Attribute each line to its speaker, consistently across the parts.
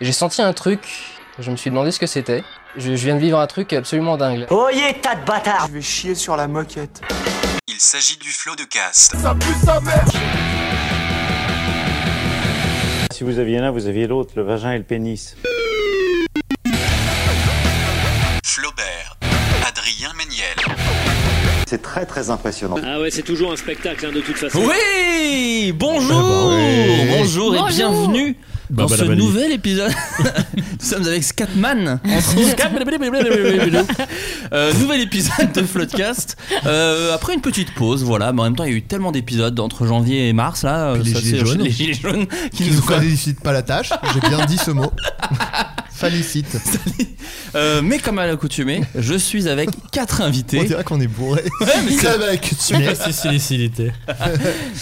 Speaker 1: J'ai senti un truc, je me suis demandé ce que c'était. Je, je viens de vivre un truc absolument dingue.
Speaker 2: Oyez, tas de bâtards
Speaker 3: Je vais chier sur la moquette.
Speaker 4: Il s'agit du flot de cast.
Speaker 5: Si vous aviez l'un, vous aviez l'autre, le vagin et le pénis.
Speaker 4: Flaubert. Adrien Méniel.
Speaker 6: C'est très très impressionnant.
Speaker 7: Ah ouais, c'est toujours un spectacle hein, de toute façon.
Speaker 8: Oui Bonjour
Speaker 9: Ouais.
Speaker 8: Bonjour
Speaker 10: Bonjour.
Speaker 8: et bienvenue dans
Speaker 9: Baba
Speaker 8: ce
Speaker 9: Bah, la Bali.
Speaker 8: nouvel épisode. Nous sommes avec Scatman. en- Scatman. Euh, nouvel épisode de Floodcast. Euh, après une petite pause, voilà. Mais en même temps, il y a eu tellement d'épisodes entre janvier et mars là. euh,
Speaker 9: Puis les
Speaker 8: ça,
Speaker 9: gilets
Speaker 8: c'est-
Speaker 9: jaunes.
Speaker 8: les gilets jaunes qui
Speaker 9: Qui
Speaker 8: nous
Speaker 9: nous
Speaker 8: ont-
Speaker 9: félicite pas la tâche, j'ai bien dit ce mot. Félicite.
Speaker 8: Euh, mais comme à l'accoutumée, je suis avec quatre
Speaker 9: On
Speaker 8: invités.
Speaker 9: dirait qu'on est bourré.
Speaker 8: mais
Speaker 9: Comme à l'accoutumée.
Speaker 8: facilité.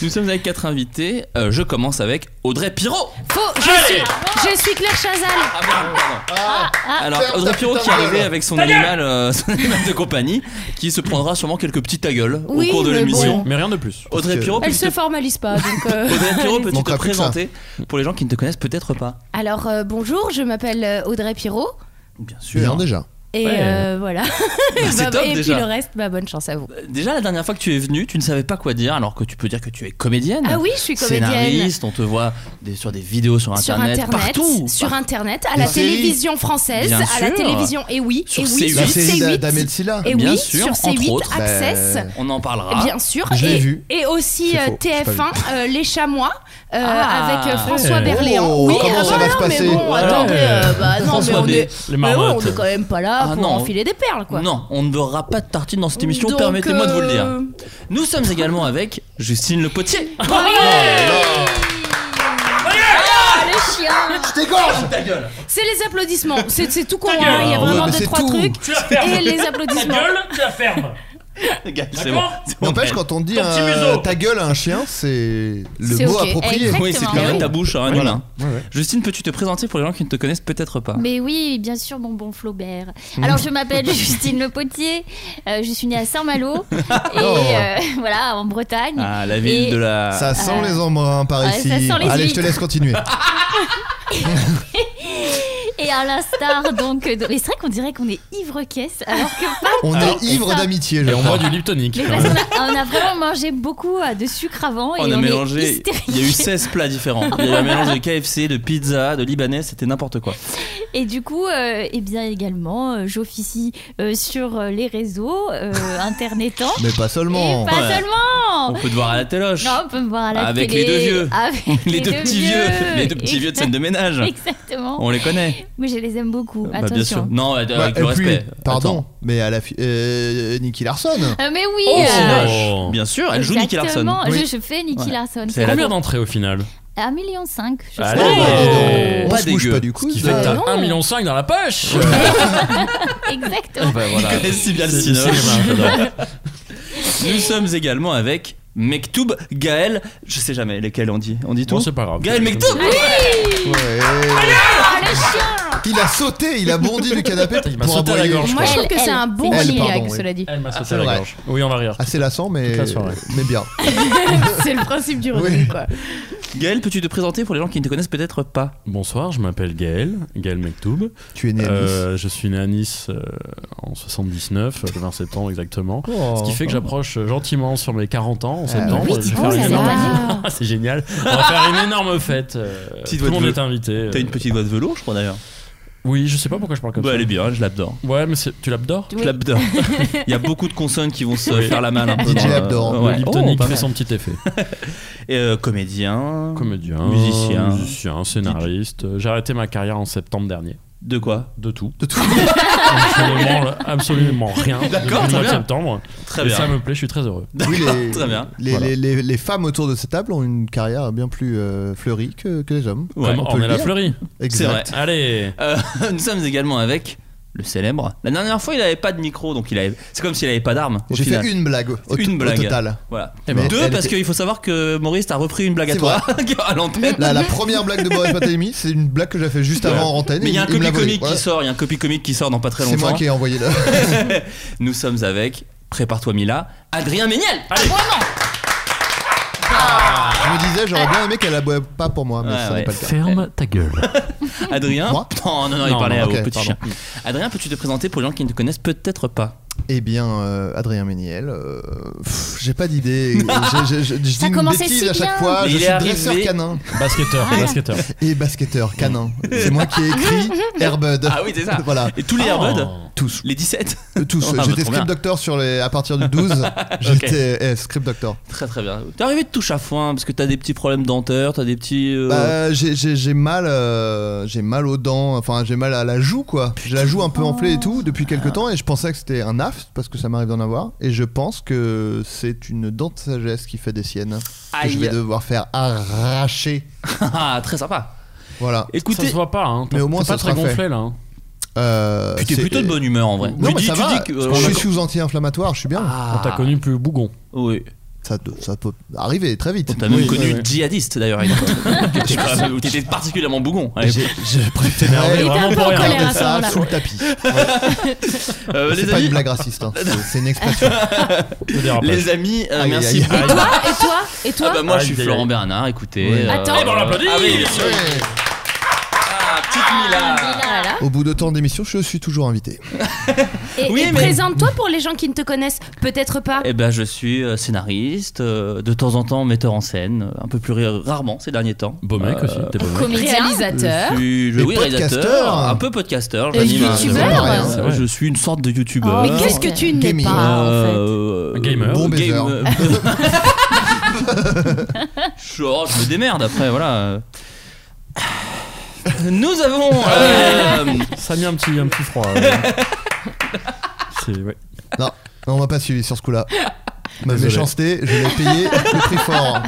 Speaker 8: Nous sommes avec quatre invités. Euh, je commence avec Audrey Pirot.
Speaker 10: Faux, je suis, je suis Claire Chazal.
Speaker 8: Ah, merde, pardon.
Speaker 9: Ah,
Speaker 8: Alors,
Speaker 9: Ferme
Speaker 8: Audrey
Speaker 9: ta
Speaker 8: Pirot
Speaker 9: putain
Speaker 8: qui est
Speaker 9: de
Speaker 8: arrivé
Speaker 9: gueule.
Speaker 8: avec son animal, euh, son animal de compagnie, qui se prendra sûrement quelques petits ta gueule
Speaker 10: Oui,
Speaker 8: au cours de
Speaker 10: mais
Speaker 8: l'émission.
Speaker 11: Mais rien de plus.
Speaker 8: Audrey
Speaker 9: que-
Speaker 8: Pirot,
Speaker 10: Elle
Speaker 8: peux-tu
Speaker 10: se
Speaker 8: te...
Speaker 10: formalise pas, donc. euh,
Speaker 8: Audrey Pirot, peux-tu te
Speaker 9: Manquera plus que ça.
Speaker 8: présenter pour les gens qui ne te connaissent peut-être pas
Speaker 10: Alors euh, bonjour, je m'appelle euh, Audrey Pirot.
Speaker 8: Bien sûr.
Speaker 9: Bien déjà.
Speaker 10: Et
Speaker 11: Ouais.
Speaker 10: euh, voilà.
Speaker 8: c'est
Speaker 10: Bah,
Speaker 8: top,
Speaker 10: et
Speaker 8: déjà.
Speaker 10: puis le reste, bah, bonne chance à vous.
Speaker 8: Déjà, la dernière fois que tu es venue, tu ne savais pas quoi dire, alors que tu peux dire que tu es comédienne.
Speaker 10: Ah oui, je suis comédienne.
Speaker 8: Scénariste, on te voit des- sur des vidéos sur
Speaker 10: Sur
Speaker 8: internet,
Speaker 10: internet,
Speaker 8: partout.
Speaker 10: sur
Speaker 8: Par-
Speaker 10: internet, à
Speaker 9: Des
Speaker 10: la
Speaker 9: séries.
Speaker 10: télévision française,
Speaker 8: Bien
Speaker 10: à la
Speaker 8: sûr.
Speaker 10: télévision, et oui,
Speaker 8: Sur
Speaker 10: et oui,
Speaker 8: C8.
Speaker 9: La
Speaker 10: sur
Speaker 9: série d'A- d'Amel
Speaker 10: C8,
Speaker 9: Silla.
Speaker 10: et
Speaker 8: Bien
Speaker 10: oui,
Speaker 8: sûr,
Speaker 10: sur
Speaker 8: entre
Speaker 10: C8,
Speaker 8: autres. Euh,
Speaker 10: Access, eh
Speaker 9: Ben,
Speaker 8: On en parlera.
Speaker 10: bien sûr,
Speaker 9: Je l'ai
Speaker 10: et,
Speaker 9: vu.
Speaker 10: et aussi
Speaker 9: C'est
Speaker 10: euh,
Speaker 9: faux, j'ai pas
Speaker 10: TF1, euh, Les Chamois, euh,
Speaker 8: Ah.
Speaker 10: avec euh, François
Speaker 11: Eh.
Speaker 10: Berléand.
Speaker 9: Oh,
Speaker 10: oui,
Speaker 9: comment
Speaker 10: ah
Speaker 9: ça
Speaker 10: bah
Speaker 9: va se
Speaker 10: non,
Speaker 9: passer
Speaker 10: mais bon,
Speaker 8: Voilà.
Speaker 10: attendez, euh, bah, non, mais
Speaker 8: François
Speaker 10: on est,
Speaker 11: Les
Speaker 10: Mais ouais, on
Speaker 11: marmottes.
Speaker 10: est quand même pas là
Speaker 8: Ah
Speaker 10: pour
Speaker 8: non.
Speaker 10: enfiler des perles, quoi.
Speaker 8: Non, on ne verra pas de tartine dans cette émission,
Speaker 10: Donc,
Speaker 8: permettez-moi de vous le dire.
Speaker 10: euh,
Speaker 8: Nous sommes également avec Justine Le Potier.
Speaker 9: Je t'égorge
Speaker 10: Ah, C'est les applaudissements, c'est c'est tout con, hein. il y a
Speaker 11: Alors,
Speaker 10: vraiment
Speaker 9: mais
Speaker 10: deux,
Speaker 9: c'est
Speaker 10: trois
Speaker 9: tout.
Speaker 10: trucs.
Speaker 11: Tu la fermes.
Speaker 10: Et les
Speaker 11: Ta
Speaker 10: applaudissements.
Speaker 11: gueule, tu la fermes.
Speaker 8: C'est bon.
Speaker 11: D'accord
Speaker 8: c'est bon.
Speaker 9: N'empêche, quand on dit
Speaker 11: Ton petit
Speaker 9: un-
Speaker 11: museau.
Speaker 9: ta gueule à un chien, c'est le
Speaker 10: C'est
Speaker 9: mot
Speaker 10: ok.
Speaker 9: approprié.
Speaker 10: Exact.
Speaker 8: Oui, c'est
Speaker 10: Exactement. Bah
Speaker 8: comme
Speaker 10: Oui.
Speaker 8: ta bouche à un
Speaker 9: Voilà.
Speaker 8: humain.
Speaker 9: Ouais, ouais.
Speaker 8: Justine, peux-tu te présenter pour les gens qui ne te connaissent peut-être pas
Speaker 10: Mais oui, bien sûr, mon bon Flaubert. Alors, je m'appelle Justine Le Potier, Euh, je suis née à Saint-Malo, et
Speaker 9: Oh. euh,
Speaker 10: voilà, en Bretagne.
Speaker 8: Ah, la ville
Speaker 10: Et-
Speaker 8: de la.
Speaker 9: Ça sent les embruns par
Speaker 10: Ah, Ouais,
Speaker 9: ici.
Speaker 10: ça sent les Ah,
Speaker 9: Allez, je
Speaker 10: huîtres.
Speaker 9: te laisse continuer.
Speaker 10: Et à l'instar, donc. de- Mais c'est vrai qu'on dirait qu'on est ivre-caisse, alors que
Speaker 9: On
Speaker 10: Attends,
Speaker 9: est ivre
Speaker 10: ça-
Speaker 9: d'amitié, je
Speaker 11: Et on
Speaker 9: crois.
Speaker 11: boit du liptonique.
Speaker 10: Mais
Speaker 8: Ah,
Speaker 10: parce qu'on a, on a vraiment mangé beaucoup euh, de sucre avant et
Speaker 8: On
Speaker 10: on,
Speaker 8: a
Speaker 10: est
Speaker 8: mélangé,
Speaker 10: hystérique.
Speaker 8: il y a eu 16 plats différents. Il y a eu un mélange de KFC, de pizza, de libanais, c'était n'importe quoi.
Speaker 10: Et du coup, euh, eh bien également, euh, j'officie euh, sur euh, les réseaux, euh, internetants.
Speaker 9: Mais pas seulement.
Speaker 10: Et pas
Speaker 8: Ouais.
Speaker 10: seulement
Speaker 8: On peut te voir à la téloche.
Speaker 10: Oh. Non, on peut me voir à la
Speaker 8: Avec
Speaker 10: télé. Ah
Speaker 8: les deux vieux.
Speaker 10: Avec
Speaker 8: les, deux petits vieux, les deux petits vieux de scène de ménage.
Speaker 10: Exactement.
Speaker 8: On les connaît.
Speaker 10: Mais je les aime beaucoup.
Speaker 8: Bah, bien sûr.
Speaker 10: Attention.
Speaker 8: Non, avec
Speaker 9: Bah,
Speaker 8: le
Speaker 9: et puis,
Speaker 8: respect.
Speaker 9: pardon,
Speaker 8: Attends.
Speaker 9: mais à la fi- euh, Nicky Larson.
Speaker 10: Euh, mais oui.
Speaker 11: Oh,
Speaker 10: euh,
Speaker 11: c'est
Speaker 8: Ah,
Speaker 11: moche.
Speaker 8: Bien sûr, elle joue Nicky Larson.
Speaker 10: exactement,
Speaker 9: Oui.
Speaker 10: Je, je fais Nicky
Speaker 8: Ouais.
Speaker 10: Larson.
Speaker 8: C'est la-
Speaker 11: Combien d'entrées au final
Speaker 10: 1,5 million, je
Speaker 11: Allez.
Speaker 9: Ouais,
Speaker 10: crois.
Speaker 9: bah, dis
Speaker 11: Oh.
Speaker 9: donc, on
Speaker 8: Pas
Speaker 9: se bouge
Speaker 8: dégueu.
Speaker 9: pas du coup.
Speaker 11: Qui fait que t'as 1,5 million dans la poche
Speaker 10: Exactement.
Speaker 11: Bah
Speaker 8: Ils
Speaker 11: voilà.
Speaker 8: connaissent si bien le
Speaker 11: C'est-
Speaker 8: cinéma.
Speaker 11: c'est les mains, j'adore.
Speaker 8: Nous sommes également avec Mektoub, Gaël, je sais jamais lesquels on dit. On dit
Speaker 11: Bon,
Speaker 8: tous
Speaker 11: c'est pas grave.
Speaker 8: Gaël Mektoub
Speaker 9: Ouais. Il a sauté, il a bondi du canapé
Speaker 11: Il m'a
Speaker 9: pour
Speaker 11: sauté à la
Speaker 9: aboyer.
Speaker 11: gorge. quoi.
Speaker 10: que c'est un bon
Speaker 9: Elle, pardon, gag, oui. cela
Speaker 10: dit.
Speaker 8: Ah,
Speaker 11: Elle m'a sauté
Speaker 9: c'est
Speaker 11: à la
Speaker 9: vrai.
Speaker 11: gorge. Oui, on va rire.
Speaker 9: Assez lassant, mais,
Speaker 11: Toute la soirée.
Speaker 9: mais bien.
Speaker 10: c'est le principe du
Speaker 9: revenu, Oui.
Speaker 10: quoi.
Speaker 8: Gaël, peux-tu te présenter pour les gens qui ne te connaissent peut-être pas
Speaker 11: Bonsoir, je m'appelle Gaël, Gaël Mektoub.
Speaker 9: Tu es né à Nice.
Speaker 11: Euh, je suis né à Nice euh, en 79, le 20 septembre exactement. Ce
Speaker 9: Oh.
Speaker 11: qui fait que j'approche euh, gentiment sur mes 40
Speaker 8: Ah,
Speaker 11: ans en septembre.
Speaker 10: oui,
Speaker 11: Je vais
Speaker 10: dis
Speaker 11: faire
Speaker 10: donc,
Speaker 11: une
Speaker 10: ça
Speaker 11: énorme-
Speaker 10: va.
Speaker 11: Ah, C'est génial. On va faire une énorme fête. euh, Tout le
Speaker 8: Petite voix de
Speaker 11: monde
Speaker 8: velours.
Speaker 11: est invité.
Speaker 8: T'as
Speaker 11: euh,
Speaker 8: une petite voix de velours, je crois d'ailleurs.
Speaker 11: Oui, je sais pas pourquoi je parle comme
Speaker 8: Bah,
Speaker 11: ça.
Speaker 8: elle est bien, je l'adore.
Speaker 11: Ouais, mais c'est- tu l'abdores
Speaker 8: Je l'adore. Il y a beaucoup de consonnes qui vont se faire la malle un peu.
Speaker 9: DJ
Speaker 8: dans le-
Speaker 9: l'adore.
Speaker 8: Ouais.
Speaker 11: Le Liptonic
Speaker 8: Oh,
Speaker 11: fait
Speaker 8: pas
Speaker 11: son petit effet.
Speaker 8: mal. Et euh, comédien.
Speaker 11: Comédien,
Speaker 8: Musicien.
Speaker 11: musicien, scénariste. Euh, J'ai arrêté ma carrière en septembre dernier.
Speaker 8: De quoi
Speaker 11: De tout.
Speaker 9: De tout.
Speaker 11: Absolument, absolument rien. depuis
Speaker 8: D'accord, très
Speaker 11: le mois de
Speaker 8: bien.
Speaker 11: septembre.
Speaker 8: Très
Speaker 11: Et ça
Speaker 8: bien.
Speaker 11: me plaît, je suis très heureux.
Speaker 9: Oui, les,
Speaker 8: très bien.
Speaker 9: Les,
Speaker 11: Voilà.
Speaker 9: les- les- les femmes autour de cette table ont une carrière bien plus euh, fleurie que, que les hommes.
Speaker 8: Ouais,
Speaker 11: Comme
Speaker 8: on
Speaker 9: peut le
Speaker 11: Ornella
Speaker 9: dire.
Speaker 11: Fleury.
Speaker 8: C'est vrai.
Speaker 9: Exact.
Speaker 11: Allez
Speaker 8: Euh, nous sommes également avec le célèbre. La dernière fois, il avait pas de micro, donc il avait. C'est comme s'il avait pas d'arme. au
Speaker 9: J'ai
Speaker 8: final.
Speaker 9: fait une blague au,
Speaker 8: Une
Speaker 9: au
Speaker 8: blague.
Speaker 9: total.
Speaker 8: Voilà.
Speaker 11: Eh ben.
Speaker 8: Deux,
Speaker 9: Elle
Speaker 8: parce
Speaker 9: était-
Speaker 8: qu'il faut savoir que Maurice t'a repris une blague à
Speaker 9: C'est
Speaker 8: toi à l'antenne.
Speaker 9: La, la première blague de Boris Patelemi, c'est une blague que j'ai fait juste
Speaker 8: Ouais.
Speaker 9: avant en antenne.
Speaker 8: Mais il y a un
Speaker 9: me
Speaker 8: copie
Speaker 9: l'a volée.
Speaker 8: comique
Speaker 9: Voilà.
Speaker 8: qui sort, il y a un copie comique qui sort dans pas très
Speaker 9: C'est
Speaker 8: longtemps.
Speaker 9: moi qui ai envoyé le.
Speaker 8: Nous sommes avec, prépare-toi Mila, Adrien Méniel.
Speaker 11: Allez.
Speaker 8: Vraiment.
Speaker 9: me disais, j'aurais bien aimé qu'elle aboie pas pour moi, mais
Speaker 8: Ah. Ouais,
Speaker 9: ça
Speaker 8: ouais.
Speaker 9: n'est pas le cas.
Speaker 11: Ferme ta gueule.
Speaker 8: Adrien
Speaker 9: Moi
Speaker 8: Non, non, non, il
Speaker 11: Non,
Speaker 8: parlait
Speaker 11: non,
Speaker 8: au
Speaker 9: ok,
Speaker 8: petit
Speaker 9: pardon.
Speaker 8: chien. Adrien, peux-tu te présenter pour les gens qui ne te connaissent peut-être pas
Speaker 9: Eh bien, euh, Adrien Méniel, euh, pff, j'ai pas d'idée. Je- je- je- je dis une
Speaker 2: commençait
Speaker 9: bêtise
Speaker 2: si
Speaker 9: à chaque
Speaker 2: bien.
Speaker 9: fois.
Speaker 8: Mais il
Speaker 9: je
Speaker 8: est
Speaker 9: suis
Speaker 8: arrivé-
Speaker 9: dresseur canin
Speaker 11: Basketteur, basketteur.
Speaker 9: et basketteur canin. C'est moi qui ai écrit Airbud.
Speaker 8: Ah oui, c'est ça.
Speaker 9: Voilà,
Speaker 8: Et tous les
Speaker 11: Oh.
Speaker 8: Airbuds
Speaker 9: tous.
Speaker 8: Les 17
Speaker 9: Euh, Tous.
Speaker 8: Ah, bah,
Speaker 9: J'étais
Speaker 8: trop bien.
Speaker 9: script doctor sur les... à partir du 12. J'étais eh, script doctor.
Speaker 8: Très très bien. T'es arrivé de touche à foin parce que t'as des petits problèmes dentaires, t'as des petits. euh,
Speaker 9: Bah, j'ai- j'ai j'ai mal, euh, j'ai mal aux dents, enfin j'ai mal à la joue quoi. J'ai la joue un peu enflée et tout depuis quelques temps et je pensais que c'était un aft parce que ça m'arrive d'en avoir et je pense que c'est une dent de sagesse qui fait des siennes que je vais
Speaker 8: Aïe.
Speaker 9: devoir faire arracher.
Speaker 8: Ah, très sympa.
Speaker 9: Voilà.
Speaker 11: Ça
Speaker 8: Écoutez,
Speaker 11: se voit pas, hein.
Speaker 9: Mais au moins,
Speaker 11: T'es
Speaker 9: ça
Speaker 11: pas très
Speaker 9: sera fait.
Speaker 11: gonflé là. hein.
Speaker 9: Euh,
Speaker 8: tu es
Speaker 9: c'est-
Speaker 8: plutôt de bonne humeur en vrai.
Speaker 9: Non,
Speaker 8: tu
Speaker 9: mais
Speaker 8: dis,
Speaker 9: ça
Speaker 8: tu
Speaker 9: va,
Speaker 8: dis que. euh,
Speaker 9: je suis sous anti-inflammatoire, je suis bien.
Speaker 2: Ah.
Speaker 11: On t'a connu plus bougon.
Speaker 8: Oui.
Speaker 9: Ça, ça peut arriver très vite.
Speaker 8: On t'a même
Speaker 9: Oui,
Speaker 8: connu
Speaker 9: ouais, ouais.
Speaker 8: djihadiste d'ailleurs. Edgar. T'étais pas- T'étais particulièrement bougon. Ouais.
Speaker 9: Ah, J'ai- Je préfère
Speaker 11: T'énervé
Speaker 2: Il était un
Speaker 11: vraiment
Speaker 2: peu
Speaker 11: pour
Speaker 2: en
Speaker 11: rien.
Speaker 2: colère à
Speaker 9: garder
Speaker 2: ce moment-là.
Speaker 9: ça sous le tapis.
Speaker 8: Euh,
Speaker 9: C'est
Speaker 8: les,
Speaker 9: pas
Speaker 8: amis,
Speaker 9: une blague raciste, hein. C'est- c'est une expression.
Speaker 11: Le dérapage.
Speaker 8: les amis, euh,
Speaker 9: Aïe,
Speaker 8: merci.
Speaker 9: aïe,
Speaker 8: pour-
Speaker 9: aïe.
Speaker 2: Et toi Et toi Et
Speaker 8: Ah
Speaker 2: toi
Speaker 8: bah moi je suis
Speaker 11: Aïe, aïe,
Speaker 8: Florent
Speaker 11: aïe.
Speaker 8: Bernard, écoutez.
Speaker 9: Ouais.
Speaker 2: Attends.
Speaker 8: Eh ben, on l'applaudit Ah oui, bien sûr.
Speaker 9: Ouais.
Speaker 8: Ah, petite Mila.
Speaker 2: Voilà.
Speaker 9: Au bout de temps d'émission, je suis toujours invité.
Speaker 10: Et,
Speaker 8: Oui,
Speaker 10: et
Speaker 8: mais-
Speaker 10: présente-toi pour les gens qui ne te connaissent peut-être pas.
Speaker 8: Eh ben, je suis euh, scénariste, euh, de temps en temps metteur en scène, euh, un peu plus ra- rarement ces derniers temps. Euh,
Speaker 11: Beau mec aussi, t'es beau mec.
Speaker 2: Réalisateur.
Speaker 8: Je suis je-
Speaker 9: Et
Speaker 8: oui, réalisateur,
Speaker 9: podcasteur.
Speaker 8: un peu podcasteur.
Speaker 2: Et
Speaker 8: j'anime
Speaker 9: Ah,
Speaker 8: un-
Speaker 2: youtubeur.
Speaker 8: Ouais, c'est vrai. Je suis une sorte de youtubeur.
Speaker 2: Oh,
Speaker 10: Mais qu'est-ce que tu n'es
Speaker 9: Gaming.
Speaker 10: pas Ah, en fait
Speaker 8: Euh,
Speaker 11: Un gamer.
Speaker 9: Bon baiser.
Speaker 8: game- je, oh, je me démerde après, voilà. Nous avons.
Speaker 11: Ah
Speaker 8: euh,
Speaker 11: Ça a mis un petit, un petit froid. euh. C'est ouais.
Speaker 9: Non, on m'a pas suivi sur ce coup-là. Ma méchanceté, je l'ai payé le prix fort.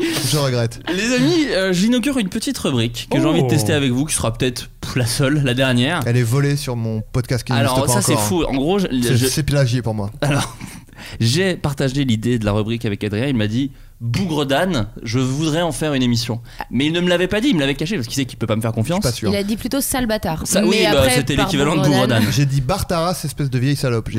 Speaker 9: Je regrette.
Speaker 8: les amis, euh, j'inaugure une petite rubrique que j'ai
Speaker 11: Oh.
Speaker 8: envie de tester avec vous, qui sera peut-être pff, la seule, la dernière.
Speaker 9: Elle est volée sur mon podcast qui n'existe
Speaker 8: Alors
Speaker 9: pas
Speaker 8: ça c'est
Speaker 9: encore.
Speaker 8: fou. En gros, je-
Speaker 9: C'est
Speaker 8: je-
Speaker 9: c'est plagié pour moi.
Speaker 8: alors j'ai partagé l'idée de la rubrique avec Adrien. Il m'a dit bougre d'âne, je voudrais en faire une émission. Mais il ne me l'avait pas dit, il me l'avait caché parce qu'il sait qu'il peut pas me faire
Speaker 9: Je suis
Speaker 8: confiance.
Speaker 9: pas sûr.
Speaker 10: Il a dit plutôt sale bâtard.
Speaker 8: Ça,
Speaker 10: Mais
Speaker 8: oui, bah,
Speaker 10: après,
Speaker 8: c'était
Speaker 10: par
Speaker 8: l'équivalent de
Speaker 10: Bourgogne-
Speaker 8: bougre d'âne.
Speaker 9: J'ai dit Bartaras, espèce de vieille salope. J'ai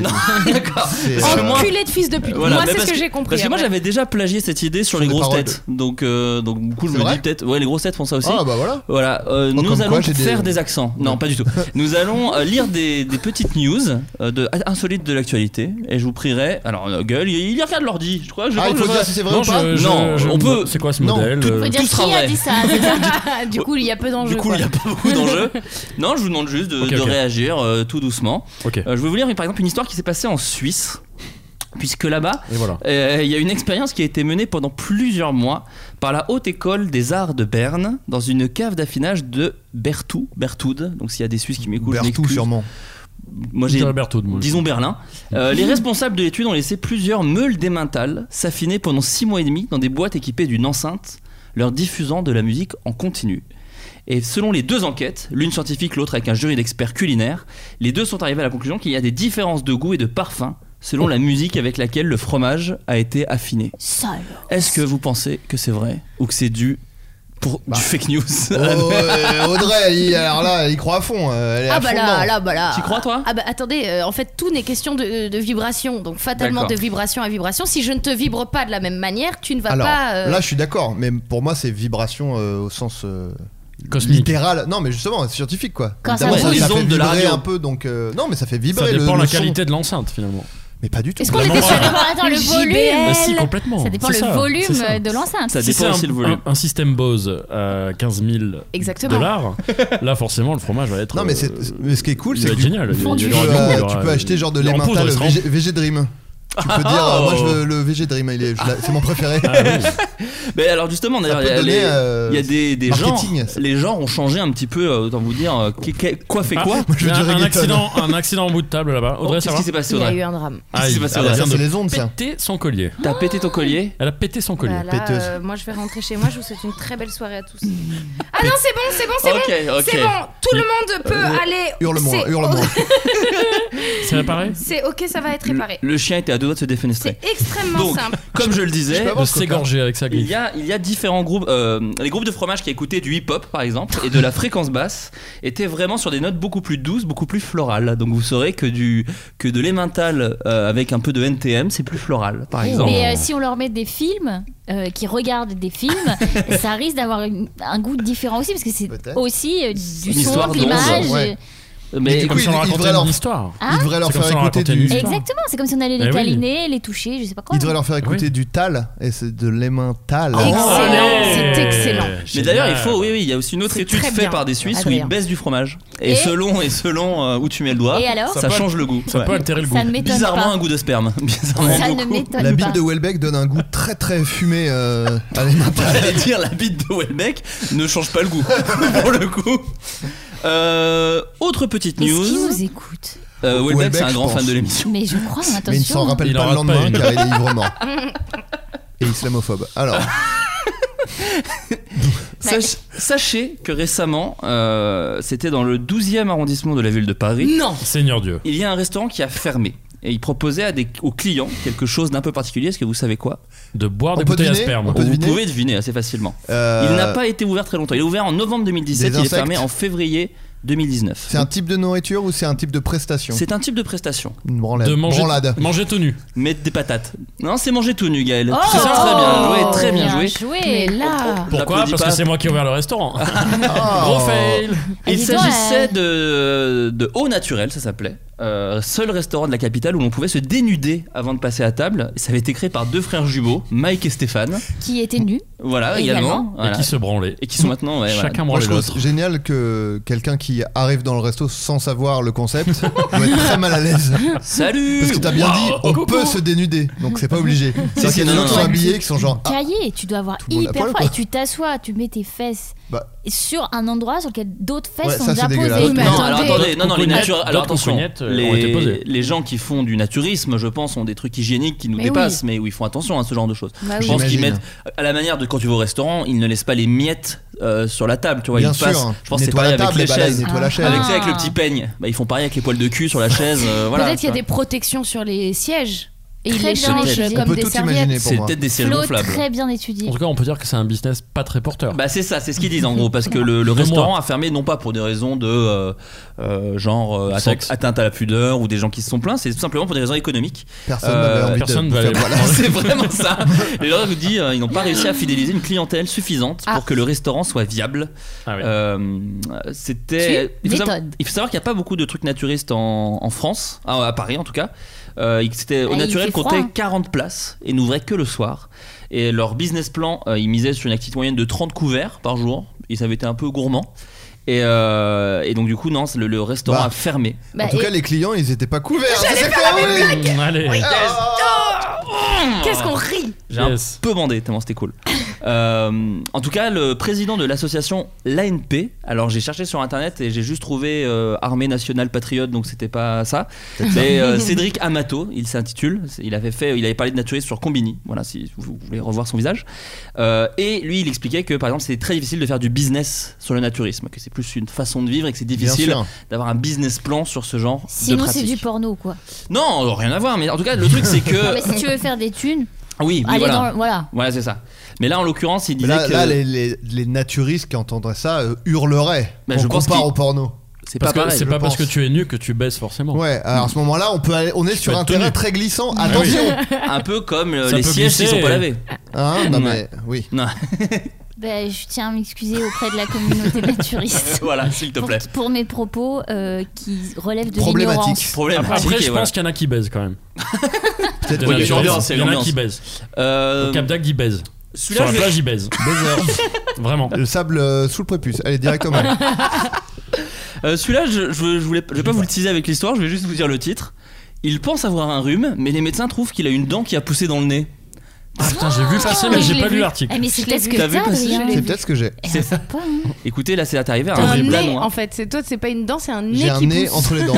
Speaker 9: dit.
Speaker 8: D'accord.
Speaker 9: C'est,
Speaker 8: Parce que
Speaker 9: euh,
Speaker 8: moi-
Speaker 10: Enculé de fils de pute.
Speaker 8: Voilà,
Speaker 10: moi,
Speaker 8: mais
Speaker 10: c'est ce
Speaker 8: parce
Speaker 10: que j'ai compris.
Speaker 8: Parce que moi
Speaker 10: après.
Speaker 8: j'avais déjà plagié cette idée sur
Speaker 9: Sur
Speaker 8: les
Speaker 9: les
Speaker 8: grosses
Speaker 9: paroles
Speaker 8: têtes. Donc, euh, donc du coup je
Speaker 9: C'est
Speaker 8: me
Speaker 9: vrai
Speaker 8: dis peut-être, ouais les grosses têtes font ça aussi.
Speaker 9: Ah bah voilà.
Speaker 8: Voilà, euh,
Speaker 9: Oh,
Speaker 8: nous
Speaker 9: comme
Speaker 8: allons
Speaker 9: quoi, j'ai des-
Speaker 8: faire des... accents. Non, pas du tout. Nous allons euh, lire des, des petites news euh, de insolites de l'actualité et je vous prierai. Alors, euh, gueule, il, il regarde l'ordi. Je crois que je
Speaker 9: Ah, il
Speaker 8: crois
Speaker 9: faut
Speaker 8: que je-
Speaker 9: dire si c'est vrai
Speaker 11: Non,
Speaker 9: ou pas.
Speaker 11: je- je-
Speaker 8: Non,
Speaker 11: je-
Speaker 8: on peut-
Speaker 11: C'est quoi ce
Speaker 9: Non,
Speaker 11: modèle euh,
Speaker 2: Faut dire
Speaker 8: Tout sera
Speaker 2: qui
Speaker 8: vrai.
Speaker 2: a dit ça. c'est ça. du coup, il y a peu d'enjeux.
Speaker 8: Du coup,
Speaker 2: quoi.
Speaker 8: il n'y a pas beaucoup d'enjeux. Non, je vous demande juste de,
Speaker 11: Ok,
Speaker 8: de
Speaker 11: ok.
Speaker 8: réagir euh, tout doucement.
Speaker 11: Ok.
Speaker 8: Euh, je vais vous lire par exemple une histoire qui s'est passée en Suisse. Puisque là-bas,
Speaker 11: Et voilà.
Speaker 8: euh, il y a une expérience qui a été menée pendant plusieurs mois par la Haute École des Arts de Berne dans une cave d'affinage de Bertou, Berthoud. Donc s'il y a des Suisses qui m'écoutent, je
Speaker 9: Bertou
Speaker 8: m'excuse.
Speaker 9: sûrement.
Speaker 8: Moi j'ai
Speaker 11: J'ai Roberto de moi.
Speaker 8: disons Berlin. Euh, les responsables de l'étude ont laissé plusieurs meules d'émental s'affiner pendant six mois et demi dans des boîtes équipées d'une enceinte, leur diffusant de la musique en continu. Et selon les deux enquêtes, l'une scientifique, l'autre avec un jury d'experts culinaires, les deux sont arrivés à la conclusion qu'il y a des différences de goût et de parfum selon la musique avec laquelle le fromage a été affiné.
Speaker 2: Sale.
Speaker 8: Est-ce que vous pensez que c'est vrai ou que c'est dû pour du fake news
Speaker 9: Oh, euh, Audrey, il- alors là, il croit à fond. euh, Elle est à
Speaker 10: Ah bah
Speaker 9: fond
Speaker 10: là,
Speaker 9: dedans.
Speaker 10: là, bah là.
Speaker 8: Tu crois, toi
Speaker 10: Ah bah attendez, euh, en fait tout n'est question de, de vibration, donc fatalement de
Speaker 8: D'accord.
Speaker 10: vibration à vibration. Si je ne te vibre pas de la même manière, tu ne vas
Speaker 9: Alors
Speaker 10: pas. euh,
Speaker 9: là, je suis d'accord, mais pour moi, c'est vibration euh, au sens euh,
Speaker 11: Cosmique.
Speaker 9: littéral. Non, mais justement, scientifique quoi.
Speaker 2: Quand ça
Speaker 9: Évidemment,
Speaker 2: Ouais,
Speaker 8: les
Speaker 9: ça fait
Speaker 8: ondes de la
Speaker 9: vibrer
Speaker 8: radio.
Speaker 9: un peu, donc euh, non, mais ça fait
Speaker 11: Ça
Speaker 9: vibrer le,
Speaker 11: dépend
Speaker 9: le
Speaker 11: la
Speaker 9: son.
Speaker 11: qualité de l'enceinte finalement.
Speaker 9: Mais pas du tout.
Speaker 10: Est-ce qu'on
Speaker 11: La
Speaker 10: était sur
Speaker 11: membrane.
Speaker 2: Attends, attends, le
Speaker 10: Le
Speaker 2: volume.
Speaker 10: JBL.
Speaker 11: Bah, si, complètement.
Speaker 2: Ça dépend
Speaker 11: C'est
Speaker 2: le
Speaker 11: c'est
Speaker 2: volume
Speaker 11: ça.
Speaker 2: euh, de l'enceinte.
Speaker 8: Ça
Speaker 11: Si
Speaker 8: dépend
Speaker 11: c'est
Speaker 8: aussi
Speaker 11: un,
Speaker 8: le volume.
Speaker 11: un- un système Bose à 15 000
Speaker 10: Exactement.
Speaker 11: dollars, là forcément le fromage va être.
Speaker 9: Non, mais, c'est-
Speaker 11: euh,
Speaker 9: mais ce qui est cool,
Speaker 11: il
Speaker 9: c'est
Speaker 11: va
Speaker 9: que
Speaker 11: être
Speaker 9: tu,
Speaker 11: génial. Il y aura-
Speaker 9: tu
Speaker 11: il y
Speaker 9: peux,
Speaker 11: aura-
Speaker 9: euh,
Speaker 11: il y aura-
Speaker 9: tu peux acheter genre de
Speaker 11: il y aura en pause
Speaker 9: l'emmental
Speaker 11: au restaurant.
Speaker 9: VG, VG Dream. Tu
Speaker 11: Ah,
Speaker 9: peux dire, euh,
Speaker 11: oh.
Speaker 9: moi je veux le VG Dream, il est, je l'a- c'est mon préféré.
Speaker 8: Mais alors justement,
Speaker 9: Ça
Speaker 8: d'ailleurs,
Speaker 9: peut
Speaker 8: les-
Speaker 9: donner,
Speaker 8: les-
Speaker 9: euh,
Speaker 8: Il y a des, des genres.
Speaker 9: Marketing, ça.
Speaker 8: Les genres ont changé un petit peu, euh, autant vous dire, euh, qu'est- qu'est- quoi fait
Speaker 11: Ah,
Speaker 8: quoi
Speaker 9: je veux
Speaker 11: un,
Speaker 9: du
Speaker 11: un
Speaker 9: reggaeton.
Speaker 11: accident, un accident en bout de table là-bas.
Speaker 8: Oh,
Speaker 11: Ah, Audrey, ça
Speaker 8: Qu'est-ce
Speaker 11: va
Speaker 8: qui s'est passé,
Speaker 10: Il y a
Speaker 8: Audrey
Speaker 10: eu un drame.
Speaker 8: Qu'est-ce qui s'est
Speaker 11: Aïe,
Speaker 8: passé,
Speaker 11: elle
Speaker 8: Audrey
Speaker 9: Ah, Ça,
Speaker 11: vient de
Speaker 9: c'est les ondes, ça.
Speaker 11: péter son collier.
Speaker 8: T'as pété ton collier
Speaker 11: Elle a pété son collier.
Speaker 10: Voilà,
Speaker 9: Péteuse.
Speaker 10: euh, moi je vais rentrer chez moi, je vous souhaite une très belle soirée à tous. ah non, c'est bon, c'est bon, c'est
Speaker 8: Ok,
Speaker 10: bon.
Speaker 8: ok.
Speaker 10: C'est bon, tout le monde peut aller.
Speaker 9: Euh, Hurle-moi,
Speaker 10: c'est-
Speaker 9: hurle-moi.
Speaker 11: C'est réparé
Speaker 10: C'est ok, ça va être réparé.
Speaker 8: Le chien était à deux doigts de se défenestrer.
Speaker 10: C'est extrêmement
Speaker 8: Donc,
Speaker 10: simple.
Speaker 8: Comme je le
Speaker 9: Je
Speaker 8: disais,
Speaker 9: peux
Speaker 11: De
Speaker 9: avoir ce
Speaker 11: s'égorger avec sa
Speaker 8: il
Speaker 11: griffe.
Speaker 8: y a, il y a différents groupes. euh, les groupes de fromage qui écoutaient du hip-hop, par exemple, et de la fréquence basse, étaient vraiment sur des notes beaucoup plus douces, beaucoup plus florales. Donc vous saurez que, du, que de l'emmental euh, avec un peu de NTM, c'est plus floral,
Speaker 10: Oh.
Speaker 8: par exemple.
Speaker 2: Mais euh,
Speaker 11: Oh.
Speaker 2: si on leur met des films, euh, qui regardent des films, ça risque d'avoir une- un goût différent aussi, parce que c'est
Speaker 9: Peut-être.
Speaker 2: aussi euh,
Speaker 8: Une
Speaker 2: du
Speaker 8: histoire
Speaker 2: son, de
Speaker 8: d'onde.
Speaker 2: l'image. euh,
Speaker 9: Ouais.
Speaker 8: Mais
Speaker 11: C'est
Speaker 9: du
Speaker 11: comme
Speaker 9: coup,
Speaker 11: si on
Speaker 9: il- il
Speaker 11: racontait
Speaker 9: devrait
Speaker 11: une
Speaker 9: leur-
Speaker 11: histoire.
Speaker 2: Ah.
Speaker 9: Ils devraient leur
Speaker 11: C'est comme
Speaker 9: faire
Speaker 11: ça, on
Speaker 9: écouter
Speaker 11: racontait
Speaker 9: du.
Speaker 11: une histoire.
Speaker 2: Exactement, c'est comme si on allait les
Speaker 11: Eh oui.
Speaker 2: câliner, les toucher, je sais pas Ah, quoi.
Speaker 9: Ils devraient leur faire écouter
Speaker 11: Ah Oui.
Speaker 9: du tal et c'est de
Speaker 11: Ah
Speaker 9: Ah, l'emmental.
Speaker 10: Excellent.
Speaker 11: Allez
Speaker 10: C'est excellent.
Speaker 8: Mais
Speaker 11: Génial.
Speaker 8: d'ailleurs, il faut, oui, oui, il y a aussi une autre
Speaker 10: C'est
Speaker 8: étude
Speaker 10: très
Speaker 8: faite
Speaker 10: bien.
Speaker 8: par des Suisses où
Speaker 10: Adrien.
Speaker 8: ils baissent du fromage. Et,
Speaker 2: Et
Speaker 8: selon, et selon euh, où tu mets le doigt,
Speaker 2: Et alors
Speaker 8: ça,
Speaker 11: Ça peut-
Speaker 8: change le goût.
Speaker 11: Ça
Speaker 8: Ouais.
Speaker 11: peut altérer le goût.
Speaker 2: Ça ne m'étonne
Speaker 8: Bizarrement,
Speaker 2: pas.
Speaker 8: un goût de sperme. Bizarrement,
Speaker 2: Ça ne
Speaker 8: beaucoup.
Speaker 9: La
Speaker 2: m'étonne
Speaker 9: bite
Speaker 2: pas.
Speaker 9: de Welbeck donne un goût très très fumé euh, à
Speaker 2: Ah,
Speaker 9: l'emmental.
Speaker 8: J'allais dire la bite de Welbeck ne change pas le goût pour le coup. Euh, autre petite
Speaker 2: Est-ce
Speaker 8: news.
Speaker 2: qu'ils nous écoutent
Speaker 8: Euh, Welbeck,
Speaker 9: Welbeck,
Speaker 8: c'est un
Speaker 9: je
Speaker 8: grand
Speaker 9: pense.
Speaker 8: fan de l'émission.
Speaker 2: Mais je crois, mais
Speaker 9: Mais il ne s'en
Speaker 2: attention.
Speaker 9: rappelle
Speaker 11: Il en
Speaker 9: pas le
Speaker 11: rate pas
Speaker 9: lendemain
Speaker 11: une.
Speaker 9: car il est ivrement. Et islamophobe. Alors,
Speaker 8: Sach- sachez que récemment, euh, c'était dans le 12e arrondissement de la ville de Paris,
Speaker 10: Non
Speaker 11: Seigneur Dieu.
Speaker 8: il y a un restaurant qui a fermé. Et il proposait à des, aux clients quelque chose d'un peu particulier. Est-ce que vous savez quoi
Speaker 11: De boire
Speaker 9: On
Speaker 11: des
Speaker 9: peut
Speaker 11: bouteilles à
Speaker 9: deviner
Speaker 11: sperme.
Speaker 9: On peut
Speaker 8: Vous
Speaker 9: deviner
Speaker 8: pouvez deviner assez facilement.
Speaker 9: euh,
Speaker 8: Il n'a pas été ouvert très longtemps. Il est ouvert en novembre 2017. Il
Speaker 9: Des
Speaker 8: est
Speaker 9: insectes
Speaker 8: fermé en février 2019.
Speaker 9: c'est un type de nourriture ou c'est un type de prestation
Speaker 8: C'est un type de prestation.
Speaker 9: Une branlade.
Speaker 11: De manger,
Speaker 9: branlade.
Speaker 11: manger tout nu.
Speaker 8: Mettre des patates. Non, c'est manger tout nu, Gaël.
Speaker 2: Oh,
Speaker 8: c'est ça, très bien joué, très bien, joué.
Speaker 10: Mais
Speaker 2: joué.
Speaker 10: là,
Speaker 11: Pourquoi
Speaker 8: L'applaudis
Speaker 11: Parce
Speaker 8: pas.
Speaker 11: que c'est moi qui ai ouvert le restaurant.
Speaker 9: Oh.
Speaker 11: Gros fail
Speaker 2: Ah,
Speaker 8: Il
Speaker 2: dis donc,
Speaker 8: s'agissait
Speaker 2: euh,
Speaker 8: de, de Haut Naturel, ça s'appelait. Euh, seul restaurant de la capitale où l'on pouvait se dénuder avant de passer à table. Ça avait été créé par deux frères jumeaux, Mike et Stéphane.
Speaker 2: Qui était nu
Speaker 8: Voilà,
Speaker 2: Également.
Speaker 8: également.
Speaker 11: Et
Speaker 8: Voilà.
Speaker 11: qui se branlait.
Speaker 8: Et qui sont maintenant. ouais, voilà.
Speaker 11: Chacun
Speaker 9: Moi,
Speaker 11: branlait
Speaker 9: je trouve
Speaker 11: l'autre.
Speaker 9: ça génial que quelqu'un qui arrive dans le resto sans savoir le concept doit être très mal à l'aise.
Speaker 8: Salut
Speaker 9: Parce que t'as bien dit, on peut se dénuder, donc c'est pas obligé.
Speaker 8: Si,
Speaker 9: C'est
Speaker 8: si,
Speaker 9: qu'il y a des
Speaker 8: non,
Speaker 9: gens qui
Speaker 8: non.
Speaker 9: sont habillés, qui sont genre, ah,
Speaker 2: Cahier, tu dois avoir
Speaker 9: Tout le monde à
Speaker 2: hyper
Speaker 9: poil,
Speaker 2: froid.
Speaker 9: quoi.
Speaker 2: Et tu t'assois, tu mets tes fesses
Speaker 9: Bah.
Speaker 2: sur un endroit sur lequel d'autres fesses
Speaker 9: Ouais,
Speaker 2: sont
Speaker 9: ça,
Speaker 2: déjà
Speaker 9: c'est dégueulasse.
Speaker 2: posées.
Speaker 10: Oui, mais
Speaker 8: Non, alors
Speaker 10: Attendez.
Speaker 8: attendez, non, non, les
Speaker 11: Cocognettes,
Speaker 8: nature- alors
Speaker 11: d'autres
Speaker 8: attention,
Speaker 11: cocognettes, euh, ont été
Speaker 8: les,
Speaker 11: posées.
Speaker 8: les gens qui font du naturisme, je pense, ont des trucs hygiéniques qui nous
Speaker 10: Mais oui.
Speaker 8: dépassent, mais où ils font attention à ce genre de choses.
Speaker 10: Bah
Speaker 8: Je
Speaker 10: oui.
Speaker 8: pense qu'ils
Speaker 9: J'imagine.
Speaker 8: mettent à la manière de quand tu vas au restaurant, ils ne laissent pas les miettes euh, sur la table, tu vois.
Speaker 9: bien
Speaker 8: ils
Speaker 9: sûr, hein.
Speaker 8: passent. Je pense que c'est
Speaker 9: nettoie
Speaker 8: pareil
Speaker 9: la
Speaker 8: avec
Speaker 9: table,
Speaker 8: les
Speaker 9: les balaises,
Speaker 8: chaises.
Speaker 9: nettoie la chaise.
Speaker 8: Avec,
Speaker 2: Ah.
Speaker 8: tu sais, avec le petit peigne, bah, ils font pareil avec les poils de cul sur la chaise. euh, voilà,
Speaker 10: Peut-être qu'il y a
Speaker 8: tu
Speaker 10: des protections sur les sièges. Et ils
Speaker 2: Très
Speaker 10: les
Speaker 2: bien
Speaker 10: changent
Speaker 2: étudié.
Speaker 9: On
Speaker 10: comme
Speaker 9: peut
Speaker 10: des
Speaker 9: tout
Speaker 10: serviettes.
Speaker 9: imaginer
Speaker 8: vois.
Speaker 9: pour
Speaker 8: C'est
Speaker 9: moi.
Speaker 8: peut-être des sièges
Speaker 2: Flo,
Speaker 8: gonflables.
Speaker 2: très bien étudié.
Speaker 11: En tout cas, on peut dire que c'est un business pas très porteur.
Speaker 8: Bah c'est ça, c'est ce qu'ils disent en gros, parce que le, le
Speaker 11: Deux
Speaker 8: restaurant
Speaker 11: mois.
Speaker 8: a fermé non pas pour des raisons de euh, euh, genre euh, atteinte,
Speaker 11: Sexe.
Speaker 8: atteinte à la pudeur ou des gens qui se sont plaints, c'est tout simplement pour des raisons économiques.
Speaker 9: Personne
Speaker 8: Euh,
Speaker 9: n'avait envie
Speaker 11: personne
Speaker 9: bah, de
Speaker 11: va
Speaker 9: faire-
Speaker 11: aller-
Speaker 9: voilà.
Speaker 8: C'est vraiment ça. Les gens vous disent, euh, ils n'ont pas réussi à fidéliser une clientèle suffisante
Speaker 10: Ah.
Speaker 8: pour que le restaurant soit viable.
Speaker 11: Ah oui.
Speaker 8: Euh, C'était.
Speaker 2: Tu
Speaker 8: Il, faut savoir-
Speaker 2: m'étonnes.
Speaker 8: il faut savoir qu'il n'y a pas beaucoup de trucs naturistes en, en France, ah, à Paris en tout cas. Euh, il- C'était au
Speaker 2: Ah, il
Speaker 8: naturel
Speaker 2: fait froid,
Speaker 8: comptait
Speaker 2: hein.
Speaker 8: 40 places et n'ouvrait que le soir. Et leur business plan, euh, ils misaient sur une activité moyenne de 30 couverts par jour. Ils avaient été un peu gourmands. Et, euh, et donc du coup, non, c'est le, le restaurant
Speaker 9: Bah.
Speaker 8: a fermé.
Speaker 2: Bah,
Speaker 9: En tout
Speaker 2: et-
Speaker 9: cas, les clients, ils étaient pas couverts. C'est Ah, quand même-
Speaker 11: Mm, Allez,
Speaker 10: Qu'est-ce qu'on rit
Speaker 8: J'ai un
Speaker 11: Yes.
Speaker 8: peu bandé tellement c'était cool. Euh, en tout cas, le président de l'association l'ANP, alors j'ai cherché sur internet et j'ai juste trouvé euh, Armée nationale patriote, donc c'était pas ça. Mais euh, Cédric Amato, il s'intitule, C'est- il avait fait, il avait parlé de naturisme sur Combini, voilà, si vous voulez revoir son visage. Euh, et lui, il expliquait que par exemple, c'est très difficile de faire du business sur le naturisme, que c'est plus une façon de vivre et que c'est
Speaker 9: Bien
Speaker 8: difficile
Speaker 9: sûr.
Speaker 8: d'avoir un business plan sur ce genre de
Speaker 2: Sinon, c'est
Speaker 8: pratique.
Speaker 2: du porno, quoi.
Speaker 10: Euh,
Speaker 8: Non, rien à voir, mais en tout cas, le truc c'est que.
Speaker 2: Non, mais si tu veux faire des thunes,
Speaker 8: Oui, oui,
Speaker 2: allez
Speaker 8: voilà.
Speaker 2: dans. Voilà.
Speaker 8: Voilà, c'est ça. Mais là, en l'occurrence, il
Speaker 9: Mais
Speaker 8: disait
Speaker 9: Là,
Speaker 8: que
Speaker 9: là, les, les- les naturistes qui entendraient ça euh, hurleraient.
Speaker 8: Mais
Speaker 9: on
Speaker 8: Bah, je pense
Speaker 9: compare
Speaker 8: qu'ils-
Speaker 9: au porno.
Speaker 8: c'est pas
Speaker 11: parce que
Speaker 8: pareil.
Speaker 11: c'est
Speaker 9: je
Speaker 11: pas parce que
Speaker 9: pense.
Speaker 11: tu es nu que tu baisses forcément.
Speaker 9: Ouais, alors à ce moment-là, on peut aller- on est sur
Speaker 11: peux
Speaker 9: un
Speaker 11: être
Speaker 9: terrain
Speaker 11: tenu.
Speaker 9: très glissant. Attention
Speaker 8: Un peu comme euh,
Speaker 11: Ça
Speaker 8: les
Speaker 11: peut
Speaker 8: sièges s'ils
Speaker 11: glisser.
Speaker 8: sont pas lavés.
Speaker 9: Hein Non
Speaker 8: Ouais.
Speaker 9: mais oui.
Speaker 8: Non,
Speaker 2: Bah, je tiens à m'excuser auprès de la communauté naturiste.
Speaker 8: voilà, s'il te
Speaker 2: Pour,
Speaker 8: plaît.
Speaker 2: pour mes propos euh, qui relèvent de
Speaker 9: Problématique.
Speaker 2: l'ignorance.
Speaker 8: Problème.
Speaker 11: Après,
Speaker 8: pratique,
Speaker 11: je
Speaker 8: et voilà.
Speaker 11: pense qu'il y en a qui baisent quand même.
Speaker 9: Peut-être
Speaker 11: Des
Speaker 8: Oui,
Speaker 11: naturalistes,
Speaker 8: l'ambiance, c'est
Speaker 11: il y en a
Speaker 8: l'ambiance.
Speaker 11: qui baisent.
Speaker 8: Euh,
Speaker 11: Au Cap d'Agde, ils baisent. Sur
Speaker 8: Celui-là,
Speaker 11: la
Speaker 8: je
Speaker 11: plage,
Speaker 8: vais-
Speaker 11: ils baisent. Vraiment.
Speaker 9: le sable euh, sous le prépuce. Allez directement.
Speaker 8: euh, celui-là, je, je, veux- je voulais, je vais pas vous le teaser avec l'histoire, je vais juste vous dire le titre. Il pense avoir un rhume, mais les médecins trouvent qu'il a une dent qui a poussé dans le nez.
Speaker 11: Ah putain, j'ai vu passer,
Speaker 2: Ah,
Speaker 11: mais
Speaker 2: je
Speaker 11: j'ai
Speaker 2: l'ai
Speaker 11: pas
Speaker 2: vu.
Speaker 11: lu l'article.
Speaker 2: Eh, mais c'est
Speaker 10: Je l'ai
Speaker 2: peut-être ce
Speaker 10: vu.
Speaker 2: que
Speaker 8: T'as vu
Speaker 2: t'as,
Speaker 8: passer, je
Speaker 2: Adrien.
Speaker 9: c'est peut-être ce que j'ai.
Speaker 2: Eh,
Speaker 8: C'est
Speaker 2: on sait pas, hein.
Speaker 8: Écoutez, là, c'est arrivé à
Speaker 10: T'as un
Speaker 8: un
Speaker 10: nez,
Speaker 8: vrai danois.
Speaker 10: en fait. C'est toi, c'est pas une dent, c'est un nez
Speaker 9: J'ai un
Speaker 10: qui
Speaker 9: nez
Speaker 10: pousse.
Speaker 9: entre les dents.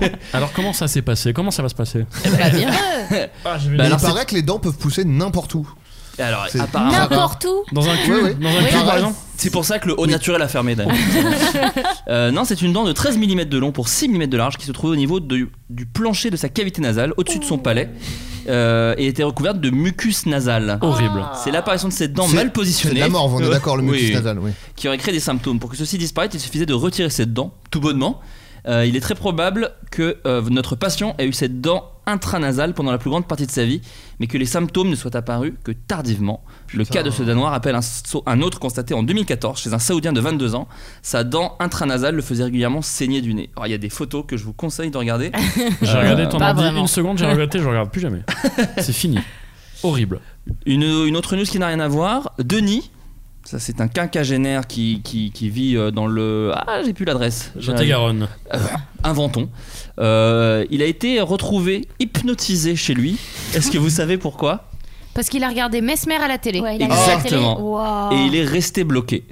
Speaker 2: Eh.
Speaker 11: Alors comment ça s'est passé Comment ça va se passer
Speaker 10: Bah, bien.
Speaker 11: Ah, j'ai vu
Speaker 8: Bah,
Speaker 9: Mais
Speaker 8: alors,
Speaker 9: il paraît que les dents peuvent pousser n'importe où.
Speaker 8: Et Alors,
Speaker 9: C'est-
Speaker 8: apparemment,
Speaker 2: Ah, N'importe où.
Speaker 11: Dans un cul,
Speaker 9: Ouais, ouais.
Speaker 11: dans un
Speaker 2: Oui.
Speaker 11: cul, par
Speaker 9: Ouais.
Speaker 11: exemple.
Speaker 8: c'est pour ça que le haut naturel a fermé d'ailleurs. Euh, non, c'est une dent de 13 mm de long pour 6 mm de large qui se trouvait au niveau de- du plancher de sa cavité nasale, au-dessus de son palais, euh, et était recouverte de mucus nasal.
Speaker 11: Horrible.
Speaker 8: C'est l'apparition de cette dent
Speaker 9: C'est-
Speaker 8: mal
Speaker 9: C'est de
Speaker 8: positionnée Euh,
Speaker 9: la mort, on est d'accord, le
Speaker 8: Oui.
Speaker 9: mucus nasal, oui.
Speaker 8: qui aurait créé des symptômes. Pour que ceci disparaisse, il suffisait de retirer cette dent, tout bonnement. Euh, il est très probable que euh, notre patient ait eu cette dent intranasale pendant la plus grande partie de sa vie, mais que les symptômes ne soient apparus que tardivement. Le cas de ce Danois rappelle un, so- un autre constaté en 2014 chez un Saoudien de 22 ans. Sa dent intranasale le faisait régulièrement saigner du nez. Alors il y a des photos que je vous conseille de regarder.
Speaker 11: J'ai
Speaker 8: Euh,
Speaker 11: regardé ton
Speaker 10: pas
Speaker 11: ordi
Speaker 10: vraiment.
Speaker 11: une seconde, j'ai regardé, je regarde plus jamais. C'est fini. Horrible.
Speaker 8: Une, une autre news qui n'a rien à voir, Denis. Ça, c'est un quinquagénaire qui, qui, qui vit euh, dans le. Ah, j'ai plus l'adresse.
Speaker 11: J'étais Garonne.
Speaker 8: inventons. Euh, il a été retrouvé hypnotisé chez lui. Est-ce que vous savez pourquoi
Speaker 10: Parce qu'il a regardé Mesmer à la télé.
Speaker 2: Ouais, il a
Speaker 8: Exactement.
Speaker 2: la télé.
Speaker 10: Ah.
Speaker 2: Waouh.
Speaker 8: Et il est resté bloqué.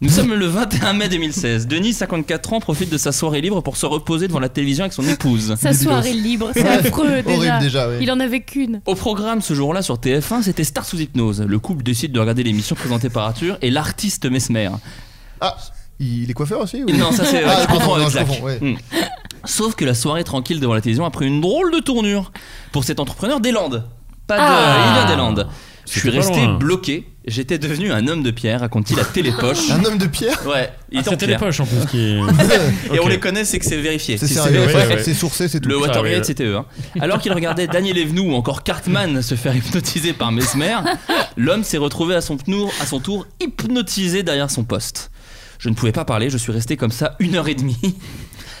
Speaker 8: Nous sommes le 21 mai 2016. Denis, 54 ans, profite de sa soirée libre pour se reposer devant la télévision avec son épouse.
Speaker 10: Sa soirée libre, c'est
Speaker 9: Ouais.
Speaker 10: affreux déjà.
Speaker 9: Horrible déjà, oui.
Speaker 10: Il en avait qu'une.
Speaker 8: Au programme ce jour-là sur TF1, c'était Star sous hypnose. Le couple décide de regarder l'émission présentée par Arthur et l'artiste Mesmer.
Speaker 9: Ah, il est coiffeur aussi ou-
Speaker 8: Non, ça c'est euh,
Speaker 9: Ah,
Speaker 8: je confonds
Speaker 9: non,
Speaker 8: avec
Speaker 9: je
Speaker 8: Zach.
Speaker 9: confonds, ouais.
Speaker 8: Hmm. Sauf que la soirée tranquille devant la télévision a pris une drôle de tournure pour cet entrepreneur des Landes. Pas de,
Speaker 10: Ah.
Speaker 8: il vient des Landes. Je
Speaker 11: C'était
Speaker 8: suis
Speaker 11: pas
Speaker 8: resté
Speaker 11: loin.
Speaker 8: bloqué. J'étais devenu un homme de pierre, raconte-t-il à Télépoche.
Speaker 9: Un homme de pierre
Speaker 8: ouais, il
Speaker 11: Ah,
Speaker 8: était en
Speaker 11: C'était les
Speaker 8: pierre.
Speaker 11: poches en plus qui.
Speaker 8: Et on
Speaker 11: Ok.
Speaker 8: les connaît, c'est que c'est vérifié.
Speaker 9: C'est
Speaker 8: Si c'est
Speaker 9: sérieux,
Speaker 8: vérifié,
Speaker 9: ouais, c'est sourcé, c'est tout.
Speaker 8: le
Speaker 11: Ah,
Speaker 8: Watergate,
Speaker 11: oui.
Speaker 8: c'était eux. hein. Alors qu'il regardait Daniel Evenou ou encore Cartman se faire hypnotiser par Mesmer, l'homme s'est retrouvé à son, tour, à son tour hypnotisé derrière son poste. Je ne pouvais pas parler, je suis resté comme ça une heure et demie.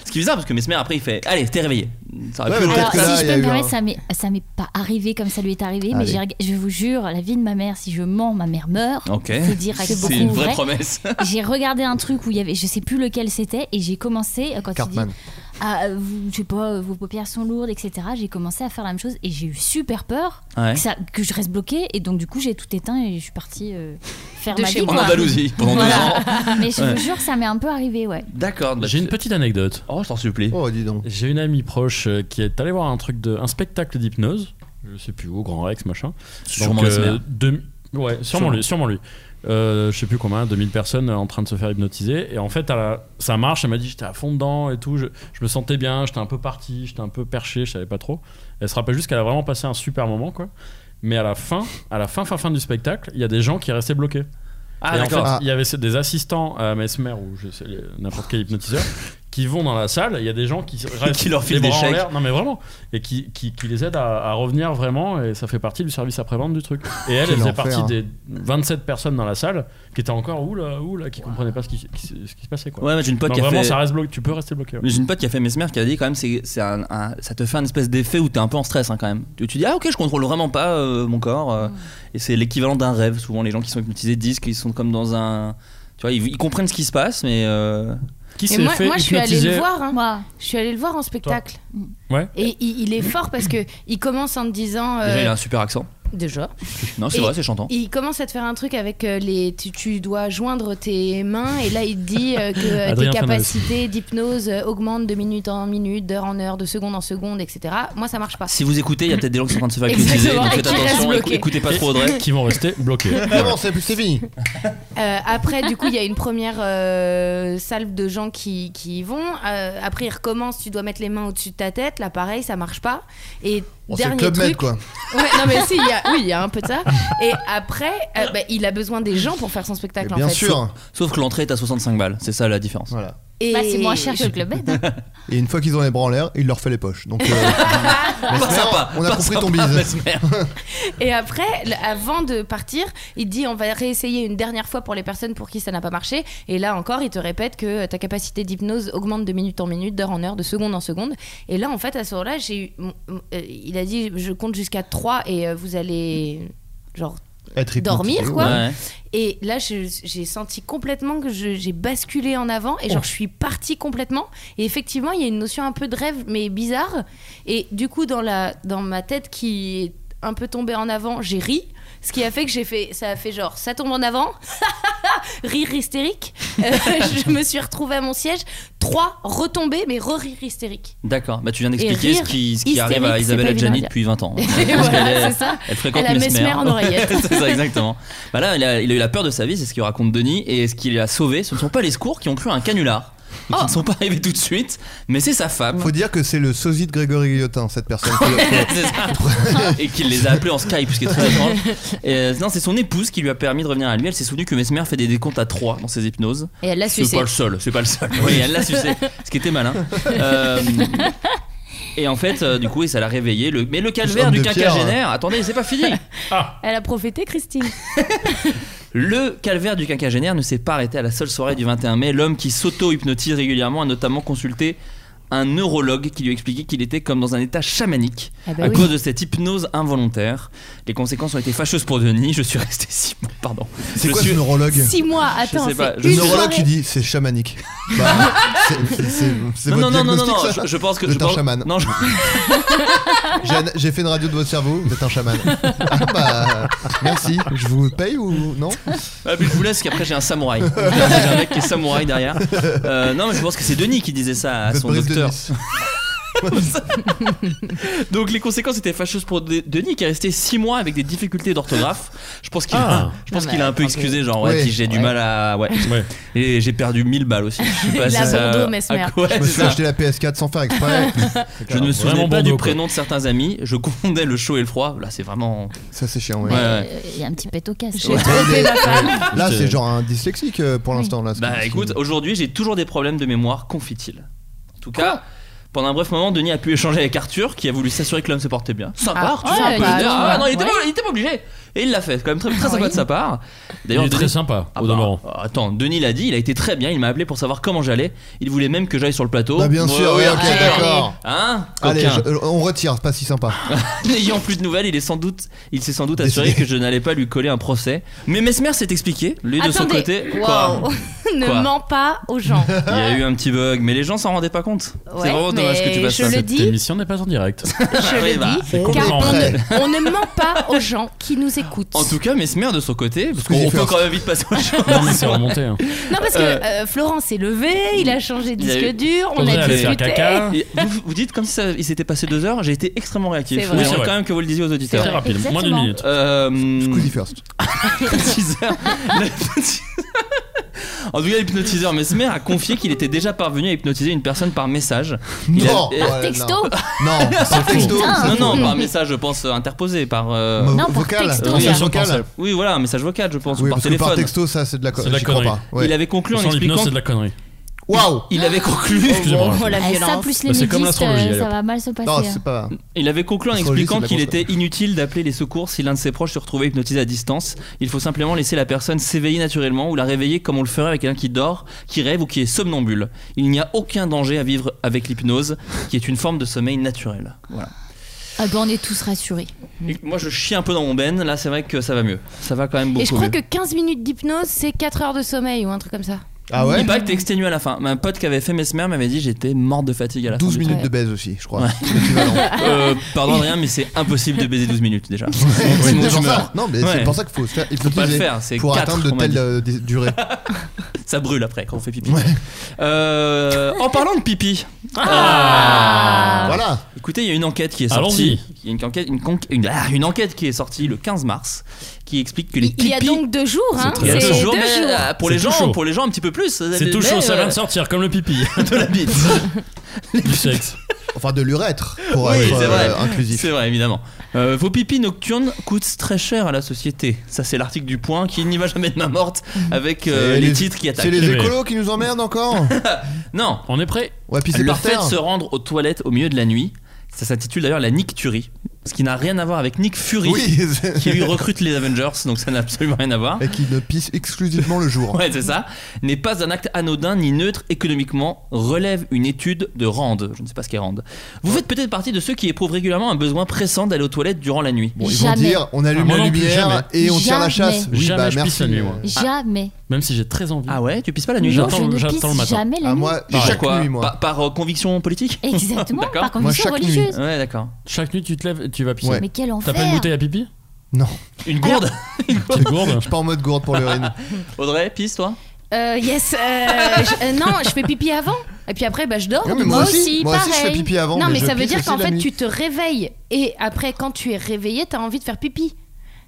Speaker 8: Ce qui est bizarre parce que Mesmer après il fait Allez, t'es réveillé. Ça aurait
Speaker 9: Ouais,
Speaker 8: pu
Speaker 9: mais
Speaker 8: le
Speaker 2: Alors,
Speaker 9: Peut-être que là,
Speaker 2: si je
Speaker 9: il y a
Speaker 2: peux me
Speaker 9: eu
Speaker 2: permettre,
Speaker 9: un-
Speaker 2: ça m'est ça m'est pas arrivé comme ça lui est arrivé, mais
Speaker 9: Allez.
Speaker 2: j'ai reg- je vous jure, la vie de ma mère, si je mens, ma mère meurt.
Speaker 8: Ok.
Speaker 2: C'est dire à quel point
Speaker 8: C'est une
Speaker 2: c'est
Speaker 8: vraie
Speaker 2: vrai.
Speaker 8: promesse.
Speaker 2: J'ai regardé un truc où il y avait, je sais plus lequel c'était, et j'ai commencé euh, quand il
Speaker 9: Cartman.
Speaker 2: dit, ah, euh, vous- je sais pas, euh, vos paupières sont lourdes, etc. J'ai commencé à faire la même chose et j'ai eu super peur
Speaker 8: Ouais.
Speaker 2: que, ça- que je reste bloquée, et donc du coup j'ai tout éteint et je suis partie euh, faire
Speaker 10: De
Speaker 2: ma
Speaker 10: chez
Speaker 2: vie.
Speaker 10: moi.
Speaker 8: En
Speaker 2: quoi.
Speaker 8: Andalousie pendant deux
Speaker 2: Voilà.
Speaker 8: ans.
Speaker 2: Mais je
Speaker 8: Ouais.
Speaker 2: vous jure, ça m'est un peu arrivé, ouais.
Speaker 8: D'accord. bah,
Speaker 11: J'ai une
Speaker 8: tu-
Speaker 11: petite anecdote.
Speaker 8: Oh, je t'en supplie.
Speaker 9: Oh, dis donc.
Speaker 11: J'ai une amie proche euh, qui est allée voir un truc de un spectacle d'hypnose, je sais plus où, Grand Rex machin.
Speaker 8: Sûrement
Speaker 11: Donc,
Speaker 8: Mesmer.
Speaker 11: euh, deux- Ouais, sûrement,
Speaker 8: Sûrement.
Speaker 11: lui, sûrement lui. Euh, je sais plus combien, 2000 personnes euh, en train de se faire hypnotiser. Et en fait, à la- ça marche. Elle m'a dit j'étais à fond dedans et tout. Je, je me sentais bien, j'étais un peu parti, j'étais un peu perché, je savais pas trop. Elle se rappelle juste qu'elle a vraiment passé un super moment, quoi. Mais à la fin, à la fin, fin, fin du spectacle, il y a des gens qui restaient bloqués.
Speaker 8: Ah,
Speaker 11: Et en fait,
Speaker 8: d'accord.
Speaker 9: Ah.
Speaker 11: il y avait ce- des assistants à Mesmer ou je sais, les- n'importe quel hypnotiseur qui vont dans la salle. Il y a des gens qui,
Speaker 8: Qui leur
Speaker 11: les
Speaker 8: filent des
Speaker 11: bras en
Speaker 8: chèques.
Speaker 11: l'air. Non, mais vraiment. Et qui, qui, qui les aident à, à revenir vraiment. Et ça fait partie du service après-vente du truc. Et elle, elle
Speaker 9: Quel
Speaker 11: faisait
Speaker 9: enfer.
Speaker 11: partie des 27 personnes dans la salle qui étaient encore oula, oula, qui comprenaient pas ce qui, qui- ce qui se passait. Quoi.
Speaker 8: Ouais, mais j'ai une pote
Speaker 11: Non,
Speaker 8: qui a
Speaker 11: vraiment,
Speaker 8: fait.
Speaker 11: ça reste bloqué. Tu peux rester bloqué. ouais.
Speaker 8: Mais J'ai une pote qui a fait Mesmer qui a dit quand même c'est, c'est un, un- ça te fait un espèce d'effet où t'es un peu en stress hein, quand même. Tu, tu dis ah ok je contrôle vraiment pas euh, mon corps
Speaker 10: Mm.
Speaker 8: euh, et c'est l'équivalent d'un rêve. Souvent les gens qui sont hypnotisés disent qu'ils sont comme dans un tu vois ils, ils comprennent ce qui se passe mais euh,
Speaker 11: Qui
Speaker 10: Et
Speaker 11: s'est
Speaker 10: moi,
Speaker 11: fait
Speaker 10: moi, je suis allée
Speaker 11: hypnotiser
Speaker 10: le voir. hein.
Speaker 2: Moi,
Speaker 10: Je suis allée le voir en spectacle.
Speaker 11: Ouais.
Speaker 10: Et il, il est fort parce que il commence en te disant euh,
Speaker 8: déjà il a un super accent.
Speaker 10: déjà.
Speaker 8: Non c'est
Speaker 10: et-
Speaker 8: vrai c'est chantant.
Speaker 10: Il commence à te faire un truc avec euh, les. Tu, tu dois joindre tes mains et là il te dit euh, que euh, tes
Speaker 11: Adrien Thomas.
Speaker 10: capacités d'hypnose euh, augmentent de minute en minute, d'heure en heure, de seconde en seconde, etc. Moi ça marche pas.
Speaker 8: Si vous écoutez il y a peut-être des gens qui sont en train de se faire hypnotiser donc
Speaker 10: Exactement, et
Speaker 8: faites
Speaker 10: qui restent
Speaker 8: attention éc-
Speaker 10: bloqués.
Speaker 8: écoutez pas trop Audrey.
Speaker 11: Qui vont rester bloqués.
Speaker 9: Non, non, c'est c'est fini.
Speaker 10: Euh, après, du coup, il y a une première euh, salve de gens qui, qui y vont. Euh, après, ils recommencent. Tu dois mettre les mains au-dessus de ta tête. Là, pareil, ça marche pas. Et
Speaker 9: Bon, c'est le
Speaker 10: dernier
Speaker 9: Club
Speaker 10: truc.
Speaker 9: Med, quoi.
Speaker 10: Ouais, non, mais si, il y a, oui, il y a un peu de ça. Et après, euh, bah, il a besoin des gens pour faire son spectacle,
Speaker 9: Mais
Speaker 10: en
Speaker 9: Bien
Speaker 10: fait.
Speaker 9: sûr.
Speaker 8: Sauf que l'entrée est à 65 balles c'est ça la différence.
Speaker 9: Voilà.
Speaker 10: Et
Speaker 2: bah, c'est moins cher que le Club Med. hein.
Speaker 9: Et une fois qu'ils ont les bras en l'air, il leur fait les poches. Donc, euh, Mesmer,
Speaker 8: Pas sympa.
Speaker 9: on a
Speaker 8: pas
Speaker 9: compris
Speaker 8: sympa,
Speaker 9: ton bise.
Speaker 8: Mesmer.
Speaker 10: Et après, l- avant de partir, il dit on va réessayer une dernière fois pour les personnes pour qui ça n'a pas marché. Et là encore, il te répète que ta capacité d'hypnose augmente de minute en minute, d'heure en heure, de seconde en seconde. Et là, en fait, à ce moment-là, j'ai eu. mon- mon- euh, il a dit je compte jusqu'à 3 et euh, vous allez. Genre.
Speaker 9: Être hypnotisé,
Speaker 10: Dormir,
Speaker 9: ouais.
Speaker 10: quoi.
Speaker 8: Ouais.
Speaker 10: Et là, je- j'ai senti complètement que je- j'ai basculé en avant et genre, je suis partie complètement. Et effectivement, il y a une notion un peu de rêve, mais bizarre. Et du coup, dans, la, dans ma tête qui est un peu tombé en avant, j'ai ri. Ce qui a fait que j'ai fait, ça a fait genre, ça tombe en avant, rire hystérique. Euh, je me suis retrouvée à mon siège, trois retombées, mais re-rire hystérique.
Speaker 8: D'accord, bah, tu viens
Speaker 10: Et
Speaker 8: d'expliquer ce
Speaker 10: rire
Speaker 8: qui, ce qui arrive
Speaker 10: hystérique,
Speaker 8: à
Speaker 10: c'est
Speaker 8: Isabelle
Speaker 10: pas évident à
Speaker 8: Adjani
Speaker 10: dire.
Speaker 8: depuis 20 ans.
Speaker 10: Et
Speaker 8: Parce
Speaker 10: voilà,
Speaker 8: qu'elle est-
Speaker 10: c'est ça.
Speaker 8: Elle fréquente
Speaker 10: Elle a
Speaker 8: Mesmer.
Speaker 10: Mesmer en oreillette.
Speaker 8: c'est ça, exactement. Bah là, il a, il a eu la peur de sa vie, c'est ce qu'il raconte Denis, et ce qu'il a sauvé, ce ne sont pas les secours qui ont cru à un canular. Donc,
Speaker 10: Oh.
Speaker 8: Ils ne sont pas arrivés tout de suite, mais c'est sa femme.
Speaker 9: Faut dire que c'est le sosie de Grégory Guillotin, cette personne. qui-
Speaker 8: C'est ça. et qu'il les a appelés en Skype, ce qui est très étrange. Et, euh, non, c'est son épouse qui lui a permis de revenir à lui. Elle s'est souvenue que Mesmer fait des décomptes à 3 dans ses hypnoses.
Speaker 10: Et elle l'a
Speaker 8: C'est
Speaker 10: sucé.
Speaker 8: pas le seul, c'est pas le seul. Oui, elle l'a sucé, ce qui était malin. Euh, et en fait, euh, du coup, et ça l'a réveillé. Le, mais le calvaire
Speaker 9: Homme
Speaker 8: du
Speaker 9: de pierre,
Speaker 8: quinquagénaire, attendez, c'est pas fini.
Speaker 10: Elle a profité, Christine.
Speaker 8: Le calvaire du quinquagénaire ne s'est pas arrêté à la seule soirée du 21 mai. L'homme qui s'auto-hypnotise régulièrement a notamment consulté un neurologue qui lui expliquait qu'il était comme dans un état chamanique
Speaker 10: Ah bah
Speaker 8: à
Speaker 10: oui.
Speaker 8: cause de cette hypnose involontaire. Les conséquences ont été fâcheuses pour Denis. Je suis resté six mois. Pardon.
Speaker 9: C'est
Speaker 8: Je
Speaker 9: quoi
Speaker 8: suis-
Speaker 9: ce neurologue
Speaker 10: Six mois, attends,
Speaker 8: sais pas,
Speaker 10: c'est
Speaker 8: je
Speaker 9: Le
Speaker 10: une
Speaker 8: sais-
Speaker 9: neurologue qui
Speaker 10: soirée.
Speaker 9: dit c'est chamanique. Bah, c'est- c'est- c'est- c'est
Speaker 8: non, non, non,
Speaker 9: votre
Speaker 8: non, non,
Speaker 9: diagnostic,
Speaker 8: non,
Speaker 9: ça
Speaker 8: je, je pense que
Speaker 9: Vous
Speaker 8: je
Speaker 9: êtes un
Speaker 8: pense-
Speaker 9: chaman.
Speaker 8: Non, je-
Speaker 9: J'ai un- J'ai fait une radio de votre cerveau, vous êtes un chaman. Ah bah, merci. Je vous paye ou non
Speaker 8: Ah, puis je vous laisse parce qu'après j'ai un samouraï. J'ai un mec qui est samouraï derrière. Euh, non, mais je pense que c'est Denis qui disait ça à
Speaker 9: Votre
Speaker 8: son
Speaker 9: Brice de
Speaker 8: docteur.
Speaker 9: Nice.
Speaker 8: Donc les conséquences étaient fâcheuses pour De- Denis qui est resté 6 mois avec des difficultés d'orthographe. Je pense qu'il a,
Speaker 11: Ah.
Speaker 8: je pense
Speaker 10: Non,
Speaker 8: qu'il
Speaker 10: mais
Speaker 8: a un peu
Speaker 10: attendez.
Speaker 8: excusé genre ouais,
Speaker 9: Oui.
Speaker 8: puis j'ai du
Speaker 10: Ouais.
Speaker 8: mal à ouais.
Speaker 11: Ouais.
Speaker 8: Et j'ai perdu 1000 balles aussi. Je suis passé
Speaker 10: La
Speaker 8: à-
Speaker 10: Bordeaux,
Speaker 8: à-
Speaker 10: Mesmer.
Speaker 8: ouais,
Speaker 9: Je me
Speaker 8: c'est
Speaker 9: suis
Speaker 8: ça.
Speaker 9: acheté la PS4 sans faire exprès.
Speaker 8: Je ne me souvenais
Speaker 11: Vraiment
Speaker 8: pas
Speaker 11: Bordeaux,
Speaker 8: du
Speaker 11: quoi.
Speaker 8: prénom de certains amis. Je confondais le chaud et le froid. Là c'est vraiment.
Speaker 9: Ça c'est chiant. Ouais.
Speaker 8: Ouais, ouais.
Speaker 2: Euh, Il y a un petit pet au casse.
Speaker 10: J'ai
Speaker 2: quoi.
Speaker 10: trompé ma femme.
Speaker 9: Là c'est genre un dyslexique euh, pour
Speaker 2: Oui.
Speaker 9: l'instant. là, ce
Speaker 8: Bah
Speaker 9: qui-
Speaker 8: écoute, aujourd'hui j'ai toujours des problèmes de mémoire, confie-t-il. En tout cas, pendant un bref moment, Denis a pu échanger avec Arthur qui a voulu s'assurer que l'homme se portait bien. Sympa,
Speaker 10: Ah,
Speaker 8: Arthur,
Speaker 10: ouais,
Speaker 8: on peut se
Speaker 10: il
Speaker 8: dire,
Speaker 10: est
Speaker 8: ah,
Speaker 10: gentil,
Speaker 8: non, il était,
Speaker 10: ouais. Ah,
Speaker 8: pas, il était pas obligé. Et il l'a fait, c'est quand même très, très sympa de sa part.
Speaker 11: Il est
Speaker 8: Denis-
Speaker 11: très sympa,
Speaker 8: Ah
Speaker 11: au
Speaker 8: bah,
Speaker 11: demeurant.
Speaker 8: euh, attends, Denis l'a dit, il a été très bien, il m'a appelé pour savoir comment j'allais. Il voulait même que j'aille sur le plateau.
Speaker 9: Bah bien
Speaker 8: Ouais,
Speaker 9: sûr.
Speaker 8: ouais,
Speaker 9: ouais,
Speaker 8: Arthur.
Speaker 9: ok, d'accord.
Speaker 8: Hein
Speaker 9: Allez,
Speaker 8: oh, Coquin.
Speaker 9: je- euh, on retire. c'est Pas si sympa.
Speaker 8: N'ayant plus de nouvelles, il est sans doute, il s'est sans doute assuré
Speaker 9: Décidé.
Speaker 8: que je n'allais pas lui coller un procès. Mais Mesmer s'est expliqué, lui de son
Speaker 10: Attendez.
Speaker 8: côté.
Speaker 10: Waouh.
Speaker 8: Quoi
Speaker 10: ne
Speaker 8: Quoi
Speaker 10: mens pas aux gens.
Speaker 8: Il y a eu un petit bug, mais les gens s'en rendaient pas compte. c'est
Speaker 10: Ouais,
Speaker 8: vraiment dommage que tu
Speaker 10: mais
Speaker 8: fasses
Speaker 10: je
Speaker 8: ça.
Speaker 10: le
Speaker 11: Cette
Speaker 10: dis.
Speaker 11: émission n'est pas en direct.
Speaker 10: Je
Speaker 8: Ouais,
Speaker 10: le
Speaker 8: bah,
Speaker 10: dis.
Speaker 11: C'est
Speaker 10: Car
Speaker 11: complètement
Speaker 10: on
Speaker 11: vrai.
Speaker 10: ne, on ne ment pas aux gens qui nous écoutent.
Speaker 8: En tout cas, Mesmer de son côté, parce
Speaker 9: que j'ai
Speaker 8: qu'on
Speaker 9: fait
Speaker 8: peut
Speaker 9: un-
Speaker 8: quand même vite passer aux
Speaker 11: Non, mais c'est
Speaker 8: choses.
Speaker 11: remonté. hein.
Speaker 10: non, parce que
Speaker 8: euh,
Speaker 10: euh, Florent s'est levé, il a changé de
Speaker 8: il a
Speaker 10: disque
Speaker 8: eu-
Speaker 10: dur, on
Speaker 11: Audrey
Speaker 10: a
Speaker 11: allait faire
Speaker 10: discuté.
Speaker 11: caca.
Speaker 8: Et Vous, vous dites comme si ça, il s'était passé deux heures, j'ai été extrêmement réactif.
Speaker 10: C'est
Speaker 8: Je
Speaker 10: vrai.
Speaker 8: voulais
Speaker 11: C'est vrai.
Speaker 8: quand même que vous le disiez aux
Speaker 10: C'est
Speaker 11: Très
Speaker 8: auditeurs.
Speaker 10: vrai.
Speaker 11: rapide, moins d'une
Speaker 10: Exactement.
Speaker 11: minute.
Speaker 8: Euh,
Speaker 9: Squeezie first.
Speaker 8: hypnotiseur. le hypnotiseur- En tout cas, l'hypnotiseur Mesmer a confié qu'il était déjà parvenu à hypnotiser une personne par message. Il a-
Speaker 9: Non.
Speaker 8: euh,
Speaker 9: voilà,
Speaker 2: Texto
Speaker 9: Non.
Speaker 10: Ah,
Speaker 9: Non, Oh, c'est texto.
Speaker 8: Non,
Speaker 9: c'est
Speaker 8: non,
Speaker 9: faux.
Speaker 8: par message, je pense, euh, interposé, par. euh,
Speaker 9: Vo-
Speaker 2: Non, par
Speaker 9: vocal.
Speaker 2: texto.
Speaker 9: message
Speaker 8: Oui,
Speaker 9: vocal.
Speaker 11: pensait.
Speaker 8: Oui, voilà, un message vocal, je pense, ou
Speaker 9: Oui,
Speaker 8: par
Speaker 9: parce que par
Speaker 8: téléphone.
Speaker 9: texto, ça c'est de la, co-
Speaker 11: C'est de la
Speaker 9: j'y crois
Speaker 11: connerie.
Speaker 9: pas. Ouais.
Speaker 8: Il avait conclu en
Speaker 11: Sans l'hypnose,
Speaker 8: expliquant.
Speaker 11: c'est de la connerie.
Speaker 9: Waouh
Speaker 8: Il avait conclu. Eh,
Speaker 11: Excusez-moi.
Speaker 10: Oh, la
Speaker 2: Ah, ça
Speaker 10: violence.
Speaker 2: plus
Speaker 11: Bah,
Speaker 2: les
Speaker 11: c'est comme
Speaker 2: nudistes,
Speaker 11: l'astrologie,
Speaker 2: euh,
Speaker 11: allez,
Speaker 2: ça
Speaker 11: hop.
Speaker 2: va mal se passer.
Speaker 9: Non,
Speaker 2: hein.
Speaker 9: c'est pas.
Speaker 8: Il avait conclu en
Speaker 9: Astrologie, c'est
Speaker 8: expliquant
Speaker 9: de la
Speaker 8: qu'il
Speaker 9: grosse
Speaker 8: était inutile d'appeler les secours si l'un de ses proches se retrouvait hypnotisé à distance. Il faut simplement laisser la personne s'éveiller naturellement ou la réveiller comme on le ferait avec quelqu'un qui dort, qui rêve ou qui est somnambule. Il n'y a aucun danger à vivre avec l'hypnose, qui est une forme de sommeil naturel. Voilà.
Speaker 2: Ah bah on est tous rassurés.
Speaker 10: Hmm.
Speaker 8: Et moi je chie un peu dans mon ben, là c'est vrai que ça va mieux. Ça va quand même beaucoup
Speaker 10: Et je crois
Speaker 8: mieux.
Speaker 10: que 15 minutes d'hypnose, c'est 4 heures de sommeil ou un truc comme ça.
Speaker 9: Ah
Speaker 8: Il
Speaker 9: ouais
Speaker 8: paraît que t'es exténué à la fin. Mais Un pote qui avait fait Mesmer m'avait dit j'étais mort de fatigue à la
Speaker 9: 12
Speaker 8: fin. du
Speaker 9: minutes
Speaker 10: Ouais.
Speaker 9: de baise aussi, je crois.
Speaker 8: Ouais.
Speaker 9: L'équivalent.
Speaker 8: truc. Euh, pardon Adrien, mais c'est impossible de baiser 12 minutes déjà. Sinon,
Speaker 9: C'est
Speaker 8: je
Speaker 9: pour ça.
Speaker 8: meurs.
Speaker 9: Non, mais
Speaker 8: Ouais.
Speaker 9: c'est pour ça qu'il faut se faire. Il faut
Speaker 8: Faut pas le
Speaker 9: utiliser
Speaker 8: faire, c'est
Speaker 9: pour
Speaker 8: 4
Speaker 9: atteindre de
Speaker 8: qu'on m'a dit.
Speaker 9: telles euh, des- durées.
Speaker 8: Ça brûle après quand on fait pipi.
Speaker 9: Ouais.
Speaker 8: Euh, en parlant de pipi, euh,
Speaker 9: Voilà.
Speaker 8: écoutez, il y a une enquête qui est sortie.
Speaker 11: Ah. Allons-y.
Speaker 8: Il y a une enquête, une, conque- une- ah, une enquête qui est sortie le 15 mars qui explique que les
Speaker 10: Il, il y a
Speaker 8: pipis-
Speaker 10: donc deux jours, hein.
Speaker 11: très
Speaker 8: Il y a
Speaker 10: C'est
Speaker 8: deux jours, mais,
Speaker 10: jours.
Speaker 8: euh, pour
Speaker 11: C'est
Speaker 8: les
Speaker 11: tout
Speaker 8: gens,
Speaker 11: chaud.
Speaker 8: pour les gens un petit peu plus.
Speaker 11: C'est tout
Speaker 8: Mais,
Speaker 11: chaud, ça
Speaker 8: euh,
Speaker 11: vient de sortir comme le pipi
Speaker 8: de la bite.
Speaker 11: du sexe.
Speaker 9: Enfin, de l'urètre pour
Speaker 8: Oui,
Speaker 9: être
Speaker 8: c'est
Speaker 9: euh,
Speaker 8: vrai.
Speaker 9: inclusif.
Speaker 8: C'est vrai, évidemment. Euh, vos pipis nocturnes coûtent très cher à la société. Ça, c'est l'article du Point qui n'y va jamais de main morte avec euh,
Speaker 9: C'est
Speaker 8: les,
Speaker 9: les-
Speaker 8: titres qui attaquent.
Speaker 9: C'est les
Speaker 11: Oui.
Speaker 9: écolos qui nous emmerdent encore
Speaker 8: Non,
Speaker 11: On est prêt
Speaker 9: Ouais, pisser
Speaker 8: le
Speaker 9: par
Speaker 8: fait
Speaker 9: terre
Speaker 8: de se rendre aux toilettes au milieu de la nuit, ça s'intitule d'ailleurs la Nick Fury, ce qui n'a rien à voir avec Nick Fury,
Speaker 9: Oui c'est-
Speaker 8: qui lui recrute les Avengers, donc ça n'a absolument rien à voir.
Speaker 9: Et qui ne pisse exclusivement le jour.
Speaker 8: Ouais, c'est ça. N'est pas un acte anodin ni neutre économiquement, relève une étude de Rand. Je ne sais pas ce qu'est Rand. Vous faites peut-être partie de ceux qui éprouvent régulièrement un besoin pressant d'aller aux toilettes durant la nuit.
Speaker 9: Bon, ils vont
Speaker 2: Jamais.
Speaker 9: dire on allume
Speaker 11: Ah, moi
Speaker 9: la
Speaker 11: non plus,
Speaker 9: lumière et on tire la
Speaker 2: Jamais.
Speaker 9: chasse. Oui,
Speaker 11: Jamais
Speaker 9: bah
Speaker 11: je pisse
Speaker 9: merci.
Speaker 11: la nuit, moi.
Speaker 2: Jamais.
Speaker 11: euh, Même si j'ai très envie.
Speaker 8: Ah ouais, tu pisses pas la nuit
Speaker 11: J'attends-
Speaker 2: je ne
Speaker 11: j'attends le
Speaker 2: pisse
Speaker 11: matin.
Speaker 2: jamais la
Speaker 9: Ah,
Speaker 2: nuit.
Speaker 9: moi,
Speaker 8: Par
Speaker 9: chaque
Speaker 8: quoi
Speaker 9: nuit, moi.
Speaker 8: Par, par, euh, conviction politique
Speaker 2: Exactement,
Speaker 8: D'accord.
Speaker 2: par
Speaker 9: Moi,
Speaker 2: conviction
Speaker 9: chaque nuit.
Speaker 2: religieuse.
Speaker 8: Ouais, d'accord.
Speaker 11: Chaque nuit, tu te lèves et tu vas pisser.
Speaker 9: Ouais.
Speaker 2: Mais quel
Speaker 11: T'as
Speaker 2: enfer
Speaker 11: pas une bouteille à pipi
Speaker 9: Non,
Speaker 8: Une gourde
Speaker 11: Petite gourde
Speaker 9: je suis pas en mode gourde pour l'urine.
Speaker 8: Audrey, pisse toi
Speaker 10: Euh, yes, euh, je- euh, non, je fais pipi avant. Et puis après, bah, je dors.
Speaker 9: Ouais, mais
Speaker 10: donc-
Speaker 9: moi,
Speaker 2: moi
Speaker 9: aussi,
Speaker 2: aussi,
Speaker 9: moi aussi, je fais
Speaker 2: pareil.
Speaker 9: pipi avant.
Speaker 10: non, mais,
Speaker 9: je
Speaker 10: ça veut
Speaker 9: pisse
Speaker 10: dire
Speaker 9: aussi
Speaker 10: qu'en
Speaker 9: la
Speaker 10: fait,
Speaker 9: nuit.
Speaker 10: tu te réveilles. Et après, quand tu es réveillé, t'as envie de faire pipi.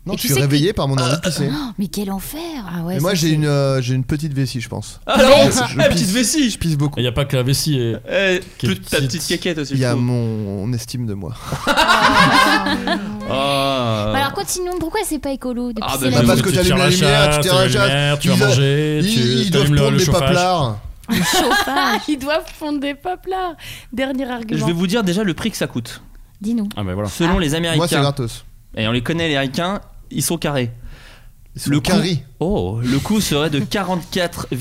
Speaker 9: Non,
Speaker 10: et
Speaker 9: je
Speaker 10: tu
Speaker 9: suis
Speaker 10: sais que-
Speaker 9: réveillé par mon envie de pisser.
Speaker 2: Oh, mais quel enfer
Speaker 10: Ah ouais.
Speaker 9: Et
Speaker 10: ça,
Speaker 9: moi, j'ai
Speaker 10: c'est-
Speaker 9: une, euh, j'ai une petite vessie, je pense.
Speaker 8: Ah
Speaker 9: non,
Speaker 8: non
Speaker 9: je
Speaker 8: La
Speaker 9: pisse.
Speaker 8: petite vessie
Speaker 9: Je pisse beaucoup.
Speaker 11: Il n'y a pas que la vessie et.
Speaker 8: Eh,
Speaker 11: Quelle
Speaker 8: Toute ta petite
Speaker 11: petite-
Speaker 8: caquette aussi.
Speaker 9: Il y
Speaker 8: je
Speaker 9: a
Speaker 8: trouve.
Speaker 9: mon estime de moi.
Speaker 8: Ah.
Speaker 10: Bah,
Speaker 2: Alors continuons, pourquoi c'est pas écolo de
Speaker 8: Ah,
Speaker 2: pisser
Speaker 8: bah,
Speaker 2: la
Speaker 8: bah,
Speaker 9: parce
Speaker 2: nuit
Speaker 9: que
Speaker 11: tu
Speaker 9: t'allumes
Speaker 11: tires
Speaker 9: la lumière, tu tires la
Speaker 11: t'allumes
Speaker 9: chasse,
Speaker 11: lumière, tu vas
Speaker 9: ils-
Speaker 11: manger,
Speaker 9: Ils,
Speaker 11: tu
Speaker 9: ils doivent
Speaker 11: t'allumes le,
Speaker 9: prendre
Speaker 11: le
Speaker 9: des
Speaker 11: chauffage.
Speaker 9: paplards.
Speaker 10: Ah, ils doivent fondre des là Dernier
Speaker 8: Je
Speaker 10: argument.
Speaker 8: vais vous dire déjà le prix que ça coûte.
Speaker 2: Dis-nous.
Speaker 11: Ah, mais voilà.
Speaker 8: Selon les
Speaker 9: ben Moi, c'est
Speaker 8: Américains,
Speaker 9: gratos.
Speaker 8: et on les connaît les Américains, ils sont carrés.
Speaker 9: le
Speaker 8: Le
Speaker 9: curry.
Speaker 8: Oh, le coût serait de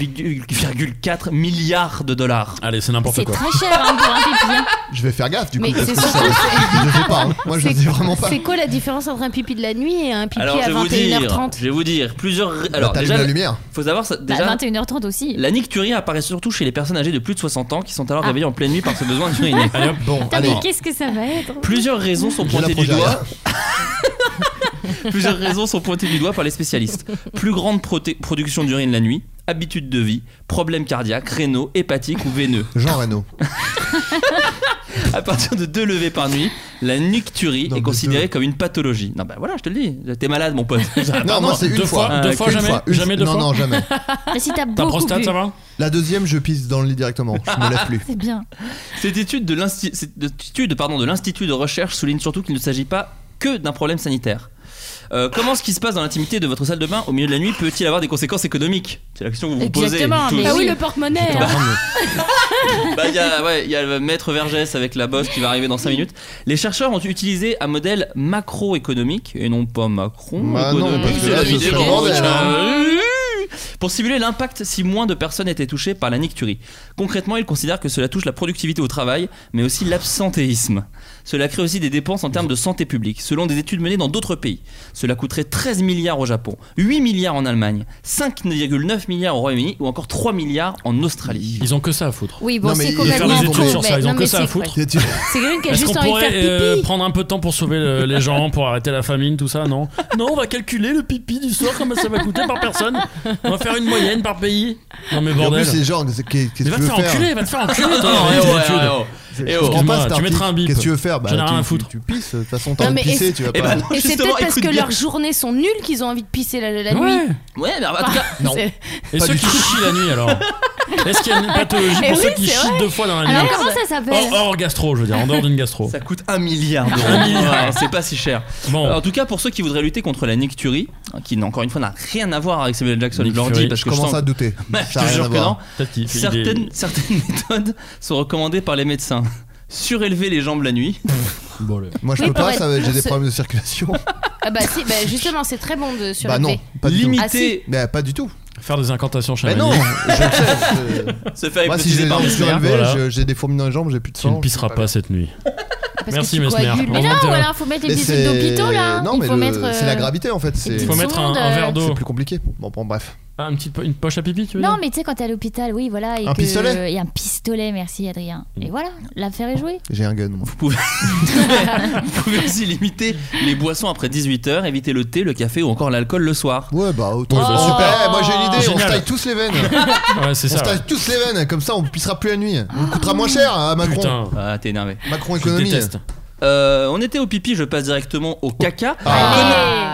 Speaker 8: 44,4 milliards de dollars.
Speaker 11: Allez, c'est n'importe
Speaker 2: C'est
Speaker 11: quoi.
Speaker 2: très cher hein, pour un pipi. hein.
Speaker 9: Je vais faire gaffe du coup.
Speaker 10: Mais
Speaker 9: parce
Speaker 10: c'est
Speaker 9: que
Speaker 10: surtout-
Speaker 9: ça, je le fais pas. hein. Moi, je le
Speaker 10: C'est-
Speaker 9: fais vraiment pas.
Speaker 10: C'est quoi la différence entre un pipi de la nuit et un pipi
Speaker 8: Alors je
Speaker 10: à
Speaker 8: vais vous dire,
Speaker 10: 21h30
Speaker 8: je vais vous dire plusieurs.
Speaker 9: Alors,
Speaker 8: Alors déjà,
Speaker 9: la lumière.
Speaker 8: faut savoir ça,
Speaker 2: Bah,
Speaker 8: déjà.
Speaker 2: 21h30 aussi.
Speaker 8: La nicturie apparaît surtout chez les personnes âgées de plus de 60 ans qui sont alors
Speaker 2: Ah.
Speaker 8: réveillées en pleine nuit par ce besoin d'uriner.
Speaker 11: Allez hop.
Speaker 9: Bon,
Speaker 2: Putain,
Speaker 9: allez.
Speaker 2: mais qu'est-ce que ça va être
Speaker 8: Plusieurs raisons sont
Speaker 9: J'ai la
Speaker 8: pointées du
Speaker 9: progéria.
Speaker 8: doigt. Plusieurs raisons sont pointées du doigt par les spécialistes. Plus grande proté- production d'urine la nuit, habitude de vie, problèmes cardiaques, rénaux, hépatiques ou veineux.
Speaker 9: Jean Reno.
Speaker 8: À partir de deux levées par nuit, la nicturie
Speaker 9: Non,
Speaker 8: est
Speaker 9: mais
Speaker 8: considérée
Speaker 9: deux.
Speaker 8: comme une pathologie. Non, bah voilà, je te le dis, t'es malade, mon pote.
Speaker 9: Non, moi, c'est une
Speaker 11: deux fois,
Speaker 9: fois.
Speaker 11: deux
Speaker 10: Ah,
Speaker 9: Euh,
Speaker 11: fois,
Speaker 9: qu'une
Speaker 11: jamais,
Speaker 9: Une-
Speaker 11: jamais deux
Speaker 9: non,
Speaker 11: fois.
Speaker 9: Non, jamais.
Speaker 2: Mais Si t'as
Speaker 11: Ta
Speaker 2: beaucoup
Speaker 11: prostate,
Speaker 2: bu,
Speaker 11: ça va
Speaker 9: La deuxième, je pisse dans le lit directement. Je me lève plus.
Speaker 2: c'est bien.
Speaker 8: Cette étude de l'insti- cette étude, pardon, de l'Institut de recherche souligne surtout qu'il ne s'agit pas que d'un problème sanitaire. Euh, comment ce qui se passe dans l'intimité de votre salle de bain au milieu de la nuit peut-il avoir des conséquences économiques C'est la question que vous vous posez.
Speaker 2: Exactement,
Speaker 8: tous.
Speaker 2: mais-
Speaker 10: Ah
Speaker 2: oui,
Speaker 10: oui,
Speaker 2: le
Speaker 10: le porte-monnaie.
Speaker 8: Bah, il y a, ouais, il y a le maître Vergès avec la bosse qui va arriver dans 5 minutes. Les chercheurs ont utilisé un modèle macroéconomique et non pas Macron.
Speaker 9: Bah non,
Speaker 8: économique,
Speaker 9: parce que
Speaker 8: c'est
Speaker 9: là,
Speaker 8: la
Speaker 9: ce
Speaker 8: vidéo.
Speaker 9: serait le bordel,
Speaker 11: hein.
Speaker 8: Pour simuler l'impact si moins de personnes étaient touchées par la nicturie. Concrètement, ils considèrent que cela touche la productivité au travail, mais aussi l'absentéisme. Cela crée aussi des dépenses en termes de santé publique, selon des études menées dans d'autres pays. Cela coûterait 13 milliards au Japon, 8 milliards en Allemagne, 5,9 milliards au Royaume-Uni ou encore 3 milliards en Australie.
Speaker 11: Ils ont que ça à foutre.
Speaker 10: Oui,
Speaker 9: Non,
Speaker 10: bon,
Speaker 9: mais
Speaker 10: c'est
Speaker 9: ils vont faire
Speaker 10: complètement
Speaker 9: des études
Speaker 10: con,
Speaker 9: sur
Speaker 11: ça,
Speaker 10: mais-
Speaker 11: ils ont
Speaker 10: non,
Speaker 11: que
Speaker 10: mais
Speaker 11: ça à
Speaker 10: c'est-
Speaker 11: foutre.
Speaker 9: C'est- tu-
Speaker 10: C'est Green qui a
Speaker 11: Est-ce
Speaker 10: juste
Speaker 11: qu'on
Speaker 10: envie de faire
Speaker 11: pourrait euh,
Speaker 10: pipi.
Speaker 11: prendre un peu de temps pour sauver le- les gens, pour arrêter la famine, tout ça Non Non, on va calculer le pipi du soir, combien ça va coûter par personne. On va faire une moyenne par pays. Non mais
Speaker 9: Et En plus,
Speaker 11: bordel.
Speaker 9: c'est genre, qu'est-ce qu'est-ce que tu
Speaker 11: Mais va te
Speaker 9: veux
Speaker 11: faire enculer,
Speaker 9: faire
Speaker 11: va te faire enculer. toi,
Speaker 9: Ah,
Speaker 8: Non, eh
Speaker 11: avec
Speaker 8: oh,
Speaker 11: tes
Speaker 8: eh oh,
Speaker 11: études.
Speaker 8: eh oh. Eh oh.
Speaker 9: Je comprends
Speaker 11: Excuse-moi,
Speaker 9: pas cet
Speaker 11: tu
Speaker 9: article.
Speaker 11: mettras un bip.
Speaker 9: Qu'est-ce que tu veux faire Bah,
Speaker 11: J'en ai rien
Speaker 9: tu-
Speaker 11: à foutre.
Speaker 9: Tu tu pisses. De toute façon, t'as
Speaker 10: Non,
Speaker 9: envie de
Speaker 10: mais
Speaker 9: pisser.
Speaker 10: est-ce-
Speaker 9: Tu vas
Speaker 8: Eh
Speaker 9: pas.
Speaker 8: ben non,
Speaker 10: Et c'est
Speaker 8: justement,
Speaker 10: peut-être parce
Speaker 8: écoute
Speaker 10: que
Speaker 8: bien.
Speaker 10: leurs journées sont nulles qu'ils ont envie de pisser la,
Speaker 11: Ouais.
Speaker 10: la nuit.
Speaker 8: Ouais, mais en tout cas,
Speaker 9: Non.
Speaker 10: C'est-
Speaker 11: Et
Speaker 9: Pas
Speaker 11: ceux
Speaker 9: du
Speaker 11: qui
Speaker 9: tout.
Speaker 11: chient la nuit alors Est-ce qu'il y a une pathologie
Speaker 10: Eh
Speaker 11: pour
Speaker 10: oui,
Speaker 11: ceux qui
Speaker 10: c'est
Speaker 11: chient deux fois dans la
Speaker 2: Alors
Speaker 11: nuit
Speaker 2: comment ça s'appelle
Speaker 11: hors, hors gastro, je veux dire, en dehors d'une gastro.
Speaker 8: ça coûte un milliard d'euros.
Speaker 11: Un milliard.
Speaker 8: Ouais, c'est pas si cher.
Speaker 11: Bon,
Speaker 8: En tout cas, pour ceux qui voudraient lutter contre la nicturie, qui n'a- encore une fois n'a rien à voir avec Samuel Jackson, je leur
Speaker 11: Nicturie,
Speaker 8: dis parce
Speaker 9: Je
Speaker 8: que je
Speaker 9: commence
Speaker 8: sens.
Speaker 9: à douter.
Speaker 8: Ouais,
Speaker 9: Ça a
Speaker 8: je te
Speaker 9: rien à
Speaker 8: jure que non.
Speaker 9: voir.
Speaker 11: peut-être qu'il fait des-
Speaker 8: Certaines, certaines méthodes sont recommandées par les médecins. Surélever les jambes la nuit.
Speaker 11: Bon, le-
Speaker 9: Moi, je
Speaker 10: Oui,
Speaker 9: peux pas.
Speaker 10: pour
Speaker 9: ça va- J'ai des
Speaker 10: se-
Speaker 9: problèmes de circulation.
Speaker 10: Ah bah si, bah justement, c'est très bon de
Speaker 9: Bah non,
Speaker 10: surélever.
Speaker 9: pas du tout.
Speaker 10: Ah, si.
Speaker 8: Limiter.
Speaker 9: Mais pas du tout.
Speaker 11: Faire des incantations
Speaker 9: Mais
Speaker 11: chamaniques.
Speaker 9: Bah non, je le sais. c'est-
Speaker 10: Ah,
Speaker 8: Se faire
Speaker 9: Moi, si j'ai
Speaker 8: hypnotiser
Speaker 9: les
Speaker 8: par
Speaker 9: jambes
Speaker 8: Mesmer.
Speaker 9: surélevées,
Speaker 11: Voilà.
Speaker 9: je- j'ai des fourmis dans les jambes, j'ai plus de
Speaker 11: Tu
Speaker 9: sang.
Speaker 11: ne pisseras pas cette nuit.
Speaker 10: Parce
Speaker 11: Merci,
Speaker 10: que tu
Speaker 11: Mesmer.
Speaker 10: coagules.
Speaker 11: On
Speaker 10: Mais
Speaker 11: va
Speaker 10: non,
Speaker 11: te-
Speaker 10: ou alors faut mettre les
Speaker 9: Mais
Speaker 10: petites
Speaker 9: c'est-
Speaker 10: d'hôpitaux là.
Speaker 9: Non,
Speaker 10: Il
Speaker 9: mais
Speaker 10: faut
Speaker 9: le-
Speaker 10: mettre, euh,
Speaker 9: c'est la gravité en fait. C'est
Speaker 11: Il faut mettre un, un
Speaker 10: euh,
Speaker 11: verre
Speaker 9: c'est
Speaker 11: d'eau.
Speaker 9: plus compliqué. Bon, bon, bref.
Speaker 11: Ah, une, petite, po- une poche à pipi, tu veux
Speaker 2: Non,
Speaker 11: dire
Speaker 2: mais tu sais, quand t'es à l'hôpital, oui, voilà. Et
Speaker 9: Un
Speaker 2: que-
Speaker 9: pistolet
Speaker 2: Et un pistolet, merci Adrien. Et
Speaker 11: Mm.
Speaker 2: voilà, l'affaire est jouée.
Speaker 9: J'ai un gun. Moi.
Speaker 8: Vous pouvez, vous pouvez aussi limiter les boissons après 18h, éviter le thé, le café ou encore l'alcool le soir.
Speaker 9: Ouais, bah autant.
Speaker 11: Ouais, bah,
Speaker 9: Oh,
Speaker 11: super.
Speaker 9: eh, moi j'ai une idée, on se
Speaker 11: Génial.
Speaker 9: taille tous les veines.
Speaker 11: Ouais, c'est
Speaker 9: on se
Speaker 11: ça.
Speaker 9: taille tous les veines, comme ça on pissera plus la nuit. On
Speaker 10: Ah,
Speaker 9: coûtera moins cher à Macron.
Speaker 11: Putain,
Speaker 8: Ah, t'es énervé.
Speaker 9: Macron
Speaker 11: je
Speaker 9: économie.
Speaker 11: déteste.
Speaker 8: Euh, on était au pipi, je passe directement au caca.
Speaker 10: Ah.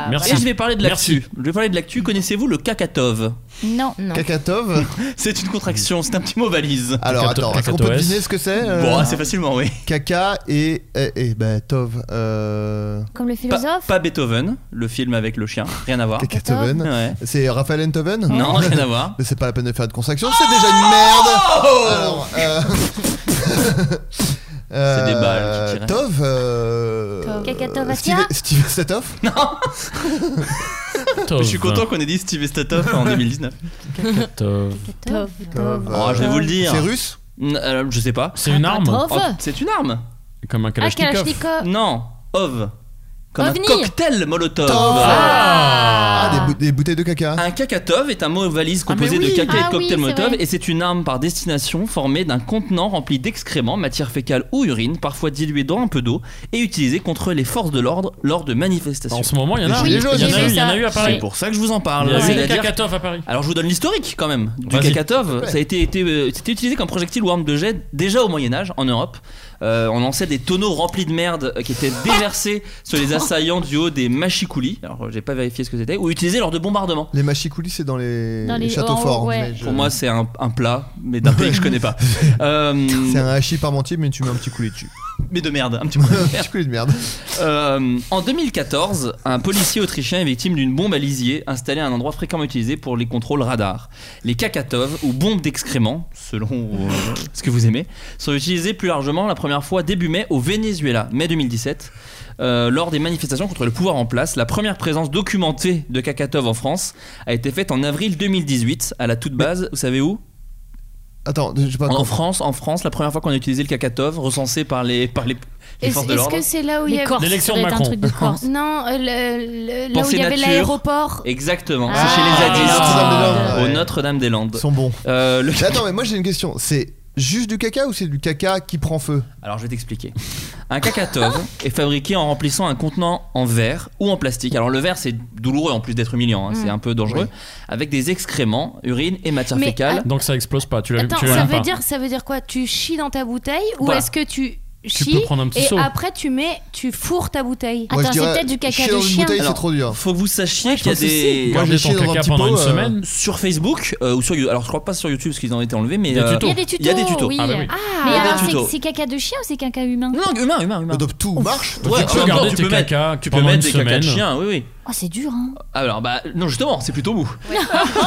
Speaker 10: Allez.
Speaker 11: Merci.
Speaker 8: Et je vais parler de
Speaker 11: Merci.
Speaker 8: l'actu. Je vais parler de l'actu. Connaissez-vous le cacatov
Speaker 2: Non.
Speaker 10: Non.
Speaker 9: Kakatov.
Speaker 8: C'est une contraction, c'est un petit mot valise.
Speaker 9: Alors
Speaker 11: Kakato-
Speaker 9: attends, est-ce qu'on peut
Speaker 11: Kakatoès.
Speaker 9: deviner ce que c'est euh,
Speaker 8: Bon, assez facilement, oui.
Speaker 9: Kaka et. Et, et bah, Tov. Euh...
Speaker 2: Comme le
Speaker 8: Pas,
Speaker 2: philosophe
Speaker 8: pas Beethoven, le film avec le chien, rien
Speaker 2: Ah,
Speaker 8: à voir.
Speaker 9: Kakatoven.
Speaker 8: Ouais.
Speaker 9: C'est Raphaël Enthoven
Speaker 8: Non, rien à voir.
Speaker 9: Mais c'est pas la peine de faire de contraction, c'est déjà une merde
Speaker 8: Oh
Speaker 9: Alors, euh...
Speaker 8: C'est des balles qui
Speaker 9: euh,
Speaker 8: tirent.
Speaker 9: Tov. Euh...
Speaker 2: Tov. Kakatov
Speaker 9: Steve,
Speaker 2: Atia
Speaker 9: Steve Setoff
Speaker 11: Tov.
Speaker 8: Je suis content qu'on ait dit Steve Estatov en 2019.
Speaker 11: Tov.
Speaker 2: Tov.
Speaker 9: Tov.
Speaker 8: Oh, je vais vous le dire.
Speaker 9: C'est russe
Speaker 8: N- euh, je sais pas.
Speaker 11: C'est une arme
Speaker 2: Tov.
Speaker 8: Oh, c'est une arme
Speaker 11: Comme un
Speaker 2: Ah,
Speaker 11: kalachnikov.
Speaker 2: Kalachnikov.
Speaker 8: Non, ov. comme
Speaker 10: Ovni.
Speaker 8: un cocktail Molotov.
Speaker 9: Ah, des, bou- des bouteilles de caca.
Speaker 8: Un kakatov est un mot valise
Speaker 11: Ah, mais
Speaker 8: composé
Speaker 11: oui.
Speaker 8: de caca et de
Speaker 10: Ah oui,
Speaker 8: cocktail
Speaker 10: c'est
Speaker 8: Molotov
Speaker 10: vrai.
Speaker 8: et c'est une arme par destination formée d'un contenant rempli d'excréments, matière fécale ou urine, parfois diluée dans un peu d'eau et utilisée contre les forces de l'ordre lors de manifestations.
Speaker 11: Bah, En ce moment, il y en a,
Speaker 9: Oui,
Speaker 11: il y en a
Speaker 9: j'ai
Speaker 11: eu,
Speaker 10: vu
Speaker 11: il y en a
Speaker 10: ça.
Speaker 11: eu à
Speaker 8: Bah, C'est
Speaker 11: Paris.
Speaker 8: pour ça que je vous en
Speaker 11: Il
Speaker 8: parle.
Speaker 11: y a eu des
Speaker 8: C'est-à-dire-
Speaker 11: cacatov à Paris.
Speaker 8: Alors je vous donne l'historique quand même du
Speaker 11: Vas-y.
Speaker 9: S'il
Speaker 8: Kakatov.
Speaker 9: te plaît.
Speaker 8: Ça a été, été, euh, c'était utilisé comme projectile ou arme de jet déjà au Moyen Âge en Europe. Euh, on lançait des tonneaux remplis de merde euh, qui étaient déversés sur les assaillants du haut des machicoulis. Alors euh, j'ai pas vérifié ce que c'était ou utilisés lors de bombardements.
Speaker 9: Les machicoulis, c'est dans les,
Speaker 2: Dans les-
Speaker 9: châteaux
Speaker 2: en haut,
Speaker 9: forts.
Speaker 2: ouais.
Speaker 9: mais je-
Speaker 8: Pour moi c'est un, un plat mais d'un pays que je connais pas. Euh,
Speaker 9: c'est un hachis parmentier, mais tu mets un petit coulis dessus.
Speaker 8: mais de merde, un petit peu.
Speaker 9: un petit coulis de merde.
Speaker 8: Euh, en 2014, un policier autrichien est victime d'une bombe à lisier installée à un endroit fréquemment utilisé pour les contrôles radars. Les kakatov, ou bombes d'excréments, selon euh, ce que vous aimez, sont utilisées plus largement la première fois début mai au Venezuela, mai 2017. euh, lors des manifestations contre le pouvoir en place, la première présence documentée de Kakatov en France a été faite en avril 2018 à la toute base, vous savez où
Speaker 9: Attends, j'ai pas
Speaker 8: en, France, en France, la première fois qu'on a utilisé le Kakatov, recensé par les, par les, les
Speaker 10: Est-ce
Speaker 8: forces de
Speaker 10: est-ce
Speaker 8: l'ordre.
Speaker 10: que c'est là où il y
Speaker 2: Les
Speaker 10: avait.
Speaker 2: Corses,
Speaker 11: L'élection
Speaker 2: ça doit être
Speaker 11: Macron.
Speaker 2: un truc de Corse.
Speaker 10: Non, euh, le- le- là où
Speaker 8: Pensez
Speaker 10: il y avait
Speaker 8: nature.
Speaker 10: l'aéroport.
Speaker 8: Exactement,
Speaker 10: Ah,
Speaker 8: c'est chez les zadistes.
Speaker 9: Notre-Dame-des-Landes.
Speaker 8: Au
Speaker 9: Ouais.
Speaker 8: Notre-Dame-des-Landes.
Speaker 9: Ils sont bons.
Speaker 8: Euh, le-
Speaker 9: Mais Attends, mais moi j'ai une question. C'est juste du caca ou c'est du caca qui prend feu
Speaker 8: Alors je vais t'expliquer. Un cacatov est fabriqué en remplissant un contenant en verre ou en plastique. Alors le verre c'est douloureux en plus d'être humiliant, hein, c'est un peu dangereux, avec des excréments, urine et matière
Speaker 10: Mais,
Speaker 8: fécale.
Speaker 11: Donc ça explose pas, tu l'as
Speaker 10: Attends,
Speaker 11: tu l'as
Speaker 10: ça
Speaker 11: même
Speaker 10: veut,
Speaker 11: pas.
Speaker 10: dire, ça veut dire quoi Tu chies dans ta bouteille ou
Speaker 8: Voilà.
Speaker 10: est-ce que tu
Speaker 11: Tu
Speaker 10: chies
Speaker 11: peux prendre un petit
Speaker 10: et
Speaker 11: seau.
Speaker 10: après tu mets, tu fourres ta bouteille
Speaker 9: Moi, je
Speaker 2: Attends, c'est
Speaker 9: dirais,
Speaker 2: peut-être du caca
Speaker 9: chier
Speaker 2: de
Speaker 9: dans une
Speaker 2: chien.
Speaker 9: bouteille, c'est
Speaker 8: Alors,
Speaker 9: trop dur.
Speaker 8: Faut que vous sachiez qu'il y a
Speaker 9: pense aussi.
Speaker 8: des
Speaker 9: Moi,
Speaker 11: Garder
Speaker 9: j'ai chié
Speaker 11: ton
Speaker 9: dans un
Speaker 11: caca
Speaker 9: petit
Speaker 11: pendant
Speaker 9: pot,
Speaker 11: une
Speaker 9: euh,
Speaker 11: semaine.
Speaker 8: sur Facebook euh, ou sur YouTube. Alors je crois pas sur YouTube parce qu'ils ont été enlevés, mais
Speaker 11: Des
Speaker 8: euh,
Speaker 11: tutos.
Speaker 2: Il y a des tutos.
Speaker 8: Il y a des tutos.
Speaker 2: oui.
Speaker 11: Ah bah oui.
Speaker 2: Mais
Speaker 8: Il y a des
Speaker 2: alors,
Speaker 8: tutos.
Speaker 2: c'est- c'est caca de chien ou c'est caca humain
Speaker 8: non, non, humain, humain, humain.
Speaker 9: Donc tout marche.
Speaker 8: Ouais,
Speaker 11: Tu
Speaker 8: en
Speaker 11: peux
Speaker 8: même temps,
Speaker 11: garder
Speaker 8: tu
Speaker 11: tes
Speaker 8: peux mettre,
Speaker 11: cacas
Speaker 8: tu peux
Speaker 11: pendant une
Speaker 8: mettre des cacas
Speaker 11: semaine. hein.
Speaker 8: de chien, oui, oui.
Speaker 2: Oh, c'est dur, hein.
Speaker 8: Alors bah non justement, c'est plutôt mou.
Speaker 9: Oh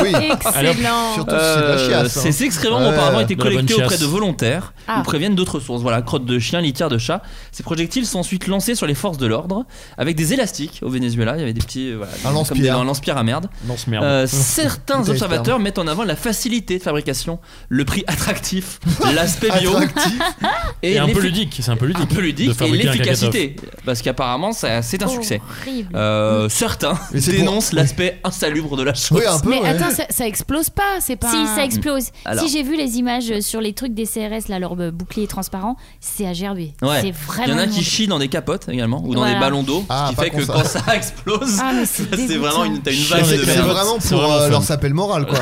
Speaker 9: oui.
Speaker 10: Excellent
Speaker 9: Surtout si c'est de la chiasse. hein.
Speaker 8: Euh, Ces excréments
Speaker 9: Ouais.
Speaker 8: ont auparavant été
Speaker 11: De la bonne
Speaker 8: collectés auprès
Speaker 11: chiasse.
Speaker 8: de volontaires
Speaker 10: Ah.
Speaker 8: ou préviennent d'autres sources. Voilà, crottes de chiens, litières de chats. Ces projectiles sont ensuite lancés sur les forces de l'ordre avec des élastiques. Au Venezuela, il y avait des petits. euh, voilà,
Speaker 9: Un
Speaker 8: des-
Speaker 9: lance-pierre.
Speaker 8: comme des- Un lance-pierre à merde.
Speaker 11: Non, c'est merde.
Speaker 8: Euh, certains
Speaker 9: Putain,
Speaker 8: observateurs mettent en avant la facilité de fabrication, le prix attractif, l'aspect bio
Speaker 9: Attractif.
Speaker 8: et,
Speaker 11: Et un peu
Speaker 8: l'effi-
Speaker 11: ludique, c'est un peu ludique.
Speaker 8: un peu ludique
Speaker 11: de
Speaker 8: et
Speaker 11: fabriquer un
Speaker 8: l'efficacité. Parce qu'apparemment, ça- c'est
Speaker 10: Oh.
Speaker 8: un succès.
Speaker 2: Horrible.
Speaker 8: Euh, certains
Speaker 9: Mais c'est pour-
Speaker 8: dénoncent l'aspect insalubre de la chose.
Speaker 9: Oui, un peu.
Speaker 10: Mais
Speaker 9: ouais.
Speaker 10: attends, ça, ça explose pas, c'est pas.
Speaker 2: Si
Speaker 10: un-
Speaker 2: ça explose.
Speaker 8: Hmm. Alors.
Speaker 2: Si j'ai vu les images sur les trucs des CRS, là, leur euh, bouclier transparent, c'est à gerber.
Speaker 8: Ouais.
Speaker 2: C'est
Speaker 8: Il y
Speaker 2: vraiment.
Speaker 8: en a qui chient dans des capotes également ou dans
Speaker 2: Voilà.
Speaker 8: des ballons d'eau,
Speaker 9: Ah,
Speaker 8: ce qui
Speaker 9: pas
Speaker 8: fait
Speaker 9: con,
Speaker 8: que
Speaker 9: ça.
Speaker 8: quand ça explose,
Speaker 10: Ah, mais
Speaker 8: ça,
Speaker 10: c'est
Speaker 8: c'est vraiment une, t'as une
Speaker 9: Mais
Speaker 8: vague
Speaker 9: c'est
Speaker 8: de
Speaker 9: c'est
Speaker 8: merde.
Speaker 9: vraiment
Speaker 11: C'est
Speaker 9: pour
Speaker 11: vraiment
Speaker 9: euh,
Speaker 11: fun.
Speaker 9: leur saper le moral quoi.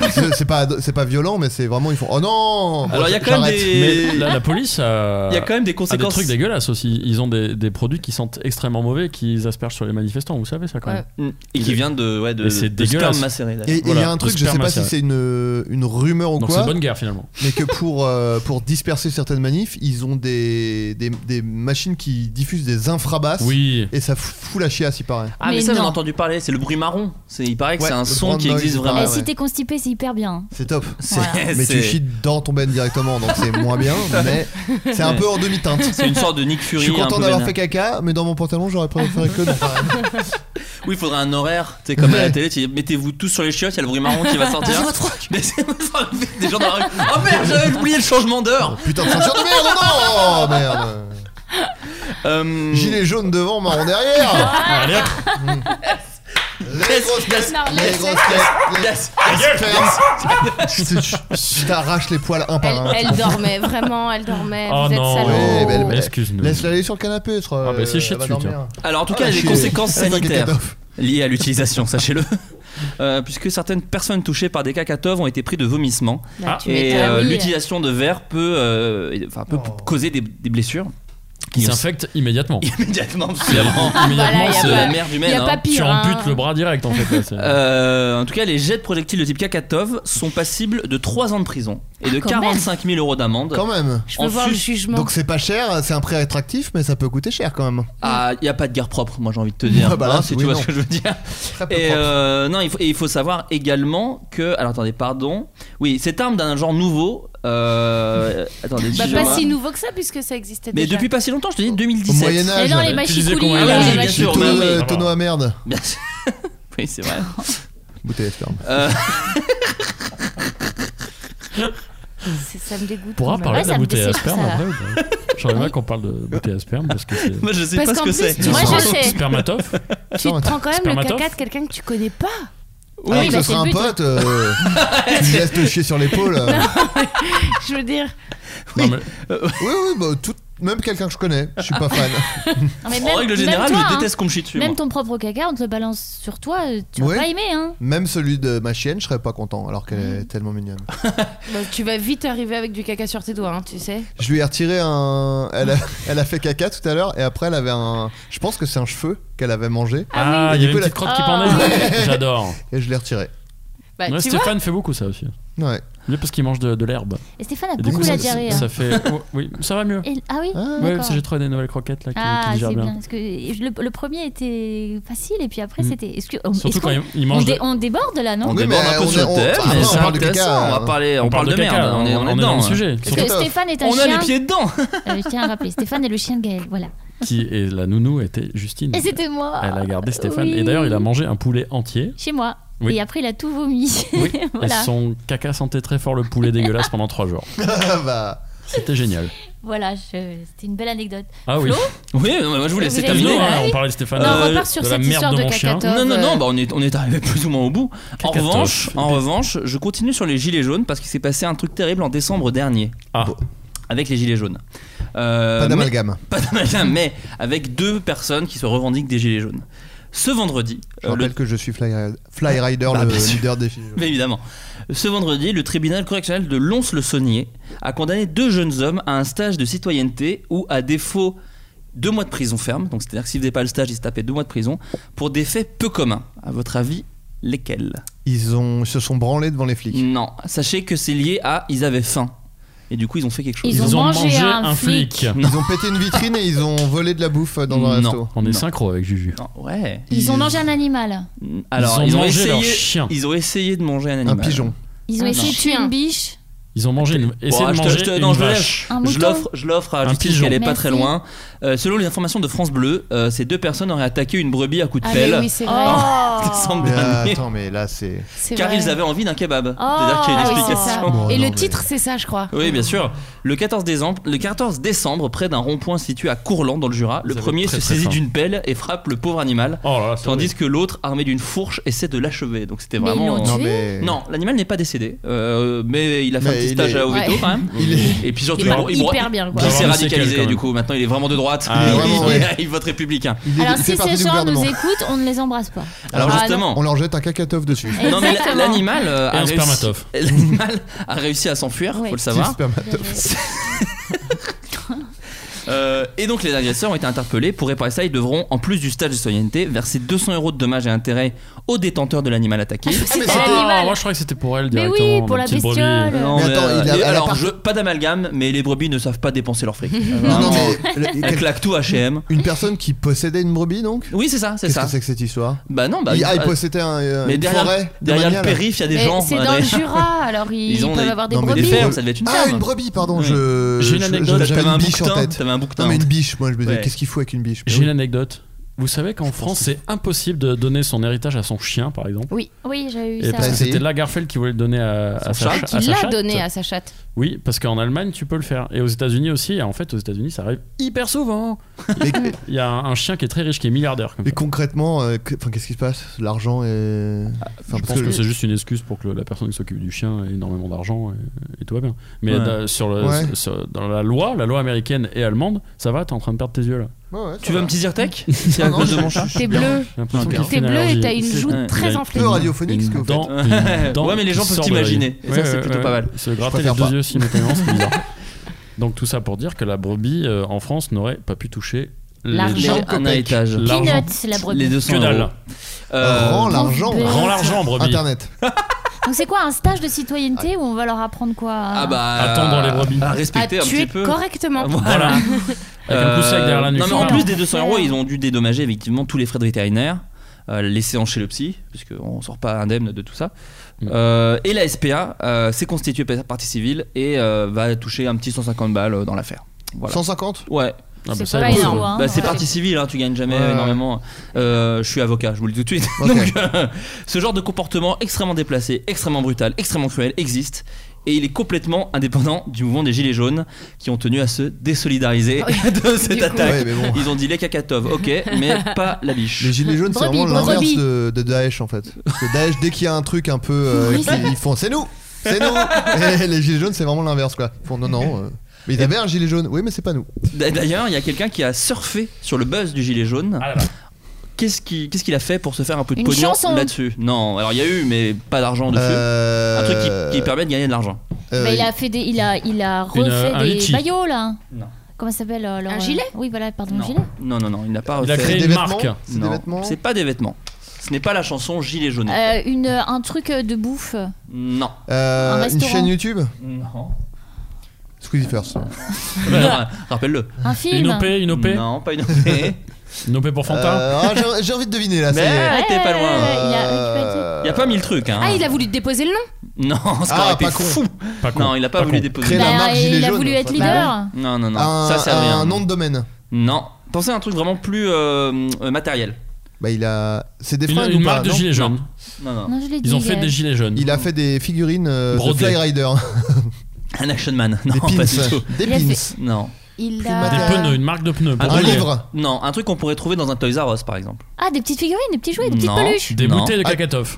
Speaker 9: c'est c'est pas c'est pas violent mais c'est vraiment ils font oh non.
Speaker 8: Alors il y a quand même
Speaker 9: J'arrête.
Speaker 11: Mais
Speaker 8: des,
Speaker 11: la, la police euh, a,
Speaker 8: il y a quand
Speaker 9: Ah,
Speaker 8: même des
Speaker 11: a des
Speaker 8: conséquences.
Speaker 11: trucs dégueulasses aussi. Ils ont des, des produits qui sentent extrêmement mauvais et qu'ils aspergent sur les manifestants. Vous savez ça quand même.
Speaker 8: Mm. et qui viennent de ouais de,
Speaker 11: Et c'est
Speaker 8: de sperme
Speaker 11: dégueulasse.
Speaker 8: macéré. d'ailleurs.
Speaker 9: Et et il y
Speaker 11: Voilà,
Speaker 9: a un
Speaker 11: le
Speaker 9: truc, je sais
Speaker 11: sperme,
Speaker 9: pas
Speaker 11: c'est
Speaker 9: si
Speaker 11: vrai.
Speaker 9: c'est une, une rumeur ou
Speaker 11: Donc c'est
Speaker 9: quoi,
Speaker 11: bonne guerre finalement.
Speaker 9: mais que pour, euh, pour disperser certaines manifs, ils ont des, des, des machines qui diffusent des
Speaker 10: Ah,
Speaker 9: infrabasses
Speaker 11: Oui.
Speaker 9: et ça fout la chiasse, il paraît.
Speaker 8: Ah mais,
Speaker 2: Mais
Speaker 8: ça j'en ai
Speaker 2: non.
Speaker 8: entendu parler, c'est le bruit marron. C'est il paraît que
Speaker 9: Ouais,
Speaker 8: c'est un
Speaker 9: le
Speaker 8: son
Speaker 9: brown
Speaker 8: qui
Speaker 9: noise,
Speaker 8: existe
Speaker 9: c'est
Speaker 8: vraiment.
Speaker 2: Eh,
Speaker 9: Ah, ouais.
Speaker 2: Si t'es constipé, c'est hyper bien.
Speaker 9: C'est top.
Speaker 8: C'est
Speaker 2: Voilà.
Speaker 9: Mais tu
Speaker 8: c'est-
Speaker 9: chies dans ton ben directement, donc c'est moins bien, mais c'est un peu hors demi-teinte.
Speaker 8: c'est une sorte de Nick
Speaker 9: Je
Speaker 8: Fury.
Speaker 9: suis
Speaker 8: un
Speaker 9: content
Speaker 8: peu
Speaker 9: d'avoir
Speaker 8: vénère.
Speaker 9: fait caca, mais dans mon pantalon, j'aurais préféré que non.
Speaker 8: Oui, il faudrait un horaire. Tu sais, comme à la
Speaker 9: Ouais.
Speaker 8: télé, tu dis, mettez-vous tous sur les chiottes, il y a le bruit marron qui va sortir. Laissez-moi faire des gens dans la rue. Oh merde, j'avais oublié le changement d'heure.
Speaker 9: Putain de ceinture de merde, non Oh merde
Speaker 8: Euh,
Speaker 9: Gilet jaune devant, marron derrière
Speaker 8: Ah,
Speaker 11: Allez, hop.
Speaker 9: Les grosses têtes
Speaker 2: Non,
Speaker 9: Les grosses têtes les-
Speaker 8: yes.
Speaker 9: Je t'arrache les poils un
Speaker 10: Elle,
Speaker 9: par un.
Speaker 10: elle dormait, vraiment, elle dormait.
Speaker 11: Oh
Speaker 10: eh, Vous êtes
Speaker 11: non.
Speaker 10: salaud.
Speaker 9: Ouais, mais elle- mais-
Speaker 8: Mm.
Speaker 11: Excuse-nous.
Speaker 9: Laisse-la aller sur le canapé, elle sera-
Speaker 11: Ah, bah, c'est chier
Speaker 9: elle va
Speaker 11: dessus,
Speaker 9: dormir.
Speaker 8: Alors en tout
Speaker 9: Ah,
Speaker 8: cas, il y a
Speaker 9: chier.
Speaker 8: des conséquences
Speaker 9: Elle va faire
Speaker 8: sanitaires.
Speaker 9: caca d'off.
Speaker 8: liées à l'utilisation, sachez-le. Euh, puisque certaines personnes touchées par des cacatoves ont été prises de vomissements
Speaker 2: Bah,
Speaker 11: Ah.
Speaker 2: tu
Speaker 8: et
Speaker 2: m'étonnes.
Speaker 8: euh,
Speaker 2: Ah oui.
Speaker 8: l'utilisation de verre peut, euh, et- enfin, peut
Speaker 9: Oh.
Speaker 8: causer des, des blessures
Speaker 11: Qui s'infectent immédiatement.
Speaker 8: immédiatement. parce que vraiment,
Speaker 11: Immédiatement,
Speaker 10: Voilà, Ah, y a
Speaker 8: c'est
Speaker 11: c'est-
Speaker 10: pas-
Speaker 8: la merde
Speaker 10: Il y
Speaker 8: humaine.
Speaker 10: a pas
Speaker 8: hein.
Speaker 10: pire.
Speaker 11: tu
Speaker 10: hein.
Speaker 11: amputes le bras direct en fait. là, c'est-
Speaker 8: Euh, en tout cas, les jets de projectiles de type cacatov sont passibles de 3 ans de prison
Speaker 10: Ah,
Speaker 8: et de
Speaker 2: quand
Speaker 8: 45 000 euros d'amende.
Speaker 9: Quand même
Speaker 10: Je veux
Speaker 8: en
Speaker 10: voir le
Speaker 8: sus-
Speaker 10: jugement.
Speaker 9: Donc c'est pas cher, c'est un prêt attractif, mais ça peut coûter cher quand même.
Speaker 8: Ah, il n'y a pas de guerre propre, moi j'ai envie de te dire.
Speaker 9: Ah, bah là,
Speaker 8: Hein, si
Speaker 9: oui,
Speaker 8: tu vois
Speaker 9: non.
Speaker 8: ce que je veux dire.
Speaker 9: Très peu
Speaker 8: Et
Speaker 9: propre.
Speaker 8: euh, non, il faut, et il faut savoir également que. Alors attendez, pardon. Oui, cette arme d'un genre nouveau. Euh, attendez,
Speaker 10: Bah,
Speaker 8: excusez-moi.
Speaker 10: pas si nouveau que ça, puisque ça existait
Speaker 8: Mais
Speaker 10: déjà.
Speaker 8: depuis pas si longtemps, je te dis
Speaker 9: Au
Speaker 8: 2017.
Speaker 9: Moyen
Speaker 2: Et
Speaker 9: Âge,
Speaker 2: non, les
Speaker 11: Ah, Tu disais
Speaker 2: machicoulis.
Speaker 11: combien
Speaker 2: là,
Speaker 8: Ah oui,
Speaker 2: les
Speaker 8: bien
Speaker 2: machicoulis.
Speaker 8: sûr,
Speaker 9: tonneau,
Speaker 8: bah oui.
Speaker 9: euh, tonneau à merde.
Speaker 8: Bien sûr. oui, c'est vrai.
Speaker 9: Bouteille à sperme.
Speaker 8: Euh,
Speaker 10: C'est- Ça me dégoûte.
Speaker 11: pourra
Speaker 10: mais-
Speaker 11: parler
Speaker 2: Ouais,
Speaker 11: de la
Speaker 2: ça me
Speaker 11: bouteille à
Speaker 2: déçoit,
Speaker 11: sperme
Speaker 2: ça.
Speaker 11: après ou pas J'aurais aimé qu'on parle de bouteille à sperme parce que c'est.
Speaker 8: Moi, je sais
Speaker 10: Parce
Speaker 8: pas ce
Speaker 10: qu'en
Speaker 8: que
Speaker 10: plus,
Speaker 8: c'est.
Speaker 10: tu- Moi, je sais.
Speaker 11: Spermatoph
Speaker 10: Tu te prends quand même le
Speaker 11: Spermatophe.
Speaker 10: caca de quelqu'un que tu connais pas.
Speaker 9: Ah,
Speaker 2: Oui,
Speaker 9: que
Speaker 2: bah, c'est
Speaker 9: ce
Speaker 2: le
Speaker 9: sera un
Speaker 2: but,
Speaker 9: pote, euh, tu laisses te chier sur l'épaule. euh.
Speaker 10: Je veux dire.
Speaker 11: Non, mais-
Speaker 9: Oui, oui, bah, tout, même quelqu'un que je connais, je suis pas fan.
Speaker 2: Non, mais
Speaker 8: En
Speaker 2: même-
Speaker 8: règle
Speaker 2: même
Speaker 8: générale,
Speaker 2: toi,
Speaker 8: je
Speaker 2: hein.
Speaker 8: déteste qu'on me chie dessus.
Speaker 2: Même
Speaker 8: moi.
Speaker 2: ton propre caca, on te le balance sur toi, euh, tu vas
Speaker 9: Ouais.
Speaker 2: pas aimer, hein.
Speaker 9: Même celui de ma chienne, je serais pas content, alors qu'elle
Speaker 2: Mm.
Speaker 9: est tellement mignonne.
Speaker 10: Bah, tu vas vite arriver avec du caca sur tes doigts, hein, tu sais.
Speaker 9: Je lui ai retiré un. Elle a, elle a fait caca tout à l'heure, et après, elle avait un. Je pense que c'est un cheveu qu'elle avait mangé,
Speaker 11: Ah, il
Speaker 9: oui.
Speaker 11: y
Speaker 9: Du
Speaker 11: avait
Speaker 9: coup,
Speaker 11: une
Speaker 9: la-
Speaker 11: petite crotte qui
Speaker 2: Ah.
Speaker 11: pendait. J'adore.
Speaker 9: et je l'ai retiré.
Speaker 10: Bah,
Speaker 11: Ouais,
Speaker 10: tu vois,
Speaker 11: Stéphane fait beaucoup ça aussi.
Speaker 9: Ouais.
Speaker 11: Lui, parce qu'il mange de, de l'herbe.
Speaker 2: Et Stéphane a
Speaker 11: Et du
Speaker 2: beaucoup
Speaker 11: coup,
Speaker 2: la
Speaker 11: ça,
Speaker 2: diarrhée. hein.
Speaker 11: ça fait. oh, oui, ça va mieux.
Speaker 2: Et- Ah oui
Speaker 9: Ah,
Speaker 11: Ouais,
Speaker 2: D'accord.
Speaker 11: parce que j'ai trouvé des nouvelles croquettes là qui, qui
Speaker 2: Ah, c'est
Speaker 11: digèrent
Speaker 2: bien.
Speaker 11: bien.
Speaker 2: Parce que le, le premier était facile, et puis après,
Speaker 11: Mm.
Speaker 2: c'était. Est-ce que.
Speaker 11: Surtout
Speaker 2: est-ce
Speaker 11: quand
Speaker 2: qu'on-
Speaker 11: il, il
Speaker 2: on,
Speaker 11: mange. de-
Speaker 2: dé- on déborde là, non
Speaker 8: On
Speaker 9: Oui,
Speaker 8: déborde
Speaker 9: mais
Speaker 8: un peu
Speaker 9: on
Speaker 8: sur
Speaker 9: est-
Speaker 8: le
Speaker 9: on-
Speaker 8: thème,
Speaker 9: enfin,
Speaker 8: mais
Speaker 9: on
Speaker 8: c'est
Speaker 9: parle de caca,
Speaker 8: intéressant. On va
Speaker 9: euh,
Speaker 8: parler, on parle de,
Speaker 11: caca,
Speaker 8: merde. on est, on est
Speaker 11: dans
Speaker 8: dedans. hein.
Speaker 11: le sujet.
Speaker 2: Parce que Stéphane est un
Speaker 8: On a
Speaker 2: chien.
Speaker 8: les pieds dedans.
Speaker 2: Euh, je tiens à rappeler, Stéphane est le chien de Gaël, voilà.
Speaker 11: Qui et la nounou était Justine.
Speaker 2: Et c'était moi
Speaker 11: Elle a gardé Stéphane.
Speaker 2: Oui.
Speaker 11: Et d'ailleurs, il a mangé un poulet entier.
Speaker 2: Chez moi.
Speaker 11: Oui.
Speaker 2: Et après, il a tout vomi.
Speaker 11: Oui.
Speaker 2: voilà.
Speaker 11: Et son caca sentait très fort le poulet dégueulasse pendant trois jours.
Speaker 2: Mm.
Speaker 8: Euh,
Speaker 9: Ah, bah.
Speaker 11: C'était génial.
Speaker 2: Voilà, je- c'était une belle anecdote.
Speaker 11: Ah oui.
Speaker 2: Flo
Speaker 8: Oui, non, mais moi je vous
Speaker 2: Vous
Speaker 8: laissais
Speaker 2: avez
Speaker 11: Non,
Speaker 8: terminer.
Speaker 2: vu,
Speaker 11: hein,
Speaker 2: oui.
Speaker 11: on parlait de Stéphane.
Speaker 10: Non, on
Speaker 11: euh,
Speaker 10: repart sur
Speaker 11: de la
Speaker 10: cette
Speaker 11: merde
Speaker 10: histoire
Speaker 11: de
Speaker 10: de
Speaker 11: mon chien.
Speaker 10: cacatof.
Speaker 8: Non, non, non, bah on, est, on est arrivé plus ou moins au bout. En
Speaker 11: Cacatoche.
Speaker 8: revanche, en revanche, je continue sur les gilets jaunes parce qu'il s'est passé un truc terrible en décembre dernier
Speaker 11: Ah.
Speaker 8: avec les gilets jaunes. Euh,
Speaker 9: Pas
Speaker 8: mais-
Speaker 9: d'amalgame.
Speaker 8: pas d'amalgame, mais avec deux personnes qui se revendiquent des gilets jaunes. Ce vendredi,
Speaker 9: Je
Speaker 8: euh, le-
Speaker 9: rappelle que je suis Fly, Fly Rider,
Speaker 8: Bah,
Speaker 9: le
Speaker 8: bien sûr.
Speaker 9: leader des filles.
Speaker 8: Mais évidemment. Ce vendredi, le tribunal correctionnel de Lons-le-Saunier a condamné deux jeunes hommes à un stage de citoyenneté où, à défaut, deux mois de prison ferme, donc c'est-à-dire que s'ils faisaient pas le stage, ils se tapaient deux mois de prison, pour des faits peu communs. À votre avis, lesquels
Speaker 9: Ils, ont, ils se sont branlés devant les flics.
Speaker 8: Non. Sachez que c'est lié à ils avaient faim. Et du coup, ils ont fait quelque chose.
Speaker 2: Ils ont
Speaker 11: Euh,
Speaker 2: mangé un
Speaker 9: Ils ont pété une vitrine et ils ont volé de la bouffe euh, dans un
Speaker 8: Non.
Speaker 9: resto.
Speaker 11: On est
Speaker 8: Non.
Speaker 11: synchro avec Juju.
Speaker 8: Non, Ah, ouais.
Speaker 2: Ils, ont mangé un animal.
Speaker 8: Alors,
Speaker 11: ont
Speaker 8: ils ont,
Speaker 11: mangé
Speaker 8: essayé.
Speaker 11: leur chien.
Speaker 8: Ils ont essayé de manger un
Speaker 9: Un
Speaker 8: animal.
Speaker 9: pigeon.
Speaker 2: Ils ont
Speaker 10: Un
Speaker 2: essayé de tuer
Speaker 10: Ah, chien.
Speaker 2: une biche,
Speaker 11: Ils ont mangé une. Essayez
Speaker 8: Bon,
Speaker 11: de
Speaker 8: je te-
Speaker 11: manger
Speaker 8: je te-
Speaker 11: une
Speaker 8: non, je lève.
Speaker 11: vache.
Speaker 2: un
Speaker 8: Je
Speaker 2: mouton.
Speaker 8: l'offre, je l'offre à Justine
Speaker 11: pigeon.
Speaker 8: qu'elle est pas très
Speaker 2: Merci.
Speaker 8: loin. Euh, selon les informations de France Bleu, euh, ces deux personnes auraient attaqué une brebis à coups de
Speaker 10: ah,
Speaker 8: pelle
Speaker 10: mais oui, c'est vrai.
Speaker 2: Oh,
Speaker 8: en décembre
Speaker 9: Mais
Speaker 11: Ah,
Speaker 8: dernier,
Speaker 9: attends, mais là c'est.
Speaker 10: C'est
Speaker 8: car
Speaker 10: vrai.
Speaker 8: ils avaient envie d'un kebab.
Speaker 2: Oh.
Speaker 8: C'est-à-dire qu'il y a une
Speaker 10: Ah oui, c'est
Speaker 8: explication.
Speaker 10: ça.
Speaker 9: Bon, euh,
Speaker 10: Et
Speaker 9: non,
Speaker 10: le
Speaker 9: mais-
Speaker 10: titre, c'est ça, je crois.
Speaker 8: Oui, bien sûr. Le 14 décembre, le 14 décembre près d'un rond-point situé à Courland dans le Jura, le
Speaker 11: Vous avez
Speaker 8: premier
Speaker 11: très,
Speaker 8: se
Speaker 11: très
Speaker 8: saisit
Speaker 11: faim.
Speaker 8: d'une pelle et frappe le pauvre animal,
Speaker 11: Oh là là, c'est
Speaker 8: tandis que l'autre, armé d'une fourche, essaie de l'achever. Donc c'était
Speaker 10: Mais ils
Speaker 8: vraiment.
Speaker 10: l'ont
Speaker 9: Non
Speaker 10: tué.
Speaker 9: mais.
Speaker 8: Non, l'animal n'est pas décédé, euh, mais il a fait
Speaker 9: Mais
Speaker 8: un petit
Speaker 9: il
Speaker 8: stage
Speaker 9: est-
Speaker 8: à Oveto
Speaker 10: Ouais.
Speaker 8: quand même.
Speaker 9: Il est-
Speaker 8: Et puis surtout,
Speaker 10: Il
Speaker 2: Eh ben,
Speaker 8: il,
Speaker 10: va
Speaker 8: il-
Speaker 10: hyper bien, quoi.
Speaker 8: il
Speaker 11: Avoir
Speaker 8: s'est
Speaker 11: des séquelles,
Speaker 8: radicalisé
Speaker 11: quand même.
Speaker 8: du coup. Maintenant, il est vraiment de droite.
Speaker 11: Ah,
Speaker 8: il,
Speaker 9: vraiment,
Speaker 8: il-
Speaker 9: ouais.
Speaker 8: il vote républicain.
Speaker 9: Il est-
Speaker 2: Alors
Speaker 9: il
Speaker 2: si
Speaker 9: fait partie
Speaker 2: ces
Speaker 9: du
Speaker 2: gens nous
Speaker 9: gouvernement.
Speaker 2: écoutent, on ne les embrasse pas.
Speaker 8: Alors
Speaker 2: Ah, non.
Speaker 8: justement.
Speaker 9: On leur jette un cacatof dessus.
Speaker 2: Et-
Speaker 8: non mais la-
Speaker 2: Exactement.
Speaker 8: l'animal
Speaker 11: Et
Speaker 8: euh, a
Speaker 11: un
Speaker 8: réussi,
Speaker 11: spermatophe.
Speaker 8: l'animal a réussi à s'enfuir,
Speaker 2: Ouais.
Speaker 8: faut le savoir.
Speaker 9: Type sperma-
Speaker 8: Euh, et donc les agresseurs ont été interpellés. Pour réparer ça, ils devront, en plus du stage de citoyenneté, verser 200 euros de dommages et intérêts aux détenteurs de l'animal attaqué.
Speaker 2: C'était
Speaker 11: Ah,
Speaker 2: l'animal.
Speaker 11: moi je croyais que c'était pour elle
Speaker 2: Mais
Speaker 11: directement.
Speaker 2: oui, pour
Speaker 11: la
Speaker 2: la
Speaker 11: petite brebis.
Speaker 2: bestiole.
Speaker 8: Non,
Speaker 9: Mais
Speaker 8: mais,
Speaker 9: attends, il a-
Speaker 8: et
Speaker 9: elle a
Speaker 8: alors
Speaker 9: part-
Speaker 8: je- pas d'amalgame, mais les brebis ne savent pas dépenser leur fric.
Speaker 9: Non, non,
Speaker 8: Vraiment.
Speaker 9: mais. le-
Speaker 8: Elles
Speaker 9: quel-
Speaker 8: claquent tout H&M.
Speaker 9: Une personne qui possédait une brebis donc
Speaker 8: Oui, c'est ça, c'est
Speaker 9: Qu'est-ce
Speaker 8: ça.
Speaker 9: que c'est que cette histoire
Speaker 8: Bah non, bah
Speaker 9: il, ah, il
Speaker 8: bah,
Speaker 9: possédait un, euh,
Speaker 8: mais
Speaker 9: une
Speaker 8: derrière,
Speaker 9: forêt
Speaker 8: derrière le
Speaker 9: domaniale.
Speaker 8: périph, il y a des
Speaker 10: Mais
Speaker 8: gens.
Speaker 10: c'est
Speaker 8: euh,
Speaker 10: dans le
Speaker 8: des-
Speaker 10: Jura, alors ils,
Speaker 8: Ils ont
Speaker 10: peuvent
Speaker 8: des-
Speaker 10: avoir des
Speaker 9: non, mais
Speaker 8: des
Speaker 9: brebis.
Speaker 8: fermes, ça devait être une
Speaker 9: Ah,
Speaker 8: ferme.
Speaker 9: une brebis, pardon.
Speaker 8: Oui.
Speaker 9: Je,
Speaker 11: J'ai une
Speaker 9: je-
Speaker 11: anecdote,
Speaker 9: j'avais
Speaker 8: T'avais un
Speaker 9: une biche en
Speaker 8: bouquetin,
Speaker 9: tête.
Speaker 8: t'avais un
Speaker 9: Non,
Speaker 8: bouquetin.
Speaker 9: mais une biche, moi je me disais,
Speaker 8: Ouais.
Speaker 9: qu'est-ce qu'il fout avec une biche Mais
Speaker 11: J'ai une
Speaker 9: oui.
Speaker 11: anecdote. Vous savez qu'en France, c'est impossible de donner son héritage à son chien, par exemple.
Speaker 2: Oui, j'avais eu
Speaker 11: Et
Speaker 2: ça.
Speaker 11: parce que
Speaker 9: Vas-y.
Speaker 11: c'était Lagerfeld qui voulait le donner à, à
Speaker 8: Son
Speaker 11: sa,
Speaker 8: chat.
Speaker 11: ch- à
Speaker 10: Il
Speaker 11: sa
Speaker 10: l'a
Speaker 11: chatte.
Speaker 10: donné à sa chatte.
Speaker 11: Oui, parce qu'en Allemagne, tu peux le faire. Et aux États-Unis aussi. Et en fait, aux États-Unis, ça arrive hyper souvent.
Speaker 9: Mais-
Speaker 11: Il y a un, un chien qui est très riche, qui est milliardaire. Comme
Speaker 9: Mais
Speaker 11: ça.
Speaker 9: concrètement, euh, que- enfin, qu'est-ce qui se passe L'argent est. Enfin,
Speaker 11: Je
Speaker 9: parce
Speaker 11: pense que
Speaker 9: que-
Speaker 11: c'est juste une excuse pour que le- la personne qui s'occupe du chien ait énormément d'argent et, et tout va bien. Mais
Speaker 8: Ouais.
Speaker 11: dans- sur le-
Speaker 9: Ouais.
Speaker 11: sur- dans la loi, la loi américaine et allemande, ça va, t'es en train de perdre tes yeux là.
Speaker 9: Ouais, ouais, ça
Speaker 8: Tu
Speaker 9: va.
Speaker 8: veux un petit zirtec C'est à
Speaker 9: Non,
Speaker 8: cause de
Speaker 9: je-
Speaker 8: mon chat.
Speaker 9: je-
Speaker 10: T'es bleu,
Speaker 11: J'ai l'impression
Speaker 8: Ok.
Speaker 11: qu'il fait
Speaker 10: t'es
Speaker 11: une
Speaker 10: bleu et
Speaker 11: allergie.
Speaker 10: t'as une joue
Speaker 8: Ouais.
Speaker 11: Il a
Speaker 10: très
Speaker 11: une
Speaker 9: peu
Speaker 10: enflée.
Speaker 9: radiophonique ce que vous faites.
Speaker 11: Dent- une dent
Speaker 8: Ouais, mais les gens
Speaker 11: qui
Speaker 8: peuvent
Speaker 11: sort de
Speaker 8: t'imaginer.
Speaker 11: l'œil.
Speaker 8: Et ça, c'est plutôt pas mal.
Speaker 11: Se gratter les
Speaker 9: préfère
Speaker 11: deux
Speaker 9: pas.
Speaker 11: yeux simultanément, c'est bizarre. Donc tout ça pour dire que la brebis euh, en France n'aurait pas pu toucher les-
Speaker 10: L'argent.
Speaker 8: Les- un étage.
Speaker 11: L'argent.
Speaker 2: Peanuts, la
Speaker 8: Les
Speaker 2: brebis.
Speaker 8: 200
Speaker 11: Que dalle.
Speaker 8: euros. Euh,
Speaker 9: Rends l'argent
Speaker 2: Belle.
Speaker 11: Rends l'argent, brebis.
Speaker 9: Internet.
Speaker 2: Donc c'est quoi un stage de citoyenneté où on va leur apprendre quoi
Speaker 8: ah bah.
Speaker 11: Attendre les brebis.
Speaker 8: À
Speaker 10: à
Speaker 8: respecter un petit
Speaker 10: tuer
Speaker 8: peu. Ah,
Speaker 10: correctement.
Speaker 11: Voilà. Avec un coup sec derrière la nuque.
Speaker 8: Non, mais en
Speaker 2: Voilà.
Speaker 8: plus des 200 euros, ils ont dû dédommager effectivement tous les frais de vétérinaire, euh, les séances chez le psy, puisqu'on sort pas indemne de tout ça.
Speaker 11: Mm.
Speaker 8: Euh, et la SPA euh, s'est constituée par- partie civile et euh, va toucher un petit 150 balles euh, dans l'affaire. Voilà.
Speaker 9: 150
Speaker 8: Ouais,
Speaker 11: Ah, bah,
Speaker 2: C'est
Speaker 11: ça,
Speaker 2: pas
Speaker 11: il faut-
Speaker 2: énorme, hein.
Speaker 8: bah, c'est
Speaker 2: Ouais.
Speaker 8: partie civile, hein, tu gagnes jamais
Speaker 9: Ouais.
Speaker 8: énormément. Euh, je suis avocat, je vous le dis tout de suite.
Speaker 9: Ok.
Speaker 8: Donc, euh, ce genre de comportement extrêmement déplacé, extrêmement brutal, extrêmement cruel existe. et il est complètement indépendant du mouvement des Gilets jaunes qui ont tenu à se
Speaker 2: Ah
Speaker 8: désolidariser de cette
Speaker 10: coup.
Speaker 8: attaque.
Speaker 9: Ouais, mais bon.
Speaker 8: Ils ont dit les Kakatov, ok, mais pas la biche.
Speaker 9: Les gilets jaunes, c'est
Speaker 10: Brebis,
Speaker 9: vraiment l'inverse
Speaker 10: brebis.
Speaker 9: de, de Daesh en fait. Parce que Daesh, dès qu'il y a un truc un peu, euh,
Speaker 10: Oui,
Speaker 9: qui- ils font c'est nous, c'est nous. Et les gilets jaunes, c'est vraiment l'inverse quoi. Ils font non non. euh, mais ils avaient un gilet jaune. Oui, mais c'est pas nous.
Speaker 8: D- D'ailleurs, il y a quelqu'un qui a surfé sur le buzz du gilet jaune.
Speaker 11: Ah là là.
Speaker 8: Qu'est-ce qu'il qu'est-ce qu'il a fait pour se faire un peu de
Speaker 2: Une
Speaker 8: pognon
Speaker 2: chanson.
Speaker 8: là-dessus Non, alors il y a eu, mais pas d'argent dessus.
Speaker 9: Euh,
Speaker 8: Un truc qui, qui permet de gagner de l'argent.
Speaker 9: euh,
Speaker 2: Bah, il a fait des, il a, il a refait
Speaker 11: Une, euh, un
Speaker 2: des
Speaker 11: litchi.
Speaker 2: maillots là.
Speaker 8: Non.
Speaker 2: Comment ça s'appelle euh, leur,
Speaker 10: Un
Speaker 2: euh,
Speaker 10: gilet
Speaker 2: Oui, voilà, pardon, un
Speaker 8: non.
Speaker 2: gilet.
Speaker 8: non, non, non, il n'a pas
Speaker 11: Il a
Speaker 8: refait-
Speaker 11: créé
Speaker 9: c'est
Speaker 11: une
Speaker 9: des vêtements.
Speaker 11: marque.
Speaker 9: C'est des
Speaker 8: Non,
Speaker 9: vêtements.
Speaker 8: C'est pas des vêtements. Ce n'est pas la chanson gilet jaune.
Speaker 2: Euh, une, un truc de bouffe.
Speaker 8: Non.
Speaker 9: Euh,
Speaker 2: un
Speaker 9: une
Speaker 2: restaurant.
Speaker 9: chaîne YouTube.
Speaker 8: Non.
Speaker 9: Squeezie first.
Speaker 8: Non, euh, Rappelle-le.
Speaker 2: Un film.
Speaker 11: Une OP, une OP,
Speaker 8: Non, pas une OP.
Speaker 11: une OP pour Fanta.
Speaker 9: Euh, ah, j'ai- J'ai envie de deviner là. euh, ça y est.
Speaker 8: Mais Ah, t'es pas loin. Euh,
Speaker 2: Ouais, il a récupéré
Speaker 8: Il y a pas mille trucs. Hein.
Speaker 10: Ah, il a voulu déposer le nom
Speaker 8: Non, ce
Speaker 9: Ah,
Speaker 8: qui aurait été
Speaker 9: pas con.
Speaker 8: fou.
Speaker 11: Pas con.
Speaker 8: Non, il a pas,
Speaker 11: Pas
Speaker 8: voulu
Speaker 11: con.
Speaker 8: déposer.
Speaker 9: Créer
Speaker 8: le-
Speaker 9: la
Speaker 2: Bah,
Speaker 9: marque
Speaker 2: il
Speaker 9: gilet
Speaker 2: a
Speaker 9: jaune,
Speaker 2: voulu
Speaker 9: en
Speaker 2: être
Speaker 9: fait.
Speaker 2: leader.
Speaker 8: Non, non, non.
Speaker 9: Un,
Speaker 8: ça, c'est rien.
Speaker 9: un nom de domaine.
Speaker 8: Non. Pensez à un truc vraiment plus euh, euh, matériel.
Speaker 9: Bah il a. C'est des
Speaker 11: Une,
Speaker 9: fringues
Speaker 11: une
Speaker 9: ou pas
Speaker 11: marque de
Speaker 9: non
Speaker 11: gilets jaunes.
Speaker 8: Non, non.
Speaker 2: Non, je l'ai dit.
Speaker 11: Ils ont fait
Speaker 2: euh,
Speaker 11: des gilets jaunes.
Speaker 9: Il a fait des figurines euh, de
Speaker 11: Brodé.
Speaker 9: Fly Rider,
Speaker 8: Un action man. Non,
Speaker 9: des
Speaker 8: pas du tout.
Speaker 9: pins, des
Speaker 2: Il a
Speaker 9: pins,
Speaker 8: Non.
Speaker 10: Il
Speaker 9: Plus
Speaker 10: a.
Speaker 11: Des
Speaker 9: matériel.
Speaker 11: pneus, une marque de pneus.
Speaker 8: Un
Speaker 9: un
Speaker 11: Brûlés.
Speaker 9: livre,
Speaker 8: Non, un truc qu'on pourrait trouver dans un Toys R Us par exemple.
Speaker 2: Ah, des petites figurines, des petits jouets, des petites
Speaker 8: Non.
Speaker 2: peluches.
Speaker 11: Des
Speaker 8: Non.
Speaker 11: bouteilles de
Speaker 9: Ah.
Speaker 11: Kakatov.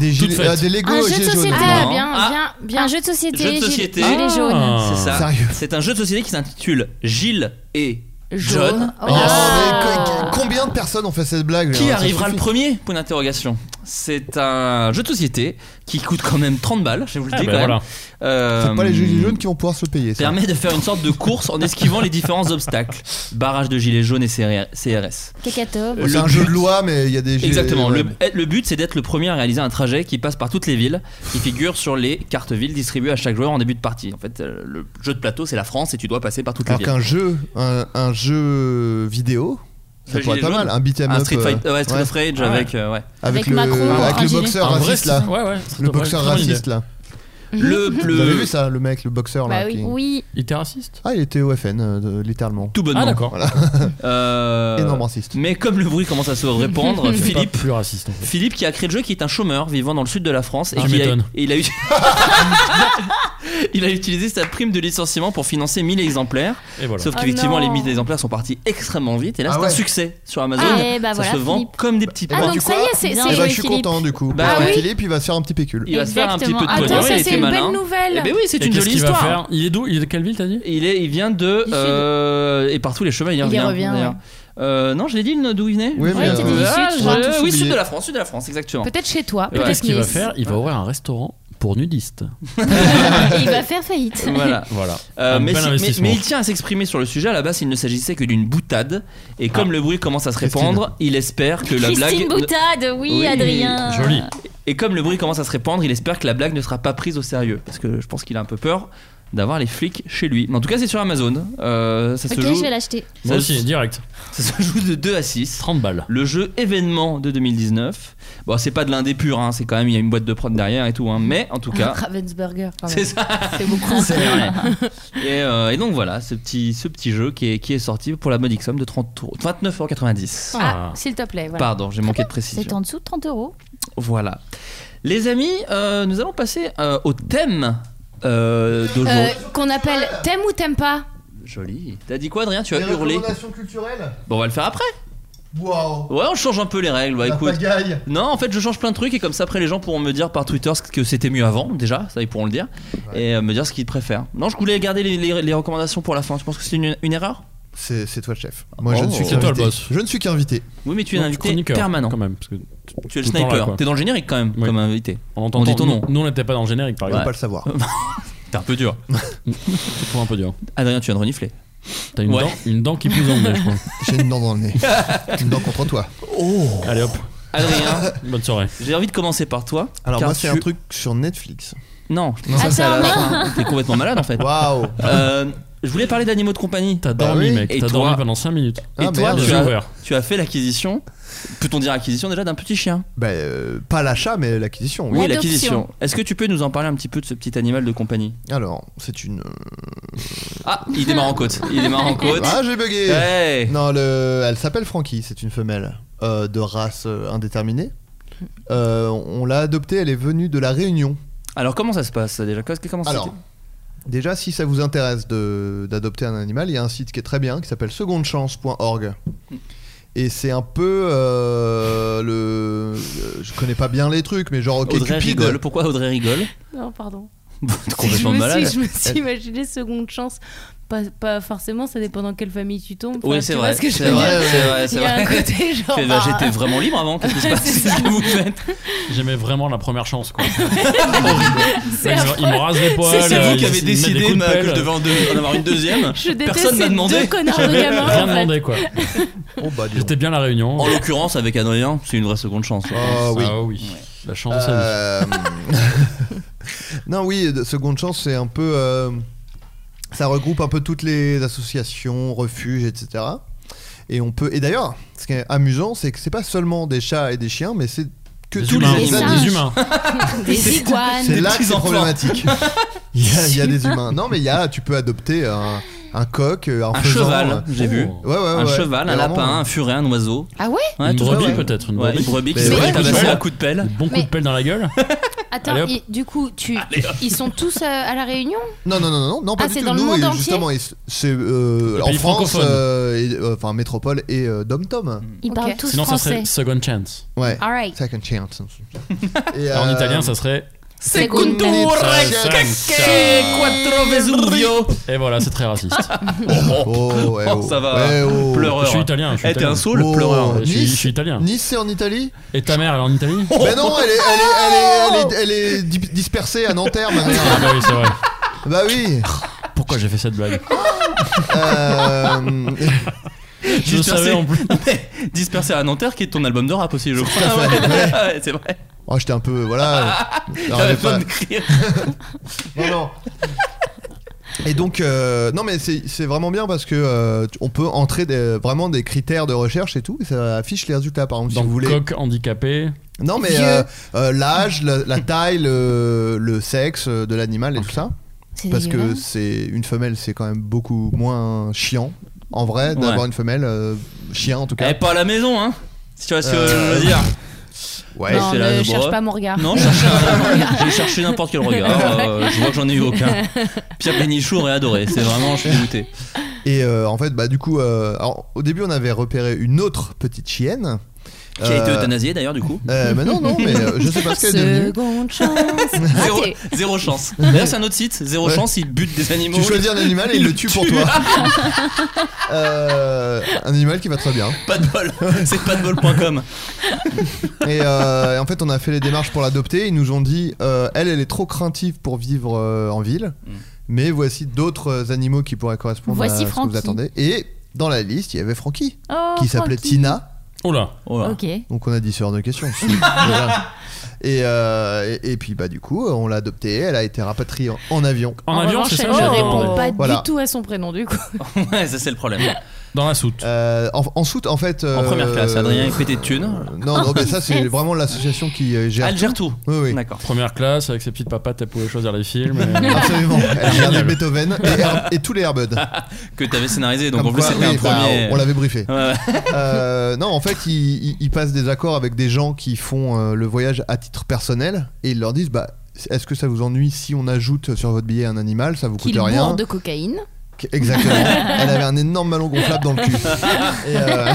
Speaker 9: des,
Speaker 11: Toute
Speaker 9: gilets,
Speaker 11: faite.
Speaker 9: euh, des Lego
Speaker 10: Un jeu de
Speaker 9: gilets jaunes.
Speaker 10: société.
Speaker 8: Ah,
Speaker 10: Ah,
Speaker 8: Non.
Speaker 10: bien,
Speaker 8: Ah.
Speaker 10: bien, bien.
Speaker 2: Un jeu de société.
Speaker 8: Jeu de
Speaker 2: gilet-
Speaker 8: société.
Speaker 2: Gilet jaune.
Speaker 11: Ah.
Speaker 8: C'est ça.
Speaker 9: Sérieux.
Speaker 8: C'est un jeu de société qui s'intitule Gilles et John.
Speaker 10: Oh.
Speaker 9: Oh,
Speaker 10: Ah.
Speaker 9: mais co- combien de personnes ont fait cette blague euh,
Speaker 8: Qui
Speaker 9: là, ça
Speaker 8: arrivera le
Speaker 9: suffit.
Speaker 8: premier Point d'interrogation. C'est un jeu de société qui coûte quand même 30 balles, je vous le
Speaker 11: Ah,
Speaker 8: dis
Speaker 11: bah
Speaker 8: quand
Speaker 11: voilà.
Speaker 8: même. Euh,
Speaker 9: C'est pas les gilets jaunes qui vont pouvoir se le payer. Ça.
Speaker 8: Permet de faire une sorte de course en esquivant les différents obstacles. Barrage de gilets jaunes et CRS.
Speaker 2: Cacato.
Speaker 9: Bon, C'est un jeu de loi, mais il y a des gilets.
Speaker 8: Exactement.
Speaker 9: ouais.
Speaker 8: Le, eh, le but, c'est d'être le premier à réaliser un trajet qui passe par toutes les villes, qui figure sur les cartes villes distribuées à chaque joueur en début de partie. En fait, euh, le jeu de plateau, c'est la France et tu dois passer par toutes les
Speaker 9: Alors
Speaker 8: villes.
Speaker 9: qu'un jeu, un, un jeu vidéo, ça
Speaker 8: Le
Speaker 9: pourrait
Speaker 8: gilet
Speaker 9: être pas
Speaker 8: jaune.
Speaker 9: mal. Un beat'em
Speaker 8: Un
Speaker 9: up
Speaker 8: Street,
Speaker 9: euh,
Speaker 8: Fight, ouais, Street
Speaker 9: ouais,
Speaker 8: of Rage
Speaker 11: Ah ouais.
Speaker 8: avec. euh, ouais.
Speaker 9: avec
Speaker 2: Avec
Speaker 9: le,
Speaker 2: Macron,
Speaker 9: avec
Speaker 2: un
Speaker 9: le
Speaker 2: gilet.
Speaker 9: boxeur
Speaker 11: Un vrai
Speaker 9: raciste là,
Speaker 11: Ouais, ouais.
Speaker 9: le boxeur raciste là.
Speaker 8: Le, le-
Speaker 9: Vous avez vu ça, le mec, le boxeur là.
Speaker 2: Bah oui.
Speaker 9: qui-
Speaker 2: Oui.
Speaker 11: Il était raciste
Speaker 9: Ah, il était au FN, euh, de- littéralement.
Speaker 8: Tout bonnement.
Speaker 11: Ah, d'accord.
Speaker 8: Euh,
Speaker 9: Énorme raciste.
Speaker 8: Mais comme le bruit commence à se répandre,
Speaker 11: C'est pas
Speaker 8: Philippe.
Speaker 11: Plus raciste en fait.
Speaker 8: Philippe qui a créé le jeu, qui est un chômeur vivant dans le sud de la France et,
Speaker 11: Ah,
Speaker 8: qui
Speaker 11: tu
Speaker 8: a,
Speaker 11: m'étonnes.
Speaker 8: et il a eu- il a utilisé sa prime de licenciement pour financer 1000 exemplaires.
Speaker 11: Et voilà.
Speaker 8: Sauf
Speaker 10: Oh
Speaker 8: qu'effectivement,
Speaker 10: non.
Speaker 8: les 1000 exemplaires sont partis extrêmement vite et là
Speaker 9: Ah
Speaker 8: c'est un
Speaker 9: ouais.
Speaker 8: succès sur Amazon.
Speaker 2: Ah, eh bah
Speaker 8: ça
Speaker 2: voilà,
Speaker 8: se vend
Speaker 2: Philippe.
Speaker 8: comme des petits
Speaker 9: Eh
Speaker 10: Ah,
Speaker 9: ben,
Speaker 8: pains.
Speaker 9: tu
Speaker 10: donc ça
Speaker 9: crois
Speaker 10: y est, c'est.
Speaker 2: Bien
Speaker 9: Eh
Speaker 10: c'est-
Speaker 2: joué.
Speaker 9: ben, je suis
Speaker 2: Philippe.
Speaker 9: content du coup.
Speaker 8: Bah
Speaker 9: Bravo,
Speaker 8: ouais.
Speaker 9: Philippe, il va se faire un petit pécule.
Speaker 8: Il va se faire un petit
Speaker 2: Exactement.
Speaker 8: peu de
Speaker 2: Attends,
Speaker 8: pognon,
Speaker 10: Attends,
Speaker 8: il a
Speaker 10: Ah, ça,
Speaker 8: été
Speaker 10: c'est une
Speaker 8: malin.
Speaker 10: bonne
Speaker 8: Eh
Speaker 10: nouvelle.
Speaker 8: ben oui, c'est
Speaker 11: Et
Speaker 8: une
Speaker 11: qu'est-ce
Speaker 8: jolie
Speaker 11: qu'il va
Speaker 8: histoire.
Speaker 11: faire Il est d'où Il est de quelle ville t'as dit
Speaker 8: Il, est, il vient de.
Speaker 10: Il fait de-
Speaker 8: euh, et partout les chemins, il,
Speaker 10: Il y revient,
Speaker 8: d'ailleurs.
Speaker 10: ouais.
Speaker 8: Euh, non, je l'ai dit le- d'où il venait
Speaker 9: Oui, mais,
Speaker 2: Ouais,
Speaker 11: euh,
Speaker 2: t'as dit du
Speaker 8: Ah,
Speaker 2: sud,
Speaker 8: je-
Speaker 9: on a tous
Speaker 8: Oui, sud
Speaker 9: oublié.
Speaker 8: de la France, sud de la France, exactement.
Speaker 10: Peut-être chez toi.
Speaker 8: Ouais.
Speaker 10: Peut-être
Speaker 11: Qu'est-ce qu'il va
Speaker 10: Nice.
Speaker 11: faire Il va ouvrir un restaurant pour nudistes.
Speaker 2: Et il va faire faillite.
Speaker 8: Voilà.
Speaker 11: Voilà.
Speaker 8: Euh,
Speaker 11: Un
Speaker 8: mais,
Speaker 11: bel
Speaker 8: si- mais-
Speaker 11: investissement.
Speaker 8: mais il tient à s'exprimer sur le sujet. À la base, il ne s'agissait que d'une boutade. Et
Speaker 11: Ah.
Speaker 8: comme le bruit commence à se répandre, il espère que la
Speaker 2: Christine
Speaker 8: blague. ne-
Speaker 2: Boutade, oui,
Speaker 8: Oui,
Speaker 2: Adrien.
Speaker 11: Joli.
Speaker 8: Et comme le bruit commence à se répandre, il espère que la blague ne sera pas prise au sérieux. Parce que je pense qu'il a un peu peur d'avoir les flics chez lui. Mais en tout cas, c'est sur Amazon. Euh, ça,
Speaker 2: Ok,
Speaker 8: se joue,
Speaker 2: je vais l'acheter.
Speaker 11: Moi
Speaker 8: Ça-
Speaker 11: aussi, direct.
Speaker 8: ça se joue de 2 à 6.
Speaker 11: 30 balles.
Speaker 8: Le jeu événement de 2019. Bon, c'est pas de l'indé pur, hein, c'est quand même, il y a une boîte de prod derrière et tout. hein, mais en tout cas,
Speaker 10: Ravensburger, Ah, quand
Speaker 8: c'est
Speaker 10: même.
Speaker 8: ça.
Speaker 10: C'est beaucoup.
Speaker 8: C'est vrai. et, euh, et donc voilà, ce petit, ce petit jeu qui est, qui est sorti pour la modique somme de 30 euros- 29,90 euros.
Speaker 10: Ah, s'il te plaît. Voilà.
Speaker 8: Pardon, j'ai manqué de
Speaker 2: C'est
Speaker 8: précision.
Speaker 2: en dessous de 30 euros.
Speaker 8: Voilà. Les amis, euh, nous allons passer euh, au thème euh, d'aujourd'hui.
Speaker 10: Euh, Qu'on appelle t'aimes ou t'aimes pas
Speaker 8: Joli. T'as dit quoi, Adrien Tu as hurlé.
Speaker 9: culturelles
Speaker 8: Bon, on va le faire après.
Speaker 9: Waouh
Speaker 8: Ouais, on change un peu les règles. Bah, écoute.
Speaker 9: pagaille
Speaker 8: Non, en fait, je change plein de trucs et comme ça, après, les gens pourront me dire par Twitter ce que c'était mieux avant, déjà, ça ils pourront le dire, et euh, me dire ce qu'ils préfèrent. Non, je voulais garder les, les- les recommandations pour la fin. Tu penses que c'est une, une erreur
Speaker 9: C'est c'est toi le chef. Moi
Speaker 8: Oh.
Speaker 9: je ne suis
Speaker 8: C'est toi
Speaker 11: le
Speaker 9: qu'invité.
Speaker 11: boss.
Speaker 9: Je ne suis qu'invité.
Speaker 8: Oui, mais tu es un
Speaker 11: Non,
Speaker 8: invité
Speaker 11: chroniqueur,
Speaker 8: permanent.
Speaker 11: Quand même, parce que
Speaker 8: Tu es le
Speaker 11: Tout le temps là,
Speaker 8: sniper.
Speaker 11: quoi.
Speaker 8: T'es dans le générique quand même,
Speaker 11: Oui.
Speaker 8: comme invité.
Speaker 11: on entend
Speaker 8: On dit ton nom.
Speaker 11: Nous, on n'était pas dans le générique, par
Speaker 9: On
Speaker 8: Ouais.
Speaker 9: va
Speaker 11: exemple.
Speaker 9: pas le savoir.
Speaker 8: T'es un peu dur.
Speaker 11: Je trouve un peu dur.
Speaker 8: Adrien, tu viens de renifler.
Speaker 11: T'as une,
Speaker 8: Ouais.
Speaker 11: dent, une dent qui pousse en je crois.
Speaker 9: J'ai une dent dans le nez. une dent contre toi.
Speaker 11: Allez hop,
Speaker 8: Adrien,
Speaker 11: bonne soirée.
Speaker 8: j'ai envie de commencer par toi.
Speaker 9: Alors
Speaker 8: car
Speaker 9: moi c'est
Speaker 8: tu-
Speaker 9: un truc sur Netflix.
Speaker 8: Non, je pensais que ça allait à la fin. T'es complètement malade en fait.
Speaker 9: Waouh
Speaker 8: Euh, je voulais parler d'animaux de compagnie.
Speaker 11: T'as
Speaker 9: Bah
Speaker 11: dormi,
Speaker 9: oui.
Speaker 11: mec.
Speaker 8: Et
Speaker 11: T'as
Speaker 8: toi bah,
Speaker 11: dormi pendant 5 minutes.
Speaker 9: Ah,
Speaker 8: Et toi,
Speaker 9: merde.
Speaker 8: tu
Speaker 11: Ah, J'ai
Speaker 8: as,
Speaker 11: ouvert.
Speaker 8: tu as fait l'acquisition, peut-on dire acquisition déjà, d'un petit chien
Speaker 9: Bah euh, pas l'achat mais l'acquisition. oui.
Speaker 8: Oui,
Speaker 10: L'adoption.
Speaker 8: l'acquisition. Est-ce que tu peux nous en parler un petit peu de ce petit animal de compagnie
Speaker 9: Alors c'est une.
Speaker 8: Ah, il démarre en côte. Il démarre en côte.
Speaker 9: Ah j'ai bugué.
Speaker 8: Hey
Speaker 9: Non, le... elle s'appelle Frankie, c'est une femelle euh, de race euh, indéterminée. Euh, on l'a adoptée, elle est venue de la Réunion.
Speaker 8: Alors comment ça se passe ça, déjà Qu'est-ce que- comment ça
Speaker 9: Alors, déjà, si ça vous intéresse de- d'adopter un animal, il y a un site qui est très bien qui s'appelle secondechance.org. Et c'est un peu euh, le. euh, Je connais pas bien les trucs, mais genre, ok,
Speaker 8: Audrey
Speaker 9: Cupid.
Speaker 8: rigole. Pourquoi Audrey rigole
Speaker 10: Non, pardon.
Speaker 8: T'es
Speaker 10: Je
Speaker 8: complètement
Speaker 10: me,
Speaker 8: malade.
Speaker 10: suis, je me suis imaginé seconde chance. Pas, pas forcément, ça dépend dans quelle famille tu tombes. Enfin,
Speaker 8: Oui, c'est
Speaker 10: tu vois
Speaker 8: vrai.
Speaker 10: ce que je
Speaker 8: C'est
Speaker 10: veux
Speaker 8: vrai,
Speaker 10: dire
Speaker 8: c'est vrai, c'est
Speaker 10: Il y a
Speaker 8: vrai.
Speaker 10: un côté genre.
Speaker 8: Fais-
Speaker 10: bah,
Speaker 8: J'étais vraiment libre avant. Qu'est-ce qui se passe
Speaker 10: C'est
Speaker 8: Qu'est-ce que vous faites
Speaker 11: J'aimais vraiment la première chance, quoi.
Speaker 10: c'est
Speaker 11: Ils me-
Speaker 10: affreux.
Speaker 11: ils me rasent les poils.
Speaker 8: C'est
Speaker 11: euh,
Speaker 8: vous
Speaker 11: ils-
Speaker 8: qui avez
Speaker 11: ils me mettent des
Speaker 8: décidé
Speaker 11: coups de
Speaker 8: ma- que
Speaker 11: pelle.
Speaker 8: je devais en, deux- en avoir une deuxième.
Speaker 10: Je déteste
Speaker 8: Personne m'a
Speaker 10: ces
Speaker 8: demandé.
Speaker 10: deux connards de
Speaker 11: J'avais
Speaker 10: gamins.
Speaker 11: rien
Speaker 10: en fait.
Speaker 11: demandé, quoi.
Speaker 9: Oh, bah, dis donc.
Speaker 11: J'étais bien à la réunion.
Speaker 8: En l'occurrence, avec Adrien, c'est une vraie seconde chance.
Speaker 9: Ah oui.
Speaker 11: Ah oui. La chance de sa vie.
Speaker 9: Euh, non, oui, de- Seconde Chance, c'est un peu. euh, ça regroupe un peu toutes les associations, refuges, etc. Et on peut. Et d'ailleurs, ce qui est amusant, c'est que c'est pas seulement des chats et des chiens, mais c'est que
Speaker 11: Des
Speaker 9: tous
Speaker 11: humains.
Speaker 9: les
Speaker 2: des
Speaker 9: animaux.
Speaker 2: singes.
Speaker 11: Des humains.
Speaker 10: Des iguanes.
Speaker 9: C'est là
Speaker 8: petits
Speaker 9: que c'est
Speaker 8: enfants.
Speaker 9: problématique. Il y a, il y a des humains. Non, mais il y a. Tu peux adopter un, un coq, un,
Speaker 8: Un
Speaker 9: faisan,
Speaker 8: cheval,
Speaker 11: Oh.
Speaker 9: euh,
Speaker 8: j'ai vu.
Speaker 9: Ouais, ouais,
Speaker 8: Un
Speaker 9: ouais.
Speaker 8: cheval, un
Speaker 9: Vraiment,
Speaker 8: lapin,
Speaker 9: euh,
Speaker 8: un furet, un oiseau.
Speaker 10: Ah ouais
Speaker 8: Ouais,
Speaker 11: Une
Speaker 8: tout ça,
Speaker 11: brebis,
Speaker 8: ouais.
Speaker 11: peut-être. Une
Speaker 8: Ouais, une
Speaker 11: brebis.
Speaker 8: brebis qui
Speaker 9: Mais
Speaker 8: se
Speaker 9: ouais,
Speaker 8: fait tabasser
Speaker 11: ouais.
Speaker 8: à coups de pelle.
Speaker 11: Bon coup de
Speaker 10: Mais-
Speaker 11: pelle dans la gueule. Allez,
Speaker 10: Attends,
Speaker 11: hop.
Speaker 10: il- du coup, tu, ils sont tous euh, à la réunion
Speaker 9: Non, non, non, non, non, non, pas
Speaker 10: Ah,
Speaker 9: du
Speaker 10: c'est
Speaker 9: tout.
Speaker 10: dans le
Speaker 9: Nous,
Speaker 10: monde
Speaker 9: et
Speaker 10: entier
Speaker 9: justement, et c'est euh,
Speaker 11: Le
Speaker 9: en
Speaker 11: pays
Speaker 9: France,
Speaker 11: francophone.
Speaker 9: euh, et, euh, enfin métropole et euh, dom-tom.
Speaker 2: Ils
Speaker 10: Ok.
Speaker 2: parlent tous
Speaker 11: Sinon, ça
Speaker 2: français.
Speaker 11: serait second chance.
Speaker 9: Ouais.
Speaker 10: All right.
Speaker 9: Second chance. Et,
Speaker 11: Alors, En
Speaker 9: euh,
Speaker 11: italien, ça serait.
Speaker 10: Secondo
Speaker 8: Quattro Vesuvio.
Speaker 11: Et voilà, c'est très raciste.
Speaker 9: Oh, ouais,
Speaker 8: Oh,
Speaker 9: oh.
Speaker 8: ça va.
Speaker 9: Ouais, oh.
Speaker 8: Pleureur.
Speaker 11: Je suis italien. Je suis
Speaker 8: Eh, t'es
Speaker 11: italien.
Speaker 8: un saoul,
Speaker 9: Oh.
Speaker 8: pleureur.
Speaker 11: Je suis- je
Speaker 9: Nice.
Speaker 11: suis italien.
Speaker 9: Nice, c'est en Italie
Speaker 11: Et ta mère, elle est en Italie
Speaker 9: Ben non, elle est, elle est, elle est, elle est, elle est di- dispersée à Nanterre, ma mère.
Speaker 11: Ah bah oui, c'est vrai.
Speaker 9: Bah oui.
Speaker 11: Pourquoi j'ai fait cette blague
Speaker 9: Euh,
Speaker 11: Je le savais en plus.
Speaker 8: Dispersé à Nanterre, qui est ton album de rap aussi, je crois. Ouais, ouais, c'est vrai.
Speaker 9: oh, j'étais un peu. Voilà. Alors,
Speaker 8: J'avais
Speaker 9: j'ai pas-
Speaker 8: pas de crier.
Speaker 9: Non, non. Et donc, euh, non, mais c'est c'est vraiment bien parce que euh, tu- on peut entrer des- vraiment des critères de recherche et tout, et ça affiche les résultats. Par exemple, si
Speaker 11: Dans
Speaker 9: vous voulez.
Speaker 11: coq handicapé.
Speaker 9: Non, mais
Speaker 10: Vieux.
Speaker 9: euh, euh, l'âge, la, la taille, le, le sexe euh, de l'animal et tout ça.
Speaker 2: C'est
Speaker 9: Parce que
Speaker 2: dégueulasse.
Speaker 9: c'est une femelle, c'est quand même beaucoup moins chiant. En vrai, d'avoir
Speaker 8: Ouais.
Speaker 9: une femelle, euh, chien en tout
Speaker 8: Eh,
Speaker 9: cas.
Speaker 8: pas à la maison, hein. Si tu vois ce que
Speaker 9: Euh,
Speaker 8: je veux dire.
Speaker 9: Ouais.
Speaker 8: Et
Speaker 10: Non,
Speaker 8: c'est la
Speaker 10: ne
Speaker 8: zebra.
Speaker 10: cherche pas mon regard.
Speaker 8: Non, je cherchais un- j'ai cherché n'importe quel regard. euh, je vois que j'en ai eu aucun. Pierre Bénichou aurait adoré. C'est vraiment, je suis dégoûté.
Speaker 9: Et euh, en fait, bah du coup, euh, alors, au début, on avait repéré une autre petite chienne.
Speaker 8: Qui a été
Speaker 9: Euh,
Speaker 8: euthanasié d'ailleurs, du coup.
Speaker 9: euh, bah non, non, mais euh, je sais pas ce qu'elle est devenue.
Speaker 10: Seconde chance.
Speaker 8: Zéro,
Speaker 10: Raté.
Speaker 8: zéro chance. D'ailleurs, c'est un autre site. Zéro
Speaker 9: Ouais.
Speaker 8: chance, ils butent des animaux. Ah,
Speaker 9: Tu choisis un animal et il le tue pour toi. Euh, un animal qui va très bien.
Speaker 8: Pas de bol. C'est pas de bol.com.
Speaker 9: Et, euh, et en fait, on a fait les démarches pour l'adopter. Ils nous ont dit, euh, elle, elle est trop craintive pour vivre euh, en ville.
Speaker 8: Mm.
Speaker 9: Mais voici d'autres animaux qui pourraient correspondre
Speaker 2: Voici
Speaker 9: à ce que
Speaker 2: Frankie.
Speaker 9: vous attendez. Et dans la liste, il y avait Frankie,
Speaker 2: Oh,
Speaker 9: qui s'appelait
Speaker 2: Francky.
Speaker 9: Tina.
Speaker 11: Oh là.
Speaker 8: Oh là.
Speaker 2: Ok.
Speaker 9: Donc on a dit ce hors de question. Déjà. et, euh, et, et puis bah du coup, on l'a adoptée. Elle a été rapatriée en, en avion.
Speaker 11: En, avion,
Speaker 10: revanche,
Speaker 11: c'est ça
Speaker 10: elle
Speaker 11: j'ai
Speaker 10: ne
Speaker 11: adoré.
Speaker 10: répond pas
Speaker 9: Voilà.
Speaker 10: du tout à son prénom du coup.
Speaker 8: Ouais, ça c'est le problème.
Speaker 11: Dans la soute.
Speaker 9: Euh, en, en soute, en fait.
Speaker 8: En
Speaker 9: euh,
Speaker 8: première classe, Adrien est pété de thunes.
Speaker 9: euh, Non, non, mais ça c'est vraiment l'association qui euh, gère.
Speaker 8: Alger tout.
Speaker 9: Oui, oui.
Speaker 8: D'accord.
Speaker 11: Première classe, avec ses petites papates, elle pouvait choisir les films. et-
Speaker 9: Absolument. Elle gère les
Speaker 11: Génial.
Speaker 9: Beethoven et, Her- et tous les Airbuds.
Speaker 8: Que t'avais scénarisé, donc
Speaker 9: Comme
Speaker 8: en plus
Speaker 9: quoi,
Speaker 8: c'était
Speaker 9: oui,
Speaker 8: un
Speaker 9: bah,
Speaker 8: premier.
Speaker 9: on on l'avait briefé.
Speaker 8: Ouais, ouais.
Speaker 9: Euh, non, en fait, ils, ils- ils passent des accords avec des gens qui font euh, le voyage à titre personnel et ils leur disent bah. Est-ce que ça vous ennuie si on ajoute sur votre billet un animal Ça vous coûte
Speaker 10: Qu'il
Speaker 9: rien.
Speaker 10: bourre de cocaïne.
Speaker 9: Exactement. Elle avait un énorme ballon gonflable dans le cul. Et, euh, et,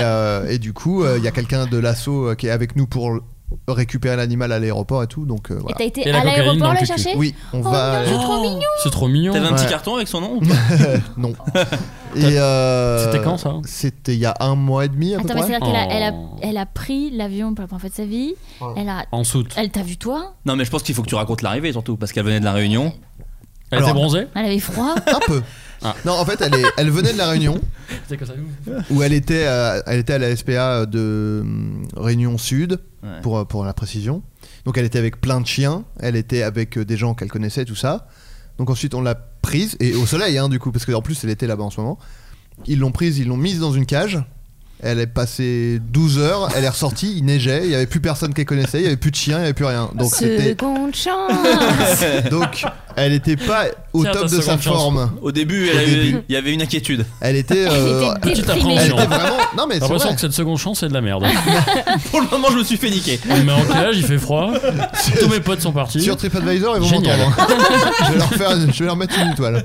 Speaker 9: euh, et du coup, euh, il y a quelqu'un de l'assaut euh, qui est avec nous pour l- récupérer l'animal à l'aéroport et tout. Donc euh,
Speaker 2: Et
Speaker 9: voilà.
Speaker 2: t'as été
Speaker 11: Et la
Speaker 2: à
Speaker 11: cocaïne dans
Speaker 2: l'aéroport
Speaker 11: le
Speaker 2: la
Speaker 11: cul-cul.
Speaker 2: chercher
Speaker 9: Oui, on
Speaker 2: Oh,
Speaker 9: va.
Speaker 2: mignon.
Speaker 8: Oh,
Speaker 11: C'est trop mignon.
Speaker 8: T'avais un petit
Speaker 9: Ouais.
Speaker 8: carton avec son nom ou pas
Speaker 9: non. Et, euh,
Speaker 11: C'était quand, ça hein
Speaker 9: C'était il y a un mois et demi à peu
Speaker 2: Attends, mais
Speaker 9: près.
Speaker 2: c'est-à-dire qu'elle a, elle a,
Speaker 11: Oh.
Speaker 2: elle a pris l'avion pour la première fois de sa vie. Elle a,
Speaker 11: En soute.
Speaker 2: elle t'a vu toi
Speaker 8: Non, mais je pense qu'il faut que tu racontes l'arrivée surtout, parce qu'elle venait de la Réunion.
Speaker 11: Elle
Speaker 9: Alors-
Speaker 11: était bronzée
Speaker 2: Elle avait froid.
Speaker 9: Un peu.
Speaker 11: Ah.
Speaker 9: Non, en fait, elle, est- elle venait de la Réunion
Speaker 11: C'était comme ça.
Speaker 9: où elle était, à, elle était à la SPA de hum, Réunion Sud.
Speaker 8: Ouais.
Speaker 9: pour, euh, pour la précision. Donc elle était avec plein de chiens, elle était avec euh, des gens qu'elle connaissait, tout ça. Donc ensuite on l'a prise, et au soleil hein, du coup, parce qu'en plus elle était là-bas en ce moment. Ils l'ont prise, ils l'ont mise dans une cage, Elle est passée 12 heures, elle est ressortie, il neigeait, il n'y avait plus personne qu'elle connaissait, il n'y avait plus de chien, il n'y avait plus rien. Donc c'était.
Speaker 10: Seconde chance.
Speaker 9: Donc elle n'était pas au
Speaker 11: Tiens, ta
Speaker 9: top de sa
Speaker 11: seconde chance.
Speaker 9: forme.
Speaker 8: Au début, elle
Speaker 9: Au
Speaker 8: a eu-
Speaker 9: début.
Speaker 8: il y avait une inquiétude.
Speaker 9: Elle était. euh,
Speaker 2: était
Speaker 11: Petite
Speaker 2: déprimée.
Speaker 9: elle
Speaker 11: appréhension.
Speaker 9: était vraiment. Non mais
Speaker 11: J'ai
Speaker 9: c'est
Speaker 11: l'impression
Speaker 9: vrai.
Speaker 11: que cette seconde chance, c'est de la merde.
Speaker 8: Pour le moment, je me suis fait niquer.
Speaker 11: Mais en quel âge il fait froid Tous mes potes sont partis.
Speaker 9: Sur TripAdvisor, ils vont
Speaker 11: Génial.
Speaker 9: m'entendre. je, vais leur faire une- je vais leur mettre une étoile.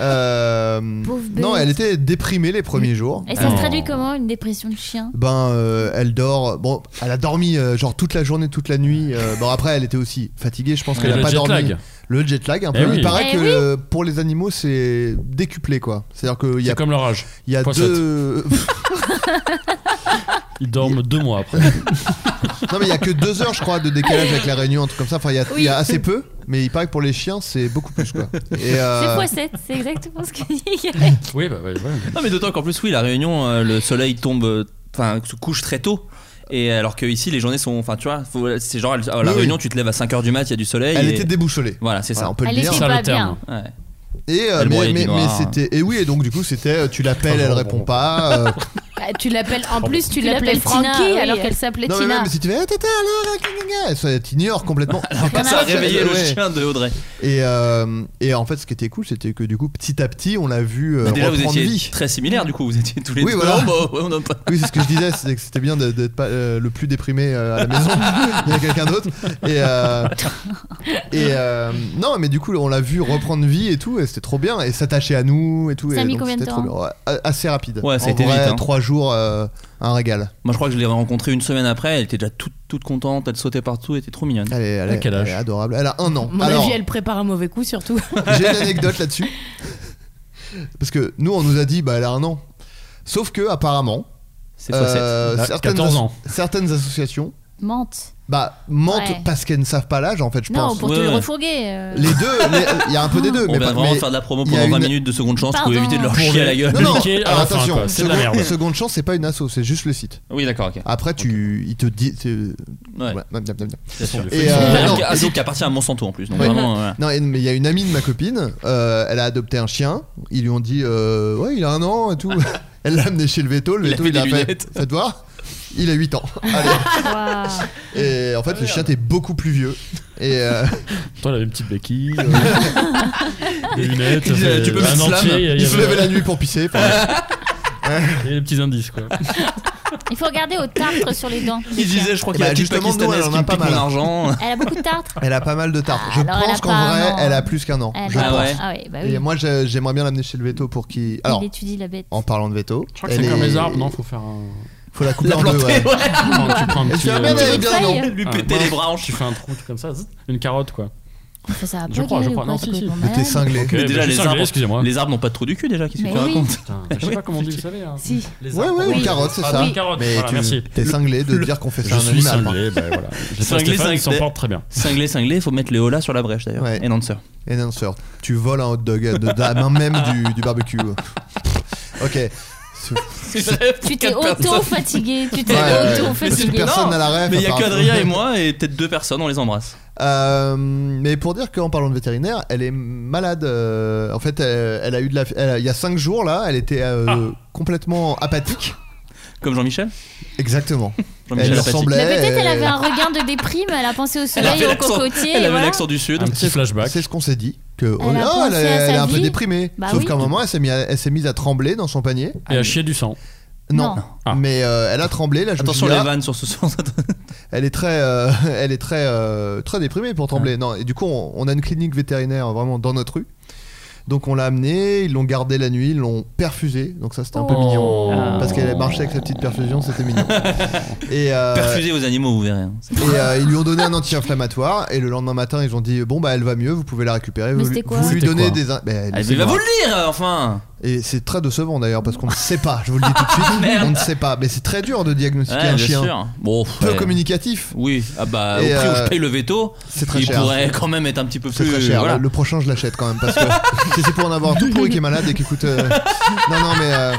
Speaker 9: Euh,
Speaker 2: Pauvre
Speaker 9: non,
Speaker 2: bête.
Speaker 9: elle était déprimée les premiers jours.
Speaker 2: Et ça
Speaker 11: Oh.
Speaker 2: se traduit comment une dépression de chien
Speaker 9: Ben, euh, elle dort. Bon, elle a dormi euh, genre toute la journée, toute la nuit. Euh, bon, après, elle était aussi fatiguée. Je pense
Speaker 11: Et
Speaker 9: qu'elle a
Speaker 11: le
Speaker 9: pas
Speaker 11: jet
Speaker 9: dormi.
Speaker 11: lag.
Speaker 9: Le jet lag, un
Speaker 11: Eh
Speaker 9: peu.
Speaker 11: oui.
Speaker 9: Il paraît
Speaker 2: Eh
Speaker 9: que
Speaker 2: oui.
Speaker 9: euh, pour les animaux, c'est décuplé, quoi. C'est-à-dire qu'il y a,
Speaker 11: C'est comme leur âge.
Speaker 9: il y a
Speaker 11: fois
Speaker 9: deux.
Speaker 11: Ils dorment deux mois après.
Speaker 9: non, mais il y a que deux heures, je crois, de décalage avec la Réunion, un truc comme ça. Enfin, il y a, il y a assez peu. Mais il paraît que pour les chiens, c'est beaucoup plus, quoi. Et, euh,
Speaker 2: C'est x7, c'est exactement ce que dit.
Speaker 11: Oui, bah ouais, ouais.
Speaker 8: Non, mais d'autant qu'en plus, oui, la Réunion, euh, le soleil tombe, euh, enfin, se couche très tôt. Et euh, alors que ici, les journées sont, enfin, tu vois, faut- euh, c'est genre elle- à la
Speaker 9: Oui,
Speaker 8: Réunion,
Speaker 9: oui.
Speaker 8: tu te lèves à 5h du mat, il y a du soleil.
Speaker 9: elle
Speaker 8: et-
Speaker 9: était déboussolée.
Speaker 8: Voilà, c'est
Speaker 9: Voilà,
Speaker 8: ça.
Speaker 9: on peut
Speaker 2: Elle
Speaker 9: le dire.
Speaker 2: était
Speaker 11: Ça, le
Speaker 2: pas
Speaker 11: terme.
Speaker 2: bien.
Speaker 8: Ouais.
Speaker 9: Et euh,
Speaker 8: Elle
Speaker 9: mais,
Speaker 8: broyait
Speaker 9: mais-
Speaker 8: du noir.
Speaker 9: mais c'était et oui et donc du coup c'était euh, tu l'appelles elle répond pas euh,
Speaker 10: Bah, tu l'appelles
Speaker 11: Oh,
Speaker 10: en plus tu
Speaker 2: Tu
Speaker 10: l'appelles
Speaker 2: l'appelles Tina,
Speaker 10: Frankie
Speaker 2: oui.
Speaker 10: alors qu'elle s'appelait
Speaker 9: non mais
Speaker 10: Tina.
Speaker 9: même si tu fais Ah, tata, alors, gna, gna, gna, elle se- elle t'ignore complètement
Speaker 10: Bah,
Speaker 8: Comme ça a
Speaker 9: Ouais.
Speaker 8: réveillé le
Speaker 9: Ouais.
Speaker 8: chien de Audrey.
Speaker 9: et euh, et en fait ce qui était cool c'était que du coup petit à petit on l'a vu euh,
Speaker 8: Mais déjà, vous
Speaker 9: reprendre
Speaker 8: étiez
Speaker 9: vie
Speaker 8: très similaires, du coup, vous étiez tous les
Speaker 9: Oui,
Speaker 8: deux.
Speaker 9: voilà.
Speaker 8: Non, bah, ouais, on a pas-
Speaker 9: oui c'est ce que je disais c'était que c'était bien de- d'être pas euh, le plus déprimé euh, à la maison il y a quelqu'un d'autre et euh, et euh, non mais du coup on l'a vu reprendre vie et tout et c'était trop bien et s'attacher à nous et tout
Speaker 2: Ça
Speaker 9: et
Speaker 2: a mis
Speaker 9: donc
Speaker 2: combien de
Speaker 9: c'était trop
Speaker 2: temps
Speaker 9: bien. Ouais, a- assez rapide
Speaker 8: Ouais, ça a
Speaker 9: en
Speaker 8: été
Speaker 9: vrai,
Speaker 8: vite, hein.
Speaker 9: trois jours euh, un régal
Speaker 8: Moi, je crois que je l'ai rencontrée une semaine après, elle était déjà toute, toute contente, elle sautait partout, elle était trop mignonne.
Speaker 9: Elle est, elle
Speaker 11: À
Speaker 9: est-
Speaker 11: quel
Speaker 9: elle
Speaker 11: âge
Speaker 9: est adorable. Elle a un an.
Speaker 10: Mon
Speaker 9: Alors,
Speaker 10: avis, elle prépare un mauvais coup surtout.
Speaker 9: j'ai une anecdote là-dessus. Parce que nous, on nous a dit, bah, elle a un an. Sauf que, apparemment,
Speaker 8: C'est fois
Speaker 9: euh,
Speaker 11: Ah,
Speaker 9: certaines,
Speaker 11: 14 ans.
Speaker 9: certaines associations
Speaker 2: Mente.
Speaker 9: bah, mentent
Speaker 2: Ouais.
Speaker 9: parce qu'elles ne savent pas l'âge, en fait, je
Speaker 2: Non,
Speaker 9: pense.
Speaker 2: pour te
Speaker 8: Ouais.
Speaker 2: le refourguer. euh.
Speaker 9: Les deux, les- il y a un peu des deux.
Speaker 8: 7. On
Speaker 9: mais
Speaker 8: vient
Speaker 9: pas-
Speaker 8: vraiment
Speaker 9: mais-
Speaker 8: faire de la promo
Speaker 9: il y a
Speaker 8: pendant 20
Speaker 9: une-
Speaker 8: minutes de seconde chance pour
Speaker 2: Pardon.
Speaker 8: évie éviter de leur
Speaker 11: Pour
Speaker 8: chier
Speaker 11: les-
Speaker 8: à la gueule.
Speaker 9: Non, non,
Speaker 11: Niquer à
Speaker 9: alors
Speaker 11: la fin,
Speaker 9: attention,
Speaker 11: Ah, quoi. C'est de la
Speaker 9: seconde,
Speaker 11: merde.
Speaker 9: seconde chance, c'est pas une asso, c'est juste le site.
Speaker 8: Oui, d'accord, ok.
Speaker 9: Après, tu, il te dit. c'est-
Speaker 8: Ouais.
Speaker 9: ouais, blablabla.
Speaker 8: C'est sûr.
Speaker 9: Et, euh,
Speaker 8: D'ailleurs,
Speaker 9: non,
Speaker 8: qui-
Speaker 9: et
Speaker 8: ah,
Speaker 9: donc-
Speaker 8: donc, qui appartient à Monsanto en plus. Donc
Speaker 9: Ouais.
Speaker 8: vraiment, voilà.
Speaker 9: Non, et- mais il y a une amie de ma copine, euh, elle a adopté un chien, ils lui ont dit euh, Ouais, il a un an et tout. Elle l'a amené chez le veto,
Speaker 8: Il
Speaker 9: le
Speaker 8: a
Speaker 9: veto
Speaker 8: fait
Speaker 9: il
Speaker 8: des
Speaker 9: a fait
Speaker 8: lunettes.
Speaker 9: Faites voir, il a 8 ans. Allez.
Speaker 2: Waouh.
Speaker 9: Et
Speaker 8: Ah,
Speaker 9: en fait, le chien était beaucoup plus vieux. Et euh,
Speaker 11: Toi, elle avait une petite béquille. euh, des lunettes.
Speaker 8: Il disait,
Speaker 11: fait
Speaker 8: tu peux
Speaker 11: un
Speaker 8: mettre slam.
Speaker 11: entier, il y
Speaker 9: il se levait
Speaker 11: avait
Speaker 9: la nuit pour pisser. Enfin,
Speaker 11: il y avait des petits indices, quoi.
Speaker 2: Il faut regarder aux tartres sur les dents.
Speaker 8: Il disait, je crois qu'il y a
Speaker 9: Bah,
Speaker 8: la petite
Speaker 9: justement, nous,
Speaker 8: pakistanaise
Speaker 9: elle en
Speaker 8: qui
Speaker 9: a
Speaker 8: me
Speaker 9: pas
Speaker 8: pique
Speaker 9: mal.
Speaker 8: mon argent.
Speaker 2: Elle a beaucoup de tartres.
Speaker 9: elle a pas mal de tartes.
Speaker 2: Ah,
Speaker 9: Je
Speaker 2: Alors, elle a
Speaker 9: pense qu'en
Speaker 2: pas un
Speaker 9: vrai,
Speaker 2: an. hein.
Speaker 9: elle a plus qu'un an.
Speaker 2: Elle
Speaker 9: je
Speaker 2: a-
Speaker 8: Ah
Speaker 9: pense.
Speaker 8: ouais.
Speaker 2: Ah ouais, bah
Speaker 9: Et
Speaker 2: oui.
Speaker 9: moi, je- j'aimerais bien l'amener chez le veto pour qu'il. Alors,
Speaker 2: Il étudie la bête.
Speaker 9: en parlant de veto,
Speaker 11: Je crois que c'est comme les arbres, non Faut faire un.
Speaker 9: Faut la couper
Speaker 8: La
Speaker 9: en deux.
Speaker 8: planter, ouais.
Speaker 9: ouais.
Speaker 11: Tu prends- tu prends un
Speaker 9: Elle
Speaker 11: petit.
Speaker 9: fait, ah, mais elle
Speaker 11: euh,
Speaker 9: est bien, non.
Speaker 2: feuille.
Speaker 8: Lui
Speaker 11: Ah,
Speaker 8: péter
Speaker 11: ouais.
Speaker 8: les branches.
Speaker 11: Tu fais un trou comme ça, zzz, une carotte, quoi.
Speaker 2: On fait ça à
Speaker 11: Je crois,
Speaker 2: Bourgueil
Speaker 11: je
Speaker 2: ou
Speaker 11: crois.
Speaker 2: quoi,
Speaker 11: Non,
Speaker 2: ce
Speaker 11: si,
Speaker 2: truc
Speaker 11: si.
Speaker 2: de
Speaker 9: Mais t'es
Speaker 2: malade.
Speaker 9: cinglé.
Speaker 11: Ok,
Speaker 8: déjà,
Speaker 11: bah, je
Speaker 8: les
Speaker 11: suis cinglé,
Speaker 8: arbres-
Speaker 11: excusez-moi.
Speaker 8: Les arbres n'ont pas de trou du cul déjà, qu'est-ce que
Speaker 2: Mais
Speaker 8: tu
Speaker 2: oui.
Speaker 8: racontes
Speaker 11: Putain, je sais pas comment on dit, vous savez. hein.
Speaker 10: Si.
Speaker 11: Les
Speaker 9: Ouais,
Speaker 11: arbres-
Speaker 9: ouais, une
Speaker 11: Oui.
Speaker 9: carotte, c'est
Speaker 11: Ah,
Speaker 9: ça.
Speaker 11: Une carotte,
Speaker 9: Mais
Speaker 11: voilà,
Speaker 9: tu-
Speaker 11: merci.
Speaker 9: t'es cinglé de dire qu'on fait
Speaker 11: Je
Speaker 9: ça à un
Speaker 11: suis
Speaker 9: animal.
Speaker 11: cinglé, bah voilà. J'ai pas
Speaker 8: Cinglé,
Speaker 11: Stéphane, il s'en
Speaker 8: cinglé.
Speaker 11: porte très bien.
Speaker 8: Cinglé, cinglé, faut mettre le haut là sur la brèche d'ailleurs.
Speaker 9: Ouais.
Speaker 8: Et non, de sœur.
Speaker 9: Et non, sir, tu voles un hot dog euh, de, de la main même du, du barbecue. Ok.
Speaker 2: Tu t'es auto-fatigué. Tu t'es
Speaker 9: Ouais, ouais, ouais. Parce que
Speaker 2: auto-fatigué.
Speaker 9: personne n'a la rêve.
Speaker 8: Mais il y a
Speaker 9: apparemment.
Speaker 8: qu'Adrien et moi et peut-être deux personnes, on les embrasse.
Speaker 9: Euh, mais pour dire qu'en parlant de vétérinaire, elle est malade. euh, en fait, elle, elle a eu de la. elle a- il y a 5 jours là, elle était euh, complètement apathique.
Speaker 8: Comme Jean-Michel
Speaker 9: Exactement.
Speaker 8: Jean-Michel
Speaker 9: Elle
Speaker 8: Apathy.
Speaker 9: ressemblait.
Speaker 2: Mais peut-être elle
Speaker 9: euh,
Speaker 2: avait un regain de déprime. Elle a pensé au
Speaker 8: Elle
Speaker 2: soleil,
Speaker 8: avait
Speaker 2: au
Speaker 8: l'accent-
Speaker 2: cocotier.
Speaker 8: elle
Speaker 2: et
Speaker 8: avait
Speaker 2: voilà.
Speaker 8: l'accent du sud.
Speaker 11: Un petit flashback.
Speaker 9: C'est ce qu'on s'est dit. Que,
Speaker 2: Elle a
Speaker 9: Oh, elle,
Speaker 2: pensé à
Speaker 9: elle est
Speaker 2: sa
Speaker 9: un peu
Speaker 2: vie.
Speaker 9: déprimée.
Speaker 2: Bah
Speaker 9: Sauf
Speaker 2: oui.
Speaker 9: qu'à un moment, elle s'est, mis à- elle s'est mise à trembler dans son panier.
Speaker 11: Et à chier du sang.
Speaker 9: Non.
Speaker 2: Non.
Speaker 11: Ah.
Speaker 9: Mais euh, elle a tremblé. Là, je me
Speaker 8: Attention
Speaker 9: suis dit,
Speaker 8: les
Speaker 9: ah,
Speaker 8: vannes sur ce sens.
Speaker 9: Elle est très, euh, elle est très, euh, très déprimée pour trembler. Non, et du coup, on, on a une clinique vétérinaire euh, vraiment dans notre rue. Donc on l'a amenée, ils l'ont gardée la nuit, ils l'ont perfusée. Donc ça, c'était un peu
Speaker 2: Oh.
Speaker 9: mignon.
Speaker 2: Ah.
Speaker 9: Parce qu'elle marchait avec sa petite perfusion, c'était mignon. et euh,
Speaker 8: Perfusez vos animaux, vous verrez. hein. C'est-
Speaker 9: et, euh, ils lui ont donné un anti-inflammatoire. Et le lendemain matin, ils ont dit bon bah elle va mieux, vous pouvez la récupérer.
Speaker 2: Mais
Speaker 9: vous,
Speaker 2: c'était quoi
Speaker 9: vous lui
Speaker 11: C'était
Speaker 9: donnez
Speaker 11: quoi
Speaker 9: des. in- Ben,
Speaker 8: Ah, mais
Speaker 9: c'est
Speaker 8: Il va
Speaker 9: moi.
Speaker 8: vous le lire enfin
Speaker 9: Et c'est très décevant d'ailleurs parce qu'on ne sait pas. Je vous le dis tout de suite, on ne sait pas. Mais c'est très dur de diagnostiquer
Speaker 8: Ouais,
Speaker 9: un
Speaker 8: bien
Speaker 9: chien.
Speaker 8: sûr. Bon,
Speaker 9: Peu
Speaker 8: ouais.
Speaker 9: communicatif,
Speaker 8: Oui, ah bah, au
Speaker 9: Et,
Speaker 8: prix où
Speaker 9: euh,
Speaker 8: je paye le veto,
Speaker 9: c'est très
Speaker 8: il
Speaker 9: cher.
Speaker 8: pourrait quand même être un petit peu
Speaker 9: C'est
Speaker 8: plus.
Speaker 9: très cher.
Speaker 8: voilà.
Speaker 9: Le, le prochain, je l'achète quand même parce que si c'est pour en avoir un tout pourri qui est malade et qui coûte. euh, Non, non, mais. euh,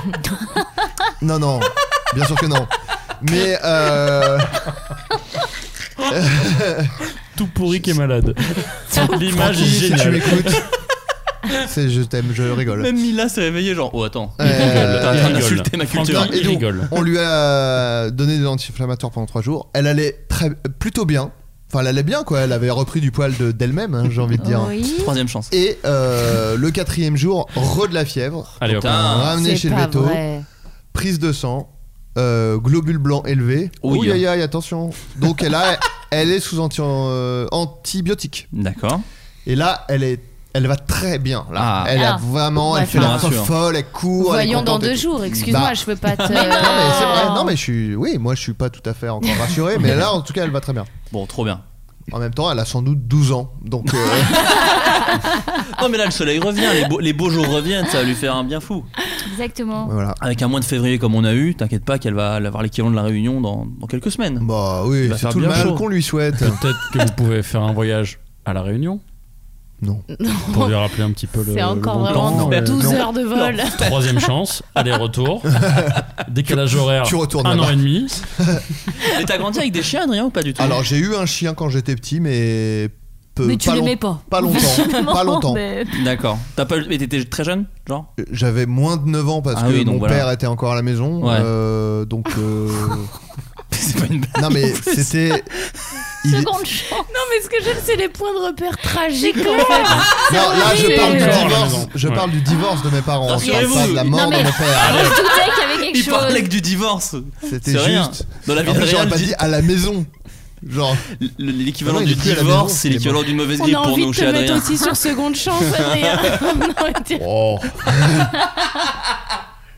Speaker 9: Non, non. Bien sûr que non. Mais. euh,
Speaker 11: Tout pourri qui est malade. L'image est
Speaker 9: Francky, si tu
Speaker 11: géniale.
Speaker 9: m'écoutes. C'est je t'aime, je rigole.
Speaker 8: Même Mila s'est réveillée, genre, oh attends, t'es
Speaker 9: Euh,
Speaker 8: en train
Speaker 11: il rigole.
Speaker 8: d'insulter ma culture.
Speaker 11: Franck,
Speaker 9: Non, et
Speaker 11: il
Speaker 9: donc,
Speaker 11: rigole.
Speaker 9: On lui a donné des anti-inflammatoires pendant 3 jours. Elle allait très, euh, plutôt bien. Enfin, elle allait bien, quoi. Elle avait repris du poil de- d'elle-même, hein, j'ai envie de dire.
Speaker 2: Oui.
Speaker 8: Troisième chance.
Speaker 9: Et euh, le quatrième jour, re de la fièvre.
Speaker 11: Allez, hop.
Speaker 8: Putain.
Speaker 9: Ramené
Speaker 10: C'est
Speaker 9: chez le
Speaker 10: pas
Speaker 9: veto.
Speaker 10: vrai.
Speaker 9: Prise de sang. euh, globule blanc élevé.
Speaker 8: Oui. hein.
Speaker 9: Ouh, aïe, aïe, attention. Donc, elle, a, elle est sous anti- euh, antibiotiques.
Speaker 8: D'accord.
Speaker 9: Et là, elle est. Elle va très bien. Là.
Speaker 8: Ah.
Speaker 9: Elle a
Speaker 10: Ah.
Speaker 9: vraiment,
Speaker 10: Ouais,
Speaker 9: elle fait
Speaker 10: enfin,
Speaker 9: la
Speaker 8: rassure.
Speaker 9: folle, elle court. elle est
Speaker 10: Voyons dans
Speaker 9: contente et
Speaker 10: deux
Speaker 9: tout.
Speaker 10: jours, excuse-moi,
Speaker 9: Bah,
Speaker 10: je euh, peux pas te.
Speaker 9: Mais non, mais c'est vrai. Non, mais je suis. Oui, moi, je suis pas tout à fait encore rassuré, mais là, en tout cas, elle va très bien.
Speaker 8: Bon, trop bien.
Speaker 9: En même temps, elle a sans doute 12 ans. Donc, euh,
Speaker 8: Non, mais là, le soleil revient, les beaux, les beaux jours reviennent, ça va lui faire un bien fou.
Speaker 2: Exactement.
Speaker 9: voilà.
Speaker 8: Avec un mois de février comme on a eu, t'inquiète pas qu'elle va elle va avoir l'équivalent de la réunion dans, dans quelques semaines.
Speaker 9: Bah oui,
Speaker 8: va
Speaker 9: c'est
Speaker 8: faire
Speaker 9: tout le
Speaker 8: bien
Speaker 9: mal
Speaker 8: chaud.
Speaker 9: qu'on lui souhaite.
Speaker 11: Peut-être que vous pouvez faire un voyage à La Réunion
Speaker 9: Non.
Speaker 11: pour lui rappeler un petit peu le.
Speaker 10: C'est
Speaker 11: le
Speaker 10: encore
Speaker 11: bon
Speaker 10: vraiment
Speaker 11: temps,
Speaker 8: non,
Speaker 11: et-
Speaker 10: 12
Speaker 9: non.
Speaker 10: heures de vol.
Speaker 11: Troisième chance, aller-retour, décalage horaire,
Speaker 9: tu retournes
Speaker 11: un an
Speaker 9: là-bas.
Speaker 11: et demi.
Speaker 8: Mais t'as grandi avec des chiens, Adrien, ou pas du tout
Speaker 9: Alors, j'ai eu un chien quand j'étais petit, mais. Peu,
Speaker 2: Mais tu
Speaker 9: pas long-
Speaker 2: l'aimais pas.
Speaker 9: Pas longtemps. pas longtemps.
Speaker 2: Mais-
Speaker 8: D'accord. T'as pas. Mais t'étais très jeune, genre
Speaker 9: J'avais moins de 9 ans parce
Speaker 8: Ah
Speaker 9: que
Speaker 8: oui, donc
Speaker 9: mon
Speaker 8: voilà.
Speaker 9: père était encore à la maison.
Speaker 8: Ouais.
Speaker 9: euh, donc. euh,
Speaker 8: C'est pas une blague.
Speaker 9: non, mais c'était. il est-
Speaker 2: Seconde chance.
Speaker 10: Non, mais ce que j'aime, c'est les points de repère tragiques en fait.
Speaker 9: Non, là, je
Speaker 10: horrible.
Speaker 9: parle, du
Speaker 11: Encore à la
Speaker 9: divorce,
Speaker 11: maison.
Speaker 9: je
Speaker 11: Ouais.
Speaker 9: parle du divorce de mes parents. Je parle
Speaker 8: Rassurez-vous.
Speaker 9: pas de la mort
Speaker 2: Non, mais-
Speaker 9: de mon père.
Speaker 2: Je doutais qu'il y avait quelque
Speaker 8: Il parlait
Speaker 2: chose.
Speaker 8: que du divorce.
Speaker 9: C'était
Speaker 8: C'est rien.
Speaker 9: juste.
Speaker 8: Dans la vie
Speaker 9: En fait, j'aurais
Speaker 8: réelle,
Speaker 9: pas
Speaker 8: di-
Speaker 9: dit à la maison. Genre,
Speaker 8: l- l'équivalent
Speaker 9: Ah Non, il
Speaker 8: du
Speaker 9: est plus à la
Speaker 8: divorce,
Speaker 9: maison,
Speaker 8: c'est
Speaker 9: il est
Speaker 8: l'équivalent d'une mauvaise
Speaker 10: On
Speaker 8: grippe
Speaker 10: a
Speaker 8: pour hein.
Speaker 10: envie
Speaker 8: nous
Speaker 10: de te
Speaker 8: chez
Speaker 10: mettre
Speaker 8: Adrien.
Speaker 10: aussi sur seconde chance, Adrien. On a envie de-
Speaker 9: oh.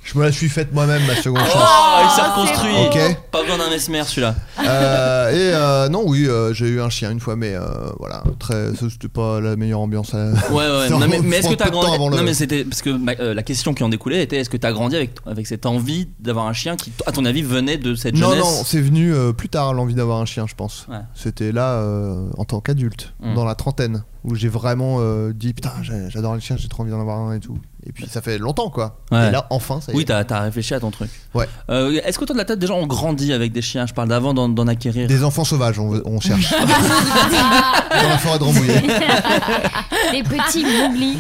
Speaker 9: je me la suis faite moi-même ma seconde chance.
Speaker 8: Oh,
Speaker 10: Ah,
Speaker 8: il s'est reconstruit.
Speaker 9: Ok.
Speaker 8: Pas besoin d'un mesmer celui-là.
Speaker 2: Oh.
Speaker 9: Euh, et euh, non, oui, euh, j'ai eu un chien une fois, mais euh, voilà, très, ça, c'était pas la meilleure ambiance. à-
Speaker 8: Ouais, ouais.
Speaker 9: Ça
Speaker 8: Non, mais,
Speaker 9: prend
Speaker 8: mais est-ce que
Speaker 9: peu de
Speaker 8: t'as
Speaker 9: temps
Speaker 8: grandi
Speaker 9: avant le-
Speaker 8: Non, mais c'était parce que ma- euh, la question qui en découlait était est-ce que t'as grandi avec avec cette envie d'avoir un chien qui, à ton avis, venait de cette
Speaker 9: Non,
Speaker 8: jeunesse
Speaker 9: non, c'est venu euh, plus tard l'envie d'avoir un chien, je pense.
Speaker 8: Ouais.
Speaker 9: C'était là euh, en tant qu'adulte,
Speaker 8: Mm.
Speaker 9: dans la trentaine, où j'ai vraiment euh, dit putain, j'ai- j'adore les chiens, j'ai trop envie d'en avoir un et tout. Et puis ça fait longtemps quoi.
Speaker 8: Ouais.
Speaker 9: Et là, enfin, ça y est.
Speaker 8: Oui, t'as t'as réfléchi à ton truc.
Speaker 9: Ouais.
Speaker 8: Euh, Est-ce qu'autour de la table, des gens ont grandi avec des chiens Je parle d'avant d'en d'en acquérir.
Speaker 9: Des enfants sauvages, on, on cherche. dans la forêt de Rambouillet.
Speaker 2: Ah, Les petits mouglis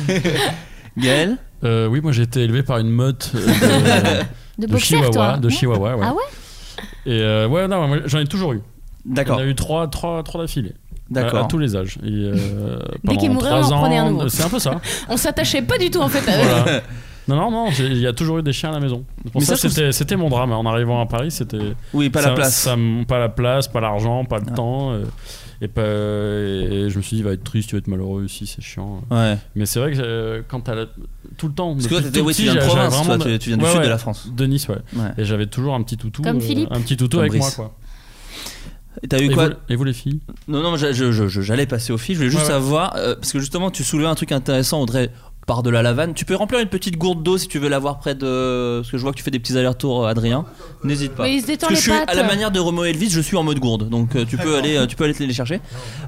Speaker 8: Gaël
Speaker 11: Euh, oui, moi j'ai été élevé par une meute euh, de,
Speaker 2: de
Speaker 11: de
Speaker 2: boxer,
Speaker 11: chihuahua,
Speaker 2: toi.
Speaker 11: de chihuahua, ouais.
Speaker 2: Ah ouais
Speaker 11: Et euh, ouais, non, moi, j'en ai toujours eu. On
Speaker 8: D'accord.
Speaker 11: a eu trois, trois, trois d'affilée. À, à
Speaker 8: D'accord.
Speaker 11: tous les âges. Et, euh,
Speaker 10: Dès qu'il
Speaker 11: pendant
Speaker 10: mourait,
Speaker 11: trois
Speaker 10: on en prenait un
Speaker 11: ans,
Speaker 10: nouveau.
Speaker 11: C'est un peu ça.
Speaker 10: On s'attachait pas du tout en fait à eux.
Speaker 11: Voilà. Non, non, non, j'ai- il y a toujours eu des chiens à la maison. Pour
Speaker 8: Mais
Speaker 11: ça,
Speaker 8: ça, je trouve-
Speaker 11: c'était- c'était mon drame. hein. En arrivant à Paris, c'était.
Speaker 8: Oui, pas
Speaker 11: ça-
Speaker 8: la place.
Speaker 11: ça m- pas la place, pas l'argent, pas le
Speaker 8: Ah.
Speaker 11: temps. euh, et, pas, et je me suis dit, il va être triste, il va être malheureux aussi, c'est chiant.
Speaker 8: Ouais.
Speaker 11: Mais c'est vrai que euh, quand t'as la- tout le temps.
Speaker 8: Parce que toi,
Speaker 11: depuis
Speaker 8: t'étais-
Speaker 11: tout
Speaker 8: oui, tu
Speaker 11: petit,
Speaker 8: viens de
Speaker 11: j'avais
Speaker 8: province,
Speaker 11: vraiment de-
Speaker 8: toi, tu- tu viens du
Speaker 11: Ouais,
Speaker 8: sud de
Speaker 11: ouais,
Speaker 8: la France.
Speaker 11: De Nice, ouais.
Speaker 8: Ouais.
Speaker 11: Et j'avais toujours un petit toutou. euh,
Speaker 2: Comme Philippe.
Speaker 11: Un petit toutou
Speaker 8: Comme
Speaker 11: avec
Speaker 8: Brice.
Speaker 11: moi, quoi.
Speaker 8: Et t'as
Speaker 11: Et
Speaker 8: eu
Speaker 11: vous,
Speaker 8: quoi
Speaker 11: et vous, les filles
Speaker 8: Non, non, je- je- je- je- j'allais passer au fil. Je voulais juste
Speaker 11: Ouais, ouais.
Speaker 8: savoir, euh, parce que justement, tu soulevais un truc intéressant, Audrey, par de la lavane. Tu peux remplir une petite gourde d'eau si tu veux l'avoir près de. Parce que je vois que tu fais des petits allers-retours, euh, Adrien. N'hésite pas.
Speaker 10: Mais il se détend
Speaker 8: Parce que
Speaker 10: les
Speaker 8: je suis à
Speaker 10: pattes.
Speaker 8: la manière de Romo Elvis, je suis en mode gourde, donc euh, tu peux aller, euh, tu peux aller te les chercher.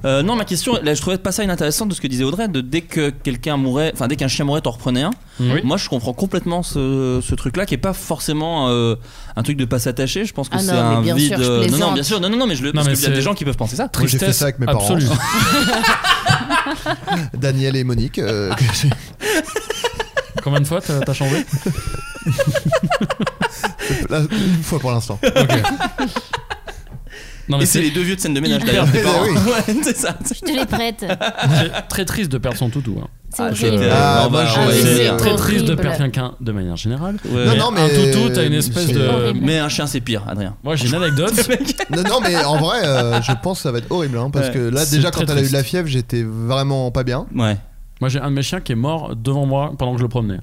Speaker 8: Euh, non, ma question, là, je trouvais pas ça inintéressant de ce que disait Audrey, de dès que quelqu'un mourait, enfin dès qu'un chien mourait, t'en reprenais un.
Speaker 11: Oui.
Speaker 8: Moi, je comprends complètement ce, ce truc-là, qui est pas forcément euh, un truc de pas s'attacher. Je pense que
Speaker 10: Ah
Speaker 8: c'est
Speaker 10: non, mais
Speaker 8: un
Speaker 10: bien
Speaker 8: vide.
Speaker 10: sûr, je
Speaker 8: euh, non, non,
Speaker 10: plaisante.
Speaker 8: bien sûr, non, non, non, mais je le.
Speaker 11: Non,
Speaker 8: parce
Speaker 11: mais
Speaker 8: qu'il y a
Speaker 11: c'est-
Speaker 8: des gens qui peuvent penser ça.
Speaker 9: Moi, j'ai fait ça avec mes parents.
Speaker 11: Absolue.
Speaker 9: Daniel et Monique. euh, que j'ai-
Speaker 11: Combien de fois t'as t'as changé
Speaker 9: là, une fois pour l'instant.
Speaker 11: Non,
Speaker 8: Et
Speaker 11: mais
Speaker 8: c'est
Speaker 11: c'est
Speaker 8: les deux vieux de Seine-de-Ménage d'ailleurs. tes
Speaker 9: Oui,
Speaker 8: parents.
Speaker 9: oui.
Speaker 8: Ouais, c'est ça.
Speaker 2: Je te les prête.
Speaker 11: très- très triste de perdre son toutou. hein.
Speaker 2: C'est
Speaker 8: Ah, je-
Speaker 2: horrible.
Speaker 8: euh,
Speaker 9: Ah,
Speaker 8: on
Speaker 9: moi,
Speaker 8: va-
Speaker 9: je-
Speaker 8: on va y
Speaker 10: c'est
Speaker 8: venir.
Speaker 11: Très
Speaker 10: horrible.
Speaker 11: triste de perdre quelqu'un de manière générale.
Speaker 8: Ouais.
Speaker 9: Non, non, mais.
Speaker 11: Un toutou, t'as une espèce
Speaker 2: C'est
Speaker 11: de.
Speaker 2: horrible.
Speaker 8: Mais un chien c'est pire, Adrien.
Speaker 11: Moi, j'ai une anecdote.
Speaker 9: Non, non, mais en vrai, euh, je pense que ça va être horrible. hein, parce
Speaker 8: Ouais,
Speaker 9: que là,
Speaker 11: c'est
Speaker 9: déjà,
Speaker 11: très
Speaker 9: quand elle a eu de la
Speaker 11: triste.
Speaker 9: fièvre, j'étais vraiment pas bien.
Speaker 8: Ouais.
Speaker 11: Moi, j'ai un de mes chiens qui est mort devant moi pendant que je le promenais.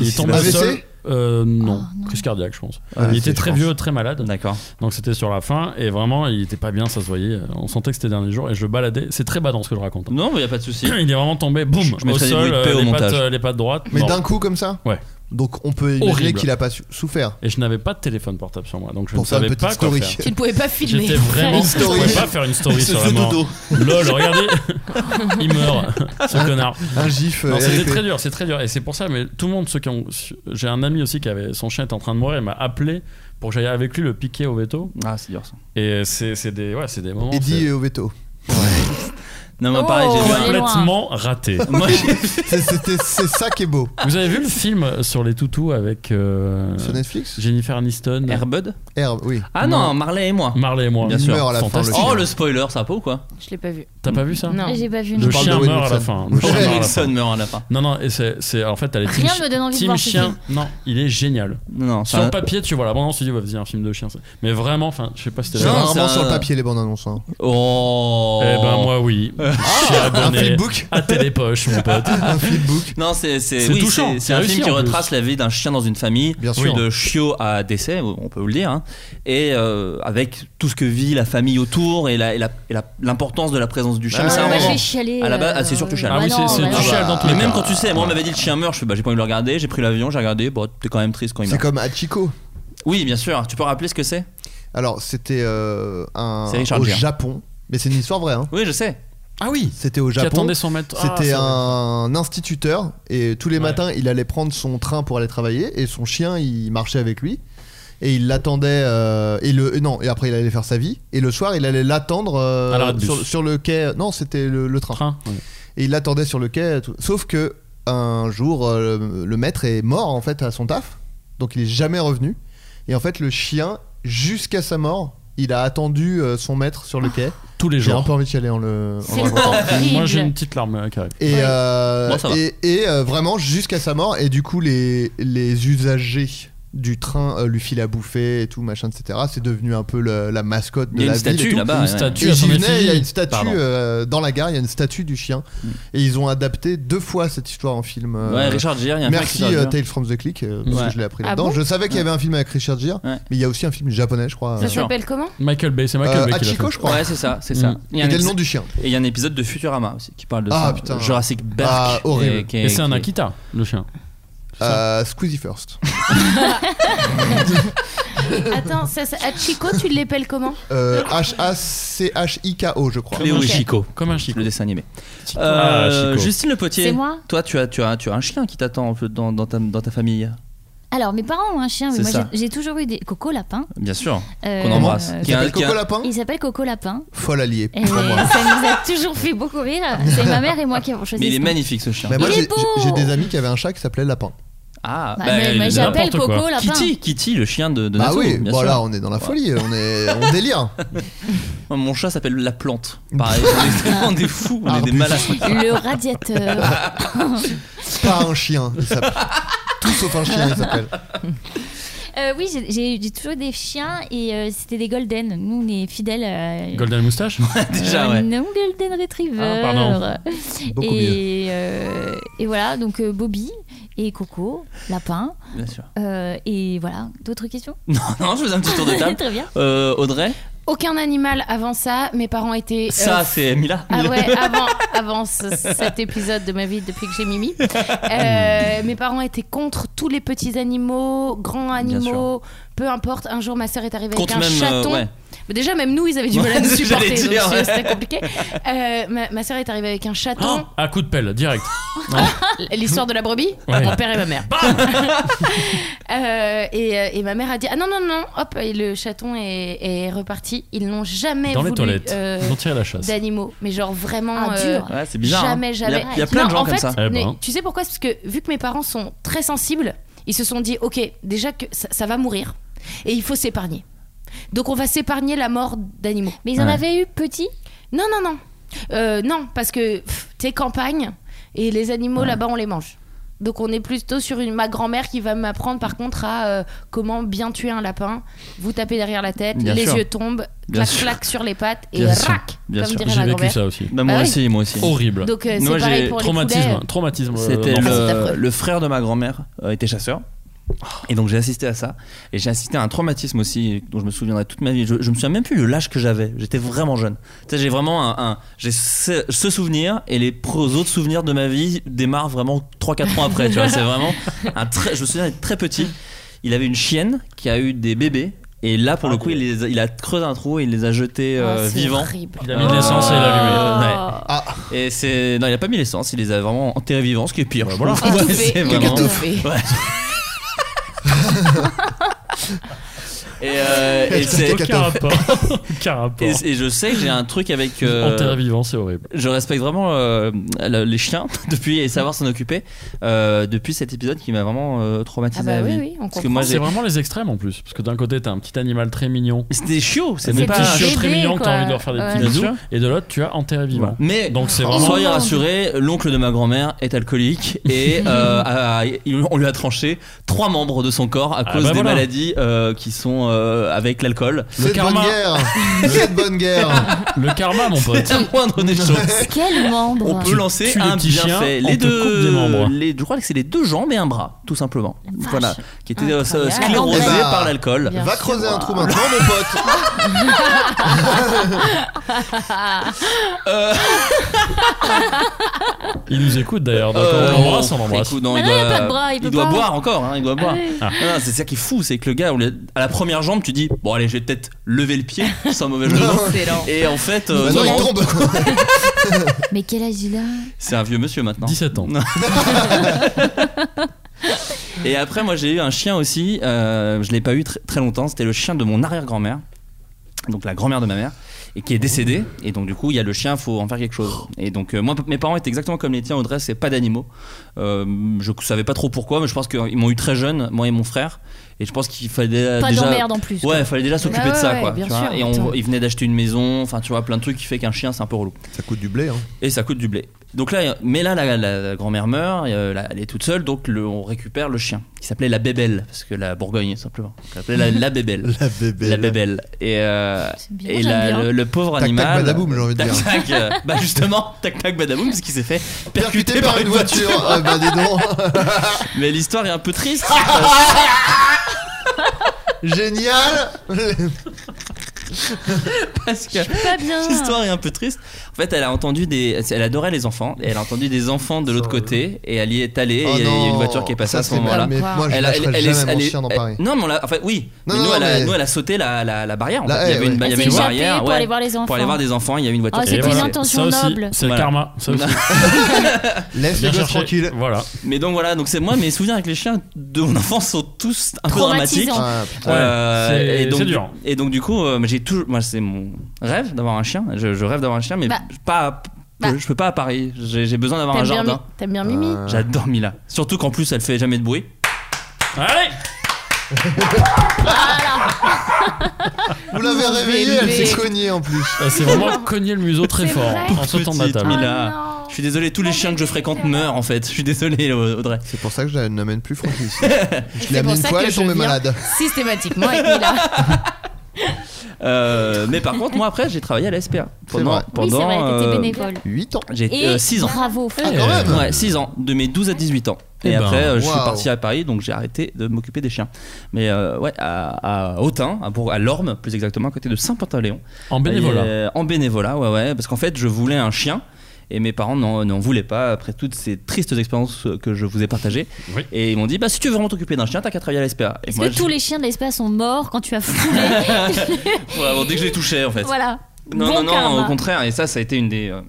Speaker 11: il est tombé
Speaker 9: s'est passé
Speaker 11: seul. Euh, non, crise cardiaque, je pense.
Speaker 9: Ah,
Speaker 11: il
Speaker 9: c'est,
Speaker 11: était
Speaker 9: je
Speaker 11: très
Speaker 9: pense.
Speaker 11: vieux, très malade.
Speaker 8: D'accord.
Speaker 11: Donc c'était sur la fin et vraiment, il était pas bien, ça se voyait. On sentait que c'était les derniers jours et je baladais. C'est très badant ce que je raconte. hein.
Speaker 8: Non, mais y a pas de souci.
Speaker 11: Il est vraiment tombé, boum,
Speaker 8: Je- je
Speaker 11: au
Speaker 8: mettrai des bruits
Speaker 11: sol,
Speaker 8: de
Speaker 11: euh,
Speaker 8: paix au
Speaker 11: les, pattes,
Speaker 8: montage.
Speaker 11: euh, les pattes droites.
Speaker 9: Mais
Speaker 11: mort.
Speaker 9: d'un coup, comme ça
Speaker 11: Ouais.
Speaker 9: Donc, on peut imaginer
Speaker 11: Horrible.
Speaker 9: qu'il a pas su- souffert.
Speaker 11: Et je n'avais pas de téléphone portable sur moi, donc je
Speaker 9: Pour
Speaker 11: ne
Speaker 9: faire une
Speaker 11: savais
Speaker 9: petite
Speaker 11: pas quoi
Speaker 9: story.
Speaker 11: faire.
Speaker 10: Tu ne pouvais pas filmer.
Speaker 11: J'étais vraiment,
Speaker 9: Une
Speaker 11: je
Speaker 9: story.
Speaker 11: pouvais pas faire une story sur la mort. Lol, regardez, il meurt, ce connard.
Speaker 9: Un gif. euh,
Speaker 11: Non,
Speaker 9: RIP.
Speaker 11: c'était très dur, c'est très dur. Et c'est pour ça, mais tout le monde, ceux qui ont. J'ai un ami aussi qui avait. Son chien était en train de mourir, il m'a appelé pour que j'aille avec lui le piquer au veto.
Speaker 8: Ah, c'est dur ça.
Speaker 9: euh,
Speaker 11: Et c'est c'est des, ouais, c'est des moments.
Speaker 9: Eddie
Speaker 11: c'est-
Speaker 9: et Oveto.
Speaker 8: Non, mais pareil, j'ai vu un-
Speaker 11: complètement raté.
Speaker 8: Moi, j'ai-
Speaker 9: C'est- c'était- C'est ça qui est beau.
Speaker 11: Vous avez vu le film sur les toutous avec euh,
Speaker 9: Sur Netflix
Speaker 11: Jennifer Aniston,
Speaker 8: Airbud
Speaker 9: Herbe, oui.
Speaker 8: Ah non, Marley et moi.
Speaker 11: Marley et moi
Speaker 8: Bien
Speaker 9: Il
Speaker 8: sûr.
Speaker 9: meurt à la fin. Le
Speaker 11: Fantastique.
Speaker 8: Oh,
Speaker 9: film.
Speaker 8: le spoiler, ça pas ou quoi
Speaker 10: Je l'ai pas vu.
Speaker 11: T'as pas
Speaker 8: hein.
Speaker 11: vu ça
Speaker 10: Non.
Speaker 2: J'ai pas vu.
Speaker 11: Le
Speaker 9: Je parle
Speaker 11: chien
Speaker 9: de Owen
Speaker 11: meurt à la
Speaker 9: Wilson.
Speaker 11: fin.
Speaker 9: Le
Speaker 11: Le chien meurt
Speaker 9: chien
Speaker 11: à la
Speaker 8: Oh, Wilson
Speaker 11: fin.
Speaker 8: meurt à la fin.
Speaker 11: Non, non, et c'est, c'est- en fait, elle est
Speaker 2: Rien
Speaker 11: team,
Speaker 2: me donne envie de
Speaker 11: team
Speaker 2: voir ce
Speaker 11: chien.
Speaker 2: film.
Speaker 11: Non, il est génial.
Speaker 8: Non, non, c'est
Speaker 11: Sur
Speaker 8: un-
Speaker 11: le papier, tu vois la bande-annonce, tu dis, ouais, vas-y, un film de chien. c'est- Mais vraiment, enfin, je sais pas si t'as
Speaker 9: C'est
Speaker 8: Non,
Speaker 11: jamais-
Speaker 9: rarement
Speaker 8: c'est
Speaker 9: sur
Speaker 8: un-
Speaker 9: le papier les bandes annonces. hein.
Speaker 8: Oh
Speaker 11: Eh ben, moi, oui. Je suis
Speaker 9: Ah, Un
Speaker 11: abonné
Speaker 9: flipbook
Speaker 11: à Télépoche, mon pote.
Speaker 9: Un flipbook
Speaker 8: Non, c'est c'est
Speaker 11: C'est
Speaker 8: oui,
Speaker 11: touchant,
Speaker 8: c'est-
Speaker 11: c'est
Speaker 8: c'est un
Speaker 11: réussi,
Speaker 8: film qui
Speaker 11: en plus.
Speaker 8: retrace la vie d'un chien dans une famille,
Speaker 9: Bien sûr.
Speaker 8: de chiot à décès, on peut le dire, hein, et euh, avec tout ce que vit la famille autour et la- et la- et la- l'importance de la présence du chien.
Speaker 9: Ah,
Speaker 8: c'est un
Speaker 9: bah,
Speaker 2: moi, je
Speaker 8: moment.
Speaker 2: vais chialer.
Speaker 8: À la base,
Speaker 2: euh,
Speaker 8: ah, c'est sûr que tu chiales.
Speaker 11: Ah oui,
Speaker 2: bah
Speaker 11: c'est-
Speaker 2: non,
Speaker 11: c'est
Speaker 2: bah
Speaker 11: du
Speaker 2: non.
Speaker 9: bah,
Speaker 11: chial dans tous
Speaker 8: Mais
Speaker 11: les
Speaker 8: même
Speaker 11: cas.
Speaker 8: quand tu sais, moi on m'avait dit le chien meurt, je fais bah j'ai pas envie de le regarder, j'ai pris l'avion, j'ai regardé, bon t'es quand même triste quand il
Speaker 9: C'est
Speaker 8: meurt.
Speaker 9: comme Hachiko.
Speaker 8: Oui bien sûr, tu peux rappeler ce que c'est
Speaker 9: Alors, c'était euh, un.
Speaker 8: C'est Richard
Speaker 9: Au
Speaker 8: Gere.
Speaker 9: Japon. Mais c'est une histoire vraie. hein.
Speaker 8: Oui je sais.
Speaker 11: Ah oui
Speaker 9: C'était au
Speaker 11: Qui
Speaker 9: Japon.
Speaker 11: attendait son maître. Ah,
Speaker 9: C'était
Speaker 11: c'est vrai.
Speaker 9: un instituteur et tous les
Speaker 11: Ouais.
Speaker 9: matins il allait prendre son train pour aller travailler et son chien il marchait avec lui et il l'attendait euh, et le non et après il allait faire sa vie et le soir il allait l'attendre euh,
Speaker 11: À l'arrêt de
Speaker 9: sur,
Speaker 11: bus.
Speaker 9: sur le quai non c'était le, le train.
Speaker 11: Train. ouais.
Speaker 9: et il l'attendait sur le quai tout- sauf que un jour euh, le, le maître est mort en fait à son taf donc il est jamais revenu et en fait le chien jusqu'à sa mort il a attendu euh, son maître sur
Speaker 11: Ah,
Speaker 9: le quai
Speaker 11: Tous les
Speaker 9: j'ai un
Speaker 11: jours.
Speaker 9: peu envie d'y aller en le en le
Speaker 2: C'est
Speaker 9: racontant.
Speaker 2: horrible.
Speaker 11: Moi, j'ai une petite larme euh, qui arrive.
Speaker 9: Et, euh,
Speaker 8: Bon, ça va.
Speaker 9: et, et, euh, vraiment jusqu'à sa mort. Et du coup, les, les usagers du train euh, lui filent à bouffer et tout, machin, etc. C'est devenu un peu le- la mascotte de
Speaker 8: Il y a
Speaker 9: la
Speaker 8: une
Speaker 9: ville. et
Speaker 8: statue
Speaker 9: tout.
Speaker 8: là-bas.
Speaker 11: Une
Speaker 8: ouais.
Speaker 11: statue.
Speaker 9: Et
Speaker 11: à
Speaker 9: j'y
Speaker 11: son
Speaker 9: venais, il y a
Speaker 11: effigie.
Speaker 9: une statue
Speaker 8: Pardon.
Speaker 9: euh, dans la gare, il y a une statue du chien.
Speaker 8: Mm.
Speaker 9: Et ils ont adapté deux fois cette histoire en film. euh,
Speaker 8: Ouais Richard Gere, il y a un film qui
Speaker 9: Merci
Speaker 8: s'appelle
Speaker 9: euh,
Speaker 8: Gere.
Speaker 9: Tales from the Click, euh, parce
Speaker 8: Ouais.
Speaker 9: que je l'ai appris
Speaker 10: Ah
Speaker 9: là-dedans.
Speaker 10: bon
Speaker 9: je savais qu'il y avait un film avec Richard Gere,
Speaker 8: Ouais.
Speaker 9: mais il y a aussi un film japonais, je crois.
Speaker 10: Ça
Speaker 9: euh,
Speaker 8: sûr.
Speaker 10: s'appelle comment
Speaker 11: Michael Bay, c'est Michael
Speaker 9: euh,
Speaker 11: Bay qui l'a
Speaker 9: Hachiko,
Speaker 11: fait.
Speaker 9: je crois.
Speaker 8: Ouais c'est ça, c'est ça.
Speaker 11: Mm.
Speaker 8: Il y a un
Speaker 9: C'était le
Speaker 8: épi-
Speaker 9: nom du chien.
Speaker 8: Et il y a un épisode de Futurama aussi qui parle de
Speaker 9: Ah,
Speaker 8: ça.
Speaker 9: putain.
Speaker 8: Jurassic Park.
Speaker 9: Ah, horrible.
Speaker 8: Et, qui est-
Speaker 11: Et c'est un
Speaker 8: qui est-
Speaker 11: Akita, le chien.
Speaker 9: Euh, Squeezie First.
Speaker 10: Attends, ça, ça- Hachiko, tu l'appelles comment
Speaker 9: Euh, H-A-C-H-I-K-O, je crois.
Speaker 8: Cléo et
Speaker 11: Comme un
Speaker 8: Chico.
Speaker 11: Comme un chico.
Speaker 8: Le dessin animé.
Speaker 11: Chico.
Speaker 8: Euh,
Speaker 11: Ah, Chico.
Speaker 8: Justine Le Potier.
Speaker 2: C'est moi
Speaker 8: Toi, tu as, tu, as, tu as un chien qui t'attend un peu dans, dans ta, dans ta famille.
Speaker 2: Alors, mes parents ont un chien, mais
Speaker 8: C'est
Speaker 2: moi
Speaker 8: ça.
Speaker 2: j'ai j'ai toujours eu des Coco Lapin.
Speaker 8: Bien sûr.
Speaker 2: euh,
Speaker 8: Qu'on embrasse.
Speaker 2: euh,
Speaker 8: Qui
Speaker 9: Il
Speaker 8: a-
Speaker 9: s'appelle
Speaker 8: qui a-
Speaker 9: Coco Lapin
Speaker 2: il Eh s'appelle Coco Lapin.
Speaker 9: Folle alliée.
Speaker 2: Et ça
Speaker 9: pour moi.
Speaker 2: nous a toujours fait beaucoup rire. C'est ma mère et moi qui avons choisi.
Speaker 8: Mais il
Speaker 2: ce
Speaker 8: est
Speaker 2: nom.
Speaker 8: magnifique ce chien.
Speaker 9: Bah, moi,
Speaker 2: Il est
Speaker 9: j'ai
Speaker 2: beau
Speaker 9: j'ai- j'ai des amis qui avaient un chat qui s'appelait Lapin.
Speaker 8: Ah,
Speaker 2: Bah,
Speaker 8: bah,
Speaker 2: mais-
Speaker 8: il-
Speaker 2: mais
Speaker 11: de
Speaker 2: j'appelle
Speaker 11: n'importe
Speaker 2: Coco
Speaker 11: quoi.
Speaker 2: Lapin.
Speaker 8: Kitty, Kitty, le chien de, de
Speaker 9: Bah
Speaker 8: Natsu,
Speaker 9: oui,
Speaker 8: bien
Speaker 9: bon
Speaker 8: sûr.
Speaker 9: là on est dans la folie, on est on délire.
Speaker 8: Mon chat s'appelle La Plante. Pareil, on est tellement des fous, on est des
Speaker 9: Arbus.
Speaker 8: malades.
Speaker 2: Le radiateur.
Speaker 9: C'est Pas un chien, il s'appelle. Tout sauf un chien, il s'appelle.
Speaker 2: Euh, oui, j'ai- j'ai j'ai toujours des chiens et euh, c'était des golden. Nous, on est fidèles. à
Speaker 11: Golden Moustache
Speaker 8: Déjà, ouais.
Speaker 2: Non, golden retriever.
Speaker 11: Ah, pardon.
Speaker 9: Beaucoup mieux.
Speaker 2: et, euh, et voilà, donc euh, Bobby et Coco, Lapin.
Speaker 8: Bien sûr.
Speaker 2: euh, et voilà, d'autres questions
Speaker 8: Non, non, je faisais un petit tour de table.
Speaker 2: Très bien.
Speaker 8: Euh, Audrey,
Speaker 10: Aucun animal avant ça. Mes parents étaient. euh,
Speaker 8: ça c'est Mila.
Speaker 10: Ah ouais, avant, avant ce- cet épisode de ma vie depuis que j'ai Mimi, euh, mes parents étaient contre tous les petits animaux, grands
Speaker 8: Hmm. Bien
Speaker 10: animaux, peu importe. Un jour, ma sœur est arrivée
Speaker 8: Contre
Speaker 10: avec un
Speaker 8: même. euh,
Speaker 10: chaton.
Speaker 8: ouais.
Speaker 10: Mais déjà, même nous, ils avaient du mal à
Speaker 8: Ouais,
Speaker 10: nous
Speaker 8: c'est ce que j'allais
Speaker 10: supporter, donc
Speaker 8: dire, ouais.
Speaker 10: c'est- c'était compliqué. Euh, ma, ma sœur est arrivée avec un
Speaker 11: Oh,
Speaker 10: chaton,
Speaker 11: à coup de pelle, direct.
Speaker 10: l'histoire de la brebis,
Speaker 11: Ouais.
Speaker 10: mon père et ma mère. Euh, et, euh, et ma mère a dit ah non non non, hop et le chaton est, est reparti. Ils n'ont jamais
Speaker 11: Dans
Speaker 10: voulu
Speaker 11: les toilettes.
Speaker 10: euh,
Speaker 11: Ils ont tiré la chasse.
Speaker 10: d'animaux, mais genre vraiment.
Speaker 2: Ah,
Speaker 10: euh,
Speaker 2: dur.
Speaker 8: Ouais, c'est bizarre. hein.
Speaker 10: Jamais,
Speaker 8: Il y a-
Speaker 10: jamais.
Speaker 8: Il y a plein
Speaker 10: Non,
Speaker 8: de gens
Speaker 10: en
Speaker 8: comme
Speaker 10: fait,
Speaker 8: ça.
Speaker 11: Eh
Speaker 10: mais
Speaker 11: ben.
Speaker 10: Tu sais pourquoi Parce que vu que mes parents sont très sensibles, ils se sont dit ok, déjà que ça, ça va mourir et il faut s'épargner. Donc on va s'épargner la mort d'animaux.
Speaker 2: Mais ils en
Speaker 8: Ouais.
Speaker 2: avaient eu petit
Speaker 10: Non, non, non. Euh, non, parce que pff, t'es campagne et les animaux là-bas on les mange. Donc on est plutôt sur une ma grand-mère qui va m'apprendre par contre à euh, comment bien tuer un lapin. Vous tapez derrière la tête,
Speaker 8: Bien
Speaker 10: les
Speaker 8: sûr.
Speaker 10: yeux tombent,
Speaker 8: Bien
Speaker 10: clac
Speaker 8: sûr.
Speaker 10: clac sur les pattes et
Speaker 8: Bien sûr.
Speaker 10: rac,
Speaker 8: Bien
Speaker 10: comme
Speaker 8: sûr.
Speaker 10: dirait
Speaker 11: J'ai
Speaker 10: ma
Speaker 11: vécu
Speaker 10: grand-mère.
Speaker 11: ça aussi.
Speaker 8: Bah, moi
Speaker 10: Ah oui.
Speaker 8: aussi, moi aussi.
Speaker 11: Horrible.
Speaker 10: Donc euh, c'est
Speaker 8: Moi,
Speaker 10: pareil
Speaker 8: j'ai
Speaker 10: pour les poulets.
Speaker 11: Traumatisme. Traumatisme. euh,
Speaker 8: C'était
Speaker 11: d'enfance.
Speaker 8: le,
Speaker 10: affreux.
Speaker 8: le frère de ma grand-mère euh, était chasseur. Et donc j'ai assisté à ça. Et j'ai assisté à un traumatisme aussi dont je me souviendrai toute ma vie. Je, je me souviens même plus de l'âge que j'avais. J'étais vraiment jeune. Tu sais, j'ai vraiment un. un- j'ai ce, ce souvenir et les pro- autres souvenirs de ma vie démarrent vraiment 3-4 ans après. tu vois, c'est vraiment. Un très, je me souviens d'être très petit. Il avait une chienne qui a eu des bébés. Et là, pour le coup, il, les a- il a creusé un trou et il les a jetés
Speaker 10: Ah,
Speaker 8: euh,
Speaker 10: c'est
Speaker 8: vivants. Euh,
Speaker 10: horrible. Oh.
Speaker 11: Il a mis de l'essence et
Speaker 8: Ah.
Speaker 11: il a allumé.
Speaker 8: Ouais.
Speaker 9: Ah.
Speaker 8: Et c'est non, il a pas mis l'essence, il les a vraiment enterrés vivants, ce qui est pire. je trouve.
Speaker 10: Ah,
Speaker 8: Ouais,
Speaker 10: Étouffé,
Speaker 8: c'est
Speaker 10: il a
Speaker 8: vraiment-
Speaker 10: étouffé.
Speaker 8: Ouais. Et, euh, et c'est-
Speaker 11: Aucun rapport. Aucun rapport.
Speaker 8: Et, et je sais que j'ai un truc avec. euh,
Speaker 11: Enterré vivant, c'est horrible.
Speaker 8: je respecte vraiment euh, le- les chiens depuis et savoir s'en occuper euh, depuis cet épisode qui m'a vraiment euh, traumatisé
Speaker 10: Ah bah
Speaker 8: à
Speaker 10: oui,
Speaker 8: vie.
Speaker 10: oui, on
Speaker 8: Parce que
Speaker 10: comprend.
Speaker 8: moi
Speaker 11: C'est
Speaker 8: j'ai
Speaker 11: vraiment les extrêmes en plus. Parce que d'un côté, t'as un petit animal très mignon.
Speaker 8: c'était des chiots,
Speaker 11: C'est
Speaker 8: c'est
Speaker 11: des
Speaker 8: même
Speaker 11: petits
Speaker 8: pas.
Speaker 11: chiots très
Speaker 10: bébé,
Speaker 11: mignons que t'as
Speaker 10: quoi.
Speaker 11: envie de leur faire des petits
Speaker 10: Ouais.
Speaker 8: Bien
Speaker 11: bisous.
Speaker 8: sûr.
Speaker 11: Et de l'autre, tu as enterré vivant.
Speaker 8: Mais
Speaker 11: Donc c'est vraiment.
Speaker 8: Soyez rassurés, l'oncle de ma grand-mère est alcoolique et euh, a- a- il- on lui a tranché trois membres de son corps à
Speaker 11: Ah
Speaker 8: cause
Speaker 11: bah
Speaker 8: des
Speaker 11: voilà.
Speaker 8: maladies euh, qui sont euh, avec l'alcool.
Speaker 9: C'est de bonne
Speaker 11: karma.
Speaker 9: guerre. C'est de bonne guerre.
Speaker 11: Le karma, mon pote.
Speaker 8: C'est la moindre des choses.
Speaker 2: Quel membre
Speaker 8: On peut lancer
Speaker 11: tues les
Speaker 8: un
Speaker 11: petits chiens,
Speaker 8: bienfait.
Speaker 11: on
Speaker 8: Les
Speaker 11: te coupe des membres.
Speaker 8: deux, euh, les, je crois que c'est les deux jambes et un bras, tout simplement.
Speaker 2: vache.
Speaker 8: Voilà, qui étaient euh,
Speaker 10: Incroyable.
Speaker 8: sclérosés
Speaker 9: Eh ben,
Speaker 8: par l'alcool.
Speaker 10: Bien
Speaker 9: Va
Speaker 10: sûr.
Speaker 9: creuser un trou maintenant, mon pote.
Speaker 8: Euh,
Speaker 11: Bah, Il nous écoute d'ailleurs. Donc
Speaker 8: Euh,
Speaker 11: on l'embrasse, on l'embrasse.
Speaker 8: écoute, non, il
Speaker 2: Mais non,
Speaker 8: doit,
Speaker 2: il a pas de bras, il peut
Speaker 8: doit
Speaker 2: pas.
Speaker 8: boire encore, hein, il doit boire.
Speaker 2: oui.
Speaker 8: Ah. Non, non, c'est ça qui est fou, c'est que le gars, on lui a- à la première jambe, tu dis Bon, allez, je vais peut-être lever le pied, sans mauvais jeu de mots.
Speaker 10: Excellent.
Speaker 8: Et en fait, euh,
Speaker 9: Maintenant,
Speaker 8: non,
Speaker 9: Bah il
Speaker 8: non,
Speaker 9: tombe.
Speaker 2: Mais quel hein. âge il a
Speaker 8: c'est un vieux monsieur maintenant.
Speaker 11: 17 ans.
Speaker 8: Non. Et après, moi, j'ai eu un chien aussi. euh, je l'ai pas eu tr- très longtemps. C'était le chien de mon arrière-grand-mère, donc la grand-mère de ma mère, et qui est décédée. Et donc, du coup, il y a le chien, faut en faire quelque chose. Et donc, euh, moi, p- mes parents étaient exactement comme les tiens. Audrey, c'est pas d'animaux. Euh, je savais pas trop pourquoi, mais je pense qu'ils m'ont eu très jeune, moi et mon frère. Et je pense qu'il fallait
Speaker 2: Pas
Speaker 8: Ah, déjà
Speaker 2: d'emmerde en plus. quoi.
Speaker 8: Ouais, il fallait déjà s'occuper
Speaker 10: Bah
Speaker 8: de ça,
Speaker 10: ouais,
Speaker 8: quoi.
Speaker 10: ouais, bien
Speaker 8: tu vois.
Speaker 10: sûr,
Speaker 8: et on,
Speaker 10: attends.
Speaker 8: il venait d'acheter une maison, enfin, tu vois, plein de trucs qui fait qu'un chien, c'est un peu relou.
Speaker 9: Ça coûte du blé. Hein.
Speaker 8: Et ça coûte du blé. Donc là, mais là, la, la- la grand-mère meurt, et, euh, là, elle est toute seule, donc le- on récupère le chien, qui s'appelait la bébelle, parce que la Bourgogne, simplement. Donc, Elle s'appelait la, la bébelle.
Speaker 9: La bébé.
Speaker 8: La bébelle. Et, euh,
Speaker 2: C'est bien,
Speaker 8: et
Speaker 2: j'aime
Speaker 8: la-
Speaker 2: bien.
Speaker 8: le, le pauvre
Speaker 9: Tac, tac,
Speaker 8: animal.
Speaker 9: badaboum, j'ai envie de
Speaker 8: Tac,
Speaker 9: dire.
Speaker 8: tac, euh, bah justement, tac tac badaboum, parce qu'il s'est fait percuter,
Speaker 9: Percuté par une voiture. Ah bah dis donc.
Speaker 8: Mais l'histoire est un peu triste.
Speaker 9: Ah Génial.
Speaker 8: parce que
Speaker 2: Pas bien.
Speaker 8: L'histoire est un peu triste. En fait, elle a entendu des. Elle adorait les enfants. Et elle a entendu des enfants de l'autre côté. Et elle y est allée.
Speaker 9: Oh
Speaker 8: et il y a
Speaker 9: non.
Speaker 8: une voiture qui est passée
Speaker 9: Ça,
Speaker 8: à ce
Speaker 9: c'est
Speaker 8: moment-là.
Speaker 9: mal, Mais moi, je
Speaker 8: Elle, a- elle,
Speaker 9: lâcherai
Speaker 8: elle est-
Speaker 9: jamais
Speaker 8: elle
Speaker 9: mon
Speaker 8: est-
Speaker 9: chien dans
Speaker 8: elle-
Speaker 9: Paris.
Speaker 8: Non, mais on l'a. Enfin, oui.
Speaker 9: Non,
Speaker 8: mais
Speaker 9: non,
Speaker 8: nous, elle a,
Speaker 9: mais-
Speaker 8: nous, elle a sauté la, la, la barrière. en
Speaker 9: La
Speaker 8: fait. il y
Speaker 9: haie,
Speaker 8: avait une,
Speaker 9: ouais.
Speaker 8: il y
Speaker 2: Elle
Speaker 8: avait
Speaker 2: s'est
Speaker 8: une
Speaker 2: échappée
Speaker 8: barrière.
Speaker 2: Ah, pour
Speaker 8: ouais.
Speaker 2: aller voir les enfants.
Speaker 8: Pour aller voir des enfants, il y avait une voiture
Speaker 2: Oh,
Speaker 8: qui
Speaker 2: c'était
Speaker 8: est
Speaker 11: Et
Speaker 2: une
Speaker 8: passée.
Speaker 11: voilà.
Speaker 2: intention
Speaker 11: Ça aussi,
Speaker 2: noble.
Speaker 11: C'est le
Speaker 8: Voilà.
Speaker 11: karma. Ça aussi.
Speaker 9: Laisse
Speaker 11: Bien
Speaker 9: les gosses
Speaker 11: cherché.
Speaker 9: tranquilles.
Speaker 11: Voilà.
Speaker 8: Mais donc voilà, donc c'est moi, mes souvenirs avec les chiens de mon enfance sont tous un peu dramatiques.
Speaker 2: Traumatisants.
Speaker 9: Ah,
Speaker 8: Euh,
Speaker 11: Ouais, c'est-
Speaker 8: et donc,
Speaker 11: c'est dur.
Speaker 8: Et donc du coup, euh, j'ai toujours, moi c'est mon rêve d'avoir un chien. Je, je rêve d'avoir un chien, mais
Speaker 10: Bah.
Speaker 8: pas,
Speaker 10: Bah.
Speaker 8: je peux pas à Paris. J'ai j'ai besoin d'avoir un
Speaker 10: T'aimes bien,
Speaker 8: jardin.
Speaker 10: Mi- t'aimes bien Mimi
Speaker 9: Ah.
Speaker 8: J'adore Mila. Surtout qu'en plus elle fait jamais de bruit.
Speaker 11: Allez
Speaker 9: Vous l'avez réveillée, elle
Speaker 10: bébé.
Speaker 9: s'est cognée en plus.
Speaker 11: Euh, C'est vraiment cogner le museau très
Speaker 10: C'est
Speaker 11: fort hein,
Speaker 10: vrai.
Speaker 11: en sautant de la
Speaker 8: Petite Ah,
Speaker 11: table.
Speaker 8: Mila. je suis désolé, tous les chiens que je fréquente meurent en fait. Je suis désolé Audrey.
Speaker 9: C'est pour ça que je la n'amène plus Francky ici. Je l'ai
Speaker 10: C'est pour
Speaker 9: amenée une
Speaker 10: ça
Speaker 9: fois,
Speaker 10: que
Speaker 9: elle est
Speaker 10: je
Speaker 9: tombée
Speaker 10: viens.
Speaker 9: malade.
Speaker 8: Ah.
Speaker 10: Systématiquement avec Mila.
Speaker 8: Euh, mais par contre, moi après j'ai travaillé à la SPA pendant
Speaker 9: vrai.
Speaker 2: Oui, c'est
Speaker 8: pendant
Speaker 2: vrai, t'étais
Speaker 8: euh,
Speaker 2: bénévole.
Speaker 9: 8 ans.
Speaker 2: Et
Speaker 8: j'ai 6 ans. Eh,
Speaker 2: Bravo.
Speaker 9: Ah, quand même
Speaker 8: Ouais, 6 ans, de mes 12 à 18 ans.
Speaker 11: Eh
Speaker 8: Et
Speaker 11: ben,
Speaker 8: après, euh, je suis
Speaker 9: waouh.
Speaker 8: parti à Paris, donc j'ai arrêté de m'occuper des chiens. Mais euh, ouais, à, à Autun, à, Bourg- à Lorme, plus exactement, à côté de Saint-Pantaléon.
Speaker 11: En bénévolat.
Speaker 8: Euh, En bénévolat, ouais, ouais. Parce qu'en fait, je voulais un chien. Et mes parents n'en n'en voulaient pas après toutes ces tristes expériences que je vous ai partagées.
Speaker 11: Oui.
Speaker 8: Et ils m'ont dit bah si tu veux vraiment t'occuper d'un chien, t'as qu'à travailler à la SPA. Et
Speaker 2: Est-ce
Speaker 8: moi,
Speaker 2: que
Speaker 8: je-
Speaker 2: tous les chiens de l'espace sont morts quand tu as foulé
Speaker 8: Ouais, bon, dès que je les touchais, en fait.
Speaker 2: Voilà.
Speaker 8: Non,
Speaker 2: Bon
Speaker 8: non, non,
Speaker 2: karma.
Speaker 8: au contraire. Et ça, ça a été une des. euh,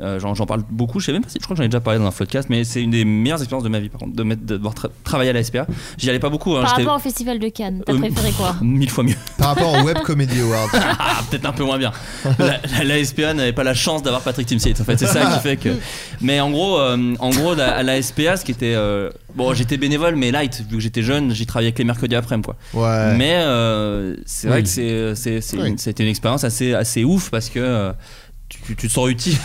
Speaker 8: euh, J'en j'en parle beaucoup, je sais même pas si je crois que j'en ai déjà parlé dans un podcast, mais c'est une des meilleures expériences de ma vie par contre, de, mettre- de devoir tra- travailler à la SPA. J'y allais pas beaucoup, hein,
Speaker 2: Par
Speaker 8: j'étais
Speaker 2: rapport au festival de Cannes, t'as
Speaker 8: Euh,
Speaker 2: préféré quoi
Speaker 8: mille fois mieux.
Speaker 9: Par rapport au Web Comedy Award.
Speaker 8: Ah, peut-être un peu moins bien. La, la- la SPA n'avait pas la chance d'avoir Patrick Timsit. En fait, c'est ça qui fait que. Mais en gros, euh, en gros, la- à la SPA, ce qui était euh, bon, j'étais bénévole, mais light vu que j'étais jeune, j'y travaillais que les mercredis après-midi, quoi.
Speaker 9: Ouais.
Speaker 8: Mais euh, c'est vrai
Speaker 11: Oui.
Speaker 8: que c'est- c'est- c'est
Speaker 9: Oui.
Speaker 8: une- c'était une expérience assez, assez ouf parce que euh, tu, tu te sens utile.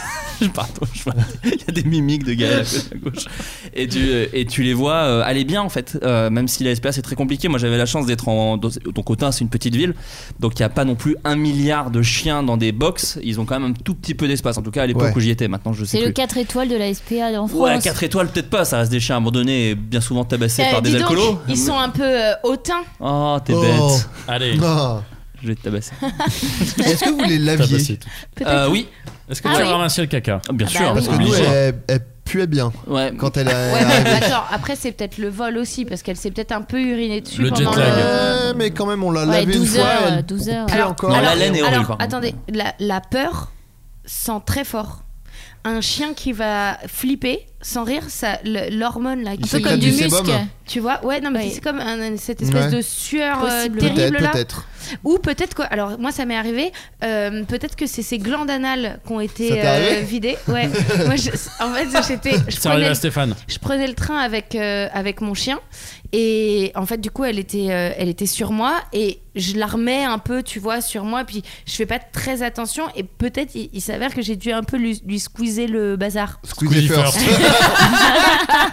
Speaker 8: Pardon, je vois- il y a des mimiques de Gaël à gauche- à gauche. Et tu, et tu les vois euh, aller bien en fait, euh, même si la SPA c'est très compliqué. Moi j'avais la chance d'être en. dans- Donc Autun c'est une petite ville, donc il n'y a pas non plus un milliard de chiens dans des box. Ils ont quand même un tout petit peu d'espace, en tout cas à l'époque
Speaker 9: Ouais.
Speaker 8: où j'y étais. Maintenant je sais
Speaker 2: C'est le
Speaker 8: plus.
Speaker 2: 4 étoiles de la SPA en France. Eh,
Speaker 8: Ouais, 4 étoiles peut-être pas, ça reste des chiens abandonnés et bien souvent tabassés
Speaker 10: Euh,
Speaker 8: par
Speaker 10: dis
Speaker 8: des
Speaker 10: donc,
Speaker 8: alcoolos.
Speaker 10: ils sont un peu euh, hautains.
Speaker 8: Oh, t'es
Speaker 9: Oh.
Speaker 8: bête.
Speaker 11: Allez.
Speaker 9: Ah.
Speaker 8: Je vais te tabasser.
Speaker 9: Est-ce que vous les
Speaker 11: t'as
Speaker 9: laviez
Speaker 11: passé tout.
Speaker 8: Euh, oui,
Speaker 11: Est-ce que
Speaker 2: Ah
Speaker 11: tu
Speaker 2: oui.
Speaker 11: as ramassé le caca
Speaker 8: Ah, Bien
Speaker 10: Ah
Speaker 8: sûr,
Speaker 10: bah oui.
Speaker 9: Parce que nous,
Speaker 8: obligé.
Speaker 9: elle, elle puait bien
Speaker 8: Ouais.
Speaker 9: quand elle est
Speaker 10: Ouais, mais
Speaker 9: arrivée.
Speaker 10: attends, après c'est peut-être le vol aussi parce qu'elle s'est peut-être un peu urinée dessus
Speaker 11: Le jet
Speaker 10: pendant
Speaker 11: lag.
Speaker 9: Ouais, mais quand même, on l'a
Speaker 2: Ouais,
Speaker 9: lavé une
Speaker 2: 12
Speaker 9: fois.
Speaker 2: heures,
Speaker 10: euh,
Speaker 9: elle
Speaker 2: 12 heures.
Speaker 9: pue
Speaker 2: Alors-
Speaker 9: encore.
Speaker 8: Non, la laine est horrible,
Speaker 10: alors,
Speaker 8: par contre.
Speaker 10: attendez, la, la peur sent très fort. un chien qui va flipper sans rire, ça, le- l'hormone là,
Speaker 9: Il
Speaker 10: qui-
Speaker 9: se tape du sébum.
Speaker 10: tu vois, ouais, non mais
Speaker 2: Ouais.
Speaker 10: c'est comme un- cette espèce
Speaker 9: Ouais.
Speaker 10: de sueur euh,
Speaker 2: Possible.
Speaker 10: terrible là.
Speaker 9: Peut-être, peut-être.
Speaker 10: Ou peut-être quoi Alors moi ça m'est arrivé. euh, peut-être que c'est ces glandes anales qui ont
Speaker 9: Ça
Speaker 10: été
Speaker 9: t'est arrivé
Speaker 10: euh, vidées. Ouais. moi, je- en fait j'étais. Je
Speaker 11: Ça arrive
Speaker 10: prenais,
Speaker 11: à Stéphane.
Speaker 10: je prenais le train avec euh, avec mon chien et en fait du coup elle était euh, elle était sur moi et je la remets un peu tu vois sur moi puis je fais pas très attention et peut-être il, il s'avère que j'ai dû un peu lui, lui squeezer le bazar.
Speaker 9: Squeezie first.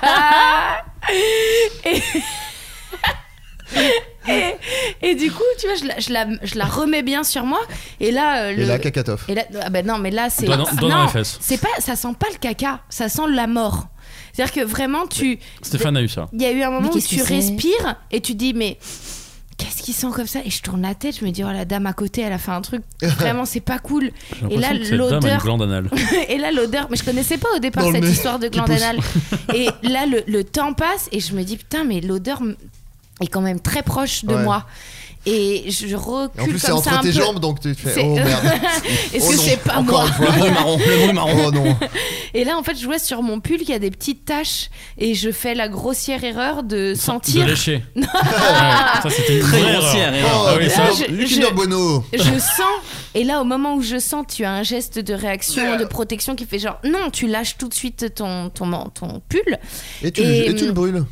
Speaker 10: Ah, Et du coup tu vois je la, je la, je la remets bien sur moi et là euh,
Speaker 9: Et
Speaker 10: le-
Speaker 9: là, Kakatov.
Speaker 10: Et là, ah bah non, mais là, c'est.
Speaker 11: Doigt dans- doigt dans
Speaker 10: non,
Speaker 11: les fesses.
Speaker 10: c'est pas, ça sent pas le caca, ça sent la mort. C'est-à-dire que vraiment, tu.
Speaker 11: Stéphane a eu ça.
Speaker 10: Il y a eu un moment
Speaker 2: Mais
Speaker 10: où
Speaker 2: qu'est-ce
Speaker 10: tu
Speaker 2: que c'est
Speaker 10: respires et tu dis, mais. Qu'est-ce qui sent comme ça Et je tourne la tête, je me dis, oh la dame à côté, elle a fait un truc. Vraiment, c'est pas cool.
Speaker 11: J'ai
Speaker 10: Et là,
Speaker 11: l'impression que cette dame a une
Speaker 10: l'odeur-
Speaker 11: glande anale.
Speaker 10: Et là, l'odeur. Mais je connaissais pas au départ
Speaker 9: Dans le
Speaker 10: cette
Speaker 9: nez
Speaker 10: histoire de gland
Speaker 9: pousse.
Speaker 10: anal. Et là, le, le temps passe et je me dis, putain, mais l'odeur m- est quand même très proche de
Speaker 9: Ouais.
Speaker 10: moi. Et je
Speaker 9: Et
Speaker 10: recule
Speaker 9: en plus, c'est
Speaker 10: comme ça
Speaker 9: entre
Speaker 10: un
Speaker 9: tes
Speaker 10: peu.
Speaker 9: jambes, donc tu te fais.
Speaker 10: C'est-
Speaker 9: Oh merde.
Speaker 10: Est-ce
Speaker 9: Oh
Speaker 10: que
Speaker 9: non,
Speaker 10: c'est pas
Speaker 9: encore
Speaker 10: moi
Speaker 9: une fois.
Speaker 8: Le bruit marron, le bruit marron.
Speaker 9: Oh non.
Speaker 10: Et là, en fait, je vois sur mon pull qu'il y a des petites taches et je fais la grossière erreur de sentir.
Speaker 11: De lécher. Ouais, ça, c'était une
Speaker 8: Très
Speaker 11: vraie erreur.
Speaker 8: grossière erreur.
Speaker 9: Oh,
Speaker 11: Ah oui, ça-
Speaker 10: je-
Speaker 9: Kinder
Speaker 10: je-
Speaker 9: Bueno.
Speaker 10: Je sens, et là, au moment où je sens, tu as un geste de réaction, de protection qui fait genre non, tu lâches tout de suite ton, ton, man- ton pull.
Speaker 9: Et tu,
Speaker 10: Et,
Speaker 9: et
Speaker 10: hum,
Speaker 9: tu le brûles.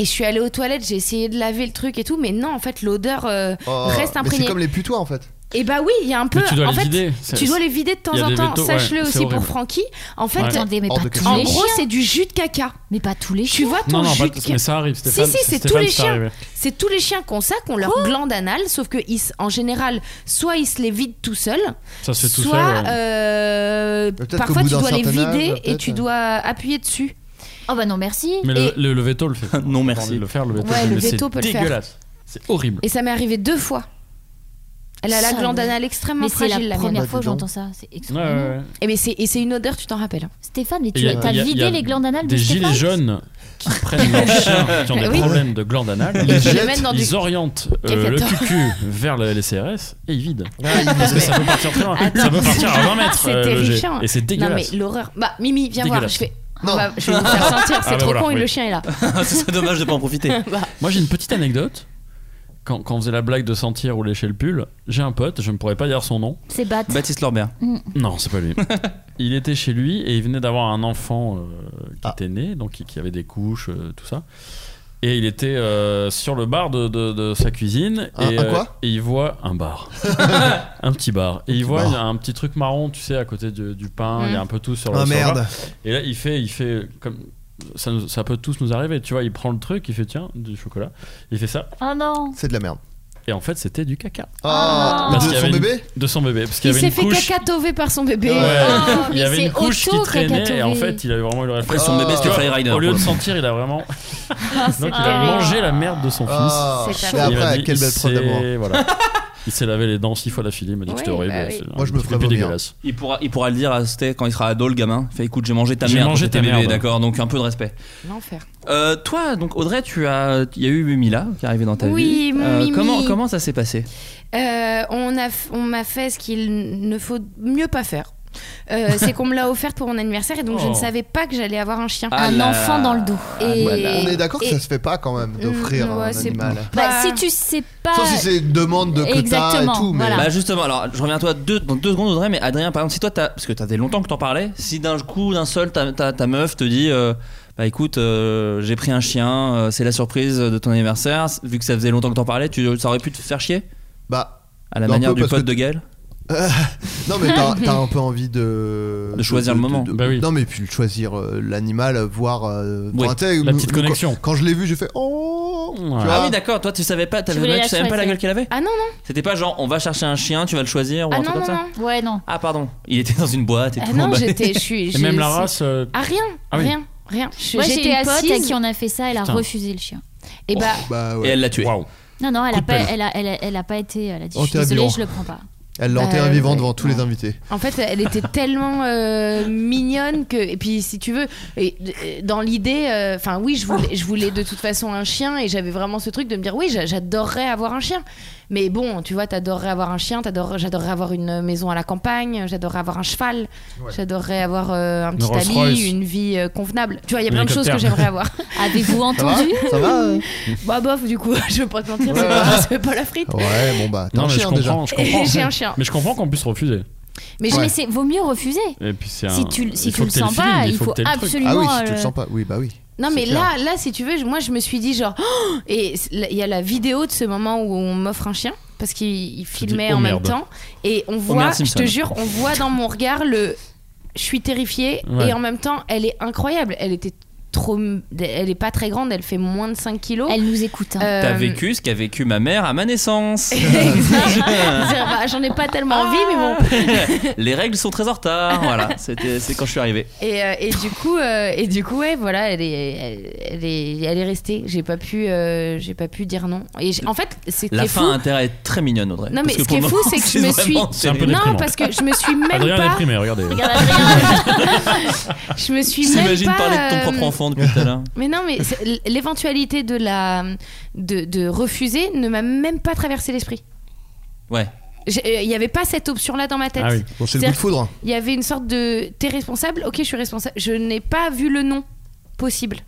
Speaker 10: Et je suis allée aux toilettes, j'ai essayé de laver le truc et tout, mais non, en fait, l'odeur euh,
Speaker 9: Oh,
Speaker 10: reste
Speaker 9: mais c'est
Speaker 10: imprégnée.
Speaker 9: comme les putois en fait.
Speaker 10: Et bah oui, il y a un peu.
Speaker 11: Mais tu dois
Speaker 10: en
Speaker 11: les
Speaker 10: fait,
Speaker 11: vider. C'est-
Speaker 10: tu dois les vider de temps
Speaker 11: Il y a
Speaker 10: en
Speaker 11: des
Speaker 10: temps,
Speaker 11: vétos, ouais,
Speaker 10: sache-le
Speaker 11: c'est
Speaker 10: aussi
Speaker 11: horrible.
Speaker 10: pour Frankie. En fait,
Speaker 11: Ouais.
Speaker 2: Attendez, mais
Speaker 9: Hors de
Speaker 2: pas tous
Speaker 9: question.
Speaker 10: en
Speaker 2: les
Speaker 10: gros,
Speaker 2: chiens.
Speaker 10: c'est du jus de caca.
Speaker 2: Mais pas tous les
Speaker 10: Tu
Speaker 2: chiens.
Speaker 10: vois ton
Speaker 11: Non, non,
Speaker 10: jus
Speaker 11: pas
Speaker 10: de
Speaker 11: tous,
Speaker 10: caca.
Speaker 11: mais ça arrive, Stéphane.
Speaker 10: si, c'est
Speaker 11: Stéphane,
Speaker 10: tous les
Speaker 11: ça
Speaker 10: chiens.
Speaker 11: arrive.
Speaker 10: C'est tous les chiens qui ont ça, qui ont leur glande anale, sauf que ils, en général, soit ils se les vident tout seuls,
Speaker 11: Ça se fait tout
Speaker 10: soit
Speaker 11: seul. ouais.
Speaker 10: euh,
Speaker 9: Peut-être qu'au
Speaker 10: parfois
Speaker 9: bout
Speaker 10: tu
Speaker 9: d'un
Speaker 10: dois les
Speaker 9: certain âge,
Speaker 10: vider et
Speaker 9: peut-être,
Speaker 10: tu
Speaker 9: ouais.
Speaker 10: dois appuyer dessus.
Speaker 2: Oh bah non, merci.
Speaker 11: Mais le, le, le veto le fait. pas.
Speaker 8: Non,
Speaker 11: J'ai
Speaker 8: merci.
Speaker 11: envie de Le faire, Oh, le veto,
Speaker 10: Ouais,
Speaker 11: mais
Speaker 10: le
Speaker 11: c'est
Speaker 10: veto peut le faire.
Speaker 11: dégueulasse. C'est horrible.
Speaker 10: Et ça m'est arrivé deux fois. Elle a la
Speaker 2: Ça,
Speaker 10: glande
Speaker 2: ouais.
Speaker 10: anale extrêmement
Speaker 2: Mais c'est
Speaker 10: fragile,
Speaker 2: la
Speaker 10: la mienne.
Speaker 2: première
Speaker 9: Bah,
Speaker 2: fois que
Speaker 9: dis donc.
Speaker 2: j'entends ça. C'est
Speaker 11: Ouais,
Speaker 2: extrêmement.
Speaker 11: ouais, ouais.
Speaker 10: Et, mais c'est, et c'est une odeur, tu t'en rappelles.
Speaker 2: Stéphane, mais
Speaker 11: Et il y
Speaker 2: tu
Speaker 11: a-
Speaker 2: as
Speaker 11: il y a- il y
Speaker 2: vidé
Speaker 11: a
Speaker 2: les glandes anales de
Speaker 11: Des gilets
Speaker 2: Stéphane
Speaker 11: jaunes qui prennent leurs chiens qui ont des
Speaker 10: Oui.
Speaker 11: problèmes de glandes anales.
Speaker 9: Les
Speaker 10: Et je les
Speaker 9: jettes,
Speaker 10: mène dans du.
Speaker 11: Ils orientent euh, le
Speaker 10: Café-tor.
Speaker 11: cucu vers le- les CRS et Ah, ils vident.
Speaker 9: Parce
Speaker 11: Parce que ça peut partir très loin. Ça peut partir à 20 mètres.
Speaker 10: C'est
Speaker 11: euh, le jet.
Speaker 10: terrifiant.
Speaker 11: Et c'est
Speaker 10: Non mais
Speaker 11: dégueulasse.
Speaker 10: l'horreur. Bah Mimi, viens voir.
Speaker 11: Dégueulasse.
Speaker 10: Je fais.
Speaker 9: Non.
Speaker 10: On va- je vais vous faire sentir. C'est
Speaker 11: bah
Speaker 10: trop
Speaker 11: voilà,
Speaker 10: con. et
Speaker 11: oui.
Speaker 10: Le chien est là.
Speaker 8: Ce serait dommage de pas en profiter.
Speaker 11: Moi, j'ai une petite anecdote. Quand, quand on faisait la blague de sentir ou lécher le pull, j'ai un pote, je ne pourrais pas dire son nom.
Speaker 2: C'est bat.
Speaker 8: Baptiste Lorbert.
Speaker 11: Non, c'est pas lui. il était chez lui et il venait d'avoir un enfant euh, qui
Speaker 9: Ah.
Speaker 11: était né, donc qui, qui avait des couches, euh, tout ça. Et il était euh, sur le bar de, de- de sa cuisine.
Speaker 9: Un-
Speaker 11: et,
Speaker 9: un
Speaker 11: euh,
Speaker 9: quoi
Speaker 11: et il voit un bar. un petit bar. Et il voit
Speaker 9: bar.
Speaker 11: il y a un petit truc marron, tu sais, à côté du, du pain.
Speaker 10: Mmh.
Speaker 11: Il y a un peu tout sur le
Speaker 9: Ah
Speaker 11: sur le bar.
Speaker 9: merde.
Speaker 11: Et là, il fait, il fait comme ça, nous- ça peut tous nous arriver. Tu vois, il prend le truc, il fait tiens du chocolat, il fait ça,
Speaker 2: Oh non.
Speaker 9: C'est de la merde.
Speaker 11: et en fait, c'était du caca
Speaker 9: Ah,
Speaker 11: Parce
Speaker 9: de
Speaker 11: qu'il y
Speaker 9: son
Speaker 11: avait
Speaker 9: bébé
Speaker 11: de son bébé, parce qu'il
Speaker 10: Il
Speaker 11: y avait
Speaker 10: s'est
Speaker 11: une
Speaker 10: fait
Speaker 11: couche.
Speaker 10: cacatover par son bébé. Ah,
Speaker 11: Ouais.
Speaker 2: Oh,
Speaker 11: il y
Speaker 2: mais
Speaker 11: avait une
Speaker 2: c'est
Speaker 11: couche qui
Speaker 2: auto
Speaker 11: traînait, et en
Speaker 2: cacatové.
Speaker 11: fait, il avait vraiment eu le
Speaker 8: Après,
Speaker 11: réflexe.
Speaker 8: son bébé, c'était
Speaker 11: Tu vois,
Speaker 8: Freerider.
Speaker 11: Au lieu de
Speaker 8: pour le coup.
Speaker 11: sentir, il a vraiment. Donc, il a
Speaker 2: terrible.
Speaker 11: mangé la merde de son fils.
Speaker 9: Ah,
Speaker 10: c'est
Speaker 9: et
Speaker 11: Et il m'a
Speaker 9: après,
Speaker 11: dit,
Speaker 9: quelle
Speaker 11: il
Speaker 9: belle preuve
Speaker 11: s'est-
Speaker 9: d'amour.
Speaker 11: voilà. Il s'est lavé les dents six fois d'affilée, il m'a dit que c'était
Speaker 10: Ouais,
Speaker 11: horrible.
Speaker 10: bah oui.
Speaker 11: c'est un
Speaker 9: Moi, je me ferais
Speaker 11: pipi
Speaker 9: vomir.
Speaker 11: dégueulasse.
Speaker 8: Il pourra, il pourra le dire à Sté quand il sera ado, le gamin. Fait écoute, j'ai mangé ta
Speaker 11: J'ai
Speaker 8: merde. quand
Speaker 11: mangé
Speaker 8: j'étais
Speaker 11: ta
Speaker 8: bébé,
Speaker 11: merde.
Speaker 8: D'accord, donc un peu de respect.
Speaker 10: L'enfer.
Speaker 8: Euh, toi, donc Audrey, tu as, il y a eu Mila qui est arrivée dans ta
Speaker 10: Oui,
Speaker 8: vie. Euh,
Speaker 10: mon Mimi.
Speaker 8: Comment, comment ça s'est passé
Speaker 10: Euh, on a f- on m'a fait ce qu'il ne faut mieux pas faire. Euh, c'est qu'on me l'a offert pour mon anniversaire et donc je
Speaker 11: Oh.
Speaker 10: ne savais pas que j'allais avoir un chien.
Speaker 8: Ah
Speaker 2: un
Speaker 8: là Ah, bah
Speaker 2: enfant
Speaker 8: là.
Speaker 2: dans le dos.
Speaker 11: Ah,
Speaker 10: Et-
Speaker 8: voilà.
Speaker 9: On est d'accord que
Speaker 10: et-
Speaker 9: ça se fait pas quand même d'offrir
Speaker 10: Mm, ouais,
Speaker 9: un
Speaker 10: c'est-
Speaker 9: animal.
Speaker 2: Bah,
Speaker 10: Pas-
Speaker 2: si tu sais pas.
Speaker 9: Sauf si c'est une demande de quota et
Speaker 2: Exactement,
Speaker 9: tout, mais
Speaker 10: Ah.
Speaker 2: voilà.
Speaker 8: Bah justement, alors je reviens à toi deux, dans deux secondes Audrey, mais Adrien par exemple, si toi t'as, parce que t'as fait longtemps que t'en parlais, si d'un coup, d'un seul, ta, ta, ta meuf te dit, euh, bah écoute, euh, j'ai pris un chien, euh, c'est la surprise de ton anniversaire, vu que ça faisait longtemps que t'en parlais, tu, ça aurait pu te faire chier
Speaker 9: bah
Speaker 8: à la
Speaker 9: Non, un
Speaker 8: manière
Speaker 9: peu
Speaker 8: du
Speaker 9: parce
Speaker 8: pote
Speaker 9: que-
Speaker 8: de Gaël.
Speaker 9: non mais t'as t'as un peu envie de
Speaker 8: De choisir le moment.
Speaker 11: Bah oui.
Speaker 9: Non mais puis de choisir euh, l'animal, voir euh,
Speaker 8: Oui,
Speaker 9: enfin, tu sais,
Speaker 11: la petite
Speaker 9: quand-
Speaker 11: connexion.
Speaker 9: Quand je l'ai vu, j'ai fait oh. tu
Speaker 11: Ouais.
Speaker 9: vois.
Speaker 8: Ah oui d'accord, toi tu savais pas, t'avais-
Speaker 2: Tu voulais
Speaker 8: tu
Speaker 2: la
Speaker 8: savais même pas la
Speaker 2: choisir.
Speaker 8: gueule qu'elle avait.
Speaker 10: Ah non,
Speaker 8: C'était pas genre on va chercher un chien, tu vas le choisir ou
Speaker 10: Ah
Speaker 8: un
Speaker 10: non,
Speaker 8: truc comme
Speaker 10: non,
Speaker 8: ça.
Speaker 10: non.
Speaker 2: Ouais, non.
Speaker 8: Ah pardon, il était dans une boîte et
Speaker 10: Ah
Speaker 8: tout. bah.
Speaker 10: non,
Speaker 8: emballé.
Speaker 10: j'étais. Je suis.
Speaker 11: Et
Speaker 10: j'ai-
Speaker 11: même la
Speaker 10: c'est-
Speaker 11: race. euh,
Speaker 10: Ah rien,
Speaker 11: Ah oui.
Speaker 10: rien, rien. Je-
Speaker 2: Moi,
Speaker 10: j'étais
Speaker 2: j'ai une pote à
Speaker 10: assise
Speaker 2: qui on a fait ça, elle a
Speaker 11: Putain.
Speaker 2: refusé le chien.
Speaker 10: Et bah,
Speaker 9: Bah
Speaker 8: Et
Speaker 9: ouais.
Speaker 8: elle l'a tué.
Speaker 11: Waouh.
Speaker 2: Non, non, elle
Speaker 11: Coup
Speaker 2: a
Speaker 11: de
Speaker 2: pas,
Speaker 11: pelle.
Speaker 2: elle a, elle, a, elle a pas été. Elle a dit,
Speaker 9: Oh,
Speaker 2: je suis
Speaker 9: t'es
Speaker 2: désolée,
Speaker 9: aberrant.
Speaker 2: je le prends pas.
Speaker 9: Elle l'enterre
Speaker 10: Bah,
Speaker 9: vivant
Speaker 10: ouais.
Speaker 9: devant tous les invités.
Speaker 10: en fait, elle était tellement euh, mignonne que. Et puis, si tu veux, et, euh, dans l'idée, euh, enfin oui, je voulais, je voulais de toute façon un chien et j'avais vraiment ce truc de me dire oui, j'a- j'adorerais avoir un chien. Mais bon, tu vois, t'adorerais avoir un chien, t'adorerais- j'adorerais avoir une maison à la campagne, j'adorerais avoir un cheval, j'adorerais avoir euh, un
Speaker 11: Une
Speaker 10: petit
Speaker 11: Rolls
Speaker 10: ami,
Speaker 11: Royce.
Speaker 10: une vie euh, convenable. Tu vois, il y a
Speaker 11: Un
Speaker 10: plein de choses que
Speaker 11: hélicoptère.
Speaker 10: j'aimerais avoir.
Speaker 2: Avez-vous
Speaker 9: Ça va
Speaker 2: entendu
Speaker 9: Ça va euh
Speaker 10: bah bof, du coup, je veux pas te mentir, c'est pas, c'est pas la frite.
Speaker 9: Ouais, bon bah, t'as
Speaker 11: Non,
Speaker 9: un
Speaker 11: mais je
Speaker 9: chien déjà.
Speaker 11: comprends, je
Speaker 10: Et
Speaker 11: comprends.
Speaker 10: hein, J'ai un chien.
Speaker 11: Mais je comprends qu'on puisse refuser.
Speaker 2: Mais, je-
Speaker 9: Ouais.
Speaker 2: mais c'est vaut mieux refuser.
Speaker 11: Et puis c'est
Speaker 2: Si
Speaker 11: un-
Speaker 2: tu, le- si
Speaker 11: il
Speaker 2: tu
Speaker 11: faut
Speaker 2: le
Speaker 11: que t'aies
Speaker 2: sens
Speaker 11: feeling,
Speaker 2: pas, il
Speaker 11: faut
Speaker 2: faut,
Speaker 11: que t'aies le truc.
Speaker 2: absolument.
Speaker 9: Ah oui, si tu
Speaker 2: euh,
Speaker 9: le sens pas, oui, bah oui.
Speaker 10: Non
Speaker 9: C'est
Speaker 10: mais
Speaker 9: clair.
Speaker 10: là, là, si tu veux, je- moi je me suis dit genre, Oh et c'est- il y a la vidéo de ce moment où on m'offre un chien parce qu'il il filmait
Speaker 11: dis, oh
Speaker 10: en
Speaker 11: merde.
Speaker 10: même temps et on voit,
Speaker 8: merde,
Speaker 10: je
Speaker 8: Simpson.
Speaker 10: te jure, on voit dans mon regard le, je suis terrifiée
Speaker 11: Ouais.
Speaker 10: et en même temps elle est incroyable, elle était trop, elle est pas très grande, elle fait moins de 5 kilos.
Speaker 2: Elle nous écoute. hein.
Speaker 10: Euh,
Speaker 8: T'as vécu ce qu'a vécu ma mère à ma naissance.
Speaker 10: Bah, J'en ai pas tellement envie, mais bon.
Speaker 8: Les règles sont très en retard. Voilà, c'était- c'est quand je suis arrivé.
Speaker 10: Et, euh, et du coup, euh, et du coup, ouais, voilà, elle est, elle, elle est, elle est restée. J'ai pas pu, euh, j'ai pas pu dire non. Et j'ai- en fait,
Speaker 8: La
Speaker 10: c'était
Speaker 8: fin
Speaker 10: fou.
Speaker 8: a intérêt à être très mignonne, Audrey.
Speaker 10: Non, mais
Speaker 8: Parce
Speaker 10: ce
Speaker 8: pour
Speaker 10: qui
Speaker 8: le
Speaker 10: est fou,
Speaker 8: moment,
Speaker 10: c'est que je me suis-
Speaker 8: vraiment
Speaker 11: C'est un peu
Speaker 8: terrible.
Speaker 10: Non,
Speaker 11: déprimant.
Speaker 10: parce que je me suis même
Speaker 11: Adrien est
Speaker 10: pas.
Speaker 11: primé, regardez.
Speaker 10: Regarde Adrien. je me suis
Speaker 8: Je
Speaker 10: même
Speaker 8: t'imagine
Speaker 10: pas.
Speaker 8: parler de ton propre
Speaker 10: euh,
Speaker 8: enfant depuis tout à l'heure.
Speaker 10: Mais non, mais c'est- l- l'éventualité de la, de, de refuser ne m'a même pas traversé l'esprit.
Speaker 8: Ouais.
Speaker 10: J'ai- euh, Il n'y avait pas cette option-là dans ma tête.
Speaker 11: Ah oui.
Speaker 9: Bon, c'est le coup de foudre. hein.
Speaker 10: Il y avait une sorte de t'es responsable, ok, je suis responsable. Je n'ai pas vu le nom possible.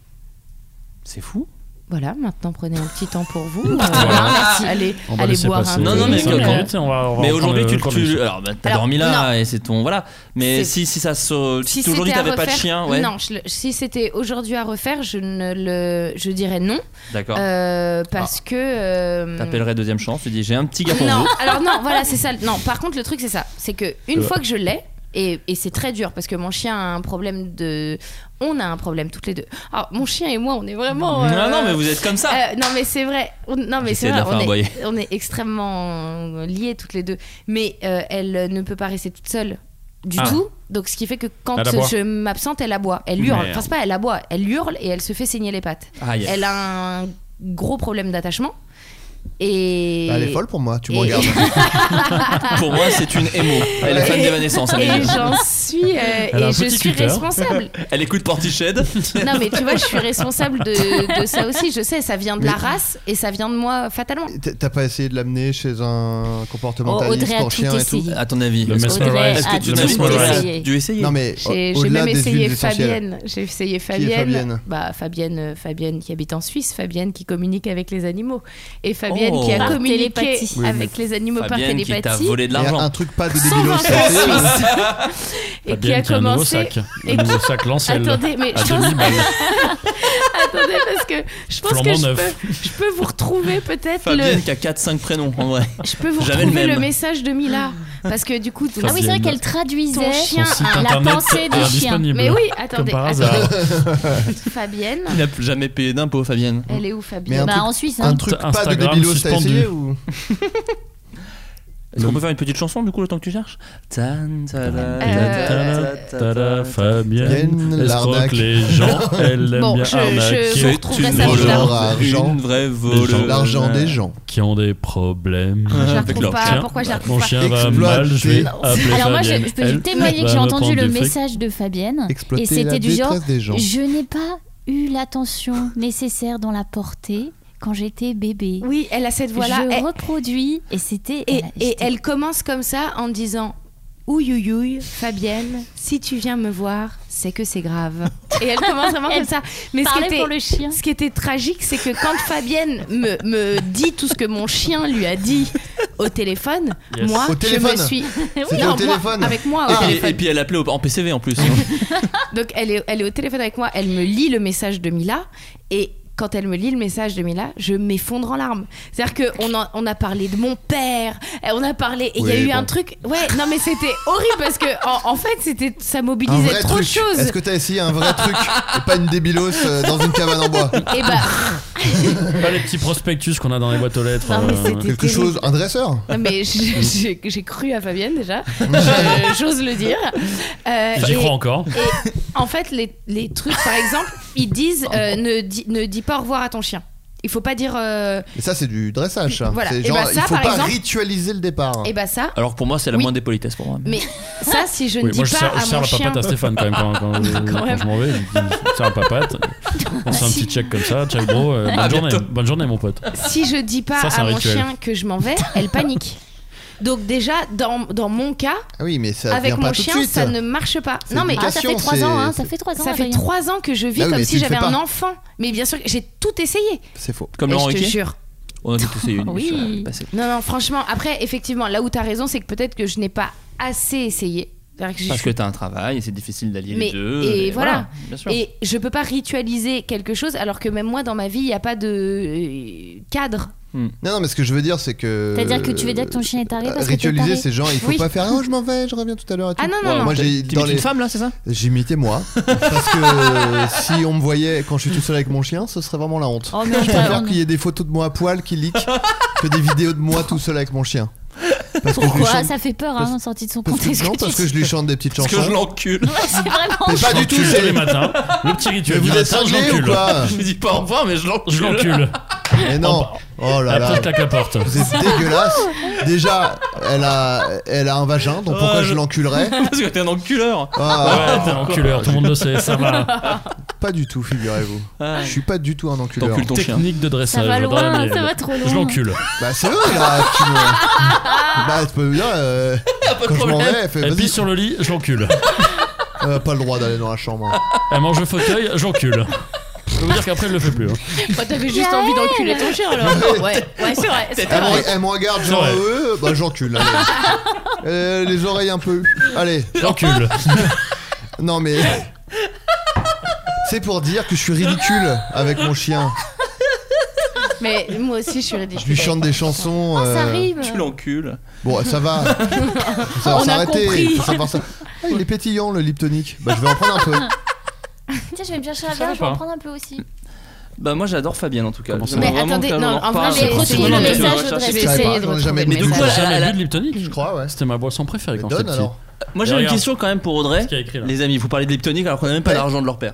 Speaker 8: C'est fou.
Speaker 10: Voilà, maintenant prenez un petit temps pour vous. Euh,
Speaker 11: Voilà.
Speaker 10: Merci. Allez,
Speaker 11: On va
Speaker 10: allez
Speaker 11: laisser
Speaker 10: boire un
Speaker 11: passer
Speaker 10: thé.
Speaker 8: Non, non, mais
Speaker 11: cinq
Speaker 8: quand-
Speaker 11: minutes et on va- on va
Speaker 8: mais
Speaker 11: reprendre
Speaker 8: aujourd'hui,
Speaker 11: le-
Speaker 8: tu,
Speaker 11: le cours de
Speaker 8: tu
Speaker 11: l'émission.
Speaker 8: alors bah, t'as
Speaker 10: Alors,
Speaker 8: dormi là et c'est ton voilà. Mais
Speaker 10: C'est-
Speaker 8: si si ça se si,
Speaker 10: c'était
Speaker 8: aujourd'hui
Speaker 10: à
Speaker 8: t'avais pas de
Speaker 10: refaire-
Speaker 8: chien, ouais.
Speaker 10: Non, je le- si c'était aujourd'hui à refaire, je ne le, je dirais non,
Speaker 8: D'accord.
Speaker 10: euh, parce que. euh,
Speaker 8: T'appellerais deuxième chance, tu dis j'ai un petit gars pour
Speaker 10: non,
Speaker 8: vous. Euh.
Speaker 10: alors non, voilà, c'est ça. Non, par contre, le truc, c'est ça. C'est que une fois que je l'ai, et, et c'est très dur parce que mon chien a un problème de. On a un problème toutes les deux. Alors, mon chien et moi, on est vraiment. euh,
Speaker 8: Non non mais vous êtes comme ça.
Speaker 10: euh, non mais c'est vrai. On- non mais
Speaker 8: J'essayais
Speaker 10: c'est
Speaker 8: de
Speaker 10: vrai.
Speaker 8: la faire
Speaker 10: On
Speaker 8: aboyer.
Speaker 10: est, on est extrêmement liés toutes les deux. Mais euh, elle ne peut pas rester toute seule du
Speaker 11: Ah.
Speaker 10: tout. Donc ce qui fait que quand
Speaker 11: Elle aboie.
Speaker 10: je m'absente, elle aboie. Elle hurle.
Speaker 11: Merde.
Speaker 10: Enfin c'est pas elle aboie. Elle hurle et elle se fait saigner les pattes.
Speaker 8: Aïe.
Speaker 10: Elle a un gros problème d'attachement. Et
Speaker 9: Bah, elle est folle pour moi, tu me
Speaker 10: et-
Speaker 9: regardes.
Speaker 8: Pour moi c'est une émo. Elle est fan
Speaker 10: Et-
Speaker 8: d'évanescence. elle est-
Speaker 10: Et j'en suis, euh,
Speaker 11: Elle a un
Speaker 10: et je
Speaker 11: petit
Speaker 10: suis
Speaker 11: cutter.
Speaker 10: responsable.
Speaker 8: Elle écoute Portiched.
Speaker 10: Non, mais tu vois, je suis responsable de, de ça aussi. Je sais, ça vient de la
Speaker 9: Mais-
Speaker 10: race et ça vient de moi fatalement. Oh,
Speaker 9: T'as- T'as pas essayé de l'amener chez un comportementaliste
Speaker 2: Audrey a
Speaker 9: pour
Speaker 2: tout
Speaker 9: chien et tout
Speaker 2: essayé.
Speaker 8: À ton avis,
Speaker 11: Le
Speaker 8: est-ce que-
Speaker 2: Audrey
Speaker 11: mesmerize.
Speaker 8: est-ce
Speaker 10: Ah,
Speaker 2: a
Speaker 8: que tu
Speaker 2: tout
Speaker 8: t'as
Speaker 2: essayé.
Speaker 8: dû essayer
Speaker 9: Non mais
Speaker 10: J'ai
Speaker 9: au-
Speaker 10: j'ai
Speaker 9: au-delà
Speaker 10: même
Speaker 9: des
Speaker 10: essayé
Speaker 9: huiles essentielles.
Speaker 10: Fabienne. J'ai essayé Fabienne.
Speaker 9: Fabienne
Speaker 10: bah, Fabienne, euh, Fabienne qui habite en Suisse, Fabienne qui communique avec les animaux. Et Fabienne
Speaker 8: Oh.
Speaker 10: qui a
Speaker 8: Par
Speaker 10: communiqué
Speaker 2: télépathie.
Speaker 9: Oui,
Speaker 10: avec les animaux
Speaker 8: Fabienne
Speaker 10: par
Speaker 8: qui t'a
Speaker 10: télépathie.
Speaker 8: volé de
Speaker 9: Il y a
Speaker 8: l'argent.
Speaker 9: un truc pas de débilo.
Speaker 10: 120
Speaker 9: ça, c'est-
Speaker 10: francs suisses. Et qui a
Speaker 11: Fabienne, un nouveau
Speaker 10: commencé.
Speaker 11: sac. Un nouveau sac Lancel. Ah, bah,
Speaker 10: Attendez, mais
Speaker 11: À
Speaker 10: je pense,
Speaker 11: 2000 balles.
Speaker 10: attendez, parce que je pense que
Speaker 11: Flambant
Speaker 10: je
Speaker 11: neuf.
Speaker 10: peux, je peux vous retrouver peut-être le,
Speaker 8: Fabienne qui a 4-5 prénoms en vrai.
Speaker 10: je peux vous
Speaker 8: J'avais
Speaker 10: retrouver
Speaker 8: le
Speaker 10: le,
Speaker 8: même.
Speaker 10: message de Mila. Parce que du coup,
Speaker 2: Ah
Speaker 10: ton-
Speaker 2: oui, c'est vrai
Speaker 11: Fabienne.
Speaker 2: qu'elle
Speaker 10: ton
Speaker 2: traduisait.
Speaker 10: chien
Speaker 11: Son site
Speaker 10: a
Speaker 2: la
Speaker 11: internet
Speaker 2: pensée du
Speaker 11: est
Speaker 2: chien.
Speaker 11: indisponible.
Speaker 10: Mais oui,
Speaker 11: Comme
Speaker 10: attendez,
Speaker 11: par hasard.
Speaker 10: attendez. Fabienne,
Speaker 8: Il n'a plus jamais payé d'impôts, Fabienne.
Speaker 10: elle est où
Speaker 9: Mais
Speaker 10: Fabienne
Speaker 9: un
Speaker 2: Bah,
Speaker 9: truc-
Speaker 2: en Suisse, hein.
Speaker 9: Un truc pas de
Speaker 11: Instagram
Speaker 9: débilo, t'as
Speaker 11: suspendu.
Speaker 9: essayé ou
Speaker 8: Est-ce qu'on peut faire une petite chanson du coup le temps que tu cherches Tan, ta, da, da,
Speaker 10: Euh,
Speaker 8: da, da, da, da,
Speaker 11: Tada, Fabienne,
Speaker 9: Fabienne,
Speaker 11: escroque
Speaker 9: l'arnaque.
Speaker 11: les gens, elle aime
Speaker 10: Bon,
Speaker 11: bien
Speaker 10: je- je-
Speaker 11: arnaquer.
Speaker 10: je-
Speaker 8: C'est
Speaker 10: retrouverai
Speaker 8: une
Speaker 10: ça plus
Speaker 8: voleuse,
Speaker 9: tard.
Speaker 8: Une vraie voleuse.
Speaker 9: L'argent des gens.
Speaker 11: Qui ont des problèmes.
Speaker 10: Je la
Speaker 8: Avec
Speaker 10: retrouve
Speaker 8: leur
Speaker 10: pas.
Speaker 11: chien.
Speaker 10: Pourquoi je la retrouve
Speaker 11: Mon
Speaker 10: pas
Speaker 11: chien va
Speaker 9: Exploité.
Speaker 11: mal, je vais appeler
Speaker 2: Alors moi, je,
Speaker 11: Fabienne.
Speaker 2: je peux
Speaker 11: Elle
Speaker 2: témoigner
Speaker 11: va
Speaker 2: que j'ai
Speaker 11: me
Speaker 2: entendu
Speaker 11: prendre
Speaker 2: le
Speaker 11: des fric.
Speaker 2: message de Fabienne.
Speaker 9: Exploiter
Speaker 2: Et
Speaker 9: la
Speaker 2: c'était du genre,
Speaker 9: détresse des gens.
Speaker 2: je n'ai pas eu l'attention nécessaire dans la portée quand j'étais bébé.
Speaker 10: Oui, elle a cette voix-là.
Speaker 2: je
Speaker 10: Elle-
Speaker 2: reproduis et c'était.
Speaker 10: Et,
Speaker 2: elle-
Speaker 10: et
Speaker 2: j'étais-
Speaker 10: elle commence comme ça en disant Ouïouïouï, Fabienne, si tu viens me voir, c'est que c'est grave. Et elle commence vraiment comme ça. Mais ce qui,
Speaker 2: parlait
Speaker 10: était,
Speaker 2: pour le chien.
Speaker 10: ce qui était tragique, c'est que quand Fabienne me, me dit tout ce que mon chien lui a dit au téléphone,
Speaker 11: Yes.
Speaker 10: moi,
Speaker 9: Au téléphone
Speaker 10: je me suis.
Speaker 9: C'était au
Speaker 10: Non, moi,
Speaker 9: téléphone. Ah.
Speaker 10: Avec moi, au
Speaker 8: Ah, Et puis-
Speaker 10: téléphone.
Speaker 8: Et puis elle appelait au- en PCV en plus.
Speaker 10: Donc elle est, elle est au téléphone avec moi, elle me lit le message de Mila et quand elle me lit le message de Mila, je m'effondre en larmes. C'est-à-dire qu'on en- on a parlé de mon père, et on a parlé et il y a
Speaker 9: Oui,
Speaker 10: eu
Speaker 9: bon.
Speaker 10: un truc. Ouais, non mais c'était horrible parce que en, en fait c'était ça
Speaker 9: Un
Speaker 10: mobilisait
Speaker 9: vrai
Speaker 10: trop
Speaker 9: truc.
Speaker 10: de choses.
Speaker 9: Est-ce que t'as essayé un vrai truc et pas une débilos euh, dans une cabane en bois
Speaker 10: Et bah
Speaker 11: Pas les petits prospectus qu'on a dans les boîtes aux lettres.
Speaker 10: Non, mais
Speaker 11: euh,
Speaker 10: c'était-
Speaker 9: Quelque chose, un dresseur
Speaker 10: non, mais j'ai- j'ai j'ai cru à Fabienne déjà, Je- j'ose le dire. Euh,
Speaker 11: J'y
Speaker 10: et-
Speaker 11: crois encore.
Speaker 10: Et en fait, les, les trucs, par exemple, ils disent euh, ne, dis, ne dis pas au revoir à ton chien. Il faut pas dire. euh,
Speaker 9: Et ça, c'est du dressage. ça.
Speaker 10: Voilà.
Speaker 9: C'est
Speaker 10: Et
Speaker 9: genre,
Speaker 10: bah ça,
Speaker 9: il faut
Speaker 10: par
Speaker 9: pas
Speaker 10: exemple-
Speaker 9: ritualiser le départ.
Speaker 10: Eh ben ça,
Speaker 8: Alors que pour moi, c'est la
Speaker 10: Oui.
Speaker 8: moindre des politesses pour moi. mais-
Speaker 10: mais ça, si je ne
Speaker 11: Oui,
Speaker 10: dis
Speaker 11: moi, je
Speaker 10: pas
Speaker 11: sers,
Speaker 10: à
Speaker 11: je sers
Speaker 10: mon
Speaker 11: la
Speaker 10: chien.
Speaker 11: papate à Stéphane quand même. Quand, quand- quand
Speaker 10: même.
Speaker 11: je m'en vais, je lui dis, je sers la papate. On se fait un petit check comme ça. Ciao, bro. euh, bonne,
Speaker 9: Ah,
Speaker 8: À
Speaker 11: journée,
Speaker 8: bientôt.
Speaker 11: bonne journée, mon pote.
Speaker 10: si je dis pas
Speaker 11: Ça, c'est
Speaker 10: à
Speaker 11: un
Speaker 10: mon
Speaker 11: rituel.
Speaker 10: chien que je m'en vais, elle panique. Donc déjà, dans, dans mon cas,
Speaker 9: Ah oui, mais ça
Speaker 10: avec
Speaker 9: vient pas
Speaker 10: mon
Speaker 9: tout de
Speaker 10: chien,
Speaker 9: suite.
Speaker 10: ça ne marche pas.
Speaker 9: C'est
Speaker 10: Non mais
Speaker 9: une
Speaker 2: Ah, ça fait
Speaker 9: Attention,
Speaker 2: 3 ans,
Speaker 9: c'est-
Speaker 2: hein, ça fait 3 ans.
Speaker 10: ça fait
Speaker 2: Adrien.
Speaker 10: trois ans que je vis
Speaker 9: Ah oui,
Speaker 10: comme
Speaker 9: mais
Speaker 10: si
Speaker 9: tu le
Speaker 10: j'avais
Speaker 9: fais
Speaker 10: un
Speaker 9: pas.
Speaker 10: enfant. Mais bien sûr, j'ai tout essayé.
Speaker 9: C'est faux.
Speaker 8: Comme
Speaker 10: Et
Speaker 8: Laurent
Speaker 10: je te
Speaker 8: Riquet
Speaker 10: jure.
Speaker 8: On a tous essayé une.
Speaker 2: Oui.
Speaker 8: sur la passée.
Speaker 10: Non non, franchement, après effectivement, là où t'as raison, c'est que peut-être que je n'ai pas assez essayé. C'est-à-dire que je
Speaker 8: Parce
Speaker 10: suis-
Speaker 8: que t'as un travail et c'est difficile d'allier les
Speaker 10: Mais-
Speaker 8: deux.
Speaker 10: et voilà.
Speaker 8: Bien sûr.
Speaker 10: Et je peux pas ritualiser quelque chose alors que même moi dans ma vie il n'y a pas de euh, cadre.
Speaker 9: Non, non, mais ce que je veux dire, c'est que.
Speaker 2: C'est-à-dire que tu veux dire que ton chien est taré
Speaker 9: Euh,
Speaker 2: parce que t'es
Speaker 9: Ritualiser,
Speaker 2: taré.
Speaker 9: c'est genre, il faut
Speaker 10: Oui.
Speaker 9: pas faire Oh, je m'en vais, je reviens tout à l'heure. et tout.
Speaker 10: Ah non non
Speaker 8: Ouais,
Speaker 10: non.
Speaker 9: moi,
Speaker 8: t'as-
Speaker 9: j'ai-
Speaker 8: t'imites
Speaker 9: dans les-
Speaker 8: une femme là, c'est ça
Speaker 9: J'imitais moi. parce que si on me voyait quand je suis tout seul avec mon chien, ce serait vraiment la honte.
Speaker 2: Oh, mais on
Speaker 9: je
Speaker 2: t'a-
Speaker 9: préfère
Speaker 2: on-
Speaker 9: qu'il y ait des photos de moi à poil qui leak que des vidéos de moi tout seul avec mon chien. Parce que je lui
Speaker 2: Pourquoi
Speaker 9: chante.
Speaker 2: Ça fait peur, hein, sorti de son
Speaker 9: parce que-
Speaker 2: contexte.
Speaker 9: non, parce que je lui chante des petites
Speaker 8: Parce que je
Speaker 9: chansons.
Speaker 8: l'encule.
Speaker 2: Ouais, c'est vraiment.
Speaker 9: Mais pas du tout,
Speaker 11: Tous
Speaker 9: c'est-
Speaker 11: les matins. Le petit
Speaker 9: Mais
Speaker 11: rituel.
Speaker 9: vous
Speaker 11: du
Speaker 9: êtes
Speaker 11: matin, je
Speaker 9: cinglés ou
Speaker 11: l'encule.
Speaker 9: pas
Speaker 8: Je lui dis pas au revoir, mais je l'encule.
Speaker 11: Je l'encule.
Speaker 9: Mais non. Oh là
Speaker 11: Après,
Speaker 9: là.
Speaker 11: je claque la porte.
Speaker 9: Vous êtes dégueulasse. Déjà, elle a, elle a un vagin, donc pourquoi
Speaker 8: Oh,
Speaker 9: je
Speaker 8: je-
Speaker 9: l'enculerais
Speaker 8: Parce que t'es un enculeur.
Speaker 9: Ah,
Speaker 11: Ouais, t'es un enculeur, tout le monde le sait, ça va.
Speaker 9: Pas du tout, figurez-vous.
Speaker 8: Ah.
Speaker 9: Je suis pas du tout un enculeur.
Speaker 8: T'encules ton chien.
Speaker 11: Technique de dressage.
Speaker 2: Ça va
Speaker 11: dans
Speaker 2: loin,
Speaker 11: les-
Speaker 2: ça va trop loin.
Speaker 11: Je l'encule.
Speaker 9: Bah c'est eux là qui me... Bah tu peux me dire euh, quand je m'en vais, elle fait
Speaker 11: Elle
Speaker 9: vas-y,
Speaker 11: pisse sur le lit, je l'encule.
Speaker 9: euh, pas le droit d'aller dans la chambre. hein.
Speaker 11: Elle mange le fauteuil, je l'encule. Je peux vous dire qu'après, elle le fait plus. hein.
Speaker 10: Bah, t'avais juste envie d'enculer ton chien alors. Ouais Ah ouais c'est vrai. c'est
Speaker 9: Elle,
Speaker 10: vrai.
Speaker 9: me- elle me regarde genre
Speaker 11: C'est
Speaker 9: euh, bah j'encule. allez. Euh, les oreilles un peu. Allez,
Speaker 11: J'encule.
Speaker 9: non mais c'est pour dire que je suis ridicule avec mon chien.
Speaker 10: Mais moi aussi je
Speaker 9: Je
Speaker 10: suis
Speaker 9: lui
Speaker 10: ridicule.
Speaker 9: chante des chansons.
Speaker 2: Ah, Ça
Speaker 9: euh,
Speaker 2: arrive.
Speaker 8: Tu l'encules.
Speaker 9: Bon, ça va. Faut savoir
Speaker 10: On a
Speaker 9: s'arrêter.
Speaker 10: compris.
Speaker 9: Faut savoir ça. Ah, il est pétillant le liptonique. Bah je vais en prendre un peu.
Speaker 10: Ah,
Speaker 2: Tiens, je vais me chercher un
Speaker 11: Ça
Speaker 2: verre,
Speaker 11: va
Speaker 2: je vais en
Speaker 11: pas.
Speaker 2: prendre un peu aussi.
Speaker 8: Bah moi j'adore Fabienne en tout cas.
Speaker 11: Comment ça
Speaker 8: J'aimerais
Speaker 10: Mais
Speaker 8: vraiment
Speaker 10: attendez,
Speaker 8: qu'elle
Speaker 10: non,
Speaker 8: en
Speaker 10: en
Speaker 8: reparle.
Speaker 10: vrai,
Speaker 2: mais
Speaker 8: C'est
Speaker 2: retrouve
Speaker 8: vraiment
Speaker 2: le
Speaker 8: bien, tu
Speaker 2: message,
Speaker 8: vas chercher.
Speaker 10: Je vais
Speaker 9: Je savais pas,
Speaker 10: essayer de
Speaker 9: j'en ai
Speaker 10: retrouver
Speaker 9: jamais
Speaker 10: le
Speaker 8: Mais du coup,
Speaker 10: message.
Speaker 11: J'ai jamais
Speaker 8: elle-
Speaker 11: bu de
Speaker 9: Je
Speaker 11: Liptonic.
Speaker 9: crois ouais.
Speaker 11: C'était ma boisson préférée
Speaker 9: Mais
Speaker 11: quand j'étais
Speaker 9: donne
Speaker 11: petit.
Speaker 9: alors.
Speaker 8: Moi j'ai une
Speaker 11: Regarde.
Speaker 8: question quand même pour Audrey.
Speaker 11: Ce qu'il y a écrit là.
Speaker 8: Les amis, vous parlez de Liptonic alors qu'on n'a même pas
Speaker 9: Ouais.
Speaker 8: d'argent de leur père.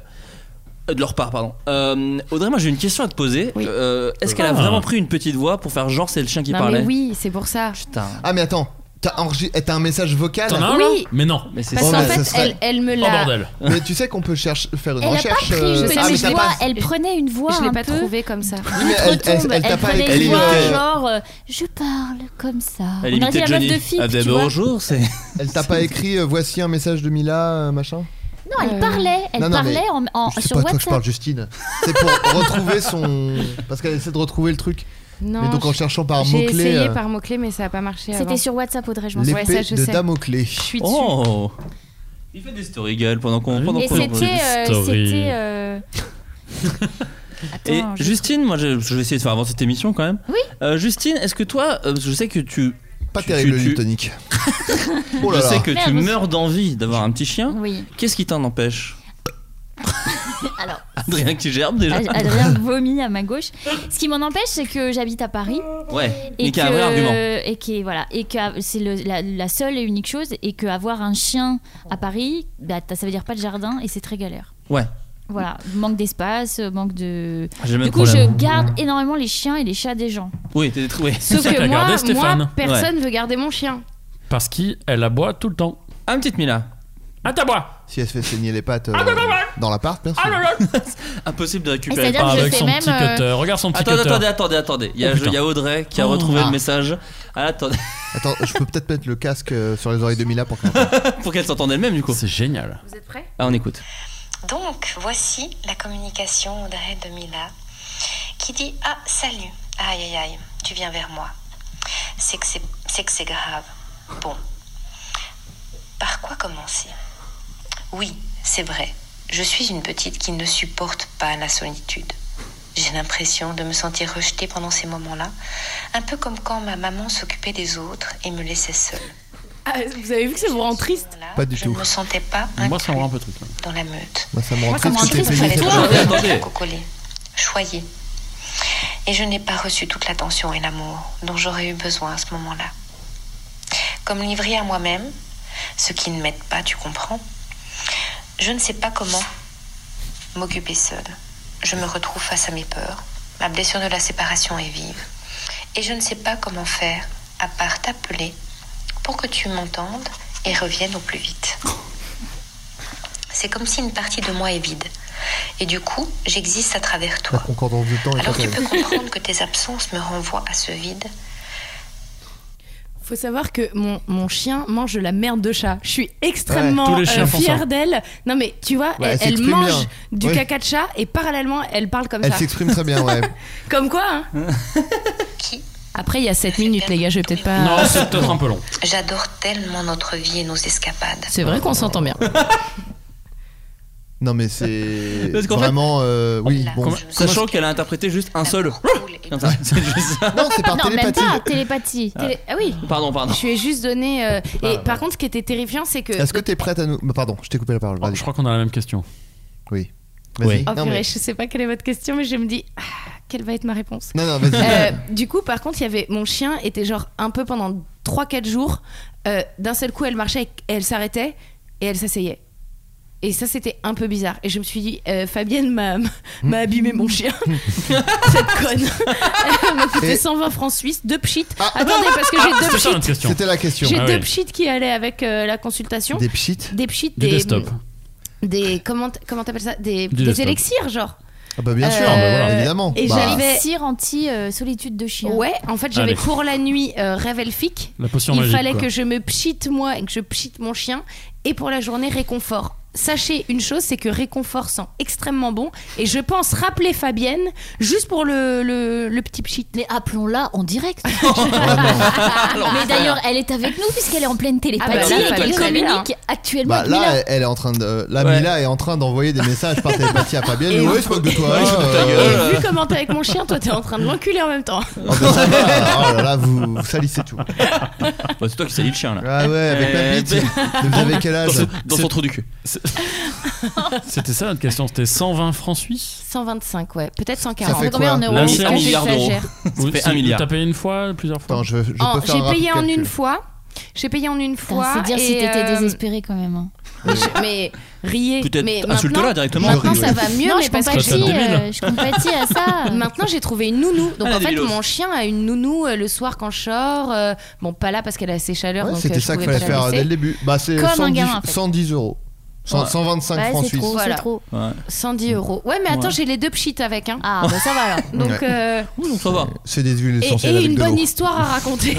Speaker 8: Euh, De leur part, pardon. Euh, Audrey, moi j'ai une question à te poser.
Speaker 10: Oui.
Speaker 8: Euh, Est-ce qu'elle a
Speaker 11: Ah.
Speaker 8: vraiment pris une petite voix pour faire genre c'est le chien qui
Speaker 10: Non mais
Speaker 8: parlait
Speaker 10: oui c'est pour ça.
Speaker 8: Putain.
Speaker 9: Ah mais attends, t'as enregi- t'as un message vocal
Speaker 11: T'en as un
Speaker 10: Ah Oui.
Speaker 11: là Mais non.
Speaker 8: Mais c'est
Speaker 10: Parce
Speaker 9: Oh,
Speaker 10: qu'en
Speaker 9: mais ça
Speaker 10: fait
Speaker 9: serait-
Speaker 10: elle elle me
Speaker 11: Oh
Speaker 10: l'a.
Speaker 11: bordel.
Speaker 9: Mais tu sais qu'on peut cherche- faire une
Speaker 2: Elle a pas
Speaker 9: recherche.
Speaker 2: pris
Speaker 9: euh,
Speaker 2: une
Speaker 10: sais, mais
Speaker 2: petite
Speaker 9: t'as
Speaker 10: je
Speaker 2: voix,
Speaker 9: pas-
Speaker 2: elle prenait une voix
Speaker 10: Je
Speaker 2: un
Speaker 10: l'ai pas
Speaker 2: peu.
Speaker 10: trouvé comme ça.
Speaker 9: Oui, mais elle- elle-
Speaker 2: retombe,
Speaker 9: elle t'a pas
Speaker 2: prenait
Speaker 8: elle
Speaker 2: une voix
Speaker 8: imitait-
Speaker 2: genre euh, je parle comme ça.
Speaker 8: Elle
Speaker 2: On a dit
Speaker 8: imitait
Speaker 2: la
Speaker 8: Johnny.
Speaker 2: meuf de Philippe,
Speaker 8: Ah, bah,
Speaker 2: tu vois.
Speaker 8: bonjour, c'est.
Speaker 9: elle t'a pas écrit euh, voici un message de Mila euh, machin.
Speaker 2: Non, elle parlait, elle
Speaker 9: Non, non, mais-
Speaker 2: parlait en, en-
Speaker 9: je sais
Speaker 2: sur
Speaker 9: pas de quoi je
Speaker 2: WhatsApp.
Speaker 9: parle Justine. C'est pour retrouver son parce qu'elle essaie de retrouver le truc.
Speaker 10: Non.
Speaker 9: mais donc en
Speaker 10: je-
Speaker 9: cherchant par
Speaker 10: J'ai
Speaker 9: mots
Speaker 10: essayé
Speaker 9: clés
Speaker 10: par mots-clés, mais ça n'a pas marché. avant.
Speaker 2: C'était sur WhatsApp, Audrey, je m'en souviens.
Speaker 9: l'épée
Speaker 10: Ouais, ça, je
Speaker 9: de
Speaker 10: sais.
Speaker 9: dame aux clés.
Speaker 10: Je suis dessus.
Speaker 8: Oh Il fait des story gueules pendant qu'on.
Speaker 11: Oui.
Speaker 8: pendant
Speaker 2: Et
Speaker 8: qu'on-
Speaker 2: c'était. euh,
Speaker 11: Story.
Speaker 2: c'était, euh,
Speaker 8: Et
Speaker 2: Attends, je-
Speaker 8: Justine, moi je, je vais essayer de faire avancer cette émission quand même.
Speaker 2: Oui.
Speaker 8: Euh, Justine, est-ce que toi, euh, parce que je sais que tu,
Speaker 9: Pas
Speaker 8: Tu- tu-
Speaker 9: terrible le
Speaker 8: tu-
Speaker 9: Liptonic. oh là
Speaker 8: je sais
Speaker 9: là.
Speaker 8: que tu
Speaker 2: Merde.
Speaker 8: meurs d'envie d'avoir un petit chien.
Speaker 2: Oui.
Speaker 8: Qu'est-ce qui t'en empêche
Speaker 2: Alors,
Speaker 8: Adrien qui gerbe déjà.
Speaker 2: Ad- Adrien vomit à ma gauche. Ce qui m'en empêche, c'est que j'habite à Paris.
Speaker 8: Ouais.
Speaker 2: ah. Et
Speaker 8: Mais qui a un vrai argument.
Speaker 2: que, euh, et qui voilà et que c'est le- la, la seule et unique chose et que avoir un chien à Paris bah, t'as- ça veut dire pas de jardin et c'est très galère
Speaker 8: Ouais.
Speaker 2: voilà manque d'espace manque de
Speaker 8: J'ai le même
Speaker 2: du coup
Speaker 8: problème.
Speaker 2: je garde énormément les chiens et les chats des gens
Speaker 8: Oui, t'es détruit.
Speaker 11: C'est
Speaker 10: Sauf
Speaker 11: ça
Speaker 10: que
Speaker 11: qu'a
Speaker 10: moi,
Speaker 11: gardé Stéphane.
Speaker 10: moi, personne veut garder mon chien.
Speaker 11: Parce qu'elle aboie tout le temps.
Speaker 8: Un petite Mila.
Speaker 11: Ah, t'aboies
Speaker 9: Si elle Ah se fait saigner les pattes euh,
Speaker 11: Ah,
Speaker 9: dans l'appart, bien sûr.
Speaker 8: Impossible de
Speaker 2: Ah,
Speaker 8: récupérer
Speaker 2: c'est-à-dire
Speaker 8: par
Speaker 2: que je
Speaker 11: Avec
Speaker 2: sais
Speaker 11: son
Speaker 2: même,
Speaker 11: petit
Speaker 2: euh,
Speaker 11: cutter. Regarde son petit
Speaker 8: Attendez,
Speaker 11: cutter.
Speaker 8: attendez, attendez, attendez. Il y, a,
Speaker 11: Oh, putain.
Speaker 8: il y a Audrey qui a
Speaker 11: Oh.
Speaker 8: retrouvé
Speaker 9: Ah.
Speaker 8: le message. Ah, attendez,
Speaker 9: Attends, je peux peut-être mettre le casque euh, sur les oreilles de Mila pour qu'elle
Speaker 8: pour qu'elle s'entende elle-même du coup.
Speaker 11: C'est génial.
Speaker 10: Vous êtes prêts
Speaker 8: Ah, on écoute.
Speaker 4: Donc, voici la communication Audrey de Mila qui dit Ah, salut, aïe aïe aïe, tu viens vers moi. C'est que c'est- c'est que c'est grave. Bon, par quoi commencer Oui, c'est vrai, je suis une petite qui ne supporte pas la solitude. J'ai l'impression de me sentir rejetée pendant ces moments-là, un peu comme quand ma maman s'occupait des autres et me laissait seule.
Speaker 10: Ah, Vous avez vu que ça vous rend triste
Speaker 4: Là,
Speaker 9: Pas du
Speaker 4: je
Speaker 9: tout.
Speaker 4: ne me sentais pas
Speaker 11: Moi, ça me rend un
Speaker 4: inclue
Speaker 11: peu truc. là.
Speaker 4: dans la meute.
Speaker 9: Moi, Bah, ça me rend
Speaker 2: Moi, ça me
Speaker 9: triste
Speaker 2: rend
Speaker 9: que t'aies
Speaker 2: triste,
Speaker 9: payé
Speaker 2: fallait
Speaker 9: cette
Speaker 2: toujours-
Speaker 9: chose.
Speaker 8: Attendez, attendez.
Speaker 4: cocoler, choyer. Et je n'ai pas reçu toute l'attention et l'amour dont j'aurais eu besoin à ce moment-là. Comme livrée à moi-même, ce qui ne m'aide pas, tu comprends, je ne sais pas comment m'occuper seule. Je me retrouve face à mes peurs, Ma blessure de la séparation est vive. Et je ne sais pas comment faire, à part t'appeler, pour que tu m'entendes et reviennes au plus vite. C'est comme si une partie de moi est vide. Et du coup, j'existe à travers toi.
Speaker 9: La concordance du temps est
Speaker 4: Alors tu peux
Speaker 9: incroyable.
Speaker 4: comprendre que tes absences me renvoient à ce vide.
Speaker 10: Faut savoir que mon, mon chien mange de la merde de chat. Je suis extrêmement
Speaker 2: Oh,
Speaker 4: Ouais, tous les
Speaker 10: euh,
Speaker 4: chiens font ça.
Speaker 10: fière d'elle. Non mais tu vois,
Speaker 9: Ouais, elle
Speaker 10: elle, elle
Speaker 9: s'exprime
Speaker 10: mange
Speaker 9: bien.
Speaker 10: du
Speaker 9: Ouais.
Speaker 10: caca de chat et parallèlement elle parle comme
Speaker 9: Elle
Speaker 10: ça.
Speaker 9: s'exprime très bien, ouais.
Speaker 10: Comme quoi hein Après il y a 7 minutes les gars, je vais peut-être pas...
Speaker 11: Non, c'est peut-être un peu long.
Speaker 4: J'adore tellement notre vie et nos escapades.
Speaker 10: C'est vrai qu'on s'entend bien.
Speaker 9: Non, mais c'est
Speaker 8: Parce qu'en fait-
Speaker 9: vraiment. euh, oui, bon.
Speaker 8: Comment- Sachant qu'elle a interprété juste un seul. Comme ça, c'est juste ça.
Speaker 9: Non, c'est
Speaker 2: non, même pas, télépathie.
Speaker 8: Ah.
Speaker 10: Télé- Ah oui
Speaker 8: Pardon, pardon.
Speaker 10: Je lui ai juste donné... euh,
Speaker 9: Ah,
Speaker 10: et
Speaker 9: ouais.
Speaker 10: par contre ce qui était terrifiant c'est que...
Speaker 9: Est-ce que t'es prête à nous. Bah, Pardon, je t'ai coupé la parole. vas-y.
Speaker 11: Je crois qu'on a la même question.
Speaker 9: Oui. Vas-y.
Speaker 10: Oh
Speaker 9: Non,
Speaker 10: purée,
Speaker 9: mais-
Speaker 10: je sais pas quelle est votre question, mais je me dis, ah, quelle va être ma réponse
Speaker 9: Non, non, vas-y.
Speaker 10: Euh, Du coup, par contre, il y avait mon chien était genre un peu pendant 3-4 jours. euh, D'un seul coup, elle marchait, et elle s'arrêtait et elle s'asseyait. Et ça, c'était un peu bizarre. Et je me suis dit, euh, Fabienne m'a m'a abîmé mon chien. Cette conne. Elle m'a coûté
Speaker 9: Et- Ah,
Speaker 10: 120 francs suisses, deux pchits. Attendez, parce que j'ai deux
Speaker 11: C'était ça
Speaker 10: pchits.
Speaker 11: notre question.
Speaker 9: C'était la question. ah
Speaker 10: J'ai deux pchits qui allaient avec euh, la consultation.
Speaker 9: Des pchites
Speaker 10: Des pchits,
Speaker 11: Du
Speaker 10: des.
Speaker 11: desktop.
Speaker 10: Des. Comment t- comment t'appelles ça Des,
Speaker 11: Du
Speaker 10: des
Speaker 11: desktop.
Speaker 10: élixirs, genre.
Speaker 9: Ah, bah, bien sûr,
Speaker 10: Euh,
Speaker 9: bah, voilà, évidemment.
Speaker 10: et
Speaker 9: Bah,
Speaker 10: j'avais-
Speaker 2: Cire anti-solitude de chien.
Speaker 10: Ouais, en fait, j'avais
Speaker 11: Allez.
Speaker 10: pour la nuit euh, rêve elfique.
Speaker 11: La potion
Speaker 10: Il
Speaker 11: magique.
Speaker 10: fallait
Speaker 11: quoi.
Speaker 10: que je me pchite moi et que je pchite mon chien. Et pour la journée, réconfort. Sachez une chose, c'est que réconfort sent extrêmement bon. Et je pense rappeler Fabienne juste pour le, le, le petit pchit. Ah, bah,
Speaker 2: Mais appelons-la en direct.
Speaker 8: L'enfer.
Speaker 2: Ah, Mais d'ailleurs, elle est avec nous puisqu'elle est en pleine
Speaker 10: Ah bah
Speaker 2: télépathie.
Speaker 10: là, elle est
Speaker 2: elle
Speaker 10: là.
Speaker 2: communique actuellement.
Speaker 9: Bah
Speaker 2: avec Mila.
Speaker 9: là, elle est en train de. euh, Là,
Speaker 8: Ouais.
Speaker 9: Mila est en train d'envoyer des messages par télépathie à Fabienne.
Speaker 10: Et-
Speaker 9: ouais, je moque de toi.
Speaker 8: Ouais, je moque de ta
Speaker 9: euh,
Speaker 8: gueule.
Speaker 10: Et vu comment t'es avec mon chien, toi t'es en train de l'enculer en même temps.
Speaker 9: oh, bah, ça va. Oh là là, vous, vous salissez tout.
Speaker 8: Bah, c'est toi qui salis le chien là.
Speaker 9: Ah ouais, avec
Speaker 8: Euh,
Speaker 9: ma bite. Vous avez quel
Speaker 8: Dans,
Speaker 9: âge
Speaker 8: son- dans son trou du cul.
Speaker 11: C'était ça notre question. C'était 120 francs suisses
Speaker 10: 125, ouais. Peut-être
Speaker 9: Ça
Speaker 10: 140.
Speaker 9: fait combien en
Speaker 11: euros Lâcher un
Speaker 10: Est-ce que
Speaker 8: milliard d'euros.
Speaker 10: j'exagère
Speaker 11: Vous-
Speaker 8: fait
Speaker 11: si-
Speaker 8: un milliard.
Speaker 11: T'as payé une fois, plusieurs fois
Speaker 9: Attends, je, je
Speaker 10: En-
Speaker 9: peux faire
Speaker 10: Oh, J'ai
Speaker 9: un
Speaker 10: payé
Speaker 9: rapide
Speaker 10: en une
Speaker 9: calcul.
Speaker 10: fois. J'ai payé en une
Speaker 2: Putain,
Speaker 10: fois.
Speaker 2: C'est dire si
Speaker 10: et,
Speaker 2: t'étais
Speaker 10: euh,
Speaker 2: désespéré quand même. hein.
Speaker 10: Mais, je- mais riez. Mais
Speaker 8: Peut-être
Speaker 10: maintenant-
Speaker 8: insulte-la directement.
Speaker 10: Maintenant,
Speaker 9: J'aurais
Speaker 10: ça
Speaker 9: ri,
Speaker 10: va mieux,
Speaker 2: non,
Speaker 10: mais
Speaker 2: je
Speaker 10: parce que
Speaker 11: Ça, ça
Speaker 2: compatis,
Speaker 11: débile.
Speaker 2: euh, je compatis à ça.
Speaker 10: Maintenant, j'ai trouvé une nounou. Donc,
Speaker 8: Ah, la
Speaker 10: en fait,
Speaker 8: débilose.
Speaker 10: mon chien a une nounou euh, le soir quand je sors. euh, bon, pas là parce qu'elle a ses chaleurs.
Speaker 9: Ouais,
Speaker 10: donc, euh,
Speaker 9: C'était
Speaker 10: je
Speaker 9: ça qu'il
Speaker 10: pouvais
Speaker 9: fallait
Speaker 10: pas la
Speaker 9: faire dès
Speaker 10: laisser.
Speaker 9: le début. Bah, c'est
Speaker 2: Comme un
Speaker 9: 110,
Speaker 2: gamin, en fait.
Speaker 9: 110 euros. Cent-
Speaker 8: Ouais.
Speaker 9: 125
Speaker 2: Ouais,
Speaker 9: francs
Speaker 2: c'est
Speaker 9: suisses.
Speaker 2: trop,
Speaker 10: Voilà.
Speaker 2: c'est trop.
Speaker 8: Ouais.
Speaker 10: 110 euros. Ouais, mais attends,
Speaker 8: Ouais.
Speaker 10: j'ai les deux pchites avec. Hein.
Speaker 2: Ah, bah ça va alors.
Speaker 10: Donc,
Speaker 9: Ouais.
Speaker 10: euh,
Speaker 8: Oui, donc ça va.
Speaker 9: C'est des huiles
Speaker 10: et,
Speaker 9: essentielles
Speaker 10: et
Speaker 9: avec
Speaker 10: une
Speaker 9: de
Speaker 10: bonne
Speaker 9: l'eau.
Speaker 10: histoire à raconter.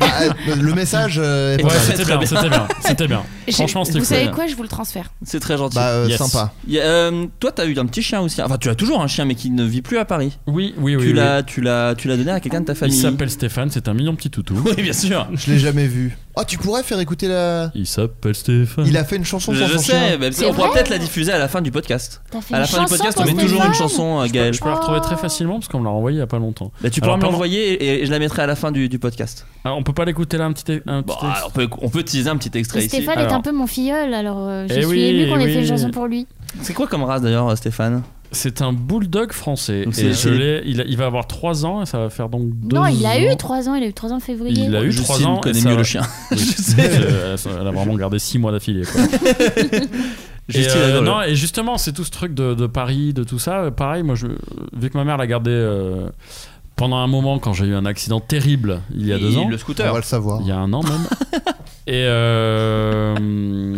Speaker 9: Bah, euh, le message euh, est pas
Speaker 11: Ouais,
Speaker 9: mal.
Speaker 11: c'était bien, c'était bien, c'était bien.
Speaker 10: J'ai-
Speaker 11: Franchement, c'était
Speaker 10: Vous
Speaker 11: cool.
Speaker 10: savez quoi Je vous le transfère.
Speaker 8: C'est très gentil.
Speaker 9: Bah, euh,
Speaker 11: Yes.
Speaker 9: sympa.
Speaker 8: Il y a, euh, toi, t'as eu un petit chien aussi. Enfin, tu as toujours un chien, mais qui ne vit plus à Paris.
Speaker 11: Oui, oui, oui.
Speaker 8: tu
Speaker 11: oui.
Speaker 8: l'as, tu l'as, tu l'as donné à quelqu'un de ta
Speaker 11: Il
Speaker 8: famille.
Speaker 11: s'appelle Stéphane, c'est un mignon petit toutou.
Speaker 8: Oui, bien sûr.
Speaker 9: Je l'ai jamais vu. Oh, tu pourrais faire écouter la.
Speaker 11: Il s'appelle Stéphane.
Speaker 9: Il a fait une chanson
Speaker 8: Je,
Speaker 9: pour
Speaker 8: je
Speaker 9: son
Speaker 8: sais,
Speaker 9: chien.
Speaker 8: mais
Speaker 2: C'est
Speaker 8: on pourra
Speaker 2: vrai
Speaker 8: peut-être la diffuser à la fin du podcast.
Speaker 2: T'as fait
Speaker 8: À la
Speaker 2: une
Speaker 8: fin du
Speaker 2: chanson
Speaker 8: podcast, on
Speaker 2: pour
Speaker 8: met toujours une
Speaker 2: Stéphane
Speaker 8: chanson, euh, Gaël.
Speaker 11: Je peux la retrouver très facilement parce qu'on me l'a renvoyé il y a pas longtemps.
Speaker 8: Bah, tu pourras
Speaker 11: Alors,
Speaker 8: me
Speaker 11: pendant-
Speaker 8: l'envoyer et, et je la mettrai à la fin du, du podcast.
Speaker 11: Ah, on peut pas l'écouter là un petit, un petit
Speaker 8: Bon,
Speaker 11: texte
Speaker 8: Bah, alors, on peut, on peut teaser un petit extrait ici.
Speaker 2: Stéphane est
Speaker 11: Alors.
Speaker 2: un peu mon filleul, alors euh, je
Speaker 11: Eh
Speaker 2: suis
Speaker 11: oui,
Speaker 2: émue qu'on
Speaker 11: eh
Speaker 2: ait fait
Speaker 11: oui.
Speaker 2: une chanson pour lui.
Speaker 8: C'est quoi comme race d'ailleurs, euh, Stéphane
Speaker 11: C'est un bulldog français.
Speaker 8: Donc,
Speaker 11: Et
Speaker 8: c'est-
Speaker 11: je l'ai- il, a- il va avoir 3 ans et ça va faire donc 2
Speaker 2: Non, il a eu
Speaker 11: ans.
Speaker 2: 3 ans, il a eu 3 ans en février.
Speaker 11: Il a eu
Speaker 8: Justine
Speaker 11: 3 ans. et
Speaker 8: connaît
Speaker 11: ça
Speaker 8: mieux
Speaker 11: va-
Speaker 8: le chien.
Speaker 11: Oui.
Speaker 8: Je sais.
Speaker 11: Euh, Elle a- elle a vraiment gardé 6 mois d'affilée. quoi. Et,
Speaker 8: Justine
Speaker 11: euh,
Speaker 8: adore.
Speaker 11: non, et justement, c'est tout ce truc de, de Paris, de tout ça. euh, Pareil, moi, je, vu que ma mère l'a gardé euh, pendant un moment quand j'ai eu un accident terrible il y a deux ans,
Speaker 8: Le
Speaker 9: On
Speaker 8: scooter.
Speaker 9: va le savoir.
Speaker 11: il y a un an même. et euh,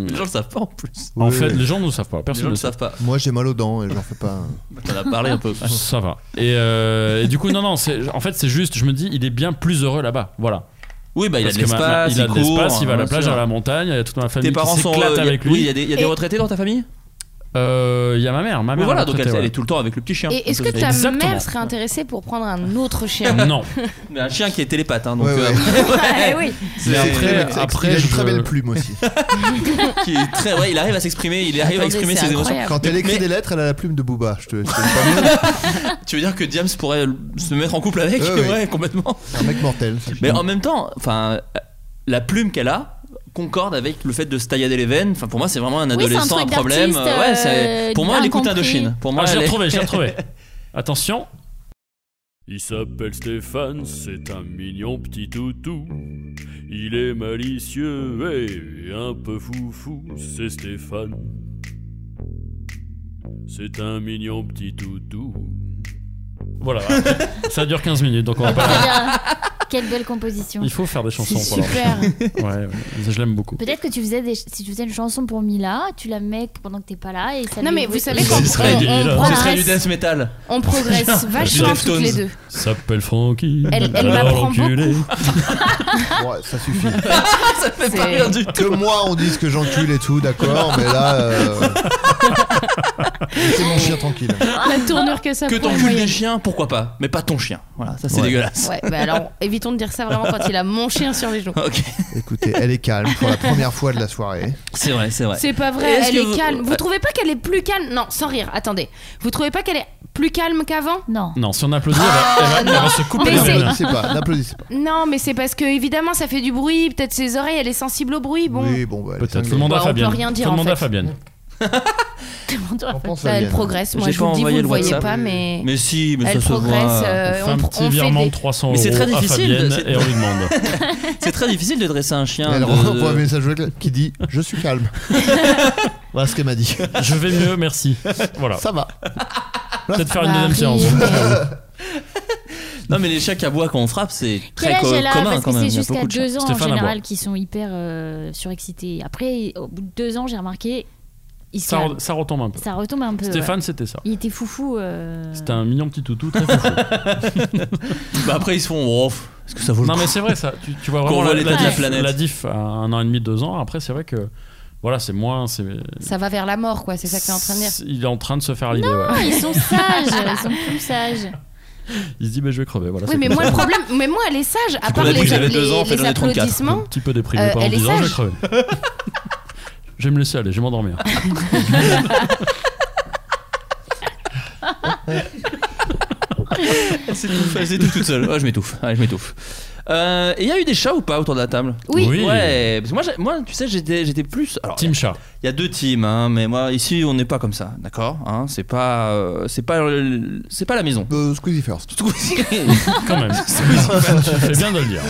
Speaker 8: Les gens le savent pas en plus.
Speaker 11: en
Speaker 9: Oui.
Speaker 11: fait, les gens ne le savent pas.
Speaker 8: Les
Speaker 11: Personne
Speaker 8: gens
Speaker 11: ne
Speaker 8: le
Speaker 11: le sait.
Speaker 8: savent pas.
Speaker 9: Moi, j'ai mal aux dents et j'en fais pas.
Speaker 8: T'en as parlé un peu.
Speaker 11: Ça va. Et, euh, et du coup, non, non, c'est- en fait, c'est juste, je me dis, il est bien plus heureux là-bas. Voilà.
Speaker 8: Oui, bah il a
Speaker 11: Parce
Speaker 8: de
Speaker 11: que ma- ma-
Speaker 8: l'espace,
Speaker 11: il a de
Speaker 8: court,
Speaker 11: l'espace, il va à la
Speaker 8: bien
Speaker 11: plage,
Speaker 8: sûr.
Speaker 11: à la montagne, il y a toute ma famille
Speaker 8: Tes
Speaker 11: qui
Speaker 8: parents sont.
Speaker 11: s'éclate
Speaker 8: euh, y a-
Speaker 11: avec
Speaker 8: Oui,
Speaker 11: lui. Ah,
Speaker 8: il y a des, il y a des
Speaker 10: Et-
Speaker 8: retraités dans ta famille
Speaker 11: Euh, il y a ma mère, ma
Speaker 8: Mais
Speaker 11: mère.
Speaker 8: voilà,
Speaker 11: est
Speaker 8: donc elle,
Speaker 11: retraitée,
Speaker 8: elle
Speaker 11: ouais.
Speaker 8: est tout le temps avec le petit chien.
Speaker 10: Et est-ce que ta
Speaker 8: t'as
Speaker 11: Exactement.
Speaker 10: mère serait intéressée pour prendre un autre chien
Speaker 11: Non.
Speaker 8: Mais un chien qui est télépathe, hein, donc.
Speaker 9: Ouais, ouais.
Speaker 8: euh,
Speaker 10: Ah, oui.
Speaker 8: c'est-
Speaker 11: Mais après-
Speaker 9: C'est-
Speaker 11: après,
Speaker 9: il a une
Speaker 11: je-
Speaker 9: très belle plume aussi.
Speaker 10: Ah
Speaker 8: qui est très, ouais, il arrive à s'exprimer, il arrive à
Speaker 10: Attendez,
Speaker 8: exprimer
Speaker 10: c'est
Speaker 8: ses émotions.
Speaker 10: incroyable.
Speaker 9: Quand elle écrit
Speaker 8: Mais-
Speaker 9: des lettres, elle a la plume de Booba. Je te, je te dis pas mieux.
Speaker 8: Tu veux dire que James pourrait l- se mettre en couple avec
Speaker 9: Ouais, ouais.
Speaker 8: Ouais, complètement.
Speaker 9: C'est un mec mortel.
Speaker 8: Mais en même temps, enfin, euh, la plume qu'elle a concorde avec le fait de se tailler les veines. Enfin, pour moi, c'est vraiment un
Speaker 2: Oui, c'est un
Speaker 8: adolescent
Speaker 2: truc
Speaker 8: à problème.
Speaker 2: d'artiste,
Speaker 8: ouais, c'est-
Speaker 2: euh,
Speaker 8: pour moi, elle écoute
Speaker 2: incompris.
Speaker 8: Indochine. Pour moi,
Speaker 11: Ah, je
Speaker 8: elle
Speaker 11: l'ai
Speaker 8: est-
Speaker 11: retrouvé, je l'ai retrouvé. Attention. Il s'appelle Stéphane, c'est un mignon petit toutou. Il est malicieux et un peu foufou, c'est Stéphane. C'est un mignon petit toutou. Voilà, ça dure 15 minutes, donc on va pas.
Speaker 2: Déjà, Quelle belle composition.
Speaker 11: Il faut faire des chansons
Speaker 2: C'est
Speaker 11: pour
Speaker 2: super.
Speaker 11: leur- Ouais, ouais, je l'aime beaucoup.
Speaker 2: Peut-être que tu faisais des- si tu faisais une chanson pour Mila, tu la mets pendant que t'es pas là et ça.
Speaker 10: Non,
Speaker 2: lui-
Speaker 10: mais vous savez
Speaker 2: Oui.
Speaker 10: quand-
Speaker 8: Ce serait
Speaker 10: on-
Speaker 8: du-
Speaker 10: on
Speaker 8: ce
Speaker 10: progresse.
Speaker 8: serait du death metal.
Speaker 10: On progresse
Speaker 8: Du
Speaker 10: vachement toutes
Speaker 8: Deftones.
Speaker 10: les deux.
Speaker 11: Ça s'appelle Frankie.
Speaker 10: Elle- elle
Speaker 11: Alors,
Speaker 10: m'apprend
Speaker 11: l'enculé.
Speaker 9: Ouais, ça suffit.
Speaker 8: Ça fait
Speaker 10: pas rire
Speaker 8: du
Speaker 9: Que moi on dise que j'encule et tout, d'accord, mais là. euh, C'est mon chien tranquille.
Speaker 10: La tournure que ça
Speaker 8: Que
Speaker 10: prend.
Speaker 8: t'encules des chiens, pourquoi pas, mais pas ton chien. Voilà, ça c'est dégueulasse.
Speaker 10: Ouais, bah alors évitons de dire ça vraiment quand il a mon chien sur les genoux.
Speaker 8: Ok,
Speaker 9: Écoutez, elle est calme pour la première fois de la soirée.
Speaker 8: c'est vrai, c'est vrai.
Speaker 10: C'est pas vrai,
Speaker 8: Est-ce
Speaker 10: elle
Speaker 8: que
Speaker 10: est
Speaker 8: vous-
Speaker 10: calme. Vous trouvez pas qu'elle est plus calme Non, sans rire, attendez. Vous trouvez pas qu'elle est plus calme qu'avant
Speaker 2: Non.
Speaker 11: Non, si on applaudit, elle va- elle va, elle va se couper
Speaker 10: Ah, Mais
Speaker 11: les
Speaker 10: c'est-
Speaker 11: veines.
Speaker 9: N'applaudissez pas, n'applaudissez pas.
Speaker 10: Non, mais c'est parce que évidemment ça fait du bruit, peut-être ses oreilles, elle est sensible au bruit. Bon,
Speaker 9: Oui, bon, bah, elle est
Speaker 11: Peut-être.
Speaker 9: cinglée.
Speaker 11: Faut demander
Speaker 10: Bah,
Speaker 11: à
Speaker 10: on peut
Speaker 11: Fabienne.
Speaker 10: rien dire,
Speaker 11: Faut
Speaker 10: en
Speaker 11: demander à
Speaker 10: fait. Euh,
Speaker 11: Fabienne.
Speaker 9: On pense à
Speaker 10: Bah, elle
Speaker 9: Fabienne.
Speaker 10: progresse. Moi
Speaker 8: J'ai
Speaker 10: je
Speaker 8: pas
Speaker 10: vous le dis, vous
Speaker 8: envoyé
Speaker 10: le
Speaker 8: le
Speaker 10: voyez
Speaker 8: WhatsApp.
Speaker 10: pas, mais,
Speaker 8: Mais si, mais
Speaker 10: elle
Speaker 8: ça se
Speaker 10: progresse.
Speaker 8: voit.
Speaker 11: On
Speaker 10: euh,
Speaker 11: fait
Speaker 10: on,
Speaker 11: un
Speaker 10: pr-
Speaker 11: petit
Speaker 10: on fait
Speaker 11: virement
Speaker 10: des-
Speaker 11: de 300
Speaker 8: Mais
Speaker 11: euros
Speaker 8: c'est très
Speaker 11: à
Speaker 8: difficile de-
Speaker 11: Fabienne
Speaker 8: c'est-
Speaker 11: et on lui demande.
Speaker 8: C'est très difficile de dresser un chien.
Speaker 9: Elle
Speaker 8: de-
Speaker 9: renvoie un
Speaker 8: de-
Speaker 9: message vocal qui dit Je suis calme. voilà ce qu'elle m'a dit.
Speaker 11: Je vais mieux, merci. Voilà.
Speaker 9: Ça va.
Speaker 11: Peut-être faire une
Speaker 10: Bah,
Speaker 11: deuxième séance.
Speaker 10: rire,
Speaker 8: Non, mais les chats qui aboient quand on frappe, c'est
Speaker 2: Quel
Speaker 8: très
Speaker 2: âge
Speaker 8: co-
Speaker 2: elle a
Speaker 8: commun
Speaker 2: Parce
Speaker 8: quand
Speaker 2: que
Speaker 8: même.
Speaker 2: c'est
Speaker 8: Il y a
Speaker 2: jusqu'à
Speaker 8: beaucoup de chats.
Speaker 2: deux ans
Speaker 11: Stéphane
Speaker 2: en
Speaker 11: Aboie.
Speaker 2: général qui sont hyper euh, surexcités. Après, au bout de deux ans, j'ai remarqué, il se
Speaker 11: Ça,
Speaker 2: calme.
Speaker 11: re- ça retombe un peu.
Speaker 2: ça retombe un peu. ouais.
Speaker 11: Stéphane, c'était ça.
Speaker 2: Il était foufou. euh,
Speaker 11: C'était un mignon petit toutou très foufou.
Speaker 8: Bah après, ils se font. Oh, est-ce que ça vaut le
Speaker 11: Non
Speaker 8: coup
Speaker 11: mais c'est vrai ça. Tu, tu vois
Speaker 8: Qu'on
Speaker 11: vraiment
Speaker 8: voit
Speaker 11: la,
Speaker 8: l'état
Speaker 11: la
Speaker 8: de la
Speaker 11: diff,
Speaker 8: planète.
Speaker 11: la diff à un an et demi, deux ans. Après c'est vrai que voilà c'est moins c'est.
Speaker 10: Ça va vers la mort, quoi, c'est ça que t'es en train de dire.
Speaker 11: Il est en train de se faire l'idée. ouais.
Speaker 2: Ils sont sages, ils sont plus sages.
Speaker 11: Il se dit mais je vais crever. Voilà.
Speaker 10: Oui,
Speaker 11: c'est
Speaker 10: mais
Speaker 11: comme
Speaker 10: moi
Speaker 11: ça.
Speaker 10: le problème, mais moi elle est sage, à part
Speaker 8: qu'on a
Speaker 10: les,
Speaker 8: dit que j'avais deux
Speaker 10: les-
Speaker 8: ans, en fait,
Speaker 10: les
Speaker 8: j'en ai 34.
Speaker 10: applaudissements.
Speaker 11: Un petit peu déprimé
Speaker 10: Euh,
Speaker 11: pendant
Speaker 10: elle est
Speaker 11: 10 ans, je vais
Speaker 10: sage.
Speaker 11: crever. je vais me laisser aller, je vais m'endormir.
Speaker 8: Elle s'étouffe, elle s'étouffe toute seule. Ouais, je m'étouffe. Ouais, je m'étouffe. Euh, et il y a eu des chats ou pas autour de la table
Speaker 10: Oui.
Speaker 11: Oui.
Speaker 8: Ouais, parce que moi, j'ai- moi tu sais, j'étais, j'étais plus. Alors,
Speaker 11: Team chat.
Speaker 8: il y a deux teams, hein, mais moi, ici, on n'est pas comme ça, d'accord hein, C'est pas. euh, c'est pas. le- c'est pas la maison.
Speaker 9: Euh, Squeezie first.
Speaker 8: Peut-être
Speaker 11: Quand même. tu fais bien de le dire.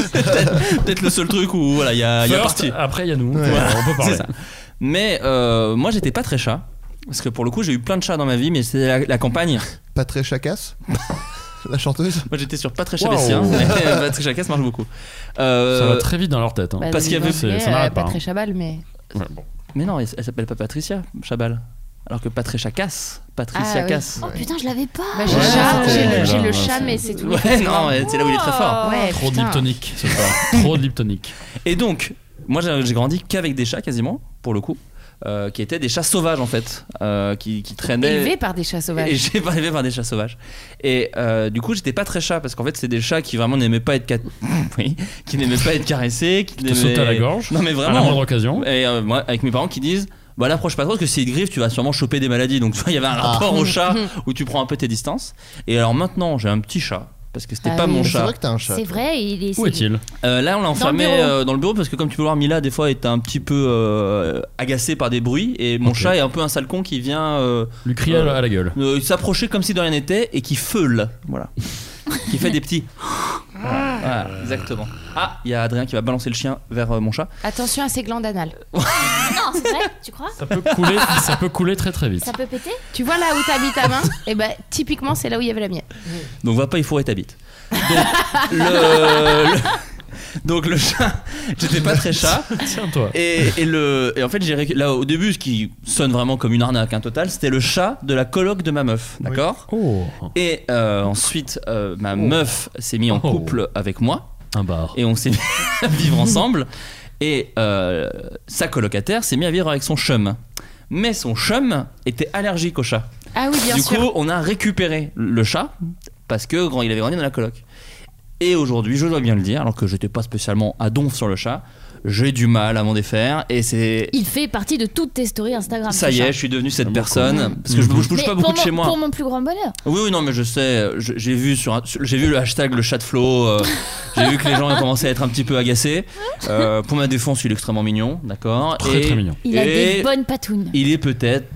Speaker 8: le seul truc où, voilà, il y a, Ah, il y a
Speaker 11: First,
Speaker 8: parti.
Speaker 11: après il y a nous.
Speaker 9: Ouais.
Speaker 11: Voilà, on peut parler.
Speaker 8: C'est ça. Mais euh, moi, j'étais pas très chat. Parce que pour le coup, j'ai eu plein de chats dans ma vie, mais c'était la, la campagne.
Speaker 9: Pas très chacasse. La chanteuse
Speaker 8: Moi, j'étais sur pas très chat
Speaker 11: Waouh.
Speaker 8: bessien, mais pas très chat casse marche beaucoup. Euh,
Speaker 11: Ça va très vite dans leur tête. hein.
Speaker 10: Bah,
Speaker 8: Parce
Speaker 10: donc,
Speaker 8: qu'il y avait-
Speaker 10: vous voyez,
Speaker 11: c'est- ça n'arrête
Speaker 10: euh,
Speaker 11: pas, hein.
Speaker 10: très chabal, mais.
Speaker 11: Ouais, bon.
Speaker 8: Mais non, elle, elle s'appelle pas Patricia Chabal. Alors que Patricia Casse. Patricia
Speaker 10: Ah, oui.
Speaker 8: Casse.
Speaker 2: Oh putain, je l'avais pas.
Speaker 10: Bah, j'ai
Speaker 9: Ouais,
Speaker 10: le chat,
Speaker 9: c'était-
Speaker 10: j'ai le- j'ai le
Speaker 11: Ouais,
Speaker 10: chat,
Speaker 11: c'est-
Speaker 10: mais c'est tout.
Speaker 8: Ouais, non, mais c'est là où il est très fort.
Speaker 10: Ouais,
Speaker 11: Trop de
Speaker 10: eh, putain.
Speaker 11: liptonique ce soir. Trop de liptonique.
Speaker 8: Et donc, moi j'ai j'ai grandi qu'avec des chats quasiment, pour le coup, euh, qui étaient des chats sauvages en fait, euh, qui, qui traînaient.
Speaker 10: Élevé par des chats
Speaker 8: Et
Speaker 10: sauvages.
Speaker 8: j'ai pas élevé par des chats sauvages. Et euh, du coup, j'étais pas très chat parce qu'en fait, c'est des chats qui vraiment n'aimaient pas être ca- oui, qui n'aimaient pas être caressés, qui
Speaker 11: Te
Speaker 8: n'aimaient
Speaker 11: saute à la gorge.
Speaker 8: Non mais
Speaker 11: À la moindre
Speaker 8: vraiment.
Speaker 11: occasion.
Speaker 8: Et euh, moi, avec mes parents qui disent, bah l'approche pas trop parce que s'ils te griffent, tu vas sûrement choper des maladies. Donc tu vois, il y avait un rapport au chat où tu prends un peu tes distances. Et alors maintenant, j'ai un petit chat parce que c'était
Speaker 10: Ah
Speaker 8: pas
Speaker 10: oui.
Speaker 8: mon
Speaker 9: Mais C'est
Speaker 8: chat.
Speaker 9: vrai que t'as un chat.
Speaker 2: C'est vrai, il est.
Speaker 11: Où est-il
Speaker 8: Euh, là, on l'a enfermé
Speaker 2: bureau.
Speaker 8: euh, dans le bureau parce que, comme tu peux le voir, Mila, des fois, est un petit peu euh, agacée par des bruits. Et mon
Speaker 11: Ok.
Speaker 8: chat est un peu un sale con qui vient euh,
Speaker 11: Lui crier à la- à la gueule.
Speaker 8: euh, s'approcher comme si de rien n'était et qui feule. Voilà. qui fait des petits. Voilà, exactement. Ah, il y a Adrien qui va balancer le chien vers euh, mon chat.
Speaker 10: Attention à ses glandes anales.
Speaker 2: Non, c'est vrai, tu crois
Speaker 11: Ça peut couler, ça peut couler très très vite.
Speaker 2: Ça peut péter
Speaker 10: Tu vois là où t'as mis ta main
Speaker 2: Eh
Speaker 10: Et bah,
Speaker 2: ben,
Speaker 10: typiquement, c'est là où il y avait la mienne.
Speaker 8: Donc, va pas y fourrer ta bite. Donc, le. le- Donc le chat, j'étais pas très chat,
Speaker 11: Tiens toi.
Speaker 8: et, et le, et en fait j'ai récu- là au début ce qui sonne vraiment comme une arnaque hein, totale, c'était le chat de la coloc de ma meuf, d'accord
Speaker 11: Oh,
Speaker 8: Et euh, ensuite, euh, ma meuf s'est mise en
Speaker 11: Oh.
Speaker 8: couple avec moi
Speaker 11: un bar.
Speaker 8: et on s'est mis à vivre ensemble. Et euh, sa colocataire s'est mise à vivre avec son chum. Mais son chum était allergique au chat.
Speaker 10: Ah oui, bien
Speaker 8: du
Speaker 10: sûr.
Speaker 8: coup, on a récupéré le chat parce que grand, il avait grandi dans la coloc. Et aujourd'hui, je dois bien le dire, alors que j'étais pas spécialement à donf sur le chat, j'ai du mal à m'en défaire et c'est.
Speaker 2: Il fait partie de toutes tes stories Instagram.
Speaker 8: Ça
Speaker 2: ce
Speaker 8: y
Speaker 2: chat.
Speaker 8: est, je suis devenu cette
Speaker 11: Beaucoup.
Speaker 8: personne parce que je,
Speaker 11: Mhm.
Speaker 8: je bouge
Speaker 2: Mais
Speaker 8: pas beaucoup
Speaker 2: pour
Speaker 8: de
Speaker 2: mon-
Speaker 8: chez moi.
Speaker 2: Pour mon plus grand bonheur.
Speaker 8: Oui, oui, non, mais je sais. je- J'ai vu sur, un- sur- j'ai vu le hashtag le chat de Flo. euh, j'ai vu que les gens ont commencé à être un petit peu agacés. Euh, pour ma défense, il est extrêmement mignon, d'accord.
Speaker 11: Très
Speaker 8: Et
Speaker 11: très mignon.
Speaker 2: Il a
Speaker 8: Et-
Speaker 2: des bonnes patounes.
Speaker 8: Il est peut-être.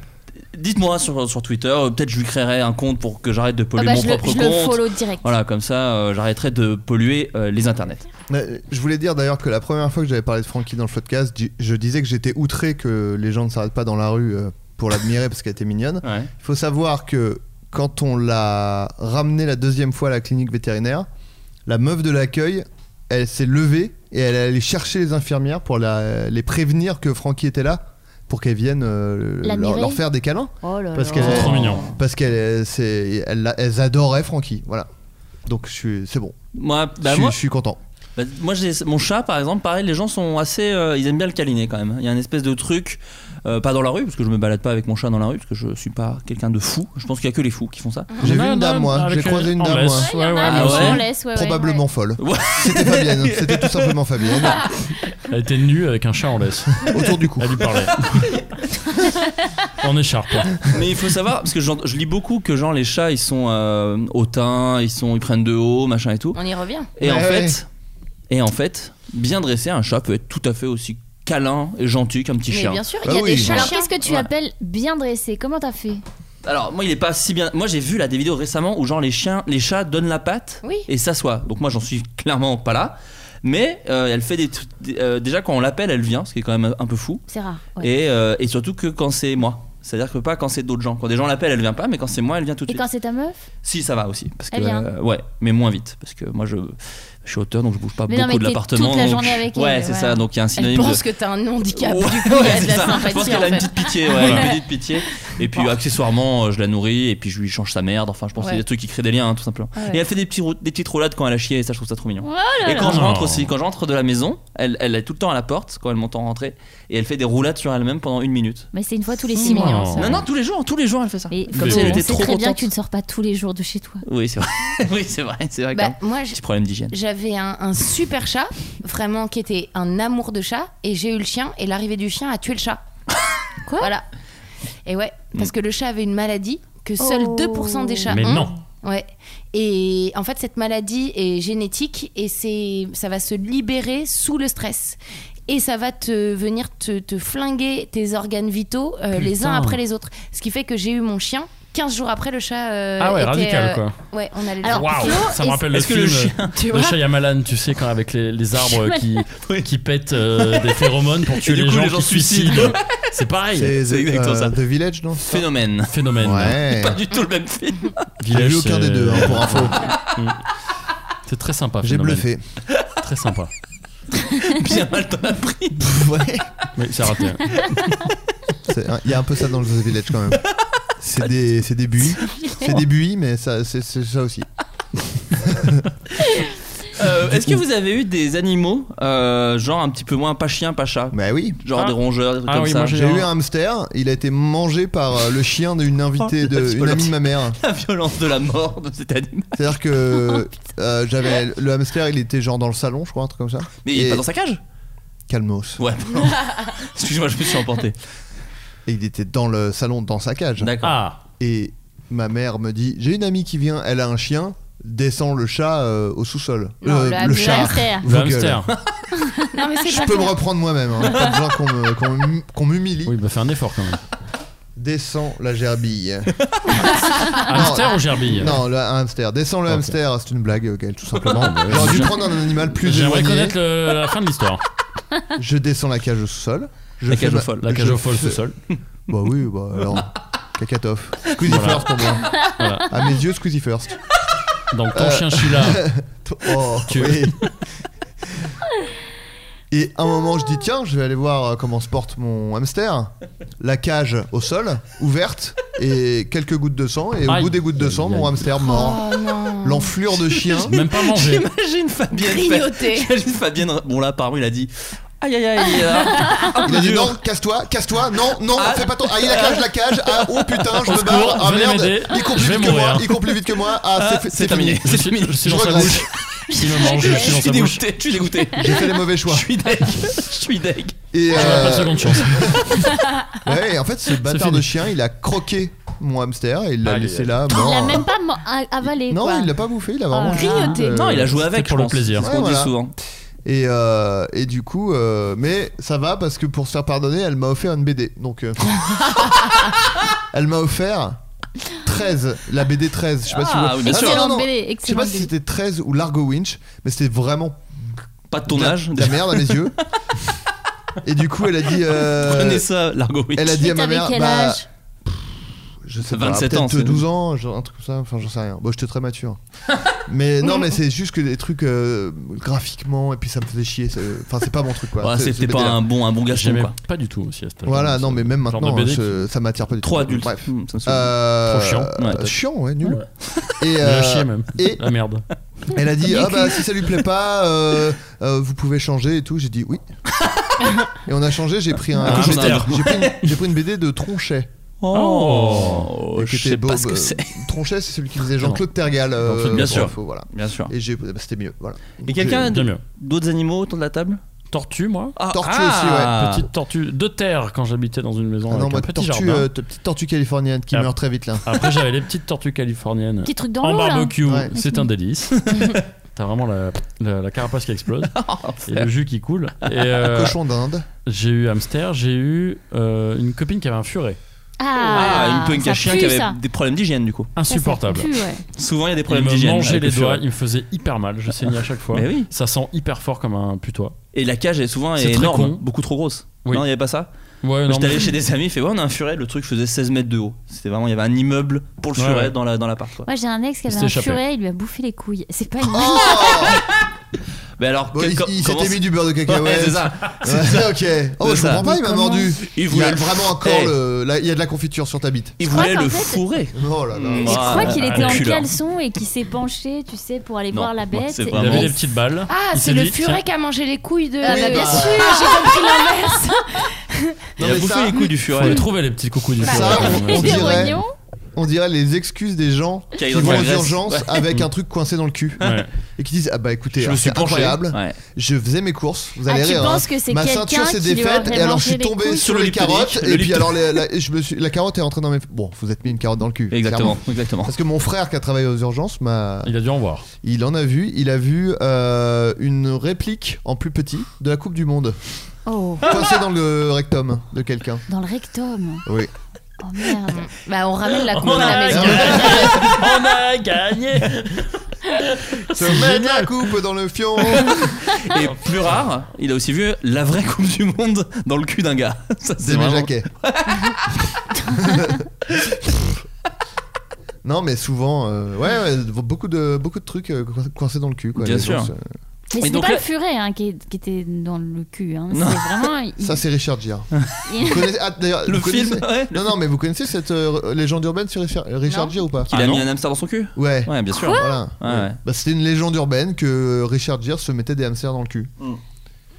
Speaker 8: Dites-moi sur, sur Twitter. euh, Peut-être je lui créerai un compte pour que j'arrête de
Speaker 2: Ah
Speaker 8: polluer
Speaker 2: bah,
Speaker 8: mon
Speaker 2: je le,
Speaker 8: propre
Speaker 2: je le
Speaker 8: compte.
Speaker 2: follow direct.
Speaker 8: Voilà, comme ça, euh, j'arrêterai de polluer euh, les internets.
Speaker 9: Mais euh, Je voulais dire d'ailleurs que la première fois que j'avais parlé de Frankie dans le podcast, je- je disais que j'étais outré que les gens ne s'arrêtent pas dans la rue euh, pour l'admirer parce qu'elle était mignonne.
Speaker 8: Ouais.
Speaker 9: Il faut savoir que quand on l'a ramené la deuxième fois à la clinique vétérinaire, la meuf de l'accueil, elle s'est levée et elle est allée chercher les infirmières pour la- les prévenir que Francky était là pour qu'elles viennent euh, leur,
Speaker 2: L'admirer
Speaker 9: leur faire des câlins.
Speaker 2: Oh là
Speaker 9: parce
Speaker 2: là.
Speaker 9: qu'elle
Speaker 2: C'est trop mignon.
Speaker 9: Parce qu'elles c'est- elles- elles adoraient Francky. Voilà. Donc je suis- c'est bon.
Speaker 8: Moi, bah,
Speaker 9: je, suis-
Speaker 8: moi-
Speaker 9: je suis content.
Speaker 8: Bah, moi, j'ai mon chat, par exemple, pareil, les gens sont assez. euh, ils aiment bien le câliner quand même. Il y a une espèce de truc, euh, pas dans la rue, parce que je me balade pas avec mon chat dans la rue, parce que je suis pas quelqu'un de fou. Je pense qu'il y a que les fous qui font ça.
Speaker 9: J'ai vu une dame, moi. J'ai croisé une dame, moi.
Speaker 8: Ah ouais
Speaker 9: Probablement folle. C'était Fabienne. C'était tout simplement Fabienne.
Speaker 11: Elle était nue avec un chat en laisse.
Speaker 9: Autour du cou.
Speaker 11: Elle lui parlait. en écharpe.
Speaker 8: Mais il faut savoir, parce que j'ent- je lis beaucoup que genre les chats ils sont euh, hautains, ils, sont, ils prennent de haut, machin et tout.
Speaker 10: On y revient.
Speaker 8: Et en
Speaker 10: Ouais,
Speaker 8: fait, et en fait, bien dressé, un chat peut être tout à fait aussi câlin et gentil qu'un petit
Speaker 2: Mais
Speaker 8: chien.
Speaker 2: bien sûr, il y a des chats. Alors qu'est-ce que tu
Speaker 8: Voilà.
Speaker 2: appelles bien dressé Comment t'as fait
Speaker 8: Alors moi il est pas si bien. Moi j'ai vu là des vidéos récemment où genre les chiens, les chats donnent la patte
Speaker 2: Oui.
Speaker 8: et s'assoient. Donc moi j'en suis clairement pas là. Mais euh, elle fait des, tr- des- euh, déjà quand on l'appelle elle vient, ce qui est quand même un peu fou.
Speaker 2: C'est rare. ouais.
Speaker 8: Et, euh, et surtout que quand c'est moi. C'est-à-dire que pas quand c'est d'autres gens. Quand des gens l'appellent, elle vient pas, mais quand c'est moi, elle vient tout de
Speaker 2: Et
Speaker 8: suite.
Speaker 2: quand c'est ta meuf
Speaker 8: Si, ça va aussi. Parce que,
Speaker 2: Elle vient.
Speaker 8: euh, ouais, mais moins vite. Parce que moi, je, je suis auteur, donc je bouge pas
Speaker 2: Mais non,
Speaker 8: beaucoup
Speaker 2: mais
Speaker 8: de
Speaker 2: t'es
Speaker 8: l'appartement.
Speaker 2: toute la
Speaker 8: donc-
Speaker 2: journée avec elle,
Speaker 8: Ouais, c'est
Speaker 2: voilà.
Speaker 8: ça. Donc il y a un synonyme.
Speaker 10: Elle pense
Speaker 8: de...
Speaker 10: que t'as un handicap.
Speaker 8: Ouais,
Speaker 10: du coup, il y a
Speaker 8: c'est
Speaker 10: de la
Speaker 8: ça.
Speaker 10: sympathie.
Speaker 8: Je pense
Speaker 10: en
Speaker 8: qu'elle a une
Speaker 10: fait.
Speaker 8: petite pitié, ouais,
Speaker 10: Voilà.
Speaker 8: une petite pitié. Et puis accessoirement, euh, je la nourris et puis je lui change sa merde. Enfin, je pense que c'est
Speaker 10: Ouais.
Speaker 8: des trucs qui créent des liens, hein, tout simplement.
Speaker 10: Ouais.
Speaker 8: Et elle fait des, petits, rou- des petites roulades quand elle a chié, et ça, je trouve ça trop mignon.
Speaker 2: Oh là
Speaker 8: et quand
Speaker 2: là.
Speaker 8: je rentre
Speaker 2: Oh.
Speaker 8: aussi, quand je rentre de la maison, elle, elle est tout le temps à la porte quand elle m'entend rentrer et elle fait des roulades sur elle-même pendant une minute.
Speaker 2: Mais c'est une fois tous les
Speaker 8: C'est
Speaker 2: 6
Speaker 8: mignon,
Speaker 2: mois.
Speaker 10: Bah,
Speaker 8: ça. Mmh. Non, non, tous les jours, tous les jours elle fait ça.
Speaker 2: Et
Speaker 8: Comme si elle
Speaker 2: on
Speaker 8: était
Speaker 2: sait
Speaker 8: trop
Speaker 2: très bien
Speaker 8: contente.
Speaker 2: que tu ne sors pas tous les jours de chez toi.
Speaker 8: Oui, c'est vrai. oui, c'est vrai, c'est vrai.
Speaker 10: Bah,
Speaker 8: quand même.
Speaker 10: moi, je-
Speaker 8: Petit problème d'hygiène.
Speaker 10: J'avais un, un super chat, vraiment qui était un amour de chat, et j'ai eu le chien, et l'arrivée du chien a tué le chat. Quoi Voilà. Et ouais,
Speaker 8: Mmh.
Speaker 10: parce que le chat avait une maladie que seuls
Speaker 2: Oh.
Speaker 10: 2% des chats
Speaker 2: Mais
Speaker 10: ont.
Speaker 2: non.
Speaker 10: Ouais. Et en fait, cette maladie est génétique et c'est, ça va se libérer sous le stress. Et ça va te venir te, te flinguer tes organes vitaux euh, les uns
Speaker 11: Putain.
Speaker 10: après les autres. Ce qui fait que j'ai eu mon chien 15 jours après le chat. euh,
Speaker 11: Ah ouais,
Speaker 10: était,
Speaker 11: radical,
Speaker 10: euh,
Speaker 11: quoi.
Speaker 10: Ouais, on allait le
Speaker 11: Waouh,
Speaker 10: voir.
Speaker 11: ça me rappelle le
Speaker 8: est-ce que
Speaker 11: film.
Speaker 8: le
Speaker 11: euh,
Speaker 8: chien- Tu
Speaker 11: le
Speaker 8: vois
Speaker 11: Shyamalan, tu sais, quand avec les, les arbres qui, qui pètent euh, des phéromones pour
Speaker 8: Et
Speaker 11: tuer
Speaker 8: du
Speaker 11: les,
Speaker 8: coup,
Speaker 11: gens
Speaker 8: les gens
Speaker 11: qui se
Speaker 8: suicident.
Speaker 11: suicident. C'est pareil.
Speaker 9: C'est C'est exactement euh, ça. The Village, non
Speaker 8: Phénomène.
Speaker 11: Phénomène. Hein.
Speaker 9: Ouais.
Speaker 8: Pas du tout le même film.
Speaker 9: J'ai vu aucun des
Speaker 11: c'est-
Speaker 9: deux, hein, pour info.
Speaker 11: Mm. C'est très sympa.
Speaker 9: J'ai
Speaker 11: Phénomène.
Speaker 9: bluffé.
Speaker 11: Très sympa.
Speaker 8: Bien mal t'en as pris.
Speaker 9: ouais.
Speaker 11: Mais c'est raté. hein.
Speaker 9: C'est- Il y a un peu ça dans le The Village quand même. C'est des, c'est des buis. C'est des buis, mais ça, c'est, c'est ça aussi.
Speaker 8: Euh, Est-ce que vous avez eu des animaux, euh, genre un petit peu moins pas chien, pas chat
Speaker 9: Bah oui.
Speaker 11: Ah.
Speaker 8: Genre des rongeurs, des trucs comme ça.
Speaker 9: j'ai eu un hamster. Il a été mangé par euh, le chien d'une invitée,
Speaker 8: Oh, la
Speaker 9: de, une
Speaker 8: violence.
Speaker 9: amie de ma mère.
Speaker 8: La violence de la mort de cet animal.
Speaker 9: C'est-à-dire que euh, j'avais le hamster, il était genre dans le salon, je crois, un truc comme ça.
Speaker 8: Mais il est pas dans sa cage
Speaker 9: Calmos.
Speaker 8: Ouais, pardon. Excuse-moi, je me suis emporté.
Speaker 9: Et il était dans le salon, dans sa cage.
Speaker 8: D'accord.
Speaker 11: Ah.
Speaker 9: Et ma mère me dit J'ai une amie qui vient, elle a un chien, descends le chat euh, au sous-sol.
Speaker 10: Non, le ham- le
Speaker 9: chat.
Speaker 10: hamster.
Speaker 9: Vos
Speaker 11: Le
Speaker 9: gueules.
Speaker 11: hamster.
Speaker 10: Non, mais c'est
Speaker 9: Je
Speaker 10: pas
Speaker 9: peux me
Speaker 10: clair.
Speaker 9: reprendre moi-même, hein. pas besoin qu'on me- qu'on m'hum- qu'on m'humilie.
Speaker 11: Oui, bah fais un effort quand même.
Speaker 9: Descends la gerbille.
Speaker 11: Hamster
Speaker 9: Ah, Non,
Speaker 11: ou gerbille
Speaker 9: Non, le hamster. Descends le
Speaker 11: Ok.
Speaker 9: hamster, c'est une blague, Gaël, tout simplement.
Speaker 11: Bon, bah,
Speaker 9: J'aurais dû
Speaker 11: j'ai-
Speaker 9: prendre un animal plus
Speaker 11: J'aimerais
Speaker 9: éloigné.
Speaker 11: connaître le- la fin de l'histoire.
Speaker 9: Je descends la cage au sous-sol. Je
Speaker 11: La
Speaker 9: fais
Speaker 11: cage au
Speaker 9: ma-
Speaker 11: folle. La cage
Speaker 9: je
Speaker 11: au folle
Speaker 9: fais-
Speaker 11: sous-sol.
Speaker 9: Bah oui, bah alors. Cacatoff. Squeezie
Speaker 11: Voilà.
Speaker 9: first pour moi.
Speaker 11: Voilà.
Speaker 9: À mes yeux, Squeezie first.
Speaker 11: Donc ton
Speaker 9: Euh,
Speaker 11: chien Sheila.
Speaker 9: Ton- oh,
Speaker 11: Tu-
Speaker 9: oui. Et à un moment, je dis tiens, je vais aller voir euh, comment se porte mon hamster. La cage au sol, ouverte, et quelques gouttes de sang. Et au
Speaker 11: Aïe.
Speaker 9: bout des gouttes de sang, mon hamster mort.
Speaker 10: Oh non.
Speaker 9: L'enflure de chien.
Speaker 11: Même pas mangé.
Speaker 8: J'imagine Fabienne.
Speaker 10: Grignoter.
Speaker 8: J'imagine Fabienne. Bon, là, apparemment, il a dit Aïe, aïe, aïe. il est là.
Speaker 9: Il a dit
Speaker 8: Dur.
Speaker 9: non, casse-toi, casse-toi, non, non,
Speaker 8: Ah.
Speaker 9: fais pas ton. Ah, il a la cage, la cage, ah, oh putain, je
Speaker 11: Au
Speaker 9: me
Speaker 11: secours,
Speaker 9: barre, ah
Speaker 11: venez
Speaker 9: merde,
Speaker 11: m'aider,
Speaker 9: il compte
Speaker 11: je
Speaker 9: plus
Speaker 11: vais
Speaker 9: vite que moi,
Speaker 11: mourir.
Speaker 9: il compte plus vite que moi, ah,
Speaker 8: Ah,
Speaker 9: c'est fi-
Speaker 8: c'est terminé.
Speaker 11: Je
Speaker 8: C'est
Speaker 11: suis,
Speaker 8: terminé.
Speaker 11: je suis
Speaker 9: Je
Speaker 11: dans sa
Speaker 9: regrette.
Speaker 11: bouche. S'il me mange, je suis
Speaker 8: Je
Speaker 11: dans
Speaker 8: suis
Speaker 11: sa bouche.
Speaker 8: dégoûté. Je suis dégoûté.
Speaker 9: J'ai fait les mauvais choix.
Speaker 8: Je suis deg. Je suis deg.
Speaker 9: Et
Speaker 11: Je n'aurai pas de
Speaker 9: euh,
Speaker 11: seconde chance.
Speaker 9: ouais, et en fait, ce bâtard
Speaker 11: fini. Ah,
Speaker 9: de chien, il a croqué mon hamster et il l'a
Speaker 11: Aïe,
Speaker 9: laissé
Speaker 11: aïe.
Speaker 9: là.
Speaker 2: Il
Speaker 9: mort.
Speaker 2: l'a même pas mo- a- avalé.
Speaker 9: Non,
Speaker 2: quoi.
Speaker 9: il l'a pas bouffé, il a vraiment
Speaker 2: Ah.
Speaker 9: juste, euh,
Speaker 8: Non, il a joué
Speaker 11: C'était
Speaker 8: avec.
Speaker 11: pour
Speaker 8: je
Speaker 11: le
Speaker 8: pense.
Speaker 11: plaisir.
Speaker 8: C'est ce qu'on
Speaker 9: Ouais,
Speaker 8: dit
Speaker 9: voilà.
Speaker 8: souvent.
Speaker 9: Et, euh, et du coup, euh, mais ça va parce que pour se faire pardonner, elle m'a offert une BD. Donc, euh, elle m'a offert 13, la BD 13. Je sais pas si vous
Speaker 8: Ah, oui, bien sûr.
Speaker 9: non,
Speaker 2: Excellente
Speaker 9: non, non.
Speaker 2: BD,
Speaker 9: Je sais pas
Speaker 2: excellente
Speaker 9: si
Speaker 2: BD.
Speaker 9: c'était 13 ou Largo Winch, mais c'était vraiment
Speaker 8: Pas de ton
Speaker 9: de la-
Speaker 8: âge.
Speaker 9: de la merde à mes yeux. Et du coup, elle a dit. euh,
Speaker 8: Prenez ça, Largo Winch.
Speaker 9: elle a dit à
Speaker 2: Mais
Speaker 9: ma
Speaker 2: t'avais
Speaker 9: mère.
Speaker 2: quel
Speaker 9: bah,
Speaker 2: âge
Speaker 9: je sais
Speaker 8: 27
Speaker 9: pas,
Speaker 8: ans,
Speaker 9: peut-être
Speaker 8: c'est-
Speaker 9: 12 ans, genre un truc comme ça, enfin j'en sais rien. Bon, j'étais très mature. mais non, mais c'est juste que des trucs euh, graphiquement, et puis ça me faisait chier. c'est- Enfin, c'est pas mon truc quoi.
Speaker 8: Voilà,
Speaker 9: C'est-
Speaker 8: c'était
Speaker 9: ce
Speaker 8: pas
Speaker 9: BD-là.
Speaker 8: un bon, un bon gâchis,
Speaker 11: J'aimais
Speaker 8: quoi.
Speaker 11: pas du tout aussi à cet âge.
Speaker 9: Voilà, non, mais même
Speaker 11: Genre de
Speaker 9: maintenant, hein,
Speaker 11: BD
Speaker 9: je- ça m'attire pas du
Speaker 8: Trop
Speaker 9: tout.
Speaker 8: adulte.
Speaker 9: Bref.
Speaker 8: Mmh, ça me saoule.
Speaker 9: Euh,
Speaker 8: Trop chiant. Ouais,
Speaker 9: euh,
Speaker 8: peut-être.
Speaker 9: chiant, ouais, nul.
Speaker 11: Et
Speaker 9: Et,
Speaker 11: euh...
Speaker 9: euh,
Speaker 11: chier même.
Speaker 9: et-
Speaker 11: Ah merde.
Speaker 9: Elle a dit
Speaker 10: Du
Speaker 9: ah
Speaker 10: cul.
Speaker 9: bah si ça lui plaît pas, euh, euh, vous pouvez changer et tout. J'ai dit oui. et on a changé. J'ai pris un,
Speaker 8: Un
Speaker 9: j'ai
Speaker 8: hamster.
Speaker 9: j'ai pris, une- j'ai pris une BD de Tronchet.
Speaker 8: Oh,
Speaker 9: Et qui
Speaker 8: je
Speaker 9: était
Speaker 8: sais
Speaker 9: Bob,
Speaker 8: pas ce
Speaker 9: euh,
Speaker 8: que c'est.
Speaker 9: Tronchet, c'est celui qui faisait Jean-Claude Tergal. euh,
Speaker 8: Jean-Claude, bien
Speaker 9: pour
Speaker 8: sûr.
Speaker 9: info, voilà.
Speaker 8: Bien sûr.
Speaker 9: Et j'ai- bah, c'était mieux. Voilà.
Speaker 8: Et
Speaker 9: Donc,
Speaker 8: quelqu'un a
Speaker 9: j'ai-
Speaker 11: Bien mieux.
Speaker 8: d'autres animaux autour de la table
Speaker 11: Tortue, moi.
Speaker 8: Ah,
Speaker 9: Tortue
Speaker 8: ah.
Speaker 11: Petite tortue de terre quand j'habitais dans une maison
Speaker 9: Ah non,
Speaker 11: avec un
Speaker 9: moi,
Speaker 11: petit jardin.
Speaker 9: tortue, euh, t- petite tortue californienne qui
Speaker 11: Ah.
Speaker 9: meurt très vite là.
Speaker 11: Après, j'avais les petites tortues californiennes.
Speaker 2: Petit truc dans
Speaker 11: En
Speaker 2: l'eau
Speaker 10: hein.
Speaker 2: là.
Speaker 11: barbecue,
Speaker 9: Ouais.
Speaker 11: c'est un délice. T'as vraiment la, la- la carapace qui explose et le jus qui coule. Et euh,
Speaker 9: Cochon d'Inde.
Speaker 11: j'ai eu hamster, j'ai eu euh, une copine qui avait un furet.
Speaker 2: Ah,
Speaker 8: Ah, une punk
Speaker 2: ça
Speaker 8: à chien
Speaker 2: pue,
Speaker 8: qui avait
Speaker 2: ça.
Speaker 8: des problèmes d'hygiène du coup.
Speaker 2: Ça, ça
Speaker 11: Insupportable.
Speaker 2: pue, ouais.
Speaker 8: Souvent il y a des
Speaker 11: Il
Speaker 8: problèmes
Speaker 11: me
Speaker 8: d'hygiène. Ah,
Speaker 11: mangeait
Speaker 8: avec
Speaker 11: les
Speaker 8: le
Speaker 11: doigts,
Speaker 8: furet.
Speaker 11: il me faisait hyper mal, je saignais à chaque fois.
Speaker 8: Mais oui.
Speaker 11: Ça sent hyper fort comme un putois.
Speaker 8: Et la cage est souvent
Speaker 11: C'est
Speaker 8: est
Speaker 11: très
Speaker 8: énorme,
Speaker 11: con.
Speaker 8: beaucoup trop grosse.
Speaker 11: Oui.
Speaker 8: Non, il n'y avait pas ça.
Speaker 11: Ouais,
Speaker 8: J'étais allé
Speaker 11: mais-
Speaker 8: chez des amis, il fait ouais, on a un furet, le truc faisait 16 mètres de haut. C'était vraiment, il y avait un immeuble pour le
Speaker 11: Ouais,
Speaker 8: furet
Speaker 11: ouais.
Speaker 8: dans la dans l'appart. quoi.
Speaker 2: Moi j'ai un ex qui
Speaker 11: Il
Speaker 2: avait
Speaker 11: s'est
Speaker 2: un
Speaker 11: échappé.
Speaker 2: furet, il lui a bouffé les couilles. C'est pas une.
Speaker 9: Oh
Speaker 8: Mais alors,
Speaker 9: Bon,
Speaker 8: Ah. quel-
Speaker 9: il
Speaker 8: com-
Speaker 9: il
Speaker 8: comment
Speaker 9: s'était
Speaker 8: c'est-
Speaker 9: mis du beurre de cacahuète.
Speaker 8: Ouais, c'est ça.
Speaker 9: Ouais, ok. Oh,
Speaker 8: C'est
Speaker 9: je
Speaker 8: ça.
Speaker 9: comprends pas, il m'a
Speaker 2: Comment
Speaker 9: mordu.
Speaker 8: Il
Speaker 9: Il y
Speaker 8: voulait
Speaker 9: a
Speaker 8: le,
Speaker 9: vraiment encore
Speaker 8: Eh.
Speaker 9: le. là, il y a de la confiture sur ta bite.
Speaker 8: il
Speaker 2: Je crois
Speaker 8: voulait
Speaker 2: qu'en
Speaker 8: le
Speaker 2: fait-
Speaker 8: fourrer.
Speaker 9: Oh là là.
Speaker 8: Mm.
Speaker 2: Je crois qu'il était en
Speaker 8: enculeur.
Speaker 2: caleçon et qu'il s'est penché, tu sais, pour aller
Speaker 8: Non,
Speaker 2: voir la
Speaker 8: moi,
Speaker 2: bête.
Speaker 8: c'est
Speaker 2: et-
Speaker 11: Il avait
Speaker 8: Vraiment.
Speaker 11: des petites balles.
Speaker 10: Ah,
Speaker 11: Il
Speaker 10: c'est
Speaker 11: s'est
Speaker 10: le
Speaker 11: dit,
Speaker 10: furet
Speaker 11: tiens,
Speaker 10: qui a mangé les couilles de.
Speaker 2: Ah, bah, bien
Speaker 10: de-
Speaker 2: sûr,
Speaker 10: Ah, j'ai compris l'inverse.
Speaker 8: Il
Speaker 9: Non,
Speaker 8: a
Speaker 9: mais
Speaker 8: bouffé
Speaker 9: ça-
Speaker 8: les couilles du
Speaker 11: Faut les
Speaker 8: furet.
Speaker 11: trouver les petits coucous du
Speaker 9: Bah,
Speaker 11: furet.
Speaker 9: ça,
Speaker 11: Ouais,
Speaker 9: on
Speaker 2: des
Speaker 9: dirait-
Speaker 2: rognons.
Speaker 9: On dirait les excuses des gens
Speaker 8: Qui aillent
Speaker 9: qui
Speaker 8: dans
Speaker 9: vont
Speaker 8: la
Speaker 9: aux
Speaker 8: Grèce.
Speaker 9: urgences
Speaker 8: Ouais. Mm.
Speaker 9: avec un truc coincé dans le cul
Speaker 11: Ouais.
Speaker 9: et qui disent ah bah écoutez
Speaker 8: Je
Speaker 9: alors,
Speaker 8: me suis
Speaker 9: c'est
Speaker 8: penché.
Speaker 9: incroyable
Speaker 8: Ouais.
Speaker 9: je faisais mes courses vous
Speaker 2: Ah,
Speaker 9: allez
Speaker 2: tu
Speaker 9: rire
Speaker 2: penses
Speaker 9: hein.
Speaker 2: que c'est
Speaker 9: ma
Speaker 2: quelqu'un
Speaker 9: ceinture s'est
Speaker 2: qui lui
Speaker 9: défaite
Speaker 2: aurait
Speaker 9: et alors je
Speaker 2: mangé les
Speaker 9: suis tombé
Speaker 2: couilles
Speaker 9: sur
Speaker 8: Sur le
Speaker 9: les
Speaker 8: Liptonic,
Speaker 9: carottes
Speaker 8: le
Speaker 9: et puis
Speaker 8: Liptonic.
Speaker 9: alors les- la, je me suis- la carotte est rentrée dans mes bon vous êtes mis une carotte dans le cul
Speaker 8: Exactement,
Speaker 9: clairement.
Speaker 8: exactement.
Speaker 9: parce que mon frère qui a travaillé aux urgences m'a
Speaker 11: Il a dû en voir.
Speaker 9: il en a vu il a vu euh, une réplique en plus petit de la coupe du monde
Speaker 2: Oh,
Speaker 9: coincée dans le rectum de quelqu'un
Speaker 2: dans le rectum.
Speaker 9: oui
Speaker 2: Oh merde.
Speaker 10: Bah, on ramène la coupe
Speaker 11: On
Speaker 10: à la
Speaker 11: a-
Speaker 10: maison.
Speaker 11: On a gagné
Speaker 9: se mettre la coupe dans le fion
Speaker 8: Et plus rare, il a aussi vu la vraie Coupe du Monde dans le cul d'un gars. Ça, c'est
Speaker 9: C'est mes
Speaker 8: vraiment...
Speaker 9: jaquets. non, mais souvent, euh, ouais, ouais, beaucoup de beaucoup de trucs euh, coin- coincés dans le cul. Quoi,
Speaker 8: Bien
Speaker 9: Les gens
Speaker 8: sûr.
Speaker 9: se-
Speaker 2: Mais
Speaker 8: Et
Speaker 2: c'est
Speaker 8: donc
Speaker 2: pas
Speaker 8: là-
Speaker 2: le furet hein, qui, est- qui était dans le cul. Hein. C'est
Speaker 8: Non.
Speaker 2: vraiment.
Speaker 9: Ça, c'est Richard Gere.
Speaker 2: il-
Speaker 9: Vous connaissez- ah, d'ailleurs,
Speaker 8: Le
Speaker 9: vous
Speaker 8: film,
Speaker 9: connaissez-
Speaker 8: ouais.
Speaker 9: Non, non, mais vous connaissez cette euh, légende urbaine sur Richard- Richard
Speaker 10: Non.
Speaker 9: Gere ou pas
Speaker 8: Qu'il
Speaker 11: Ah
Speaker 8: a
Speaker 11: non
Speaker 8: mis un hamster dans son cul
Speaker 9: Ouais.
Speaker 8: Ouais, bien sûr.
Speaker 9: Voilà.
Speaker 8: Ouais, ouais.
Speaker 9: Bah, c'était une légende urbaine que euh, Richard Gere se mettait des hamsters dans le cul.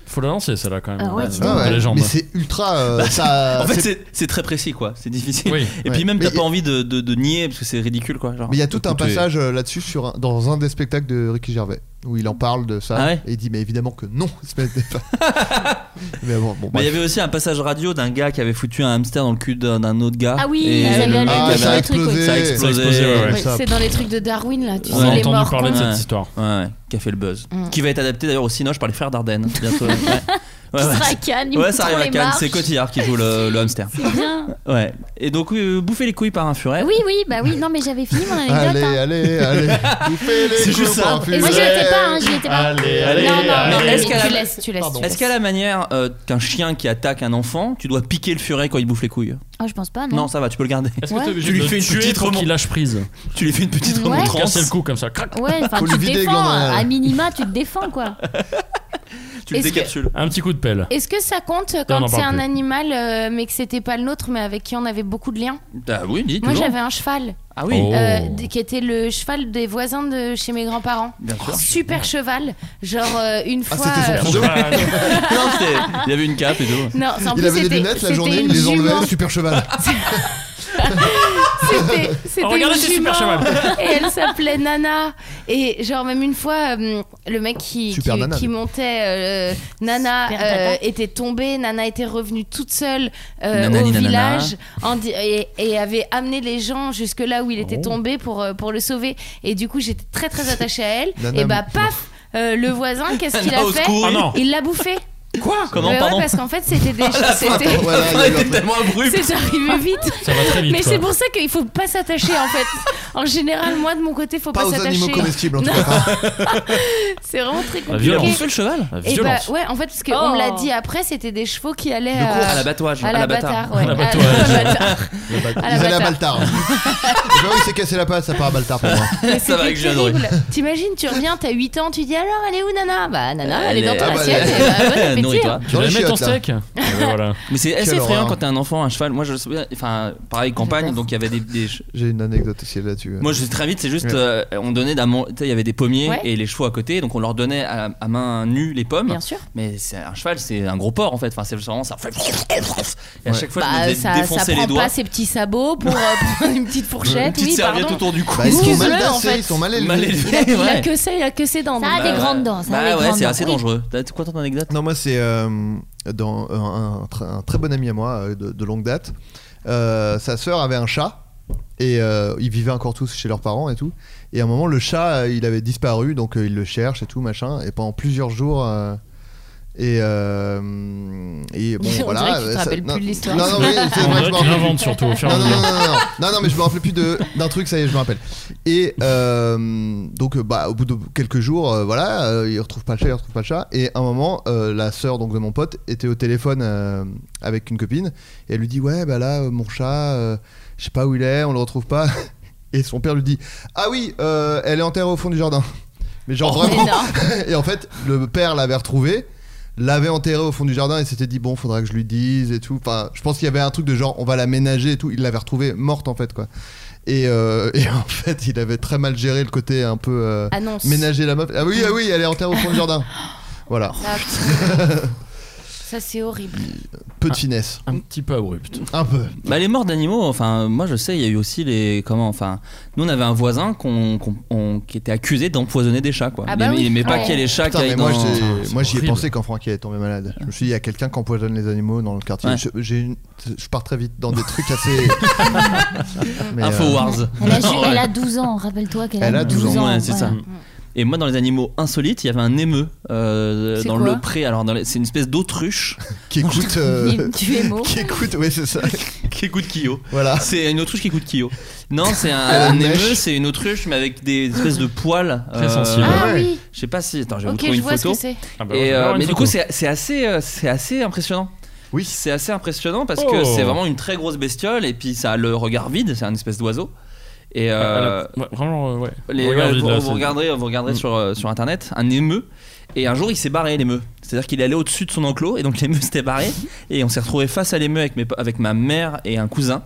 Speaker 11: Faut la lancer celle-là quand même.
Speaker 2: Ah ouais,
Speaker 11: euh,
Speaker 2: dis
Speaker 11: de
Speaker 9: Ah ouais,
Speaker 11: légende.
Speaker 9: Mais c'est ultra. euh, ça,
Speaker 8: Bah, En fait,
Speaker 9: c'est-
Speaker 8: c'est- c'est très précis, quoi. C'est difficile.
Speaker 11: Oui.
Speaker 8: Et
Speaker 9: Ouais.
Speaker 8: puis même, t'as
Speaker 9: Mais-
Speaker 8: pas envie de, de- de nier parce que c'est ridicule, quoi. Genre,
Speaker 9: mais il y a tout un
Speaker 8: écoutez,
Speaker 9: passage euh, là-dessus sur un- dans un des spectacles de Ricky Gervais où il en parle de ça
Speaker 8: Ah ouais
Speaker 9: et il dit mais évidemment que non, il se mettait pas. mais bon, bon.
Speaker 8: Mais Bah, il
Speaker 9: bref.
Speaker 8: y avait aussi un passage radio d'un gars qui avait foutu un hamster dans le cul d'un d'un autre gars.
Speaker 2: Ah oui,
Speaker 8: Et
Speaker 2: ils avaient
Speaker 8: le
Speaker 2: allumé
Speaker 8: mec
Speaker 2: le
Speaker 9: Ah,
Speaker 8: avait-
Speaker 2: truc,
Speaker 9: ça a
Speaker 2: ouais.
Speaker 9: explosé.
Speaker 8: ça a explosé.
Speaker 11: Ça a explosé, ouais, ouais.
Speaker 10: Ouais,
Speaker 9: ça-
Speaker 10: c'est dans les trucs de Darwin là, tu
Speaker 11: On
Speaker 10: sais,
Speaker 11: a
Speaker 10: les
Speaker 11: entendu
Speaker 10: morts.
Speaker 11: parler de
Speaker 10: qu'on-
Speaker 11: cette histoire.
Speaker 8: Ouais, ouais, qui a fait le buzz.
Speaker 10: Mm.
Speaker 8: Qui va être adapté d'ailleurs au Cinoche par les frères Dardenne bientôt. ouais. Ouais,
Speaker 2: Qui
Speaker 8: ouais.
Speaker 2: sera à Cannes, il
Speaker 8: Ouais,
Speaker 2: monte
Speaker 8: ça arrive
Speaker 2: dans
Speaker 8: à
Speaker 2: les
Speaker 8: Cannes, c'est
Speaker 2: marches.
Speaker 8: Cotillard qui joue le, le hamster.
Speaker 2: C'est bien.
Speaker 8: Ouais. Et donc, euh, bouffer les couilles par un furet.
Speaker 2: Oui, oui, bah oui, non, mais j'avais fini mon anecdote.
Speaker 9: Allez,
Speaker 2: hein.
Speaker 9: allez, allez. Bouffez les
Speaker 8: C'est juste
Speaker 9: coups
Speaker 8: ça.
Speaker 9: en
Speaker 2: Et moi, j'y
Speaker 9: furet.
Speaker 2: étais pas, hein, j'y étais pas.
Speaker 9: Allez, allez,
Speaker 2: non, non,
Speaker 9: allez.
Speaker 2: non,
Speaker 8: Est-ce
Speaker 2: mais
Speaker 8: qu'elle
Speaker 2: tu
Speaker 8: a-
Speaker 2: laisses, tu laisses.
Speaker 9: Pardon.
Speaker 2: tu
Speaker 8: Est-ce
Speaker 2: laisses.
Speaker 8: qu'à la manière euh, qu'un chien qui attaque un enfant, tu dois piquer le furet quand il bouffe les couilles
Speaker 2: Ah, je pense pas,
Speaker 8: Non,
Speaker 2: non.
Speaker 8: ça va, tu peux le garder.
Speaker 11: Est-ce que
Speaker 2: Ouais.
Speaker 11: t'es obligé
Speaker 8: Tu lui
Speaker 11: de
Speaker 8: fais une
Speaker 11: tuer
Speaker 8: petite
Speaker 11: pour qu'il
Speaker 8: remon-
Speaker 11: lâche prise
Speaker 8: Tu lui fais une petite
Speaker 2: Ouais.
Speaker 8: remontrance.
Speaker 11: Casser le cou comme ça. Crac.
Speaker 2: Ouais, enfin,
Speaker 9: Faut
Speaker 2: tu
Speaker 9: le
Speaker 2: te
Speaker 9: vider,
Speaker 2: défends. euh,
Speaker 9: Glandin.
Speaker 2: À minima, tu te défends, quoi.
Speaker 8: Tu le
Speaker 10: Est-ce que-
Speaker 8: décapsules.
Speaker 11: Un petit coup de pelle.
Speaker 10: Est-ce que ça compte
Speaker 11: on en
Speaker 10: quand
Speaker 11: parle
Speaker 10: c'est un
Speaker 11: plus.
Speaker 10: animal, euh, mais que c'était pas le nôtre, mais avec qui on avait beaucoup de liens
Speaker 8: Ah oui, dis
Speaker 10: Moi,
Speaker 8: toujours.
Speaker 10: j'avais un cheval
Speaker 8: Ah oui,
Speaker 11: Oh.
Speaker 10: euh, d- qui était le cheval des voisins de chez mes grands-parents.
Speaker 8: bien sûr.
Speaker 10: Super cheval, genre euh, une
Speaker 9: Ah,
Speaker 10: fois.
Speaker 9: c'était son
Speaker 10: euh,
Speaker 9: pseudo
Speaker 8: Non, c'était- il y avait une cape et tout.
Speaker 10: Non, en
Speaker 9: Il
Speaker 10: plus,
Speaker 9: avait des
Speaker 10: c'était-
Speaker 9: lunettes la
Speaker 10: c'était
Speaker 9: journée,
Speaker 10: une
Speaker 9: il les enlevait,
Speaker 10: jument.
Speaker 9: super cheval.
Speaker 10: C'était- C'était
Speaker 11: Oh, regardez,
Speaker 10: une
Speaker 11: c'est super
Speaker 10: jument.
Speaker 11: cheval.
Speaker 10: Et elle s'appelait Nana. Et genre, même une fois, euh, le mec qui,
Speaker 9: Super
Speaker 10: qui,
Speaker 9: Nana,
Speaker 10: qui
Speaker 9: mais-
Speaker 10: montait euh, Nana
Speaker 2: Super
Speaker 10: euh,
Speaker 2: Nana.
Speaker 10: était tombée. Nana était revenue toute seule euh,
Speaker 8: Nanani,
Speaker 10: au
Speaker 8: nanana.
Speaker 10: village en di- et, et avait amené les gens jusque là où il était
Speaker 11: Oh.
Speaker 10: tombé pour, euh, pour le sauver. Et du coup, j'étais très très attachée à elle.
Speaker 9: Nana,
Speaker 10: et bah,
Speaker 9: mais-
Speaker 10: paf, euh, le voisin, qu'est-ce qu'il
Speaker 8: Nana,
Speaker 10: a
Speaker 8: au
Speaker 10: fait
Speaker 8: secours.
Speaker 11: Ah non. Ah,
Speaker 10: Il l'a bouffé.
Speaker 8: Quoi Comment,
Speaker 10: Ouais, ouais,
Speaker 8: pardon
Speaker 10: parce qu'en fait, c'était des. c'était-
Speaker 9: Voilà,
Speaker 8: Ah,
Speaker 9: il y a
Speaker 8: était
Speaker 9: eu
Speaker 8: tellement abrupt.
Speaker 10: c'est arrivé vite.
Speaker 11: Ça va très vite.
Speaker 10: Mais
Speaker 11: quoi.
Speaker 10: c'est pour ça qu'il faut pas s'attacher en fait. En général, moi de mon côté, faut
Speaker 9: un- pas
Speaker 10: pas
Speaker 9: aux animaux
Speaker 10: s'attacher.
Speaker 9: comestibles en tout
Speaker 10: Non.
Speaker 9: cas.
Speaker 10: C'est vraiment très
Speaker 8: La
Speaker 10: compliqué.
Speaker 8: violence. On fait le cheval La
Speaker 10: Et bah,
Speaker 8: violence.
Speaker 10: ouais, en fait, parce qu'on
Speaker 2: Oh.
Speaker 10: me l'a dit après, c'était des chevaux qui allaient
Speaker 8: De course.
Speaker 10: à,
Speaker 8: À l'abattoir,
Speaker 10: Euh, À
Speaker 8: à
Speaker 10: l'abattoir,
Speaker 8: l'abattoir.
Speaker 10: ouais.
Speaker 8: À l'abattoir.
Speaker 10: À l'abattoir.
Speaker 9: Ils
Speaker 10: À
Speaker 9: allaient à
Speaker 10: l'abattoir.
Speaker 9: Baltar. Je vois où il s'est cassé la patte, ça part à Baltar pour moi.
Speaker 8: Ça va que j'ai adoré.
Speaker 10: Horrible. T'imagines, tu reviens, t'as 8 ans, tu dis alors, elle est où, Nana Bah, Nana, elle,
Speaker 8: Elle
Speaker 10: est dans
Speaker 8: est-
Speaker 10: ton
Speaker 8: Ah bah,
Speaker 10: assiette.
Speaker 8: elle-
Speaker 10: et bah, bon appétit.
Speaker 8: Nourris-toi.
Speaker 10: hein.
Speaker 8: Tu vas mettre ton steak
Speaker 11: voilà.
Speaker 8: Mais c'est assez
Speaker 9: Quelle
Speaker 8: effrayant
Speaker 9: horreur.
Speaker 8: quand t'es un enfant, un cheval. Moi, je souviens- enfin, pareil, campagne, donc il y avait des. des che-
Speaker 9: J'ai une anecdote aussi là-dessus.
Speaker 8: Moi, je très vite, c'est juste,
Speaker 9: Ouais.
Speaker 8: euh, on donnait d'un mon- tu sais, il y avait des pommiers
Speaker 10: Ouais.
Speaker 8: et les chevaux à côté, donc on leur donnait à, à main nue les pommes.
Speaker 10: Bien sûr.
Speaker 8: Mais c'est un cheval, c'est un gros porc en fait. Enfin, c'est vraiment ça. fait- Et à
Speaker 9: Ouais.
Speaker 8: chaque fois, je me
Speaker 10: Bah,
Speaker 8: faisais
Speaker 10: ça, ça
Speaker 8: défoncer les
Speaker 10: prend
Speaker 8: doigts.
Speaker 10: pas ses petits sabots pour euh, prendre une petite
Speaker 8: Une
Speaker 10: fourchette.
Speaker 8: petite
Speaker 10: oui,
Speaker 8: serviette
Speaker 10: pardon.
Speaker 8: autour du cou.
Speaker 9: Bah, ils sont mal
Speaker 10: Excuse-le, en
Speaker 9: placés,
Speaker 10: fait.
Speaker 9: ils sont mal élevés.
Speaker 8: Mal
Speaker 10: Il a,
Speaker 8: élevé.
Speaker 10: il a
Speaker 8: ouais.
Speaker 10: que ça, il a que ses dents.
Speaker 2: Ça a
Speaker 10: donc,
Speaker 2: des
Speaker 10: euh,
Speaker 2: grandes dents. Ça a des
Speaker 8: Bah ouais,
Speaker 2: grandes
Speaker 8: c'est
Speaker 2: dents.
Speaker 8: assez
Speaker 2: Oui.
Speaker 8: dangereux. T'as- C'est quoi ton anecdote
Speaker 9: Non, moi, c'est euh, dans un, un tr- un très bon ami à moi euh, de, de longue date. Euh, sa sœur avait un chat et euh, ils vivaient encore tous chez leurs parents et tout. Et à un moment, le chat, euh, il avait disparu, donc euh, ils le cherchent et tout machin. Et pendant plusieurs jours. euh, et, euh, et bon,
Speaker 10: On
Speaker 9: voilà.
Speaker 10: dirait que tu te
Speaker 9: euh, ça-
Speaker 10: rappelles
Speaker 9: non,
Speaker 10: plus de l'histoire.
Speaker 9: Non, non, mais c'est
Speaker 11: On
Speaker 9: vrai,
Speaker 11: dirait
Speaker 9: je me
Speaker 11: qu'il
Speaker 9: rappelle
Speaker 11: invente surtout au fur et à
Speaker 9: non, non,
Speaker 11: mesure.
Speaker 9: non, non, non. Non, non, mais je me rappelais plus de- d'un truc, ça y est, je me rappelle. Et euh, donc, euh, bah, au bout de quelques jours, euh, voilà, euh, il retrouve pas le chat, il retrouve pas le chat. Et à un moment, euh, la sœur donc de mon pote était au téléphone euh, avec une copine et elle lui dit ouais, bah là, euh, mon chat, euh, je sais pas où il est, on le retrouve pas. Et son père lui dit ah oui, euh, elle est enterrée au fond du jardin. Mais genre
Speaker 10: mais
Speaker 9: vraiment.
Speaker 10: non.
Speaker 9: Et en fait, le père l'avait retrouvé, l'avait enterré au fond du jardin et s'était dit bon, faudra que je lui dise et tout. Enfin, je pense qu'il y avait un truc de genre on va la ménager et tout. Il l'avait retrouvée morte en fait quoi. Et, euh, et en fait, il avait très mal géré le côté un peu euh,
Speaker 10: Annonce.
Speaker 9: ménager la meuf. Ah oui, ah oui, elle est enterrée au fond du jardin. Voilà,
Speaker 10: Ah, Ça, c'est horrible.
Speaker 9: peu de finesse,
Speaker 11: Un petit peu abrupt.
Speaker 9: un peu.
Speaker 8: Bah, les morts d'animaux, enfin, moi je sais, il y a eu aussi les. Comment Enfin, nous on avait un voisin qu'on, qu'on- on- qui était accusé d'empoisonner des chats, quoi.
Speaker 10: Ah bah
Speaker 8: il,
Speaker 10: oui.
Speaker 8: il aimait pas
Speaker 10: Ouais.
Speaker 8: qu'il y ait les chats
Speaker 9: Putain,
Speaker 8: qui
Speaker 9: mais
Speaker 8: aillent
Speaker 9: moi,
Speaker 8: dans-
Speaker 9: j'ai-
Speaker 11: c'est
Speaker 9: moi, j'y ai
Speaker 11: horrible.
Speaker 9: pensé quand Francky est tombé malade. Je me suis dit, il y a quelqu'un qui empoisonne les animaux dans le quartier.
Speaker 8: Ouais.
Speaker 9: Je, j'ai une- je pars très vite dans des trucs assez. Mais,
Speaker 8: Info
Speaker 9: euh,
Speaker 8: Wars.
Speaker 2: Elle a, ju-
Speaker 8: Ouais.
Speaker 2: elle a 12 ans, rappelle-toi qu'elle
Speaker 9: Elle
Speaker 2: a 12 ans.
Speaker 10: hein.
Speaker 8: Ouais, c'est ça. Et moi, dans les animaux insolites, il y avait un émeu euh,
Speaker 10: C'est
Speaker 8: dans
Speaker 10: quoi
Speaker 8: le pré. Alors, dans les- c'est une espèce d'autruche
Speaker 9: qui écoute. euh,
Speaker 2: Tu es mot.
Speaker 9: qui écoute, oui, c'est ça.
Speaker 8: qui écoute Kyo.
Speaker 9: Voilà.
Speaker 8: C'est une autruche qui écoute Kyo. Non, c'est un,
Speaker 9: la
Speaker 8: un
Speaker 9: mèche.
Speaker 8: émeu, c'est une autruche, mais avec des espèces de poils. euh,
Speaker 11: Très sensible.
Speaker 10: Ah
Speaker 9: ouais.
Speaker 10: oui,
Speaker 8: Je sais pas si. Attends, je vais vous
Speaker 10: ok,
Speaker 8: trouver
Speaker 10: je
Speaker 8: une
Speaker 10: vois ce
Speaker 8: photo.
Speaker 10: que c'est.
Speaker 11: Ah bah,
Speaker 8: Et,
Speaker 11: on va
Speaker 8: euh,
Speaker 11: voir une
Speaker 8: mais du
Speaker 11: photo.
Speaker 8: coup, c'est c'est assez, euh, c'est assez impressionnant.
Speaker 9: Oui.
Speaker 8: C'est assez impressionnant parce
Speaker 11: Oh.
Speaker 8: que c'est vraiment une très grosse bestiole et puis ça a le regard vide, c'est un espèce d'oiseau. Et
Speaker 11: Ah,
Speaker 8: euh,
Speaker 11: elle a- ouais, vraiment, euh, ouais.
Speaker 8: les-
Speaker 11: Regarde,
Speaker 8: ouais,
Speaker 11: il
Speaker 8: vous,
Speaker 11: l'a-
Speaker 8: vous
Speaker 11: c'est-
Speaker 8: regarderez, vous regarderez
Speaker 11: Mm.
Speaker 8: sur, euh, sur internet un émeu. Et un jour, il s'est barré, l'émeu. C'est-à-dire qu'il est allé au-dessus de son enclos et donc l'émeu s'était barré. Et on s'est retrouvé face à l'émeu avec, mes pa- avec ma mère et un cousin.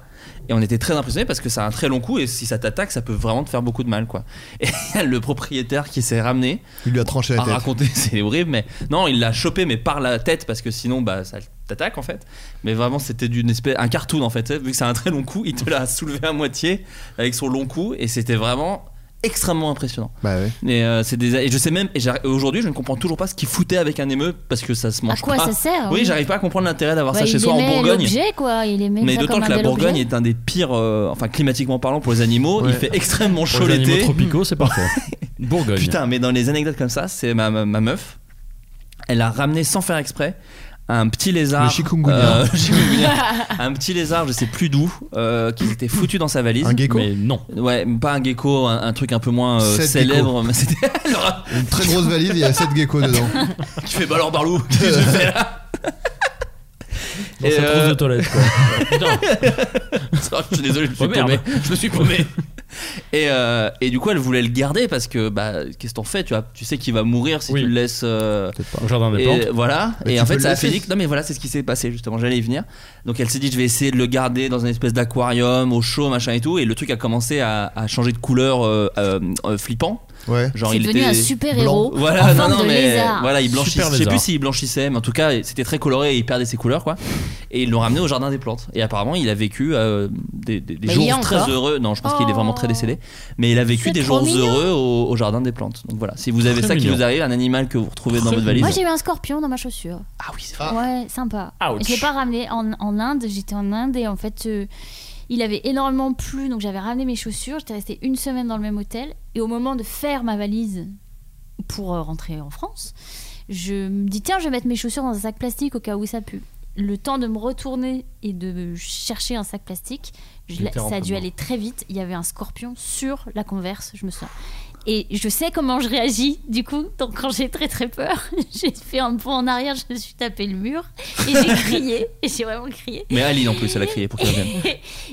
Speaker 8: Et on était très impressionnés parce que ça a un très long coup et si ça t'attaque, ça peut vraiment te faire beaucoup de mal. quoi. Et le propriétaire qui s'est ramené
Speaker 9: Il lui a tranché la
Speaker 8: à
Speaker 9: tête.
Speaker 8: raconter, c'est horrible, mais non, il l'a chopé, mais par la tête, parce que sinon, bah, ça t'attaque en fait. Mais vraiment, c'était d'une espèce, un cartoon en fait, vu que c'est un très long coup, il te l'a soulevé à moitié avec son long coup, et c'était vraiment extrêmement impressionnant.
Speaker 9: Bah ouais.
Speaker 8: Et, euh, c'est des, et je sais même, et j'arri- aujourd'hui, je ne comprends toujours pas ce qu'il foutait avec un émeu, parce que ça se
Speaker 2: À
Speaker 8: mange
Speaker 2: quoi
Speaker 8: pas.
Speaker 2: ça sert
Speaker 8: oui, j'arrive pas à comprendre l'intérêt d'avoir
Speaker 2: Bah,
Speaker 8: ça chez
Speaker 2: il
Speaker 8: soi en
Speaker 2: aimait
Speaker 8: Bourgogne.
Speaker 2: l'objet, quoi. Il aimait
Speaker 8: Mais
Speaker 2: ça
Speaker 8: d'autant
Speaker 2: comme
Speaker 8: que
Speaker 2: un
Speaker 8: la
Speaker 2: bel objet.
Speaker 8: Bourgogne est un des pires, euh, enfin climatiquement parlant pour les animaux,
Speaker 9: Ouais.
Speaker 8: il fait extrêmement
Speaker 11: Pour
Speaker 8: chaud
Speaker 11: les animaux
Speaker 8: l'été.
Speaker 11: tropicaux, c'est parfait. Bourgogne.
Speaker 8: Putain, mais dans les anecdotes comme ça, c'est ma, ma, ma meuf. Elle a ramené sans faire exprès un petit lézard.
Speaker 9: Le chikungunya.
Speaker 8: Euh, chikungunya. un petit lézard, je sais plus d'où, euh, qui était foutu dans sa valise.
Speaker 9: Un gecko
Speaker 11: Mais non.
Speaker 8: Ouais, pas un gecko, un, un truc un peu moins euh,
Speaker 9: Sept
Speaker 8: célèbre. Mais c'était. Alors,
Speaker 9: Une très grosse valise, il y a 7 geckos dedans.
Speaker 8: tu fais ballon barlou. Qu'est-ce que tu fais là
Speaker 11: Dans
Speaker 8: Et,
Speaker 11: sa trousse
Speaker 8: euh,
Speaker 11: de toilette, quoi. Putain.
Speaker 8: Je suis désolé, je me suis
Speaker 11: Oh, merde.
Speaker 8: paumé. Je me suis paumé. Et, euh, et du coup, elle voulait le garder parce que, bah, qu'est-ce que t'en fais tu, vois, tu sais qu'il va mourir si
Speaker 11: Oui.
Speaker 8: tu le laisses. euh,
Speaker 9: Peut-être pas.
Speaker 11: Au jardin des plantes.
Speaker 8: Et voilà,
Speaker 9: Mais
Speaker 8: et
Speaker 9: tu
Speaker 8: en
Speaker 9: peux
Speaker 8: fait
Speaker 9: le
Speaker 8: ça a
Speaker 9: laisser.
Speaker 8: fait dire que- Non mais voilà, c'est ce qui s'est passé justement, j'allais y venir. Donc elle s'est dit je vais essayer de le garder dans une espèce d'aquarium au chaud machin et tout et le truc a commencé à, à changer de couleur euh, euh, euh, flippant.
Speaker 9: Ouais.
Speaker 8: Genre
Speaker 2: C'est
Speaker 8: il
Speaker 2: devenu
Speaker 8: était
Speaker 2: un super héros
Speaker 8: voilà,
Speaker 2: en
Speaker 8: non,
Speaker 2: forme
Speaker 8: non,
Speaker 2: de
Speaker 8: mais
Speaker 2: lézard.
Speaker 8: voilà, il blanchissait.
Speaker 11: Super
Speaker 8: Je sais
Speaker 11: lézard.
Speaker 8: plus s'il blanchissait, mais en tout cas, c'était très coloré et il perdait ses couleurs, quoi. Et ils l'ont ramené au jardin des plantes. Et apparemment, il a vécu euh, des, des- des
Speaker 10: Mais il y est
Speaker 8: jours très
Speaker 10: encore
Speaker 8: heureux. Non, je pense qu'il est vraiment très
Speaker 2: Oh.
Speaker 8: décédé. Mais il a vécu
Speaker 2: C'est
Speaker 8: des
Speaker 2: trop
Speaker 8: jours
Speaker 2: mignon.
Speaker 8: heureux au, au jardin des plantes. Donc voilà, si vous avez
Speaker 11: Très
Speaker 8: ça qui
Speaker 11: mignon.
Speaker 8: vous arrive, un animal que vous retrouvez dans
Speaker 11: Très
Speaker 8: votre
Speaker 11: mignon.
Speaker 8: valise.
Speaker 2: Moi j'ai eu un scorpion dans ma chaussure.
Speaker 8: Ah oui, c'est vrai.
Speaker 9: Ah.
Speaker 2: Ouais, sympa.
Speaker 11: Ouch.
Speaker 2: Je l'ai pas ramené en, en Inde, j'étais en Inde et en fait euh, il avait énormément plu donc j'avais ramené mes chaussures, j'étais restée une semaine dans le même hôtel et au moment de faire ma valise pour euh, rentrer en France, je me dis tiens je vais mettre mes chaussures dans un sac plastique au cas où ça pue. Le temps de me retourner et de chercher un sac plastique, je
Speaker 11: Il
Speaker 2: l'ai-
Speaker 11: était
Speaker 2: ça a
Speaker 11: rentré
Speaker 2: dû
Speaker 11: dedans.
Speaker 2: aller très vite. Il y avait un scorpion sur la converse, je me souviens.
Speaker 10: Et je sais comment je réagis, du coup, donc quand j'ai très très peur, j'ai fait un point en arrière, je me suis tapé le mur et j'ai crié, et j'ai vraiment crié.
Speaker 8: Mais Aline en plus, elle a crié pour qu'elle vienne.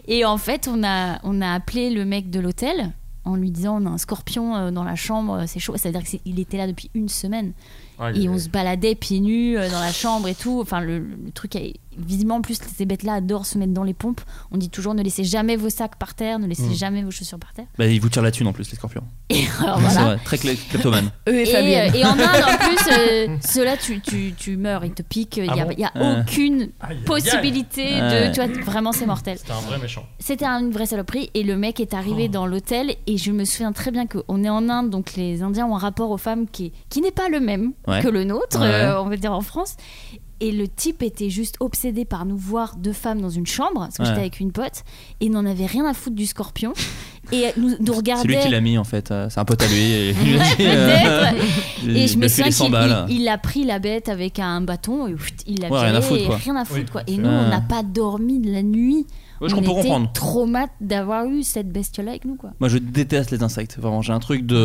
Speaker 10: Et en fait, on a, on a appelé le mec de l'hôtel en lui disant on a un scorpion euh, dans la chambre, euh, c'est chaud. C'est-à-dire qu'il était là depuis une semaine.
Speaker 11: Aïe,
Speaker 10: et
Speaker 11: aïe,
Speaker 10: on
Speaker 11: aïe.
Speaker 10: se baladait pieds nus euh, dans la chambre et tout. Enfin, le, le truc, est- visiblement, en plus, ces bêtes-là adorent se mettre dans les pompes. On dit toujours ne laissez jamais vos sacs par terre, ne laissez
Speaker 8: Mm.
Speaker 10: jamais vos chaussures par terre.
Speaker 8: Bah, ils vous tirent la thune en plus, les scorpions.
Speaker 10: Alors
Speaker 8: C'est
Speaker 10: Oh, voilà.
Speaker 8: vrai, très clé- kleptomane.
Speaker 4: Eux et
Speaker 10: euh,
Speaker 4: Fabienne.
Speaker 10: et en Inde, en plus, euh, ceux-là, tu, tu, tu meurs, ils te piquent. Il
Speaker 8: Ah
Speaker 10: n'y a,
Speaker 8: bon
Speaker 10: il y a
Speaker 8: Ouais.
Speaker 10: aucune
Speaker 11: Aïe, aïe.
Speaker 10: possibilité
Speaker 8: Ouais.
Speaker 10: de. Tu vois, vraiment, c'est mortel.
Speaker 11: T'es un vrai méchant.
Speaker 10: C'était un- une vraie saloperie et le mec est arrivé
Speaker 8: Oh.
Speaker 10: dans l'hôtel et je me souviens très bien qu'on est en Inde donc les Indiens ont un rapport aux femmes qui, est- qui n'est pas le même
Speaker 12: Ouais.
Speaker 10: que le nôtre
Speaker 12: Ouais.
Speaker 10: euh, on va dire en France et le type était juste obsédé par nous voir deux femmes dans une chambre parce que
Speaker 8: Ouais.
Speaker 10: j'étais avec une pote et n'en avait rien à foutre du scorpion et nous, nous
Speaker 8: C'est lui
Speaker 10: regardait
Speaker 8: qui l'a mis en fait, euh, c'est un pote à lui. Et, lui a
Speaker 10: Ouais,
Speaker 8: dit, euh,
Speaker 10: peut-être.
Speaker 8: il
Speaker 10: et je
Speaker 8: lui
Speaker 10: me
Speaker 8: a filé
Speaker 10: souviens
Speaker 8: 100
Speaker 10: qu'il
Speaker 8: balles.
Speaker 10: il- il a pris la bête avec un bâton et pfft, il l'a
Speaker 8: Ouais, rien à
Speaker 10: viré
Speaker 8: foutre,
Speaker 10: et
Speaker 8: quoi.
Speaker 10: rien à foutre,
Speaker 8: Oui,
Speaker 10: quoi.
Speaker 8: c'est
Speaker 10: Et nous,
Speaker 8: vrai.
Speaker 10: on n'a pas dormi de la nuit.
Speaker 8: Ouais, je
Speaker 10: on
Speaker 8: comprends
Speaker 10: était
Speaker 8: comprendre.
Speaker 10: traumatisés d'avoir eu cette bestiole avec nous, quoi.
Speaker 8: Moi je déteste les insectes, vraiment j'ai un truc de...
Speaker 10: Ouais.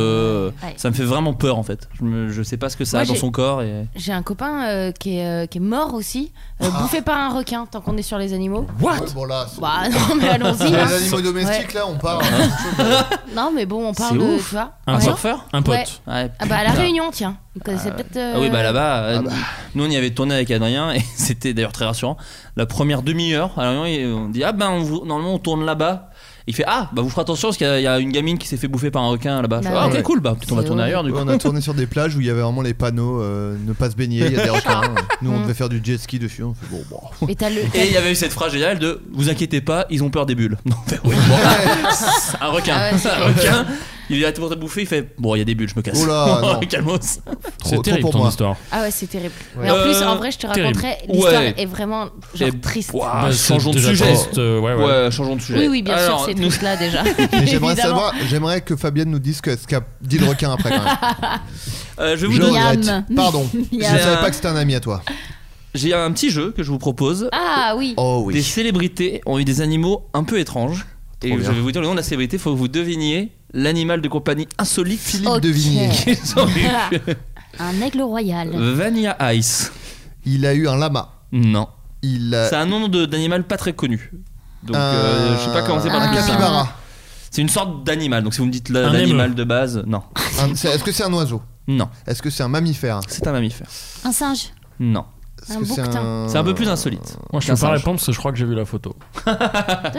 Speaker 8: Euh, Ça me fait vraiment peur en fait, je, me- je sais pas ce que ça
Speaker 4: Moi,
Speaker 8: a dans
Speaker 4: j'ai-
Speaker 8: son corps et...
Speaker 4: J'ai un copain euh, qui, est, euh, qui est mort aussi, euh, bouffé par un requin, tant qu'on est sur les animaux.
Speaker 9: Ah. What bon, là, c'est-
Speaker 4: Bah non, mais allons-y.
Speaker 9: Les
Speaker 4: hein.
Speaker 9: animaux domestiques, là, on parle. hein.
Speaker 4: Ouais. Non, mais bon, on parle
Speaker 8: C'est
Speaker 4: de.
Speaker 8: ouf.
Speaker 4: Tu vois
Speaker 8: Un
Speaker 4: Ouais.
Speaker 8: surfeur
Speaker 11: Un
Speaker 4: Ouais.
Speaker 11: pote.
Speaker 8: Ouais,
Speaker 4: Ah bah à La
Speaker 8: putain.
Speaker 4: Réunion, tiens. Vous connaissez peut-être. euh,
Speaker 8: Ah oui, bah là-bas, euh, nous on y avait tourné avec Adrien et c'était d'ailleurs très rassurant. La première demi-heure, à La Réunion, il- on dit Ah ben on vous- normalement on tourne là-bas. Il fait Ah bah vous ferez attention parce qu'il y a- il y a une gamine qui s'est fait bouffer par un requin là-bas. Je fais,
Speaker 9: Bah
Speaker 8: ah
Speaker 9: ouais.
Speaker 8: ok, cool, bah peut-être on va tourner ailleurs du coup.
Speaker 9: Ouais, on a tourné sur des plages où il y avait vraiment les panneaux euh, ne pas se baigner, il y a des requins. Nous, on
Speaker 4: Mm.
Speaker 9: devait faire du jet ski dessus. On fait bon, bon.
Speaker 4: Et euh, t'as le.
Speaker 8: Et il y avait eu cette phrase géniale de Vous inquiétez pas, ils ont peur des bulles. Non, mais oui, bon, un requin.
Speaker 4: Ah ouais, c'est
Speaker 8: un requin. Il est pour te bouffer, il fait Bon, il y a des bulles, je me casse.
Speaker 9: Oula, non.
Speaker 8: Calmos.
Speaker 9: Trop- trop pour moi.
Speaker 4: Ah ouais, c'est terrible.
Speaker 8: Ouais.
Speaker 4: Mais en plus, en
Speaker 8: Euh,
Speaker 4: vrai, je te
Speaker 8: terrible.
Speaker 4: raconterai. L'histoire
Speaker 8: Ouais.
Speaker 4: est vraiment genre,
Speaker 8: Et-
Speaker 4: triste.
Speaker 8: Ouah,
Speaker 11: Bah, c'est
Speaker 8: changeons de
Speaker 11: déjà
Speaker 8: sujet.
Speaker 11: triste, euh, ouais, ouais.
Speaker 8: changeons de sujet.
Speaker 4: Oui, oui, bien
Speaker 8: Alors,
Speaker 4: sûr, c'est
Speaker 8: nous-
Speaker 4: triste là déjà.
Speaker 9: Mais J'aimerais
Speaker 4: Évidemment.
Speaker 9: savoir, j'aimerais que Fabienne nous dise que- ce qu'a dit le requin après. Quand même.
Speaker 8: Euh, je vais vous
Speaker 9: Je
Speaker 8: donner.
Speaker 10: Miam.
Speaker 9: regrette. Pardon. Je ne
Speaker 10: Miam.
Speaker 9: savais pas que c'était un ami à toi.
Speaker 8: J'ai un petit jeu que je vous propose.
Speaker 10: Ah oui.
Speaker 9: Oh oui.
Speaker 8: Des célébrités ont eu des animaux un peu étranges. Et
Speaker 9: Trop
Speaker 8: je
Speaker 9: bien.
Speaker 8: vais vous dire le nom de la célébrité, faut que vous deviniez l'animal de compagnie insolite.
Speaker 9: Philippe de Vigny.
Speaker 8: qu'ils ont eu.
Speaker 10: Un aigle
Speaker 8: Euh.
Speaker 10: royal.
Speaker 8: Vania Ice.
Speaker 9: Il a eu un lama.
Speaker 8: Non.
Speaker 9: Il a-
Speaker 8: C'est un nom de- d'animal pas très connu. Donc euh,
Speaker 9: Un-
Speaker 8: je sais pas comment c'est
Speaker 9: Un
Speaker 8: par
Speaker 9: capybara.
Speaker 8: C'est une sorte d'animal. Donc si vous me dites la-
Speaker 11: Un
Speaker 8: l'animal de base, non.
Speaker 9: Un- c'est- Est-ce que c'est un oiseau
Speaker 8: Non.
Speaker 9: Est-ce que c'est un mammifère
Speaker 8: C'est un mammifère.
Speaker 10: Un singe.
Speaker 8: Non.
Speaker 9: Est-ce
Speaker 10: Un
Speaker 9: que c'est
Speaker 10: bouquetin.
Speaker 9: un...
Speaker 8: C'est un peu plus insolite.
Speaker 9: Euh.
Speaker 11: Moi, je
Speaker 8: Qu'un
Speaker 11: peux pas
Speaker 8: singe.
Speaker 11: répondre parce que je crois que j'ai vu la photo.
Speaker 10: Toi,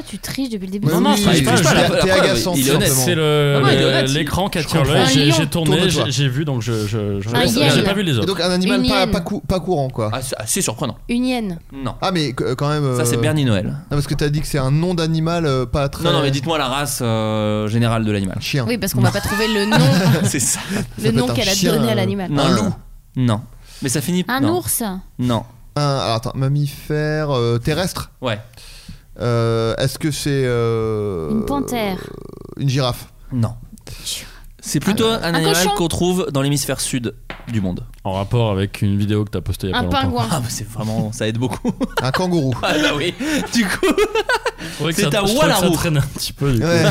Speaker 10: tu triches depuis le début.
Speaker 9: Ouais,
Speaker 8: Non, non,
Speaker 9: oui,
Speaker 8: ça
Speaker 9: oui,
Speaker 8: explique
Speaker 9: oui,
Speaker 8: pas la-
Speaker 9: t'es
Speaker 8: la preuve,
Speaker 9: agaçant,
Speaker 8: il est
Speaker 9: tout
Speaker 8: honnête.
Speaker 9: simplement.
Speaker 11: C'est le-
Speaker 8: Ah ouais, il est honnête,
Speaker 11: l'écran qui
Speaker 9: je
Speaker 11: attire
Speaker 9: comprends.
Speaker 11: l'œil. J'ai-
Speaker 10: lion.
Speaker 11: J'ai tourné,
Speaker 9: Tourne-toi.
Speaker 11: j'ai j'ai vu donc je. je, je
Speaker 4: Un
Speaker 11: réponds.
Speaker 4: hyène.
Speaker 11: J'ai pas vu les
Speaker 9: Et
Speaker 11: autres.
Speaker 9: donc un animal
Speaker 4: Une
Speaker 9: pas,
Speaker 4: hyène.
Speaker 9: pas, cou- pas courant quoi.
Speaker 8: Ah, c'est assez surprenant.
Speaker 4: Une hyène.
Speaker 8: Non.
Speaker 9: Ah mais que- quand même.
Speaker 8: Ça, c'est
Speaker 9: euh,
Speaker 8: Bernie Noël.
Speaker 9: Non parce que t'as dit que c'est un nom d'animal euh, pas très.
Speaker 8: Non, non, mais dites-moi la race euh, générale de l'animal.
Speaker 9: Chien.
Speaker 4: Oui, parce qu'on va pas trouver le nom,
Speaker 8: c'est ça.
Speaker 4: le
Speaker 9: Hein. peut
Speaker 4: nom
Speaker 9: être un
Speaker 4: qu'elle a
Speaker 9: chien,
Speaker 4: donné à
Speaker 9: euh,
Speaker 4: l'animal.
Speaker 8: Non.
Speaker 9: Un loup.
Speaker 8: Non. Mais ça finit.
Speaker 10: Un
Speaker 8: non.
Speaker 10: ours.
Speaker 8: Non.
Speaker 9: Un, alors attends, mammifère euh, terrestre.
Speaker 8: Ouais.
Speaker 9: Euh, Est-ce que c'est euh,
Speaker 10: Une panthère.
Speaker 9: Une girafe.
Speaker 8: Non. C'est plutôt un, animal
Speaker 10: cochon.
Speaker 8: qu'on trouve dans l'hémisphère sud du monde.
Speaker 11: En rapport avec une vidéo que t'as postée il y a
Speaker 4: Un
Speaker 11: pas longtemps.
Speaker 4: pingouin.
Speaker 8: Ah, bah c'est vraiment. Ça aide beaucoup.
Speaker 9: Un kangourou.
Speaker 8: ah, bah oui. Du coup,
Speaker 11: Je trouvais que
Speaker 8: C'est
Speaker 11: ça-
Speaker 8: un
Speaker 11: je trouvais que
Speaker 8: Wallaroo.
Speaker 11: Ça traîne un petit peu. du coup.
Speaker 9: Ouais.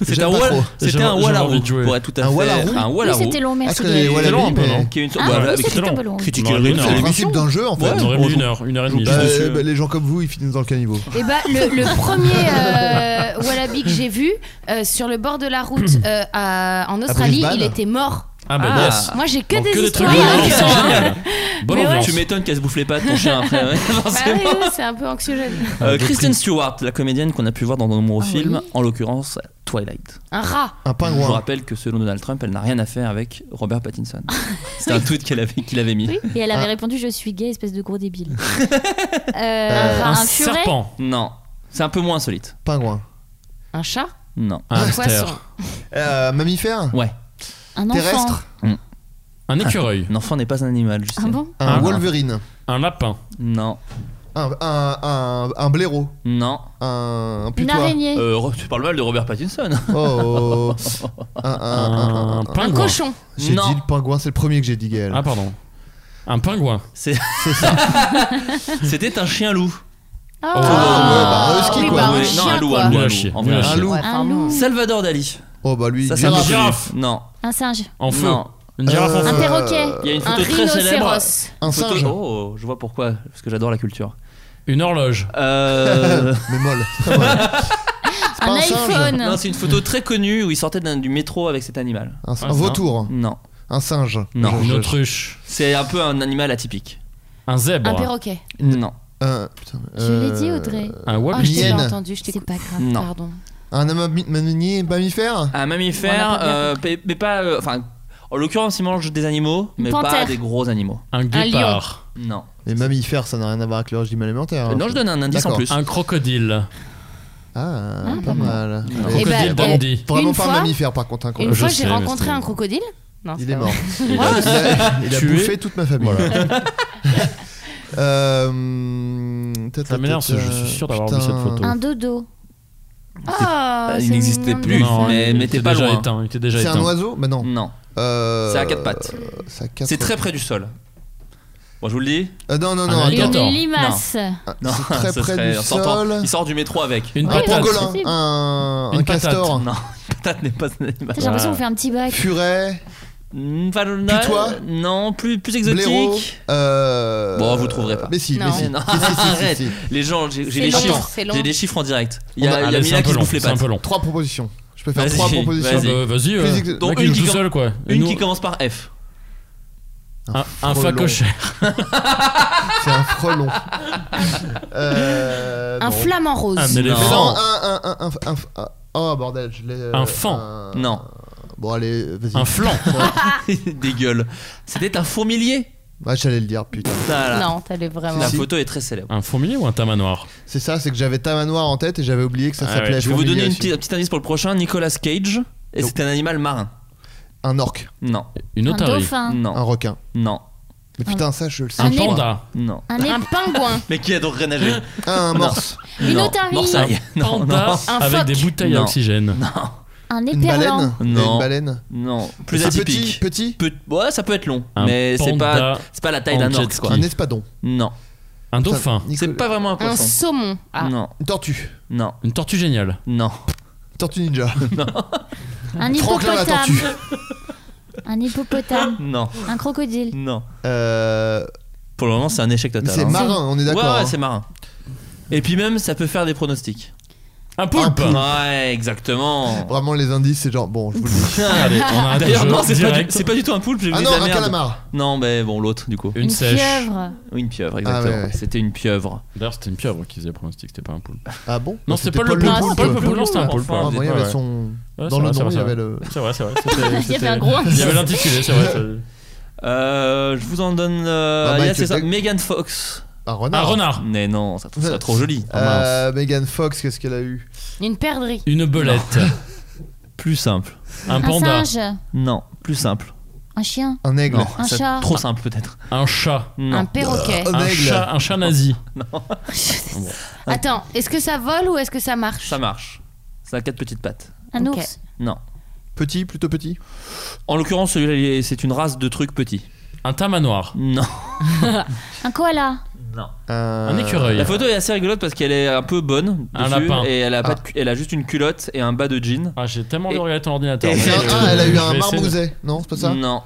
Speaker 8: c'était
Speaker 9: J'aime
Speaker 8: un,
Speaker 9: pas
Speaker 8: wall-
Speaker 9: trop.
Speaker 8: c'était
Speaker 11: J'ai-
Speaker 8: un
Speaker 11: j'ai
Speaker 8: Wallaroo.
Speaker 11: envie de jouer.
Speaker 8: Pour être tout à
Speaker 9: Un
Speaker 8: fait.
Speaker 9: Wallaroo
Speaker 8: un
Speaker 10: Oui,
Speaker 8: Wallaroo.
Speaker 10: c'était long,
Speaker 9: Ah,
Speaker 10: merci.
Speaker 9: c'est les
Speaker 10: Gaël.
Speaker 9: Wallabies,
Speaker 11: long, un peu,
Speaker 9: mais-
Speaker 11: non
Speaker 8: Qui est une
Speaker 10: Ah,
Speaker 8: bah,
Speaker 10: oui,
Speaker 8: avec-
Speaker 10: c'était
Speaker 11: long.
Speaker 10: un peu long.
Speaker 8: Critique
Speaker 11: On aurait
Speaker 8: et
Speaker 11: mis une
Speaker 8: revue,
Speaker 9: C'est
Speaker 11: heure.
Speaker 9: le
Speaker 8: l'émission.
Speaker 9: principe d'un jeu en fait.
Speaker 8: Ouais.
Speaker 11: On aurait
Speaker 8: on
Speaker 11: mis
Speaker 8: joue.
Speaker 11: une heure, une heure et demie.
Speaker 8: Joue
Speaker 9: Bah,
Speaker 8: pas dessus.
Speaker 9: euh, bah, les gens comme vous, ils finissent dans le caniveau.
Speaker 4: Et bah, le, le premier euh, wallaby que j'ai vu euh, sur le bord de la route euh, à- en Australie,
Speaker 9: Brisbane
Speaker 4: il était mort.
Speaker 11: Ah bah
Speaker 8: Ah.
Speaker 11: yes.
Speaker 4: Moi, j'ai que
Speaker 11: Donc
Speaker 4: des
Speaker 11: des trucs
Speaker 4: histoires.
Speaker 11: violents,
Speaker 4: avec-
Speaker 11: c'est génial. Bonne
Speaker 4: Mais ouais.
Speaker 11: ambiance.
Speaker 8: Tu m'étonnes qu'elle se bouffe les pattes, ton chien après. ouais,
Speaker 4: Bah
Speaker 8: forcément.
Speaker 4: oui, oui, c'est un peu anxiogène.
Speaker 8: Euh, Kristen Stewart, la comédienne qu'on a pu voir dans de nombreux
Speaker 10: Ah
Speaker 8: films,
Speaker 10: oui.
Speaker 8: en l'occurrence Twilight.
Speaker 4: Un rat.
Speaker 9: Un
Speaker 8: Je vous
Speaker 9: pingouin.
Speaker 8: rappelle que selon Donald Trump, elle n'a rien à faire avec Robert Pattinson. C'est un tweet qu'elle avait, qu'il avait mis.
Speaker 10: Oui, et elle avait
Speaker 9: Ah.
Speaker 10: répondu Je suis gay, espèce de gros débile. Euh,
Speaker 9: Un
Speaker 10: un furet.
Speaker 11: serpent.
Speaker 8: Non, c'est un peu moins insolite.
Speaker 9: Pingouin.
Speaker 4: Un chat.
Speaker 8: Non.
Speaker 11: Un
Speaker 4: Un
Speaker 11: hamster.
Speaker 4: poisson.
Speaker 9: Euh, mammifère.
Speaker 8: Ouais,
Speaker 10: Un enfant.
Speaker 9: Terrestre.
Speaker 11: Un écureuil.
Speaker 8: un enfant n'est pas un animal, je sais.
Speaker 10: Ah bon
Speaker 9: Un
Speaker 8: Un-
Speaker 9: Wolverine.
Speaker 11: Un lapin.
Speaker 8: Non,
Speaker 9: Un, un, un, un blaireau.
Speaker 8: non.
Speaker 9: Un, un
Speaker 10: Une
Speaker 9: putois.
Speaker 10: araignée.
Speaker 8: Euh, Ro- tu parles mal de Robert Pattinson.
Speaker 9: Oh. un, un, un, un-
Speaker 11: Un
Speaker 9: un-
Speaker 4: Un
Speaker 11: pingouin.
Speaker 4: cochon.
Speaker 9: J'ai dit
Speaker 8: Ah. Non.
Speaker 9: le pingouin, c'est le premier que j'ai dit, Gaël.
Speaker 11: Ah pardon. Un pingouin.
Speaker 8: C'est C'était un chien loup.
Speaker 10: Oh.
Speaker 9: Ah, ouais, bah, un husky,
Speaker 4: oui,
Speaker 9: quoi.
Speaker 4: bah, un
Speaker 8: Oui,
Speaker 4: chien,
Speaker 8: non, un loup,
Speaker 4: quoi.
Speaker 8: un loup,
Speaker 11: Nul à
Speaker 8: un
Speaker 11: chier,
Speaker 8: loup. En
Speaker 11: nul à
Speaker 8: vrai,
Speaker 11: chier.
Speaker 8: un loup.
Speaker 4: Ouais, enfin,
Speaker 10: Un loup.
Speaker 4: bon.
Speaker 8: Salvador Dali.
Speaker 9: Oh bah lui,
Speaker 8: Ça,
Speaker 9: lui,
Speaker 8: c'est
Speaker 11: Une
Speaker 8: un
Speaker 9: lui-
Speaker 8: peu
Speaker 11: girafe.
Speaker 8: plus. Non,
Speaker 2: Un singe.
Speaker 11: En feu.
Speaker 8: Non.
Speaker 11: Une girafe en
Speaker 2: Un
Speaker 11: feu.
Speaker 2: perroquet.
Speaker 8: Il y a une
Speaker 2: Un
Speaker 8: photo très célèbre.
Speaker 2: rhinocéros.
Speaker 9: Euh, Un
Speaker 8: Une photo-
Speaker 9: singe.
Speaker 8: Oh, je vois pourquoi, parce que j'adore la culture.
Speaker 11: Une horloge.
Speaker 8: Euh...
Speaker 9: Mais molle.
Speaker 2: Un
Speaker 8: Non,
Speaker 2: iPhone.
Speaker 8: Non, c'est une photo très connue où il sortait d'un- du métro avec cet animal.
Speaker 9: Un, un
Speaker 11: non.
Speaker 9: vautour.
Speaker 8: Non.
Speaker 9: Un singe.
Speaker 8: Ah, Non.
Speaker 9: Je-
Speaker 11: Une
Speaker 9: je-
Speaker 11: autruche.
Speaker 8: C'est un peu un animal atypique.
Speaker 11: Un
Speaker 10: Un
Speaker 11: zèbre.
Speaker 10: perroquet.
Speaker 8: Non.
Speaker 9: Euh, putain,
Speaker 2: Je l'ai
Speaker 9: euh,
Speaker 2: dit, Audrey.
Speaker 11: Un
Speaker 10: Ah, je
Speaker 11: wabi.
Speaker 10: t'ai pas
Speaker 9: Hyène.
Speaker 10: entendu, je t'ai
Speaker 2: C'est pas grave.
Speaker 8: Non.
Speaker 10: Pardon.
Speaker 9: Un ami- mammier mammifère
Speaker 8: Un
Speaker 10: On
Speaker 8: mammifère,
Speaker 10: l'a pas bien
Speaker 8: euh, pa- mais pas. euh, Enfin, en l'occurrence, il mange des animaux, mais pas
Speaker 2: panthère.
Speaker 8: des gros animaux.
Speaker 11: Un guépard.
Speaker 8: Non.
Speaker 9: Les mammifères, ça n'a rien à voir avec le régime alimentaire. hein.
Speaker 8: Euh, non, je donne un indice en
Speaker 9: D'accord.
Speaker 8: plus.
Speaker 11: Un crocodile.
Speaker 9: Ah,
Speaker 2: Ah,
Speaker 9: pas
Speaker 2: pas
Speaker 9: mal.
Speaker 8: Non.
Speaker 9: Crocodile,
Speaker 10: bah, Eh
Speaker 11: Crocodile
Speaker 9: vraiment-
Speaker 10: ben, eh,
Speaker 11: dandy.
Speaker 9: Vraiment
Speaker 10: une
Speaker 9: pas un
Speaker 10: fois-
Speaker 9: mammifère, par contre. un
Speaker 10: Une
Speaker 9: crocodile.
Speaker 10: fois,
Speaker 11: sais,
Speaker 10: j'ai
Speaker 11: mais
Speaker 10: rencontré
Speaker 11: c'était-
Speaker 10: un crocodile. Non, c'est
Speaker 9: Il est
Speaker 10: pas
Speaker 9: mort.
Speaker 10: vrai.
Speaker 9: Il
Speaker 8: Ah,
Speaker 9: a, Ah, il a- il a
Speaker 11: Tué.
Speaker 9: bouffé toute ma famille. Euh,
Speaker 11: Ça m'énerve, parce
Speaker 9: tata,
Speaker 11: que je suis sûr d'avoir vu
Speaker 9: putain.
Speaker 11: cette photo.
Speaker 2: Un dodo.
Speaker 10: Ah,
Speaker 8: Euh, il
Speaker 10: c'est
Speaker 8: n'existait
Speaker 10: mignon.
Speaker 8: plus.
Speaker 11: Non,
Speaker 8: mais-
Speaker 11: il
Speaker 8: mais
Speaker 11: était
Speaker 8: t'es pas
Speaker 11: déjà
Speaker 8: loin.
Speaker 11: éteint. Il était déjà
Speaker 9: C'est
Speaker 11: éteint.
Speaker 9: un oiseau Mais
Speaker 11: Mm.
Speaker 9: non.
Speaker 8: Non.
Speaker 9: Euh,
Speaker 8: C'est à quatre pattes.
Speaker 9: C'est à quatre
Speaker 8: C'est très
Speaker 9: pattes.
Speaker 8: près du sol. Bon, je vous le dis.
Speaker 9: Euh, non, non, non.
Speaker 11: Un
Speaker 9: attends.
Speaker 2: Une
Speaker 11: alligator.
Speaker 2: limace.
Speaker 8: Non,
Speaker 9: C'est très
Speaker 8: ce
Speaker 9: près
Speaker 8: serait-
Speaker 9: du
Speaker 8: en sortant,
Speaker 9: sol.
Speaker 8: Il sort du métro avec.
Speaker 11: Une
Speaker 9: Un
Speaker 11: patate.
Speaker 9: pangolin. Un,
Speaker 11: Une
Speaker 9: un
Speaker 11: patate.
Speaker 9: castor.
Speaker 8: Non, une patate n'est pas un animal.
Speaker 2: Putain, J'ai l'impression
Speaker 11: Ouais.
Speaker 2: qu'on fait un petit bac.
Speaker 9: Furet.
Speaker 8: Mm, enfin, non,
Speaker 9: Putois.
Speaker 8: Non, plus, plus exotique.
Speaker 9: Blaireau. euh,
Speaker 8: Bon, vous trouverez pas.
Speaker 9: Mais si,
Speaker 10: Non.
Speaker 9: mais si.
Speaker 8: Mais non,
Speaker 9: Si, si, si, si,
Speaker 8: arrête.
Speaker 9: si.
Speaker 8: Les gens, j'ai j'ai
Speaker 10: C'est
Speaker 8: les
Speaker 10: long,
Speaker 8: chiffres.
Speaker 10: c'est long.
Speaker 8: J'ai les chiffres en direct. Il y
Speaker 11: Ah,
Speaker 8: a, il y a
Speaker 11: allez, c'est
Speaker 8: Mila
Speaker 11: un
Speaker 8: qui
Speaker 11: peu
Speaker 8: se
Speaker 11: long.
Speaker 8: bouffe les
Speaker 11: C'est un
Speaker 8: pattes.
Speaker 11: peu long.
Speaker 9: Trois propositions. Je peux faire
Speaker 8: Vas-y,
Speaker 9: trois propositions.
Speaker 11: Ah
Speaker 8: vas-y.
Speaker 11: bah, Vas-y. euh,
Speaker 9: Plus ex-
Speaker 11: le
Speaker 8: Donc,
Speaker 11: mec,
Speaker 8: une
Speaker 11: il
Speaker 8: qui
Speaker 11: joue
Speaker 8: com-
Speaker 11: seul quoi. Et
Speaker 8: Une
Speaker 11: nous,
Speaker 8: qui commence par F.
Speaker 11: un, un
Speaker 9: frelon.
Speaker 11: facochère.
Speaker 9: C'est un frelon. Euh,
Speaker 10: Un
Speaker 9: non.
Speaker 10: flamant
Speaker 11: Un
Speaker 10: rose.
Speaker 9: Mais
Speaker 8: Non.
Speaker 11: éléphant.
Speaker 9: non, un, un, un, un, un- un- Oh bordel, je l'ai. euh,
Speaker 11: Un fan.
Speaker 8: Non.
Speaker 9: Bon, allez, vas-y.
Speaker 11: Un flan.
Speaker 8: Des gueules. C'était un fourmilier.
Speaker 9: Ah, j'allais le dire, putain.
Speaker 8: Voilà.
Speaker 10: Non, t'allais vraiment.
Speaker 8: La
Speaker 9: Si.
Speaker 8: photo est très célèbre.
Speaker 11: Un fourmilier ou un tamanoir
Speaker 9: C'est ça, c'est que j'avais ta manoir en tête et j'avais oublié que ça
Speaker 11: Ah ouais,
Speaker 9: s'appelait.
Speaker 8: Je vais vous donner
Speaker 9: fourmilier
Speaker 8: une
Speaker 9: aussi.
Speaker 8: petite- un petit indice pour le prochain. Nicolas Cage. Et
Speaker 9: Non.
Speaker 8: c'est un animal marin.
Speaker 9: Un orque,
Speaker 8: Non.
Speaker 11: Une
Speaker 2: Un
Speaker 11: otarie.
Speaker 2: dauphin.
Speaker 9: un
Speaker 8: Non.
Speaker 9: requin.
Speaker 8: Non.
Speaker 9: Mais putain, ça, je le sais.
Speaker 11: Un
Speaker 9: je crois.
Speaker 11: panda.
Speaker 8: Non.
Speaker 2: Un
Speaker 10: Un
Speaker 2: ép-
Speaker 10: pingouin.
Speaker 8: Mais qui adorerait nager
Speaker 9: Un morse.
Speaker 2: Une
Speaker 8: Non.
Speaker 2: otarie.
Speaker 8: Morsaille. Non,
Speaker 11: Panda
Speaker 8: non.
Speaker 10: Un
Speaker 11: avec des
Speaker 10: phoque.
Speaker 11: bouteilles à
Speaker 8: Non.
Speaker 11: oxygène.
Speaker 8: Non.
Speaker 2: Un
Speaker 9: Une
Speaker 2: éperlan.
Speaker 9: baleine. Il y a
Speaker 8: Non.
Speaker 9: Une baleine.
Speaker 8: Non. Plus
Speaker 9: C'est petit,
Speaker 8: atypique.
Speaker 9: petit.
Speaker 8: Peut- ouais, ça peut être long.
Speaker 11: Un
Speaker 8: mais c'est
Speaker 11: panda
Speaker 8: pas, c'est pas la taille d'un
Speaker 11: en jet
Speaker 8: orque, quoi.
Speaker 11: ski.
Speaker 9: Un espadon.
Speaker 8: Non.
Speaker 11: Un dauphin.
Speaker 9: Putain, Nico-
Speaker 8: C'est pas vraiment un
Speaker 10: Un
Speaker 8: poisson.
Speaker 10: saumon. Ah.
Speaker 8: Non.
Speaker 9: Une tortue.
Speaker 8: Non.
Speaker 11: Une tortue géniale.
Speaker 8: Non.
Speaker 9: Tortue ninja.
Speaker 2: Un
Speaker 9: Franklin la tortue.
Speaker 2: hippopotame. Un hippopotame.
Speaker 8: Non.
Speaker 2: Un crocodile.
Speaker 8: Non.
Speaker 9: Euh,
Speaker 8: Pour le moment, c'est un échec
Speaker 9: mais
Speaker 8: total.
Speaker 9: c'est
Speaker 8: hein.
Speaker 9: marin, on est
Speaker 8: Ouais,
Speaker 9: d'accord.
Speaker 8: ouais,
Speaker 9: hein.
Speaker 8: c'est marin. Et puis même, ça peut faire des pronostics.
Speaker 11: Un poulpe.
Speaker 8: Ouais, exactement.
Speaker 9: Vraiment, les indices, c'est genre. Bon, je vous le dis.
Speaker 11: Allez, on a un
Speaker 8: D'ailleurs,
Speaker 11: jeu
Speaker 8: non, c'est pas, du-
Speaker 11: direct.
Speaker 8: c'est pas du tout un poulpe, j'ai
Speaker 9: Ah
Speaker 8: oublié
Speaker 9: non,
Speaker 8: de la
Speaker 9: un
Speaker 8: merde.
Speaker 9: calamar.
Speaker 8: Non, mais bon, l'autre, du coup.
Speaker 11: Une sèche.
Speaker 2: pieuvre.
Speaker 8: Oui, Une pieuvre,
Speaker 9: Ah,
Speaker 8: exactement.
Speaker 9: ouais, ouais.
Speaker 8: C'était une pieuvre.
Speaker 11: D'ailleurs, c'était une pieuvre qui faisait le pronostic, c'était pas un poulpe.
Speaker 9: Ah bon
Speaker 11: Non, c'était Paul le
Speaker 2: Poulpe.
Speaker 11: Paul le Poulpe, non, c'était un
Speaker 9: Paul
Speaker 11: poulpe.
Speaker 9: Ah,
Speaker 11: Ouais,
Speaker 9: bon, il y
Speaker 11: ouais.
Speaker 9: avait son.
Speaker 11: Ouais, c'est
Speaker 9: Dans le
Speaker 11: vrai,
Speaker 9: nom, il
Speaker 11: c'est
Speaker 9: y
Speaker 11: vrai,
Speaker 9: avait le.
Speaker 11: C'est vrai, c'est vrai. c'était-
Speaker 2: Il y avait
Speaker 11: c'était-
Speaker 2: un gros
Speaker 11: Il y avait l'intitulé, c'est vrai. c'est-
Speaker 8: Euh, je vous en donne. euh,
Speaker 9: Ah,
Speaker 8: il y a,
Speaker 9: Mike,
Speaker 8: c'est ça.
Speaker 9: t'as-
Speaker 8: Megan Fox.
Speaker 9: Un Ah, renard.
Speaker 11: Un Ah, renard.
Speaker 8: Mais non, ça, ça trop joli. Ah, mince.
Speaker 9: Euh, Megan Fox, qu'est-ce qu'elle a eu
Speaker 10: Une perdrix.
Speaker 11: Une belette.
Speaker 8: Plus simple.
Speaker 11: Un
Speaker 2: Un
Speaker 11: panda.
Speaker 2: singe.
Speaker 8: Non, plus simple.
Speaker 2: Un chien.
Speaker 9: Un aigle.
Speaker 8: Non,
Speaker 2: Un
Speaker 8: ça-
Speaker 2: chat.
Speaker 8: Trop simple peut-être.
Speaker 11: Un chat.
Speaker 8: Non.
Speaker 10: Un perroquet.
Speaker 9: Un
Speaker 11: Un
Speaker 9: aigle.
Speaker 11: chat, un chat nazi.
Speaker 10: Attends, est-ce que ça vole ou est-ce que ça marche
Speaker 8: Ça marche. Ça a quatre petites pattes.
Speaker 2: Un
Speaker 10: Ok.
Speaker 2: ours.
Speaker 8: Non.
Speaker 9: Petit, plutôt petit.
Speaker 8: En l'occurrence, celui-là, il est- c'est une race de trucs petits.
Speaker 11: Un tamanoir.
Speaker 8: Non.
Speaker 2: Un koala.
Speaker 8: Non.
Speaker 9: Euh,
Speaker 11: Un écureuil.
Speaker 8: La photo est assez rigolote parce qu'elle est un peu bonne.
Speaker 11: Un
Speaker 8: dessus,
Speaker 11: lapin.
Speaker 8: Et elle a, pas de cu- elle a juste une culotte et un bas de jean.
Speaker 11: Ah, j'ai tellement envie de
Speaker 8: Et-
Speaker 11: regarder ton ordinateur.
Speaker 8: et
Speaker 11: mais
Speaker 9: C'est un-
Speaker 11: je-
Speaker 9: ah, elle a eu
Speaker 11: je
Speaker 9: un
Speaker 11: vais essayer de- Mm.
Speaker 9: marmouset. Non, c'est pas ça
Speaker 8: Non.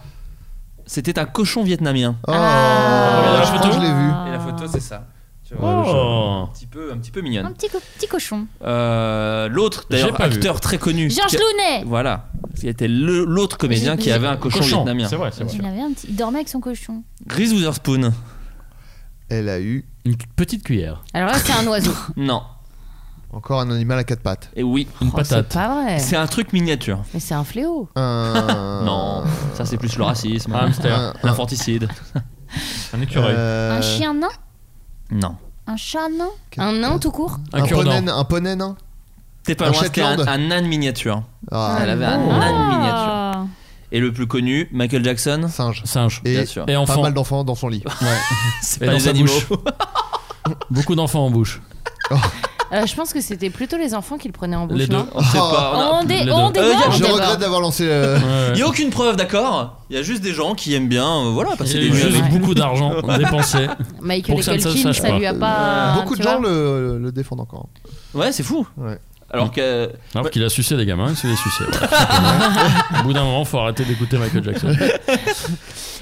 Speaker 8: C'était un cochon vietnamien.
Speaker 9: Oh,
Speaker 11: Ah.
Speaker 2: Ah.
Speaker 11: Regarde la
Speaker 9: je
Speaker 11: photo.
Speaker 9: crois que je l'ai vu.
Speaker 8: Et la photo,
Speaker 10: Ah.
Speaker 8: c'est ça. Tu vois,
Speaker 11: Oh.
Speaker 8: un, petit peu, un petit peu
Speaker 2: Un
Speaker 8: mignonne.
Speaker 2: petit, co- petit cochon.
Speaker 8: Euh, l'autre,
Speaker 11: J'ai
Speaker 8: d'ailleurs,
Speaker 11: pas vu.
Speaker 8: acteur très connu.
Speaker 2: Georges
Speaker 8: qui-
Speaker 2: Lounet.
Speaker 8: Voilà. Qui était le- l'autre comédien qui avait un cochon,
Speaker 11: Cochon.
Speaker 8: vietnamien.
Speaker 11: C'est vrai, c'est vrai.
Speaker 2: Il, avait un petit... il dormait avec son cochon.
Speaker 8: Reese Witherspoon.
Speaker 9: Elle a eu
Speaker 11: Une petite cuillère.
Speaker 10: Alors là, c'est un oiseau.
Speaker 8: Non.
Speaker 9: encore un animal à quatre pattes.
Speaker 8: Et oui.
Speaker 11: Une
Speaker 10: Oh, c'est
Speaker 11: patate.
Speaker 10: pas vrai.
Speaker 8: C'est un truc miniature.
Speaker 10: Mais c'est un fléau.
Speaker 9: Un...
Speaker 8: Non. Ça, c'est plus le racisme.
Speaker 11: Un hamster.
Speaker 9: Un, un-
Speaker 8: L'infanticide.
Speaker 11: Un écureuil.
Speaker 9: euh,
Speaker 2: Un chien nain.
Speaker 8: Non.
Speaker 2: Un chat nain.
Speaker 10: Un nain tout court
Speaker 11: Un
Speaker 9: Un poney,
Speaker 11: cure-dent.
Speaker 9: nain- un poney nain
Speaker 8: T'es pas
Speaker 9: Un
Speaker 8: loin, c'était un,
Speaker 9: Shetland.
Speaker 8: un âne miniature.
Speaker 9: Ah,
Speaker 8: Elle avait un
Speaker 9: bon.
Speaker 8: âne miniature.
Speaker 2: Ah.
Speaker 8: Et le plus connu, Michael Jackson.
Speaker 9: Singe.
Speaker 11: Singe.
Speaker 9: Et
Speaker 8: bien sûr.
Speaker 11: Et
Speaker 9: pas
Speaker 11: enfant.
Speaker 9: mal d'enfants dans son lit.
Speaker 8: C'est
Speaker 11: Et
Speaker 8: pas
Speaker 11: dans
Speaker 8: les
Speaker 11: sa
Speaker 8: animaux.
Speaker 11: bouche. Beaucoup d'enfants en bouche.
Speaker 10: Euh, Je pense que c'était plutôt les enfants qui le prenaient en bouche.
Speaker 8: Les deux.
Speaker 10: non
Speaker 8: On sait
Speaker 9: Oh.
Speaker 8: pas. on a-
Speaker 2: On,
Speaker 11: les
Speaker 2: dé...
Speaker 11: deux.
Speaker 2: on
Speaker 8: Euh, y a-
Speaker 2: déborde.
Speaker 9: Je
Speaker 8: Débat.
Speaker 9: regrette d'avoir lancé euh, le...
Speaker 11: Ouais, ouais.
Speaker 8: Il y a aucune preuve, d'accord Il y a juste des gens qui aiment bien, euh, voilà, passer
Speaker 11: Il y a
Speaker 8: des
Speaker 11: eu
Speaker 8: nuits
Speaker 11: juste
Speaker 8: avec
Speaker 10: Ouais.
Speaker 11: beaucoup d'argent dépensé.
Speaker 10: Michael
Speaker 11: Pour que ça ne se
Speaker 10: Elkin,
Speaker 11: sache
Speaker 10: ça lui a pas.
Speaker 11: Ah,
Speaker 10: euh,
Speaker 9: Beaucoup
Speaker 10: tu
Speaker 9: de gens
Speaker 10: vois
Speaker 9: le, le défendent encore.
Speaker 8: Ouais, c'est fou.
Speaker 9: Ouais.
Speaker 8: Alors que.
Speaker 11: Alors qu'il a sucé des gamins, il se les suçait. voilà, tout simplement. Au bout d'un moment, faut arrêter d'écouter Michael Jackson.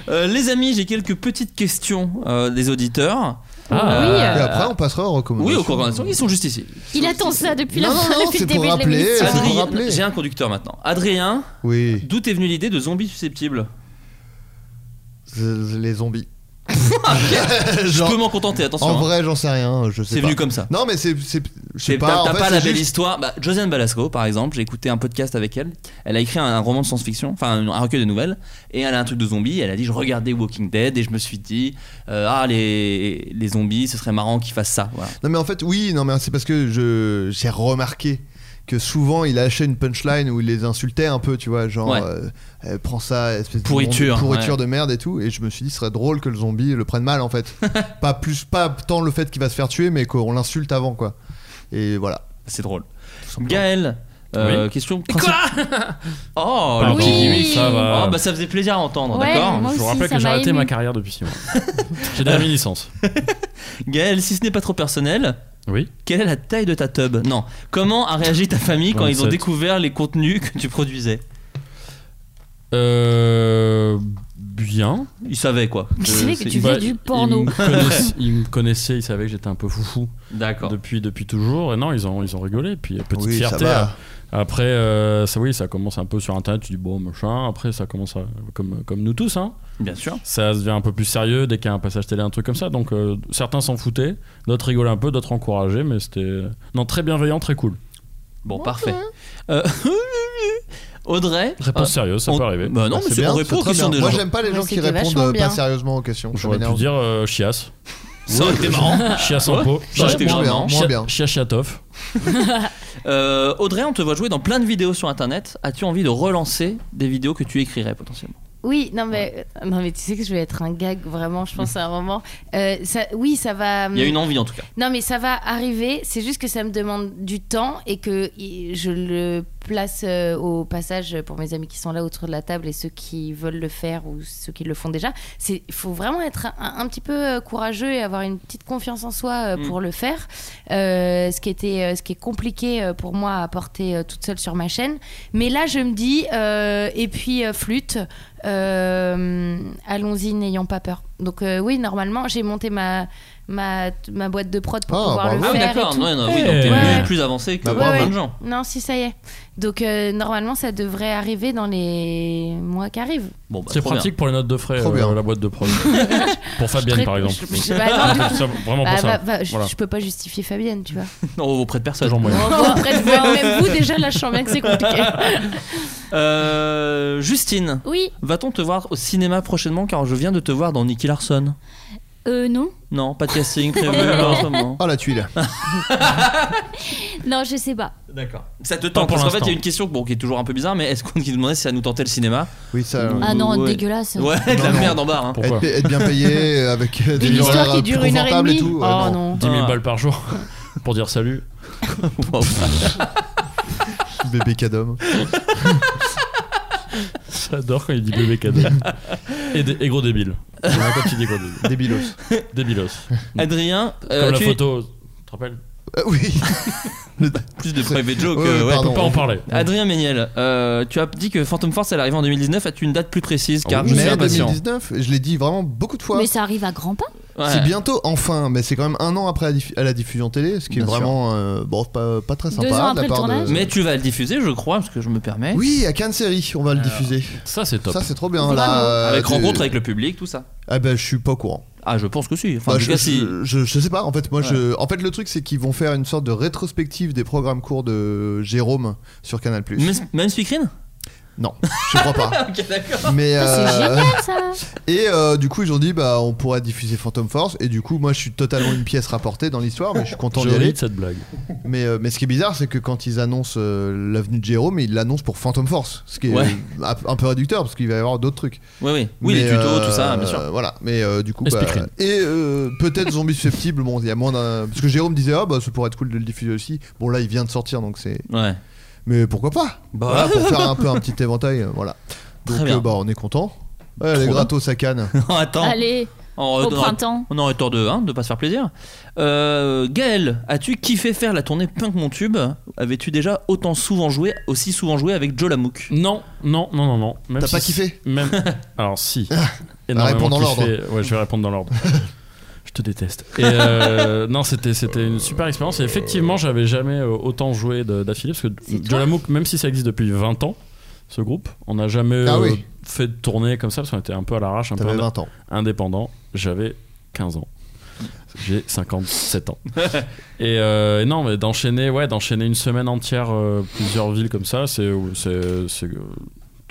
Speaker 8: Euh, les amis, j'ai quelques petites questions euh, des auditeurs.
Speaker 9: Ah. Oui.
Speaker 8: Euh,
Speaker 9: Et après, on passera aux
Speaker 8: Oui,
Speaker 9: recommandations.
Speaker 8: aux recommandations. Ils sont juste ici.
Speaker 2: Il attend ça depuis la
Speaker 9: Non,
Speaker 2: fin,
Speaker 9: non,
Speaker 2: depuis
Speaker 9: c'est
Speaker 2: le
Speaker 9: pour
Speaker 2: début de
Speaker 9: rappeler,
Speaker 2: l'émission.
Speaker 9: c'est pour
Speaker 8: Adrien-
Speaker 9: rappeler.
Speaker 8: j'ai un conducteur maintenant. Adrien,
Speaker 9: Oui,
Speaker 8: d'où est venue l'idée de zombies susceptibles
Speaker 9: z- z- les zombies.
Speaker 8: Je
Speaker 9: Genre-
Speaker 8: peux m'en contenter, attention.
Speaker 9: Ah, en
Speaker 8: hein.
Speaker 9: vrai, j'en sais rien. Je sais
Speaker 8: C'est
Speaker 9: pas.
Speaker 8: venu comme ça.
Speaker 9: Non, mais c'est. c'est- Je sais
Speaker 8: T'as
Speaker 9: pas. en
Speaker 8: t'as
Speaker 9: fait,
Speaker 8: pas
Speaker 9: c'est
Speaker 8: la
Speaker 9: juste-
Speaker 8: belle histoire. Bah, Josiane Balasco, par exemple, j'ai écouté un podcast avec elle. Elle a écrit un, un roman de science-fiction, enfin un, un recueil de nouvelles, et elle a un truc de zombies. Elle a dit Je regardais Walking Dead et je me suis dit euh, Ah, les, les zombies, ce serait marrant qu'ils fassent ça. Voilà.
Speaker 9: Non mais en fait oui, non mais c'est parce que je j'ai remarqué que souvent il lâchait une punchline où il les insultait un peu, tu vois, genre
Speaker 8: Ouais.
Speaker 9: euh, euh, prends ça espèce de
Speaker 8: Pourriture,
Speaker 9: monde- pourriture
Speaker 8: ouais.
Speaker 9: de merde et tout et je me suis dit ce serait drôle que le zombie le prenne mal en fait. pas plus pas tant le fait qu'il va se faire tuer mais qu'on l'insulte avant quoi. Et voilà.
Speaker 8: C'est drôle. Gaël, euh, question. principale. Oh,
Speaker 11: Pardon.
Speaker 8: le petit
Speaker 11: Oui.
Speaker 8: oui,
Speaker 11: Ça va.
Speaker 8: Oh, bah, ça faisait plaisir à entendre,
Speaker 2: Ouais,
Speaker 8: d'accord
Speaker 2: moi
Speaker 11: ah, Je vous
Speaker 2: aussi,
Speaker 11: rappelle
Speaker 2: ça
Speaker 11: que j'ai
Speaker 2: m'a
Speaker 11: arrêté
Speaker 2: ému.
Speaker 11: ma carrière depuis 6 mois. J'ai de la licence.
Speaker 8: Gaël, si ce n'est pas trop personnel.
Speaker 11: Oui.
Speaker 8: Quelle est la taille de ta tub Non. Comment a réagi ta famille quand ils ont
Speaker 11: 27.
Speaker 8: découvert les contenus que tu produisais
Speaker 11: Euh. Bien. Bah,
Speaker 8: Ils savaient quoi Euh,
Speaker 2: Ils savaient que
Speaker 8: c'est-
Speaker 2: tu fais du porno.
Speaker 11: Ils me, connaiss- ils me connaissaient, ils savaient que j'étais un peu foufou
Speaker 2: Oh.
Speaker 8: D'accord.
Speaker 11: depuis, depuis toujours. Et non, ils ont, ils ont rigolé. Puis, petite
Speaker 9: Oui, ça
Speaker 11: fierté. hein.
Speaker 9: va.
Speaker 11: à- Après, euh, ça, oui, ça commence un peu sur Internet. Tu dis bon, machin. Après, ça commence à- comme, comme nous tous. Hein.
Speaker 8: Bien sûr.
Speaker 11: Ça devient un peu plus sérieux dès qu'il y a un passage télé, un truc comme ça. Donc, euh, certains s'en foutaient, d'autres rigolaient un peu, d'autres encourageaient. Mais c'était. euh, Non, très bienveillant, très cool.
Speaker 8: Bon, parfait. Euh, Audrey
Speaker 11: Réponse
Speaker 8: euh,
Speaker 11: sérieuse, ça
Speaker 8: on-
Speaker 11: peut arriver.
Speaker 8: Bah non,
Speaker 9: Bah,
Speaker 8: mais
Speaker 9: c'est
Speaker 8: c'est
Speaker 9: bien,
Speaker 8: on
Speaker 9: c'est
Speaker 8: répond aux
Speaker 9: très
Speaker 8: questions
Speaker 9: bien.
Speaker 8: des
Speaker 9: Moi
Speaker 8: gens.
Speaker 9: j'aime pas les
Speaker 10: Ouais,
Speaker 9: gens qui
Speaker 10: c'était
Speaker 9: répondent
Speaker 10: vachement
Speaker 9: euh,
Speaker 10: bien.
Speaker 9: pas sérieusement aux questions. ça
Speaker 11: J'aurais pu
Speaker 9: m'énerve.
Speaker 11: dire euh, chiasse.
Speaker 8: Ça aurait été marrant.
Speaker 11: Chiasse en
Speaker 8: Ouais.
Speaker 11: pot.
Speaker 8: Ça aurait été
Speaker 9: moins
Speaker 8: grave,
Speaker 9: bien,
Speaker 8: marrant.
Speaker 9: moins
Speaker 11: Chia-
Speaker 9: bien.
Speaker 11: Chia Chiatov.
Speaker 8: Euh, Audrey, on te voit jouer dans plein de vidéos sur internet. As-tu envie de relancer des vidéos que tu écrirais potentiellement
Speaker 10: Oui, non mais, euh, non mais tu sais que je vais être un gag vraiment, je
Speaker 11: Mm.
Speaker 10: pense à un moment. Euh, ça, oui, ça va. hum,
Speaker 8: Il y a une envie en tout cas.
Speaker 10: Non mais ça va arriver, c'est juste que ça me demande du temps et que i- je le place euh, au passage pour mes amis qui sont là autour de la table et ceux qui veulent le faire ou ceux qui le font déjà. Il faut vraiment être un, un- un petit peu euh, courageux et avoir une petite confiance en soi euh,
Speaker 8: Mm.
Speaker 10: pour le faire. Euh, ce, qui était, euh, ce qui est compliqué euh, pour moi à porter euh, toute seule sur ma chaîne. Mais là je me dis, euh, et puis euh, flûte, euh, allons-y n'ayant pas peur. Donc euh, oui, normalement j'ai monté ma, ma, ma boîte de prod pour
Speaker 9: Ah,
Speaker 10: pouvoir le
Speaker 9: bravo.
Speaker 8: Ah oui,
Speaker 10: faire. et
Speaker 8: d'accord.
Speaker 10: tout.
Speaker 8: Non, non, oui, donc
Speaker 11: Ouais.
Speaker 8: t'es
Speaker 10: Ouais.
Speaker 8: mieux- plus avancé que
Speaker 9: Bah,
Speaker 8: plein
Speaker 10: bravo.
Speaker 8: de gens.
Speaker 10: Non, si ça y est. Donc euh, normalement ça devrait arriver dans les mois qui arrivent.
Speaker 8: Bon, bah,
Speaker 11: C'est
Speaker 8: trop bien.
Speaker 11: pratique pour les notes de frais,
Speaker 9: Trop
Speaker 11: euh,
Speaker 9: bien.
Speaker 11: la boîte de prod. pour Fabienne,
Speaker 10: Très-
Speaker 11: par exemple.
Speaker 10: je- je- bah, non, du coup,
Speaker 11: Ça, vraiment
Speaker 10: bah,
Speaker 11: pour
Speaker 8: Ah,
Speaker 11: ça.
Speaker 10: bah, bah, je,
Speaker 11: Voilà.
Speaker 10: je peux pas justifier Fabienne, tu vois.
Speaker 8: Non, auprès de personne.
Speaker 11: Toujours moyen.
Speaker 10: Bon, après, même vous déjà là, je sens bien que c'est compliqué.
Speaker 8: Euh, Justine,
Speaker 2: Oui,
Speaker 8: va-t-on te voir au cinéma prochainement Car je viens de te voir dans Nicky Larson.
Speaker 2: euh, non.
Speaker 8: Non, pas de casting prévu en ce moment.
Speaker 9: Ah la tuile.
Speaker 2: Non, je sais pas.
Speaker 8: D'accord. Ça te
Speaker 11: Pas
Speaker 8: tente
Speaker 11: pour
Speaker 8: Parce qu'en fait, il
Speaker 11: l'instant.
Speaker 8: y a une question bon, qui est toujours un peu bizarre, mais est-ce qu'on qui demandait si ça nous tentait le cinéma
Speaker 9: Oui ça.
Speaker 2: Ah non,
Speaker 8: Euh, Ouais.
Speaker 2: dégueulasse.
Speaker 8: Ouais, avec
Speaker 9: Non,
Speaker 8: la
Speaker 9: non.
Speaker 8: merde en barre. hein.
Speaker 11: Pourquoi
Speaker 9: Être, être bien payé euh, avec euh, des
Speaker 10: Une histoire
Speaker 9: horaires
Speaker 10: qui
Speaker 9: euh,
Speaker 10: dure une heure et
Speaker 9: confortables
Speaker 10: demie.
Speaker 9: et tout.
Speaker 10: oh
Speaker 9: euh, non.
Speaker 10: non.
Speaker 11: 10
Speaker 8: Ah.
Speaker 11: 000 balles par jour pour dire salut.
Speaker 8: Wow.
Speaker 9: Bébé cadom.
Speaker 11: J'adore quand il dit bébé cadeau. et, dé- et gros débile. J'aime bien Quand il dit gros débile.
Speaker 9: Débilos.
Speaker 11: Débilos.
Speaker 8: Adrien, euh,
Speaker 11: Comme la
Speaker 8: tu-
Speaker 11: photo. Tu te rappelles
Speaker 9: Euh, oui.
Speaker 8: plus de private joke.
Speaker 9: Ouais,
Speaker 8: euh, ouais.
Speaker 9: pardon.
Speaker 11: Pas en parler.
Speaker 8: Adrien Méniel, euh, tu as dit que Phantom Force elle arrivait en 2019. As-tu une date plus précise
Speaker 9: Ah
Speaker 8: Car je suis
Speaker 9: Mais
Speaker 8: impatient.
Speaker 9: 2019, je l'ai dit vraiment beaucoup de fois.
Speaker 2: Mais ça arrive à grands pas.
Speaker 8: Ouais.
Speaker 9: C'est bientôt, enfin, mais c'est quand même un an après la diff- à la diffusion télé, ce qui est
Speaker 8: Bien sûr.
Speaker 9: vraiment euh, bon, pas, pas très
Speaker 2: Deux
Speaker 9: sympa
Speaker 2: ans
Speaker 9: de
Speaker 2: après
Speaker 9: la
Speaker 2: le
Speaker 9: part
Speaker 2: tournage.
Speaker 9: de.
Speaker 8: Mais tu vas le diffuser, je crois, parce que je me permets.
Speaker 9: Oui, à Cannes Série, on va le diffuser.
Speaker 11: Ça, c'est top.
Speaker 9: Ça, c'est trop bien.
Speaker 2: Vraiment.
Speaker 9: Là, euh,
Speaker 8: Euh, Avec
Speaker 9: tu-
Speaker 8: rencontre avec le public, tout ça.
Speaker 9: Ah ben, je suis pas au courant.
Speaker 8: Ah, je pense que si. Enfin,
Speaker 9: Bah,
Speaker 8: en tout
Speaker 9: je,
Speaker 8: cas, si.
Speaker 9: je, je- je sais pas. En fait, moi,
Speaker 8: Ouais.
Speaker 9: je. En fait, le truc, c'est qu'ils vont faire une sorte de rétrospective des programmes courts de Jérôme sur Canal+.
Speaker 8: Même- Même Speakerine
Speaker 9: Non, je crois pas.
Speaker 8: Ah, Ok, d'accord.
Speaker 9: Mais
Speaker 2: C'est
Speaker 9: euh,
Speaker 2: génial ça.
Speaker 9: Et euh, du coup, ils ont dit, bah, on pourrait diffuser Phantom Force. Et du coup, moi, je suis totalement une pièce rapportée dans l'histoire, mais je suis content
Speaker 11: Je
Speaker 9: d'y
Speaker 11: ris
Speaker 9: aller.
Speaker 11: de cette blague.
Speaker 9: Mais, euh, mais ce qui est bizarre, c'est que quand ils annoncent euh, l'avenue de Jérôme, ils l'annoncent pour Phantom Force. Ce qui est
Speaker 8: Ouais.
Speaker 9: euh, un un peu réducteur, parce qu'il va y avoir d'autres trucs.
Speaker 8: Oui, oui. Oui,
Speaker 9: Mais,
Speaker 8: les tutos,
Speaker 9: euh,
Speaker 8: tout ça, bien sûr.
Speaker 9: euh, Voilà. Mais euh, du coup,
Speaker 11: Et
Speaker 9: bah,
Speaker 11: Speakerine.
Speaker 9: et euh, peut-être Zombie Susceptible. Bon, il y a moins d'un. Parce que Jérôme disait, ah, bah, ça pourrait être cool de le diffuser aussi. Bon, là, il vient de sortir, donc c'est.
Speaker 8: Ouais.
Speaker 9: Mais pourquoi pas
Speaker 8: Bah.
Speaker 9: Voilà, Pour faire un peu un petit éventail, euh, voilà.
Speaker 8: Très
Speaker 9: Donc,
Speaker 8: bien.
Speaker 9: euh, bah, on est content. Ouais, elle est
Speaker 8: Trop
Speaker 9: gratos à Cannes.
Speaker 8: Non, attends.
Speaker 2: Allez,
Speaker 9: Oh,
Speaker 8: En-
Speaker 2: Au
Speaker 8: dans-
Speaker 2: printemps.
Speaker 8: On aurait tort de hein, de pas se faire plaisir. Euh, Gaël, as-tu kiffé faire la tournée Punk Mon Tube Avais-tu déjà autant souvent joué, aussi souvent joué avec Joe Lamouk
Speaker 11: Non, non, non, non, non. Même
Speaker 9: T'as
Speaker 11: si
Speaker 9: pas
Speaker 11: c'est-
Speaker 9: kiffé
Speaker 11: Même. Alors si.
Speaker 9: Réponds dans
Speaker 11: Énormément kiffé.
Speaker 9: l'ordre.
Speaker 11: Ouais, je vais répondre dans l'ordre. Je te déteste. Et euh, non, c'était c'était une super expérience. Et effectivement, j'avais jamais euh, autant joué de- d'affilée parce que Joe Lamouk, même si ça existe depuis 20 ans, ce groupe, on n'a jamais
Speaker 9: Ah
Speaker 11: euh,
Speaker 9: oui.
Speaker 11: fait de tournée comme ça parce qu'on était un peu à l'arrache, un peu
Speaker 9: T'avais
Speaker 11: indé-
Speaker 9: 20 ans.
Speaker 11: indépendant. J'avais 15 ans. J'ai 57 ans. et, euh, et non, mais d'enchaîner, ouais, d'enchaîner une semaine entière, euh, plusieurs villes comme ça, c'est c'est- c'est, euh,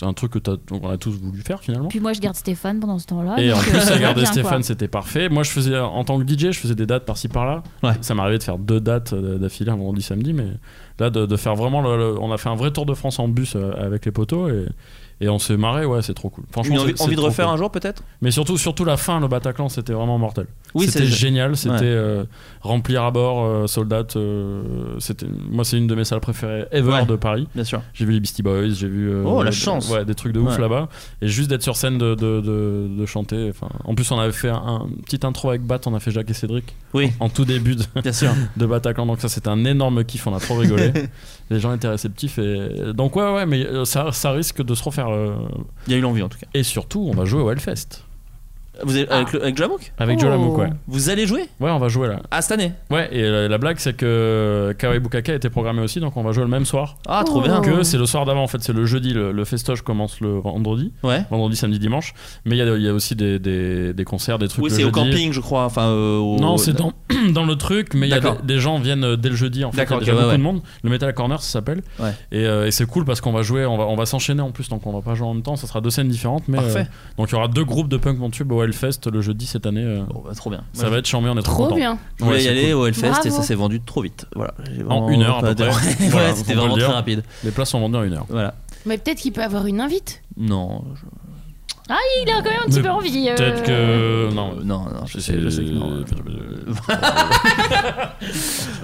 Speaker 11: un truc que t'as- on a tous voulu faire finalement.
Speaker 2: Puis moi, je garde Stéphane pendant ce temps-là.
Speaker 11: Et en
Speaker 2: donc,
Speaker 11: plus,
Speaker 2: euh,
Speaker 11: à garder
Speaker 2: bien, quoi.
Speaker 11: Stéphane, c'était parfait. Moi, je faisais en tant que DJ, je faisais des dates par-ci par-là. Ça m'arrivait de faire deux dates euh, d'affilée, un vendredi samedi, mais là, de, de faire vraiment, le- le- on a fait un vrai tour de France en bus euh, avec les poteaux et, et on s'est marré. Ouais, c'est trop cool. Franchement,
Speaker 8: Une envie-
Speaker 11: c'est- c'est
Speaker 8: envie de
Speaker 11: trop
Speaker 8: refaire
Speaker 11: cool.
Speaker 8: un jour, peut-être
Speaker 11: Mais surtout, surtout la fin, le Bataclan, c'était vraiment mortel.
Speaker 8: Oui,
Speaker 11: c'était
Speaker 8: c'est-
Speaker 11: génial. C'était
Speaker 8: Ouais.
Speaker 11: euh, remplir à bord, euh, sold out, euh, c'était, moi, c'est une de mes salles préférées ever
Speaker 8: Ouais,
Speaker 11: de Paris.
Speaker 8: Bien sûr.
Speaker 11: J'ai vu les Beastie Boys, j'ai vu. euh,
Speaker 8: Oh, la
Speaker 11: des-
Speaker 8: chance.
Speaker 11: ouais, des trucs de ouf
Speaker 8: Ouais.
Speaker 11: là-bas. Et juste d'être sur scène, de, de, de- de chanter. Enfin, en plus, on avait fait un, un petit intro avec Bat, on a fait Jacques et Cédric.
Speaker 8: Oui.
Speaker 11: En, en tout début de,
Speaker 8: Bien sûr.
Speaker 11: de Bataclan. Donc, ça, c'était un énorme kiff, on a trop rigolé. les gens étaient réceptifs. Et... Donc, ouais, ouais, mais euh, ça, ça risque de se refaire. euh,
Speaker 8: Il y a eu l'envie en tout cas.
Speaker 11: Et surtout, on va jouer au Hellfest.
Speaker 8: Vous avez- avec, le- avec Joe Lamouk
Speaker 11: Avec Joe Lamouk, ouais.
Speaker 8: Vous allez jouer
Speaker 11: Ouais, on va jouer là.
Speaker 8: Ah, cette année
Speaker 11: Ouais, et la, la blague, c'est que Kawai Bukaka était programmé aussi, donc on va jouer le même soir.
Speaker 8: Ah, trop bien.
Speaker 11: Que c'est le soir d'avant, en fait, c'est le jeudi. Le, le festoche commence le vendredi.
Speaker 8: Ouais.
Speaker 11: Vendredi, samedi, dimanche. Mais il y a, il y a aussi des, des- des concerts, des trucs.
Speaker 8: Oui,
Speaker 11: le
Speaker 8: c'est au
Speaker 11: jeudi.
Speaker 8: camping, je crois. Enfin, euh, au-
Speaker 11: Non, c'est dans, dans le truc, mais il y a des,
Speaker 8: D'accord.
Speaker 11: des gens viennent euh, dès le jeudi. En fait, il y a
Speaker 8: D'accord,
Speaker 11: déjà
Speaker 8: ok, ouais,
Speaker 11: beaucoup de
Speaker 8: ouais.
Speaker 11: monde. Le Metal Corner, ça s'appelle.
Speaker 8: Ouais.
Speaker 11: Et, euh, et c'est cool parce qu'on va jouer, on va, on va s'enchaîner en plus, donc on va pas jouer en même temps. Ça sera deux scènes différentes, mais
Speaker 8: Parfait.
Speaker 11: euh, donc il y aura deux groupes de punk mon tube au Hellfest le jeudi cette année. euh.
Speaker 8: bah, Trop bien.
Speaker 11: Ça va être charmé, on est trop,
Speaker 8: Trop
Speaker 11: contents.
Speaker 8: bien. Je voulais y
Speaker 11: c'est
Speaker 8: aller au Hellfest et
Speaker 11: Bravo.
Speaker 8: ça s'est vendu trop vite. Voilà. J'ai vraiment
Speaker 11: En une heure à
Speaker 8: pas
Speaker 11: peu
Speaker 8: de-
Speaker 11: près.
Speaker 8: Ouais,
Speaker 11: Voilà, on peut
Speaker 8: c'était
Speaker 11: le
Speaker 8: vraiment
Speaker 11: dire.
Speaker 8: très rapide.
Speaker 11: Les places sont vendues en une heure.
Speaker 8: Voilà.
Speaker 10: Mais peut-être qu'il peut avoir une invite.
Speaker 8: Non.
Speaker 2: Ah, il a quand même un petit peu envie. euh.
Speaker 11: Peut-être que. euh, Non,
Speaker 8: non, euh, non
Speaker 11: je sais, je sais que non.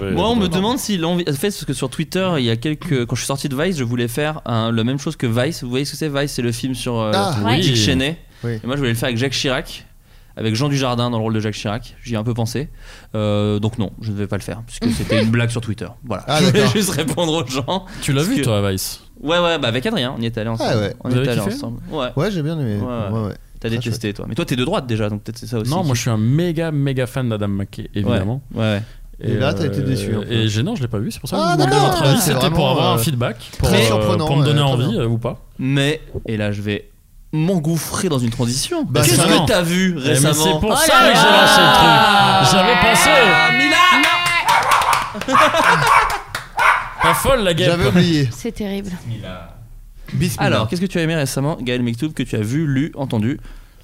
Speaker 8: euh, Moi, on me demande si l'envie. En fait, parce que sur Twitter, il y a quelques. Quand je suis sorti de Vice, je voulais faire un- la même chose que Vice. Vous voyez ce que c'est Vice C'est le film sur euh,
Speaker 9: Ah,
Speaker 8: Dick
Speaker 9: oui.
Speaker 8: Cheney.
Speaker 9: Oui.
Speaker 8: Et moi, je voulais le faire avec Jacques Chirac. Avec Jean Dujardin dans le rôle de Jacques Chirac, j'y ai un peu pensé. Euh, donc non, je ne vais pas le faire, puisque c'était une blague sur Twitter. Voilà,
Speaker 11: Ah,
Speaker 8: je voulais
Speaker 11: d'accord.
Speaker 8: juste répondre aux gens.
Speaker 11: Tu l'as
Speaker 8: parce
Speaker 11: vu,
Speaker 8: que-
Speaker 11: toi, Vice
Speaker 8: Ouais, ouais, bah avec Adrien, on y est allé ensemble.
Speaker 9: Ah ouais.
Speaker 8: On
Speaker 11: Vous
Speaker 8: y
Speaker 11: avez
Speaker 8: est allé
Speaker 11: kiffé
Speaker 8: ensemble. Ouais.
Speaker 9: Ouais, j'ai bien aimé.
Speaker 8: Ouais, ouais.
Speaker 9: Ouais, ouais.
Speaker 8: T'as détesté, toi. Mais toi, t'es de droite déjà, donc peut-être c'est ça aussi.
Speaker 11: Non,
Speaker 8: qui-
Speaker 11: moi je suis un méga méga fan d'Adam McKay, évidemment.
Speaker 8: Ouais, ouais.
Speaker 9: Et là, t'as été déçu, un peu.
Speaker 11: Et j'ai- non, je l'ai pas vu, c'est pour ça que
Speaker 9: Ah,
Speaker 11: je vous demandais
Speaker 9: d'accord,
Speaker 11: votre avis.
Speaker 9: c'est
Speaker 11: C'était pour
Speaker 9: vraiment,
Speaker 11: avoir un
Speaker 9: euh,
Speaker 11: feedback, pour,
Speaker 9: très
Speaker 11: euh,
Speaker 9: surprenant,
Speaker 11: pour me donner
Speaker 9: ouais, très
Speaker 11: envie
Speaker 9: bien.
Speaker 11: euh, ou pas.
Speaker 8: Mais, et là, je vais m'engouffrer dans une transition.
Speaker 11: Bah,
Speaker 8: Qu'est-ce
Speaker 11: justement.
Speaker 8: que t'as vu
Speaker 11: Eh, mais
Speaker 8: récemment Ah,
Speaker 11: c'est pour ça que j'ai lâché le truc. J'avais pensé. Pas folle la guêpe.
Speaker 8: J'avais oublié.
Speaker 2: Ah,
Speaker 10: C'est terrible.
Speaker 8: Alors, qu'est-ce que tu as aimé récemment, Gaël Mektoub, que tu as vu, lu, entendu,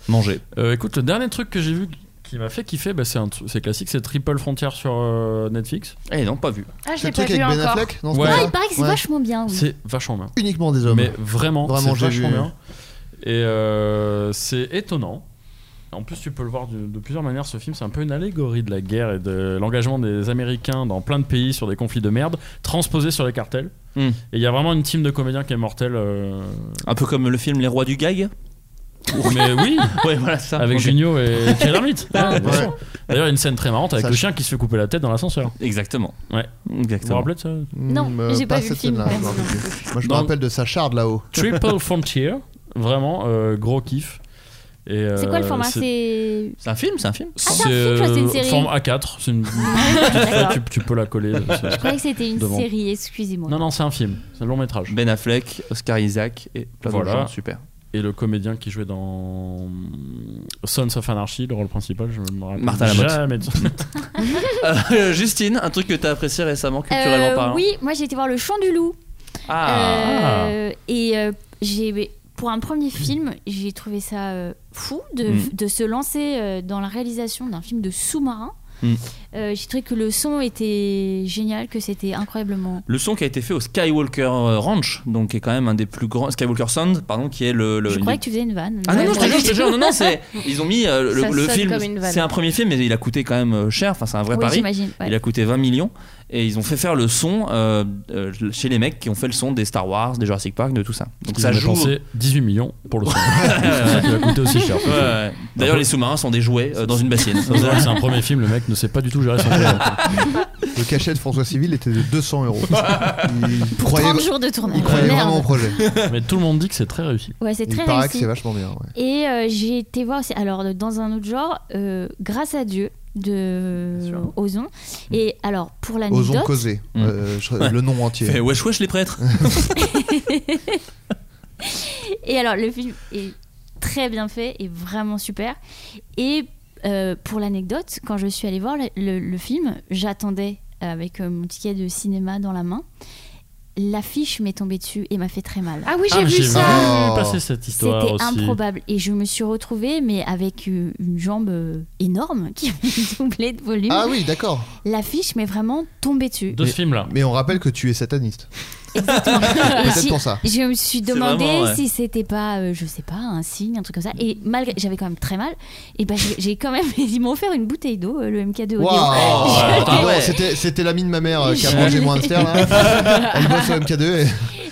Speaker 8: mangé
Speaker 11: Euh, écoute, le dernier truc que j'ai vu qui m'a fait kiffer, bah, c'est un tru- c'est classique, c'est Triple Frontière sur euh, Netflix.
Speaker 8: Eh non, pas vu.
Speaker 10: Ah, je
Speaker 9: C'est
Speaker 10: l'ai
Speaker 9: le
Speaker 10: pas
Speaker 9: truc
Speaker 10: vu
Speaker 9: avec Ben
Speaker 10: encore.
Speaker 9: Affleck Non, c'est
Speaker 11: Ouais.
Speaker 9: pas ça
Speaker 2: Ah, il paraît que c'est
Speaker 9: Ouais.
Speaker 2: vachement bien. oui.
Speaker 11: C'est vachement bien.
Speaker 9: Uniquement des hommes.
Speaker 11: Mais vraiment,
Speaker 9: Vraiment,
Speaker 11: c'est
Speaker 9: j'ai
Speaker 11: vachement
Speaker 9: vu.
Speaker 11: bien. Et euh, c'est étonnant. En plus, tu peux le voir de, de plusieurs manières. Ce film, c'est un peu une allégorie de la guerre et de l'engagement des Américains dans plein de pays sur des conflits de merde, transposés sur les cartels.
Speaker 8: Hmm.
Speaker 11: Et il y a vraiment une team de comédiens qui est mortelle. euh,
Speaker 8: Un peu comme le film Les Rois du Gag
Speaker 11: Mais oui,
Speaker 8: Ouais, voilà ça.
Speaker 11: avec
Speaker 8: Ok. Ah,
Speaker 11: Junio et Thierry Lhermitte. Ouais, bien
Speaker 8: Ouais.
Speaker 11: sûr. D'ailleurs, il y a une scène très marrante avec
Speaker 8: Ça,
Speaker 11: le
Speaker 8: je-
Speaker 11: chien qui se fait couper la tête dans l'ascenseur.
Speaker 8: Exactement.
Speaker 11: Ouais. Vous vous
Speaker 8: Exactement.
Speaker 11: rappelez de ça
Speaker 2: Non,
Speaker 9: euh,
Speaker 2: j'ai pas,
Speaker 9: pas
Speaker 2: vu le
Speaker 9: cette
Speaker 2: film.
Speaker 9: scène-là,
Speaker 2: ouais.
Speaker 9: je me rappelle Moi, je me
Speaker 11: Dans-
Speaker 9: rappelle de sa charde là-haut.
Speaker 11: Triple Frontier, vraiment euh, gros kiff. Et,
Speaker 2: C'est
Speaker 11: euh,
Speaker 2: quoi le format C'est.
Speaker 8: C'est un film, c'est un film.
Speaker 2: Ah, c'est un film, je crois que c'est une
Speaker 11: euh,
Speaker 2: série.
Speaker 11: forme A4. C'est une...
Speaker 2: D'accord.
Speaker 11: tu, tu peux la coller. c'est-
Speaker 2: Je croyais que c'était une
Speaker 11: devant.
Speaker 2: série, excusez-moi.
Speaker 11: Non, non, c'est un film. C'est un long métrage.
Speaker 8: Ben Affleck, Oscar Isaac et plein
Speaker 11: Voilà.
Speaker 8: de gens. Super.
Speaker 11: Et le comédien qui jouait dans Sons of Anarchy, le rôle principal, je me rappelle
Speaker 8: Martin Lamotte.
Speaker 11: jamais de son-
Speaker 8: Euh, Justine, un truc que t'as apprécié récemment, culturellement
Speaker 2: Euh,
Speaker 8: parlant
Speaker 2: Oui, moi j'ai été voir Le Chant du Loup.
Speaker 8: Ah. Hmm.
Speaker 2: Euh, et euh, j'ai, pour un premier film, j'ai trouvé ça euh, fou de,
Speaker 8: Mm.
Speaker 2: de se lancer euh, dans la réalisation d'un film de sous-marin.
Speaker 8: Mm.
Speaker 2: Euh, j'ai trouvé que le son était génial, que c'était incroyablement.
Speaker 8: Le son qui a été fait au Skywalker euh, Ranch, donc qui est quand même un des plus grands Skywalker Sound, pardon, qui est le. le
Speaker 2: je
Speaker 8: une
Speaker 2: croyais
Speaker 8: des-
Speaker 2: que tu faisais une vanne.
Speaker 8: Ah non, non, je te
Speaker 2: Ouais.
Speaker 8: jure, je te jure, non, non, c'est. Ils ont mis euh, le,
Speaker 2: Ça
Speaker 8: le
Speaker 2: sonne
Speaker 8: film.
Speaker 2: comme une vanne.
Speaker 8: C'est un premier film, mais il a coûté quand même euh, cher, enfin, c'est un vrai
Speaker 2: Oui,
Speaker 8: pari.
Speaker 2: j'imagine, ouais.
Speaker 8: Il a coûté 20 millions. Et ils ont fait faire le son euh, euh, chez les mecs qui ont fait le son des Star Wars, des Jurassic Park, de tout ça. Donc
Speaker 11: Ils
Speaker 8: ça
Speaker 11: ont
Speaker 8: joue.
Speaker 11: dépensé 18 millions pour le son.
Speaker 8: Ouais.
Speaker 11: Ça a coûté aussi cher.
Speaker 8: Ouais, ouais. D'ailleurs, les sous-marins sont des jouets euh, dans une bassine.
Speaker 11: C'est vrai que c'est un premier film, le mec ne sait pas du tout gérer son talent.
Speaker 9: Le cachet de François Civil était de 200 euros. Il croyait-
Speaker 10: 30 jours de tournage.
Speaker 9: Il croyait
Speaker 10: Merde.
Speaker 9: vraiment au projet.
Speaker 11: Mais tout le monde dit que c'est très réussi.
Speaker 10: Ouais, c'est
Speaker 9: Il
Speaker 10: très
Speaker 9: paraît
Speaker 10: réussi.
Speaker 9: que c'est vachement bien. ouais.
Speaker 10: Et euh, j'ai été voir aussi, alors euh, dans un autre genre, euh, Grâce à Dieu de Ozon.
Speaker 11: Mm.
Speaker 10: Et alors pour
Speaker 9: Osons
Speaker 10: l'anecdote,
Speaker 9: causer. Euh, je-
Speaker 8: Ouais.
Speaker 9: Le nom entier.
Speaker 8: Fait, wesh wesh les prêtres.
Speaker 2: Ah,
Speaker 10: et alors le film est très bien fait et vraiment super. Et euh, pour l'anecdote, quand je suis allée voir le, le- le film, j'attendais avec euh, mon ticket de cinéma dans la main. L'affiche m'est tombée dessus et m'a fait très mal.
Speaker 13: Ah oui, j'ai
Speaker 11: mais
Speaker 13: vu ça.
Speaker 11: vraiment passé cette histoire
Speaker 10: C'était
Speaker 11: aussi.
Speaker 10: improbable et je me suis retrouvée mais avec euh, une jambe euh, énorme qui avait doublé de volume.
Speaker 9: Ah oui, d'accord.
Speaker 10: L'affiche m'est vraiment tombée dessus.
Speaker 11: De ce film-là.
Speaker 9: Mais on rappelle que tu es sataniste.
Speaker 2: Ah, bah
Speaker 10: Et
Speaker 9: Peut-être
Speaker 10: j'ai-
Speaker 9: pour ça.
Speaker 10: Je me suis
Speaker 8: C'est
Speaker 10: demandé
Speaker 8: vraiment, ouais.
Speaker 10: si c'était pas, euh, je sais pas, un signe, un truc comme ça. Et malgré, j'avais quand même très mal. Et ben j'ai- j'ai quand même, ils m'ont offert une bouteille d'eau, euh, le MK2 Odéon.
Speaker 9: Waouh
Speaker 8: ouais.
Speaker 9: Ah ouais,
Speaker 8: Ouais.
Speaker 9: C'était c'était l'ami de ma mère euh, qui a
Speaker 10: Je
Speaker 9: mangé
Speaker 10: l'ai-
Speaker 9: mon hamster. là. Elle bosse au MK2. et-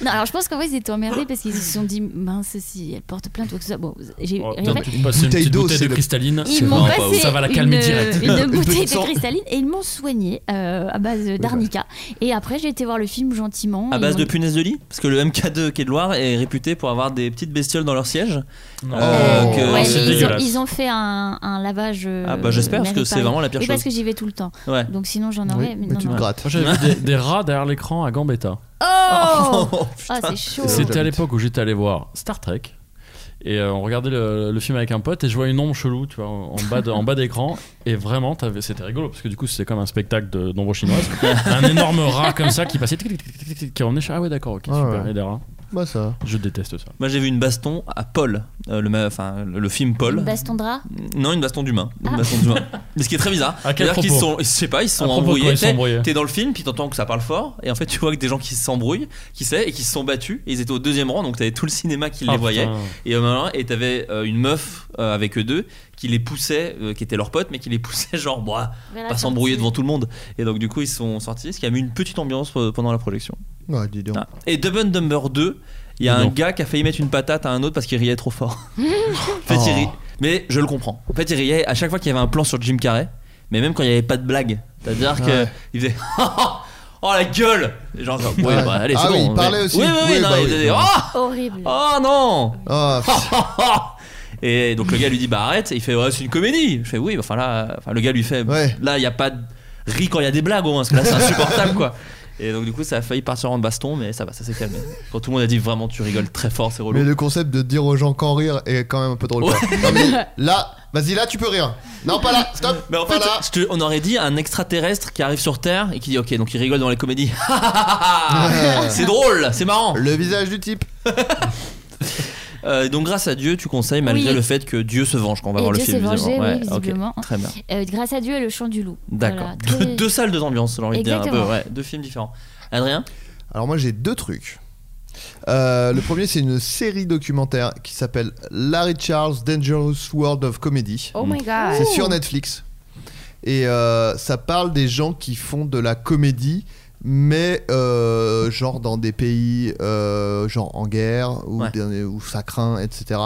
Speaker 10: Non, alors je pense qu'en vrai ils étaient emmerdés parce qu'ils se sont dit mince si elle porte plainte ou tout ça. Bon, j'ai
Speaker 11: Oh,
Speaker 10: rien
Speaker 11: donc
Speaker 10: fait.
Speaker 11: tu passes une
Speaker 9: Bouteille
Speaker 11: petite
Speaker 9: d'eau,
Speaker 11: bouteille
Speaker 9: c'est
Speaker 11: de
Speaker 9: le-
Speaker 11: cristalline.
Speaker 10: Ils m'ont
Speaker 8: vraiment pas
Speaker 10: passé
Speaker 8: ouf.
Speaker 11: Ça va la calmer
Speaker 10: une,
Speaker 11: direct.
Speaker 8: Oh,
Speaker 10: une
Speaker 9: Une
Speaker 10: bouteille
Speaker 9: petite
Speaker 10: de
Speaker 9: sang.
Speaker 10: cristalline et ils m'ont soignée euh, à base d'arnica. Et après j'ai été voir le film gentiment.
Speaker 8: À
Speaker 10: Ils
Speaker 8: base
Speaker 10: m'ont
Speaker 8: de
Speaker 10: dit-
Speaker 8: punaises de lit, parce que le MK2 Quai de Loire est réputé pour avoir des petites bestioles dans leur siège.
Speaker 11: Non.
Speaker 8: Euh,
Speaker 10: Ouais,
Speaker 8: que-
Speaker 10: mais
Speaker 11: c'est
Speaker 10: ils, ont,
Speaker 11: dégueulasse.
Speaker 10: ils ont fait un, un lavage. euh,
Speaker 8: Ah bah j'espère, parce que
Speaker 10: mairie
Speaker 8: c'est
Speaker 10: Paris.
Speaker 8: vraiment la pire
Speaker 10: Oui, parce
Speaker 8: chose.
Speaker 10: que j'y vais tout le temps.
Speaker 8: Ouais.
Speaker 10: Donc sinon j'en
Speaker 9: Oui,
Speaker 10: aurais. mais
Speaker 9: mais
Speaker 10: non,
Speaker 9: tu
Speaker 10: non.
Speaker 9: te grattes.
Speaker 11: Moi, j'avais vu des, des rats derrière l'écran à Gambetta.
Speaker 10: Oh, Ah, c'est
Speaker 11: Et
Speaker 10: chaud.
Speaker 11: C'était à
Speaker 9: j'habite.
Speaker 11: l'époque où j'étais allé voir Star Trek. Et euh, on regardait le, le film avec un pote et je vois une ombre chelou, tu vois, en en bas de- en bas d'écran. Et vraiment, t'avais- c'était rigolo parce que du coup, c'était comme un spectacle de- d'ombre chinoise. un énorme rat comme ça qui passait, tic, tic, tic, tic, tic, qui revenait. je fais, Ah ouais, d'accord, ok,
Speaker 9: Ah
Speaker 11: super.
Speaker 9: ouais.
Speaker 11: Et des rats.
Speaker 9: Moi, bah, ça.
Speaker 11: Je déteste ça.
Speaker 8: Moi j'ai vu une baston à Paul, euh, le, ma- enfin, le, le film Paul.
Speaker 10: Une baston drap.
Speaker 8: Non, une baston d'humain. Une
Speaker 10: Ah.
Speaker 8: baston d'humain. Mais ce qui est très bizarre.
Speaker 11: À quel
Speaker 8: D'ailleurs, qu'ils
Speaker 11: propos
Speaker 8: sont, je sais pas, ils se sont
Speaker 11: À propos,
Speaker 8: embrouillés.
Speaker 11: quoi, ils se sont
Speaker 8: T'es-
Speaker 11: embrouillés.
Speaker 8: T'es dans le film, puis t'entends que ça parle fort, et en fait tu vois que des gens qui s'embrouillent, qui sait, et qui se sont battus, et ils étaient au deuxième rang, donc t'avais tout le cinéma qui les
Speaker 11: Ah,
Speaker 8: voyait.
Speaker 11: putain.
Speaker 8: Et au moment et t'avais euh, une meuf euh, avec eux deux qui les poussait, euh, qui était leur pote, mais qui les poussait genre, bah, pas s'embrouiller devant tout le monde. Et donc du coup ils sont sortis, ce qui a mis une petite ambiance euh, pendant la projection.
Speaker 9: Ouais, dis donc.
Speaker 8: Ah. Et Dumb and Dumber 2, il y a
Speaker 11: Dis
Speaker 8: un
Speaker 11: donc.
Speaker 8: gars qui a failli mettre une patate à un autre parce qu'il riait trop fort. en fait, il
Speaker 9: Oh.
Speaker 8: rit- Mais je le comprends. En fait, il riait à chaque fois qu'il y avait un plan sur Jim Carrey, mais même quand il n'y avait pas de blague. C'est-à-dire
Speaker 9: Ah Ouais.
Speaker 8: qu'il faisait Oh la gueule Et Genre, ouais,
Speaker 9: Ouais.
Speaker 8: bah allez, c'est
Speaker 9: Ah
Speaker 8: bon.
Speaker 9: oui, il
Speaker 8: mais-
Speaker 9: parlait aussi.
Speaker 8: Oui, oui, oui,
Speaker 9: Oui,
Speaker 8: non,
Speaker 9: bah
Speaker 8: il
Speaker 9: oui.
Speaker 8: disait, Oh,
Speaker 10: Horrible.
Speaker 8: oh non
Speaker 9: Ah, pff,
Speaker 8: et donc le gars lui dit bah arrête, et il fait ouais, c'est une comédie. Je fais oui, enfin là, enfin, le gars lui fait
Speaker 9: Ouais.
Speaker 8: là il y a pas de rit quand il y a des blagues au moins, parce que là c'est insupportable quoi. Et donc du coup ça a failli partir en baston, mais ça va, ça s'est calmé. Quand tout le monde a dit vraiment tu rigoles très fort, c'est relou.
Speaker 9: mais le concept de dire aux gens qu'en rire est quand même un peu drôle. quoi. Non, mais là, vas-y, là, tu peux rire. Non, pas là, stop.
Speaker 8: Mais en
Speaker 9: pas
Speaker 8: fait,
Speaker 9: là.
Speaker 8: je te- on aurait dit un extraterrestre qui arrive sur Terre et qui dit ok donc il rigole dans les comédies. c'est drôle, c'est marrant.
Speaker 9: Le visage du type.
Speaker 8: Euh, donc grâce à Dieu tu conseilles malgré
Speaker 10: Oui.
Speaker 8: le fait que Dieu se venge quand on va
Speaker 10: Et
Speaker 8: voir
Speaker 10: Dieu
Speaker 8: le film.
Speaker 10: s'est vengé,
Speaker 8: visiblement.
Speaker 10: oui,
Speaker 8: Ouais, ok.
Speaker 10: visiblement.
Speaker 8: Très bien.
Speaker 10: Euh, grâce à Dieu et le chant du loup.
Speaker 8: D'accord.
Speaker 10: Voilà,
Speaker 8: Deux,
Speaker 10: très-
Speaker 8: deux salles, deux ambiances, j'ai envie de dire un peu.
Speaker 10: Exactement.
Speaker 8: Ouais, deux films différents. Adrien
Speaker 9: Alors moi j'ai deux trucs. Euh, le premier c'est une série documentaire qui s'appelle Larry Charles Dangerous World of Comedy.
Speaker 13: Oh my god.
Speaker 9: C'est sur Netflix. Et euh, ça parle des gens qui font de la comédie, mais euh, genre dans des pays euh, genre en guerre ou
Speaker 8: Ouais.
Speaker 9: dans des- où ça craint, etc.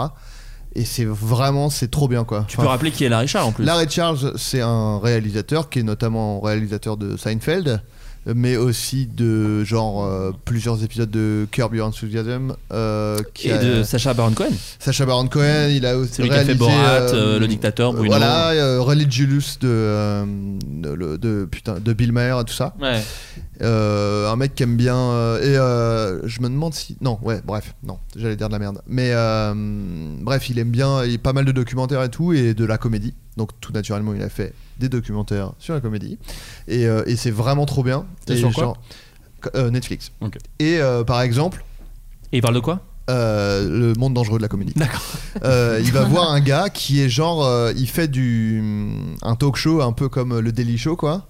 Speaker 9: Et c'est vraiment c'est trop bien quoi.
Speaker 8: Tu peux rappeler qui est Larry Charles en plus.
Speaker 9: Larry Charles, c'est un réalisateur qui est notamment réalisateur de Seinfeld, mais aussi de genre euh, plusieurs épisodes de Curb Your Enthusiasm. euh, qui
Speaker 8: Et
Speaker 9: a-
Speaker 8: de Sacha Baron Cohen.
Speaker 9: Sacha Baron Cohen, il a aussi
Speaker 8: Celui qui a
Speaker 9: réalisé
Speaker 8: fait Borat, euh,
Speaker 9: euh,
Speaker 8: Le Dictateur, Bruno.
Speaker 9: Voilà, euh, Religious de, euh, de, le- de- putain, de Bill Maher, tout ça.
Speaker 8: Ouais.
Speaker 9: Euh, un mec qui aime bien. euh, et euh, je me demande si. Non, ouais, bref, non, j'allais dire de la merde. Mais euh, bref, il aime bien. Il y a pas mal de documentaires et tout, et de la comédie. Donc tout naturellement, il a fait des documentaires sur la comédie. Et, euh, et c'est vraiment trop bien.
Speaker 11: C'est
Speaker 9: Et
Speaker 11: sur quoi
Speaker 9: euh, Netflix.
Speaker 11: Ok.
Speaker 9: Et euh, par exemple,
Speaker 8: Et il parle de quoi
Speaker 9: euh, le monde dangereux de la comédie.
Speaker 8: D'accord.
Speaker 9: Euh, il va voir un gars qui est genre, euh, il fait du un talk show un peu comme le Daily Show quoi,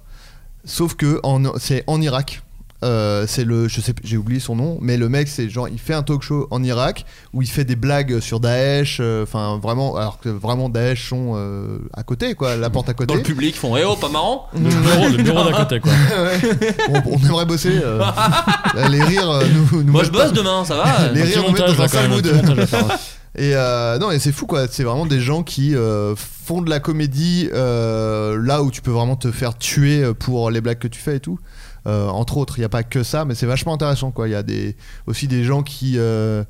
Speaker 9: sauf que en- c'est en Irak Euh, c'est le, je sais, j'ai oublié son nom, mais le mec, c'est genre, il fait un talk-show en Irak où il fait des blagues sur Daesh, euh, enfin vraiment, alors que vraiment Daesh sont euh, à côté, quoi, la porte à côté.
Speaker 8: Dans le public, ils font Eh oh, pas marrant
Speaker 9: Le bureau- le bureau d'à
Speaker 11: côté, quoi.
Speaker 9: on, on aimerait bosser. euh, les rires euh, nous, nous
Speaker 8: Moi, je
Speaker 9: mettent
Speaker 8: bosse
Speaker 9: pas-
Speaker 8: demain, ça va
Speaker 9: les
Speaker 8: Un
Speaker 9: rires
Speaker 8: petit
Speaker 9: nous mettent
Speaker 8: montage,
Speaker 9: dans
Speaker 8: là,
Speaker 9: un
Speaker 8: quand
Speaker 9: sale
Speaker 8: même, un
Speaker 9: mood.
Speaker 8: petit montage à faire, ouais.
Speaker 9: Et euh, non, et c'est fou quoi. C'est vraiment des gens qui euh, font de la comédie euh, là où tu peux vraiment te faire tuer euh, pour les blagues que tu fais et tout. Euh, entre autres, il n'y a pas que ça, mais c'est vachement intéressant quoi. Il y a des, aussi des gens qui. euh,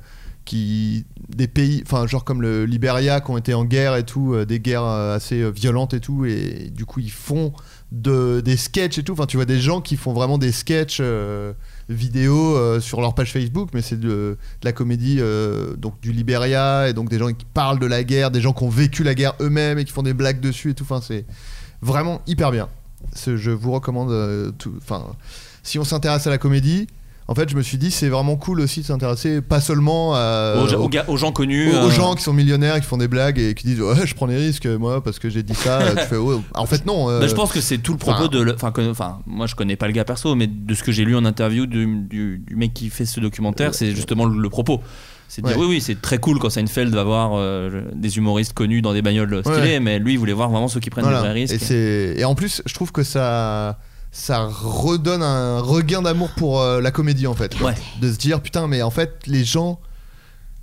Speaker 9: qui des pays enfin genre comme le Liberia qui ont été en guerre et tout euh, des guerres euh, assez euh, violentes et tout et du coup ils font de des sketchs et tout enfin tu vois des gens qui font vraiment des sketchs euh, vidéo euh, sur leur page Facebook mais c'est de, de la comédie euh, donc du Liberia et donc des gens qui parlent de la guerre des gens qui ont vécu la guerre eux-mêmes et qui font des blagues dessus et tout enfin c'est vraiment hyper bien Ce- je vous recommande euh, tout enfin si on s'intéresse à la comédie en fait, je me suis dit, c'est vraiment cool aussi de s'intéresser pas seulement à,
Speaker 8: Aux, aux gars- aux gens connus.
Speaker 9: euh, aux, aux
Speaker 8: euh,
Speaker 9: gens qui sont millionnaires, qui font des blagues et qui disent ouais, je prends des risques moi parce que j'ai dit ça. tu fais, ouais. En fait non. euh,
Speaker 8: Bah, je pense que c'est tout le propos
Speaker 9: enfin,
Speaker 8: de. le- Enfin, que- enfin, moi je connais pas le gars perso, mais de ce que j'ai lu en interview du, du- du mec qui fait ce documentaire, c'est justement le, le propos. C'est de dire
Speaker 9: Euh, Ouais.
Speaker 8: oui, oui, c'est très cool quand Seinfeld va voir euh, des humoristes connus dans des bagnoles stylées,
Speaker 9: Ouais.
Speaker 8: mais lui il voulait voir vraiment ceux qui prennent
Speaker 9: voilà.
Speaker 8: des vrais
Speaker 9: Et
Speaker 8: risques.
Speaker 9: c'est et en plus, je trouve que ça ça redonne un regain d'amour pour euh, la comédie en fait. quoi. De se dire putain, mais en fait les gens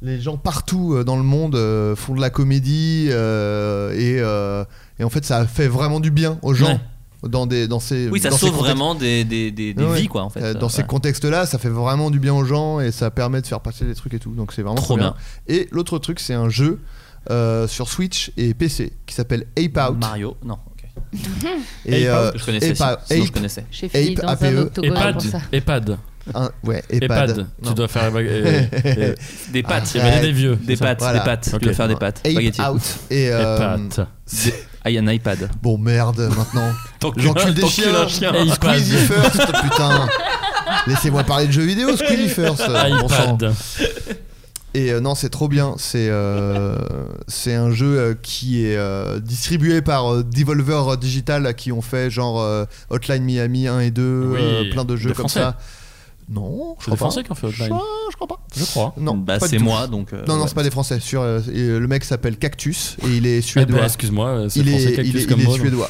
Speaker 9: les gens partout euh, dans le monde euh, font de la comédie euh, et, euh, et en fait ça fait vraiment du bien aux gens dans des dans ces
Speaker 8: Oui, ça
Speaker 9: dans ces
Speaker 8: sauve
Speaker 9: contextes.
Speaker 8: vraiment des, des- des- des
Speaker 9: Ouais, ouais.
Speaker 8: vies, quoi, en fait.
Speaker 9: Euh, dans
Speaker 8: Euh,
Speaker 9: ces
Speaker 8: ouais.
Speaker 9: contextes-là, ça fait vraiment du bien aux gens et ça permet de faire passer des trucs et tout. Donc c'est vraiment
Speaker 8: Trop
Speaker 9: trop bien. Et l'autre truc, c'est un jeu euh, sur Switch et PC qui s'appppelle Ape Out.
Speaker 8: Mario, non. ok.
Speaker 9: Et,
Speaker 8: Ape Out,
Speaker 9: euh,
Speaker 8: je connaissais,
Speaker 9: Ape-
Speaker 8: sinon- sinon je
Speaker 9: Ape-
Speaker 8: connaissais.
Speaker 10: J'ai fini
Speaker 9: Ape, E,
Speaker 10: dans un
Speaker 9: APE.
Speaker 10: octogone
Speaker 11: EHPAD,
Speaker 10: pour ça.
Speaker 11: EHPAD.
Speaker 9: Un- ouais,
Speaker 11: EHPAD.
Speaker 9: EHPAD.
Speaker 11: Tu
Speaker 9: Non.
Speaker 11: dois faire la bague- et- et-
Speaker 8: Des pâtes.
Speaker 11: Il y avait des vieux.
Speaker 8: Des
Speaker 11: c'est ça
Speaker 8: pâtes,
Speaker 9: Voilà.
Speaker 8: des pâtes. Tu
Speaker 11: Ok.
Speaker 8: dois faire des pâtes.
Speaker 9: Ape
Speaker 8: Spaghetti.
Speaker 9: Out. Et, euh,
Speaker 11: EHPAD.
Speaker 8: Des- Ah, il y a un iPad.
Speaker 9: Bon merde maintenant.
Speaker 8: T'encules-
Speaker 9: J'encule des
Speaker 8: t'encules
Speaker 9: chiens.
Speaker 8: un chien.
Speaker 11: Et il se passe.
Speaker 9: Squeezie first, putain. Laissez-moi parler de jeux vidéo, Squeezie first. bon sang.
Speaker 11: iPad.
Speaker 9: Et euh, non, c'est trop bien. C'est euh, c'est un jeu euh, qui est euh, distribué par euh, Devolver Digital qui ont fait genre euh, Hotline Miami 1 et 2,
Speaker 11: Oui,
Speaker 9: euh, plein de
Speaker 11: des
Speaker 9: jeux comme
Speaker 11: Français.
Speaker 9: ça. Non, je
Speaker 11: C'est des
Speaker 9: crois pas.
Speaker 11: Français qui ont fait
Speaker 9: Je
Speaker 11: Hotline.
Speaker 9: crois- je crois pas.
Speaker 11: Je crois.
Speaker 9: Non,
Speaker 8: Bah,
Speaker 9: pas du
Speaker 8: c'est
Speaker 9: tout.
Speaker 8: moi, donc. euh,
Speaker 9: Non, non,
Speaker 8: ouais.
Speaker 9: c'est pas des Français. Sur, euh, et le mec s'appelle Cactus et il est
Speaker 11: Eh
Speaker 9: suédois.
Speaker 11: ben, excuse-moi, c'est
Speaker 9: il
Speaker 11: français
Speaker 9: est,
Speaker 11: cactus
Speaker 9: il est-
Speaker 11: comme
Speaker 9: il est
Speaker 11: mot, donc.
Speaker 9: suédois.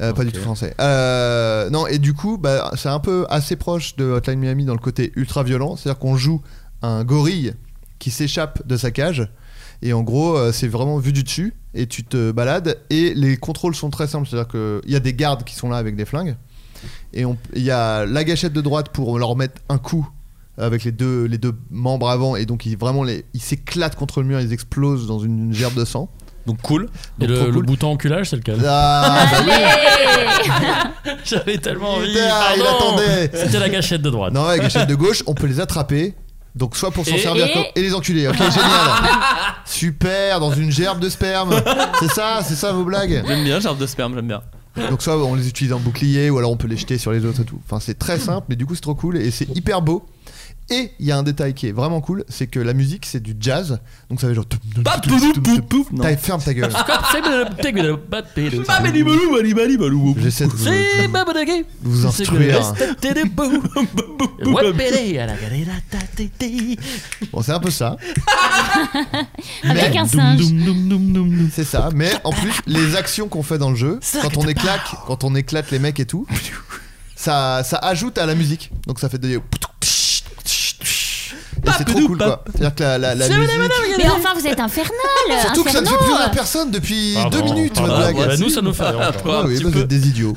Speaker 9: Euh, Pas du
Speaker 11: Ok.
Speaker 9: tout français. Euh, non, et du coup, bah, c'est un peu assez proche de Hotline Miami dans le côté ultra violent. C'est-à-dire qu'on joue un gorille qui s'échappe de sa cage. Et en gros, euh, c'est vraiment vu du dessus. Et tu te balades. Et les contrôles sont très simples. C'est-à-dire qu'il y a des gardes qui sont là avec des flingues. Et on- il y a la gâchette de droite pour leur mettre un coup avec les deux, les deux membres avant. Et donc, ils, vraiment, les, ils s'éclatent contre le mur. Ils explosent dans une, gerbe de sang.
Speaker 8: Donc, cool.
Speaker 11: Et
Speaker 9: Donc, trop
Speaker 11: le, le
Speaker 9: cool.
Speaker 11: bouton enculage, c'est lequel
Speaker 9: Ah, bah oui.
Speaker 11: J'avais tellement envie.
Speaker 9: Putain, il
Speaker 11: pardon.
Speaker 9: attendait.
Speaker 11: C'était la gâchette de droite.
Speaker 9: Non, avec les chaînes de gauche, on peut les attraper. Donc, soit pour s'en
Speaker 11: Et-
Speaker 9: servir
Speaker 2: et-
Speaker 9: comme- et les enculer. Ok, génial. Super, dans une gerbe de sperme. C'est ça, c'est ça vos blagues.
Speaker 8: J'aime bien, gerbe de sperme, j'aime bien.
Speaker 9: Donc, soit on les utilise en bouclier, ou alors on peut les jeter sur les autres et tout. Enfin, c'est très simple, mais du coup, c'est trop cool et c'est hyper beau. Et il y a un détail qui est vraiment cool, c'est que la musique, c'est du jazz. Donc, ça fait genre.
Speaker 8: Bah, pouf, pouf, pouf, non.
Speaker 9: T'as- Ferme ta gueule.
Speaker 8: Bah, mais dis balou, bah, dis balou, balou, bouf.
Speaker 9: J'essaie de vous,
Speaker 8: C'est bah, bah, d'accord.
Speaker 9: vous instruire. Bon, c'est un peu ça.
Speaker 2: Avec
Speaker 9: Mais-
Speaker 2: un singe.
Speaker 9: C'est ça, mais en plus, les actions qu'on fait dans le jeu, quand on éclate, quand on éclate les mecs et tout, ça, ça ajoute à la musique. Donc ça fait des. Et c'est trop cool quoi. C'est-à-dire que la, la, la musique.
Speaker 2: Mais enfin, vous êtes infernal
Speaker 9: Surtout que ça ne fait
Speaker 2: infernaux.
Speaker 9: plus rire à personne depuis
Speaker 8: Ah
Speaker 11: Pardon,
Speaker 9: deux minutes,
Speaker 11: pardon.
Speaker 9: votre blague.
Speaker 11: Bah, nous, ça nous fait rien.
Speaker 8: Toi,
Speaker 9: Ah
Speaker 8: un
Speaker 9: oui,
Speaker 8: petit
Speaker 9: bah, vous
Speaker 8: peu.
Speaker 9: êtes des idiots.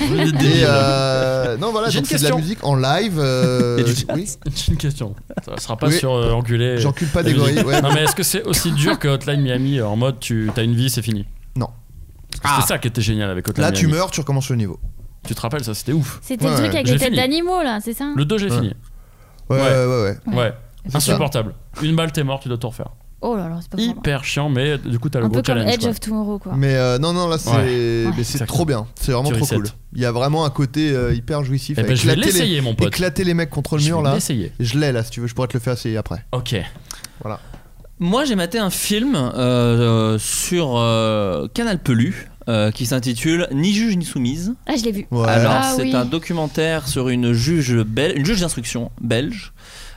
Speaker 8: Vous êtes
Speaker 9: Et
Speaker 8: débiles.
Speaker 9: euh, non, voilà,
Speaker 8: J'ai
Speaker 9: donc
Speaker 8: une
Speaker 9: c'est de la
Speaker 8: question.
Speaker 9: musique en live. euh,
Speaker 8: Il y a du
Speaker 9: oui,
Speaker 11: J'ai une question. Ça sera pas
Speaker 9: Oui.
Speaker 11: sur euh, enculé.
Speaker 9: j'encule pas
Speaker 11: la
Speaker 9: des gorilles.
Speaker 11: musique.
Speaker 9: ouais.
Speaker 11: Non, mais est-ce que c'est aussi dur que Hotline Miami euh, en mode tu t'as une vie, c'est fini
Speaker 9: Non.
Speaker 2: Ah.
Speaker 11: Parce que C'est ça qui était génial avec Hotline
Speaker 9: Ah. Là,
Speaker 11: Miami.
Speaker 9: tu meurs, tu recommences le niveau.
Speaker 11: Tu te rappelles, ça c'était ouf.
Speaker 2: C'était
Speaker 9: Ouais,
Speaker 2: le truc
Speaker 9: ouais.
Speaker 2: avec
Speaker 11: J'ai
Speaker 2: les têtes
Speaker 11: fini.
Speaker 2: d'animaux
Speaker 10: hein,
Speaker 2: là, c'est ça
Speaker 11: Le 2, j'ai
Speaker 9: Ouais.
Speaker 11: fini.
Speaker 9: Ouais,
Speaker 11: Ouais.
Speaker 9: ouais, ouais. ouais.
Speaker 11: Ouais.
Speaker 9: C'est ça.
Speaker 11: Insupportable. Une balle, t'es mort, tu dois tout refaire.
Speaker 2: Oh là là, c'est pas pour moi.
Speaker 11: Hyper chiant, mais du coup, t'as le
Speaker 2: Un peu
Speaker 11: gros
Speaker 2: comme
Speaker 11: challenge.
Speaker 2: Edge
Speaker 11: quoi.
Speaker 2: of Tomorrow quoi.
Speaker 9: Mais euh, non, non, là c'est
Speaker 11: Ouais.
Speaker 9: mais c'est
Speaker 11: Exactement.
Speaker 9: trop bien. C'est vraiment
Speaker 11: Tu
Speaker 9: trop
Speaker 11: resets.
Speaker 9: cool. Il y a vraiment un côté euh, hyper jouissif.
Speaker 11: Eh ben, je vais
Speaker 9: Éclater les-
Speaker 11: l'essayer, mon pote.
Speaker 9: Éclater les mecs contre le
Speaker 11: Je
Speaker 9: mur
Speaker 11: vais
Speaker 9: là.
Speaker 11: l'essayer.
Speaker 9: Je l'ai là, si tu veux, je pourrais te le faire essayer après.
Speaker 11: Ok.
Speaker 9: Voilà.
Speaker 8: Moi, j'ai maté un film euh, euh, sur euh, Canal Pelu euh, qui s'intitule Ni juge ni soumise.
Speaker 2: Ah, je l'ai vu.
Speaker 8: Alors,
Speaker 2: Ah
Speaker 8: c'est
Speaker 2: oui.
Speaker 8: un documentaire sur une juge, bel- une juge d'instruction belge.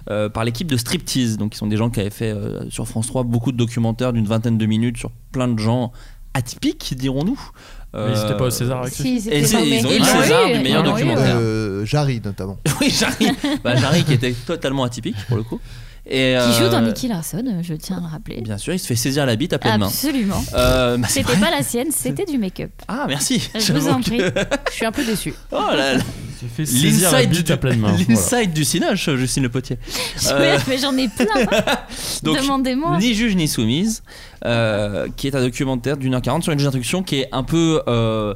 Speaker 8: euh, par l'équipe de Striptease, donc qui sont des gens qui avaient fait euh, sur France 3 beaucoup de documentaires d'une vingtaine de minutes sur plein de gens atypiques, dirons-nous. Euh,
Speaker 11: Mais ils étaient pas au César avec
Speaker 10: Si, ils
Speaker 8: Et
Speaker 10: étaient
Speaker 8: si,
Speaker 10: nommés.
Speaker 8: ils ont eu le
Speaker 10: Ils l'ont
Speaker 8: César
Speaker 10: eu,
Speaker 8: du
Speaker 10: ils
Speaker 8: meilleur
Speaker 10: l'ont eu,
Speaker 8: documentaire.
Speaker 9: Euh, Jarry notamment.
Speaker 8: Oui, Jarry. Bah, Jarry qui était totalement atypique pour le coup. Et,
Speaker 2: Qui joue dans
Speaker 8: euh,
Speaker 2: Nicky Larson, je tiens à le rappeler.
Speaker 8: Bien sûr, il se fait saisir la bite à pleine main.
Speaker 2: Absolument.
Speaker 8: Euh, bah, c'est
Speaker 2: C'était
Speaker 8: vrai.
Speaker 2: pas la sienne, c'était du make-up.
Speaker 8: Ah, merci.
Speaker 2: Je vous
Speaker 8: J'avoue
Speaker 2: en
Speaker 8: que-
Speaker 2: prie. Je suis un peu déçue.
Speaker 8: Oh là là.
Speaker 11: fait saisir la
Speaker 8: L'inside
Speaker 11: bite
Speaker 8: du-
Speaker 11: à pleine main, voilà.
Speaker 8: L'inside du Cinoche, Justine Le Potier. Euh,
Speaker 2: Mais j'en ai plein.
Speaker 8: donc,
Speaker 2: Demandez-moi.
Speaker 8: Ni juge ni soumise, euh, qui est un documentaire d'une heure quarante sur une juge d'instruction qui est un peu euh,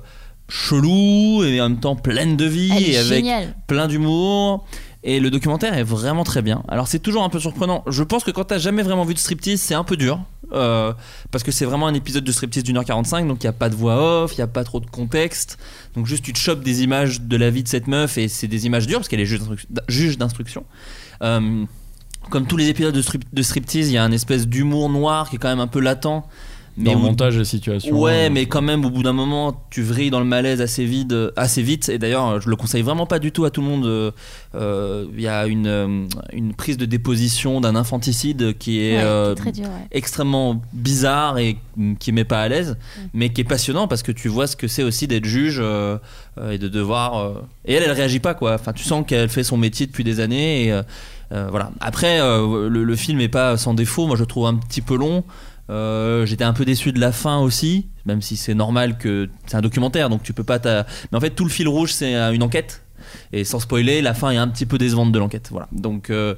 Speaker 8: chelou et en même temps pleine de vie
Speaker 2: Elle est
Speaker 8: et avec
Speaker 2: géniale.
Speaker 8: plein d'humour. Et le documentaire est vraiment très bien. Alors c'est toujours un peu surprenant. Je pense que quand t'as jamais vraiment vu de striptease, c'est un peu dur. euh, parce que c'est vraiment un épisode de striptease d'une heure 45, donc il n'y a pas de voix off, il n'y a pas trop de contexte. Donc juste tu te chopes des images de la vie de cette meuf et c'est des images dures parce qu'elle est juge d'instruc- juge d'instruction. Euh, comme tous les épisodes de, strip- de striptease, il y a un espèce d'humour noir qui est quand même un peu latent.
Speaker 11: Dans le
Speaker 8: où-
Speaker 11: montage des situations.
Speaker 8: Ouais,
Speaker 11: euh,
Speaker 8: mais quand même, au bout d'un moment, tu vrilles dans le malaise assez, vide, euh, assez vite. Et d'ailleurs, euh, je le conseille vraiment pas du tout à tout le monde. Euh, euh, Il y a une, euh, une prise de déposition d'un infanticide qui est,
Speaker 2: Ouais, qui est
Speaker 8: euh,
Speaker 2: très dur, ouais.
Speaker 8: extrêmement bizarre et mm, qui met pas à l'aise,
Speaker 10: Mm.
Speaker 8: mais qui est passionnant parce que tu vois ce que c'est aussi d'être juge euh, euh, et de devoir. euh, Et elle, elle réagit pas quoi. Enfin, tu sens qu'elle fait son métier depuis des années. Et, euh, euh, voilà. Après, euh, le, le film est pas sans défaut. Moi, je le trouve un petit peu long. Euh, J'étais un peu déçu de la fin aussi, même si c'est normal que c'est un documentaire, donc tu peux pas. t'a- Mais en fait, tout le fil rouge, c'est euh, une enquête. Et sans spoiler, la fin est un petit peu décevante de l'enquête. Voilà. Donc euh,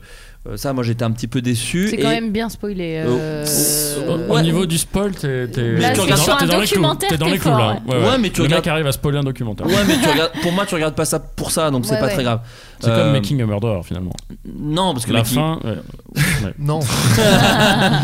Speaker 8: euh, ça, moi, j'étais un petit peu déçu.
Speaker 10: C'est quand
Speaker 8: et-
Speaker 10: même bien spoilé. euh,
Speaker 11: Au- Au niveau du spoil, t'es t'es-
Speaker 10: Là,
Speaker 11: t'es
Speaker 10: sur un
Speaker 11: t'es dans les clous.
Speaker 10: documentaire,
Speaker 11: T'es dans les
Speaker 10: t'es
Speaker 11: clous
Speaker 10: fort,
Speaker 11: là.
Speaker 10: ouais.
Speaker 8: Ouais, mais tu
Speaker 11: le
Speaker 8: regardes-
Speaker 11: mec arrive à spoiler un documentaire.
Speaker 8: Ouais, mais tu regardes- pour moi, tu regardes pas ça pour ça, donc c'est
Speaker 10: Ouais,
Speaker 8: pas
Speaker 10: ouais.
Speaker 8: très grave.
Speaker 11: C'est
Speaker 8: Euh,
Speaker 11: comme Making a Murderer finalement.
Speaker 8: Non, parce que
Speaker 11: la
Speaker 8: Making-
Speaker 11: fin. ouais. Ouais.
Speaker 9: Non.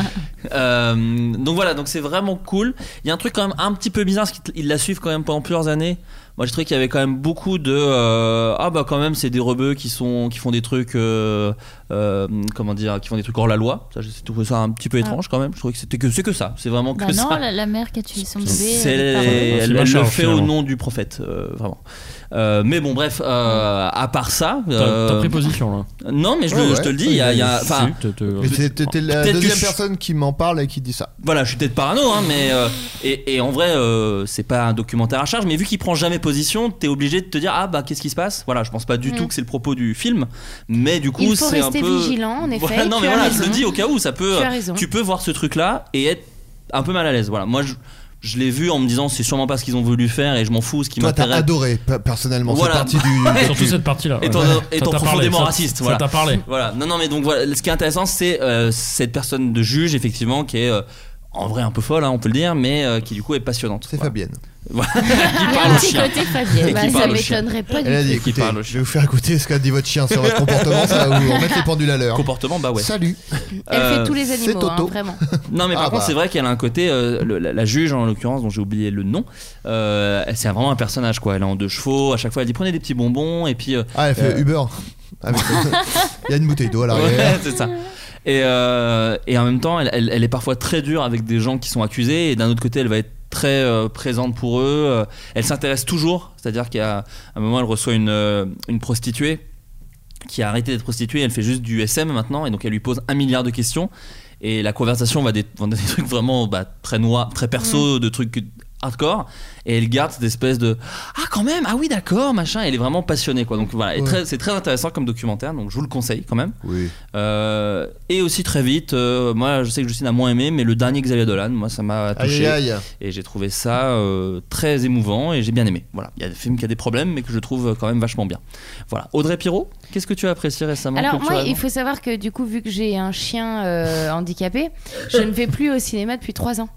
Speaker 8: Euh, donc voilà, donc c'est vraiment cool. Il y a un truc quand même un petit peu bizarre, parce qu'ils la suivent quand même pendant plusieurs années. Moi, j'ai trouvé qu'il y avait quand même beaucoup de euh, ah bah quand même c'est des rebeux qui sont qui font des trucs euh, euh, comment dire qui font des trucs hors la loi. Ça, j'ai trouvé ça un petit peu étrange quand même. Je trouvais que c'était que c'est que ça. C'est vraiment que
Speaker 2: Ah. Bah
Speaker 8: ça.
Speaker 2: non, la, la mère qui a tué son bébé.
Speaker 8: C'est-
Speaker 2: elle est pas
Speaker 8: elle,
Speaker 2: revenue.
Speaker 8: elle
Speaker 11: ma
Speaker 8: le
Speaker 11: charge,
Speaker 8: fait au
Speaker 11: finalement.
Speaker 8: nom du prophète, euh, vraiment. Euh, mais bon, bref, euh, à part ça, euh,
Speaker 11: T'as t'as pris position là.
Speaker 8: non, mais je,
Speaker 9: Ouais,
Speaker 8: le- je
Speaker 9: ouais.
Speaker 8: te le dis, il y a, il y a- enfin,
Speaker 11: Si, t'es- t'es-
Speaker 9: Mais c'est- t'es t'es la
Speaker 8: Peut-être que
Speaker 9: deuxième
Speaker 8: je-
Speaker 9: personne qui m'en parle et qui dit ça.
Speaker 8: voilà, je suis peut-être parano, hein, mais euh, et, et en vrai, euh, c'est pas un documentaire à charge, mais vu qu'il prend jamais position, t'es obligé de te dire ah bah qu'est-ce qui se passe. Voilà, je pense pas du
Speaker 10: Mm.
Speaker 8: tout que c'est le propos du film, mais du coup,
Speaker 10: Il faut
Speaker 8: c'est un
Speaker 10: rester
Speaker 8: peu.
Speaker 10: vigilant, en effet.
Speaker 8: Voilà, non,
Speaker 10: tu
Speaker 8: mais
Speaker 10: as
Speaker 8: voilà,
Speaker 10: raison.
Speaker 8: je le dis euh, au cas où, ça peut.
Speaker 10: Tu as raison.
Speaker 8: peux voir ce truc-là et être un peu mal à l'aise. Voilà, moi je, je l'ai vu en me disant c'est sûrement pas ce qu'ils ont voulu faire et je m'en fous, ce qui
Speaker 9: Toi, t'as
Speaker 8: m'intéresse.
Speaker 9: adoré pe- personnellement.
Speaker 8: Voilà.
Speaker 9: C'est partie du.
Speaker 11: Surtout cette partie là.
Speaker 8: Étant- étant profondément raciste,
Speaker 11: Ça
Speaker 8: voilà.
Speaker 11: t'a parlé.
Speaker 8: Voilà, non, non, mais donc voilà, ce qui est intéressant, c'est euh, cette personne de juge, effectivement, qui est euh, en vrai un peu folle, hein, on peut le dire, mais euh, qui du coup est passionnante.
Speaker 9: C'est
Speaker 8: Voilà.
Speaker 9: Fabienne.
Speaker 8: Qui
Speaker 2: Il y a
Speaker 8: parle
Speaker 2: un
Speaker 8: au
Speaker 2: Ah, petit
Speaker 8: chien.
Speaker 2: côté Fabienne.
Speaker 8: Et
Speaker 2: Bah,
Speaker 8: qui
Speaker 2: ça
Speaker 8: parle au
Speaker 2: m'étonne.
Speaker 8: chien.
Speaker 10: m'étonnerait pas du
Speaker 9: Elle a dit
Speaker 8: Et qui
Speaker 9: écoutez,
Speaker 8: parle au
Speaker 9: je vais
Speaker 8: chien.
Speaker 9: vous faire écouter ce qu'a dit votre chien sur votre comportement, ça va vous remettre les pendules à l'heure.
Speaker 8: Comportement, bah ouais.
Speaker 9: Salut.
Speaker 10: Elle
Speaker 8: Euh,
Speaker 10: fait tous les
Speaker 9: c'est
Speaker 10: animaux, hein,
Speaker 9: Toto.
Speaker 10: vraiment.
Speaker 8: Non, mais par
Speaker 9: Ah,
Speaker 8: contre,
Speaker 9: bah.
Speaker 8: c'est vrai qu'elle a un côté, euh, le- la, la juge en l'occurrence, dont j'ai oublié le nom, euh, c'est vraiment un personnage quoi. Elle est en deux chevaux, à chaque fois elle dit prenez des petits bonbons, et puis. euh,
Speaker 9: Ah, elle fait
Speaker 8: Euh.
Speaker 9: Uber. Avec- Il y a une bouteille d'eau à l'arrière.
Speaker 8: Ouais, c'est ça. Et, euh, et en même temps, elle, elle- elle est parfois très dure avec des gens qui sont accusés, et d'un autre côté, elle va être très euh, présente pour eux. Euh, Elle s'intéresse toujours, c'est-à-dire qu'à un moment, elle reçoit une, euh, une prostituée qui a arrêté d'être prostituée, elle fait juste du SM maintenant, et donc elle lui pose un milliard de questions. Et la conversation va des, va dans des trucs vraiment bah, très noirs, très perso, de trucs hardcore. Et elle garde cette espèce de Ah, quand même, ah oui, d'accord, machin. Elle est vraiment passionnée, quoi. Donc voilà, et
Speaker 9: Ouais.
Speaker 8: très- c'est très intéressant comme documentaire, donc je vous le conseille quand même.
Speaker 9: Oui.
Speaker 8: Euh, et aussi très vite, euh, moi je sais que Justine a moins aimé, mais le dernier Xavier Dolan, moi ça m'a
Speaker 9: Aïe
Speaker 8: touché.
Speaker 9: aïe aïe.
Speaker 8: Et j'ai trouvé ça euh, très émouvant et j'ai bien aimé. Voilà, il y a des films qui a des problèmes, mais que je trouve euh, quand même vachement bien. Voilà, Audrey Pirot, qu'est-ce que tu as apprécié récemment
Speaker 10: Alors moi,
Speaker 8: culturellement
Speaker 10: il faut savoir que du coup, vu que j'ai un chien euh, handicapé, je ne vais plus au cinéma depuis trois ans.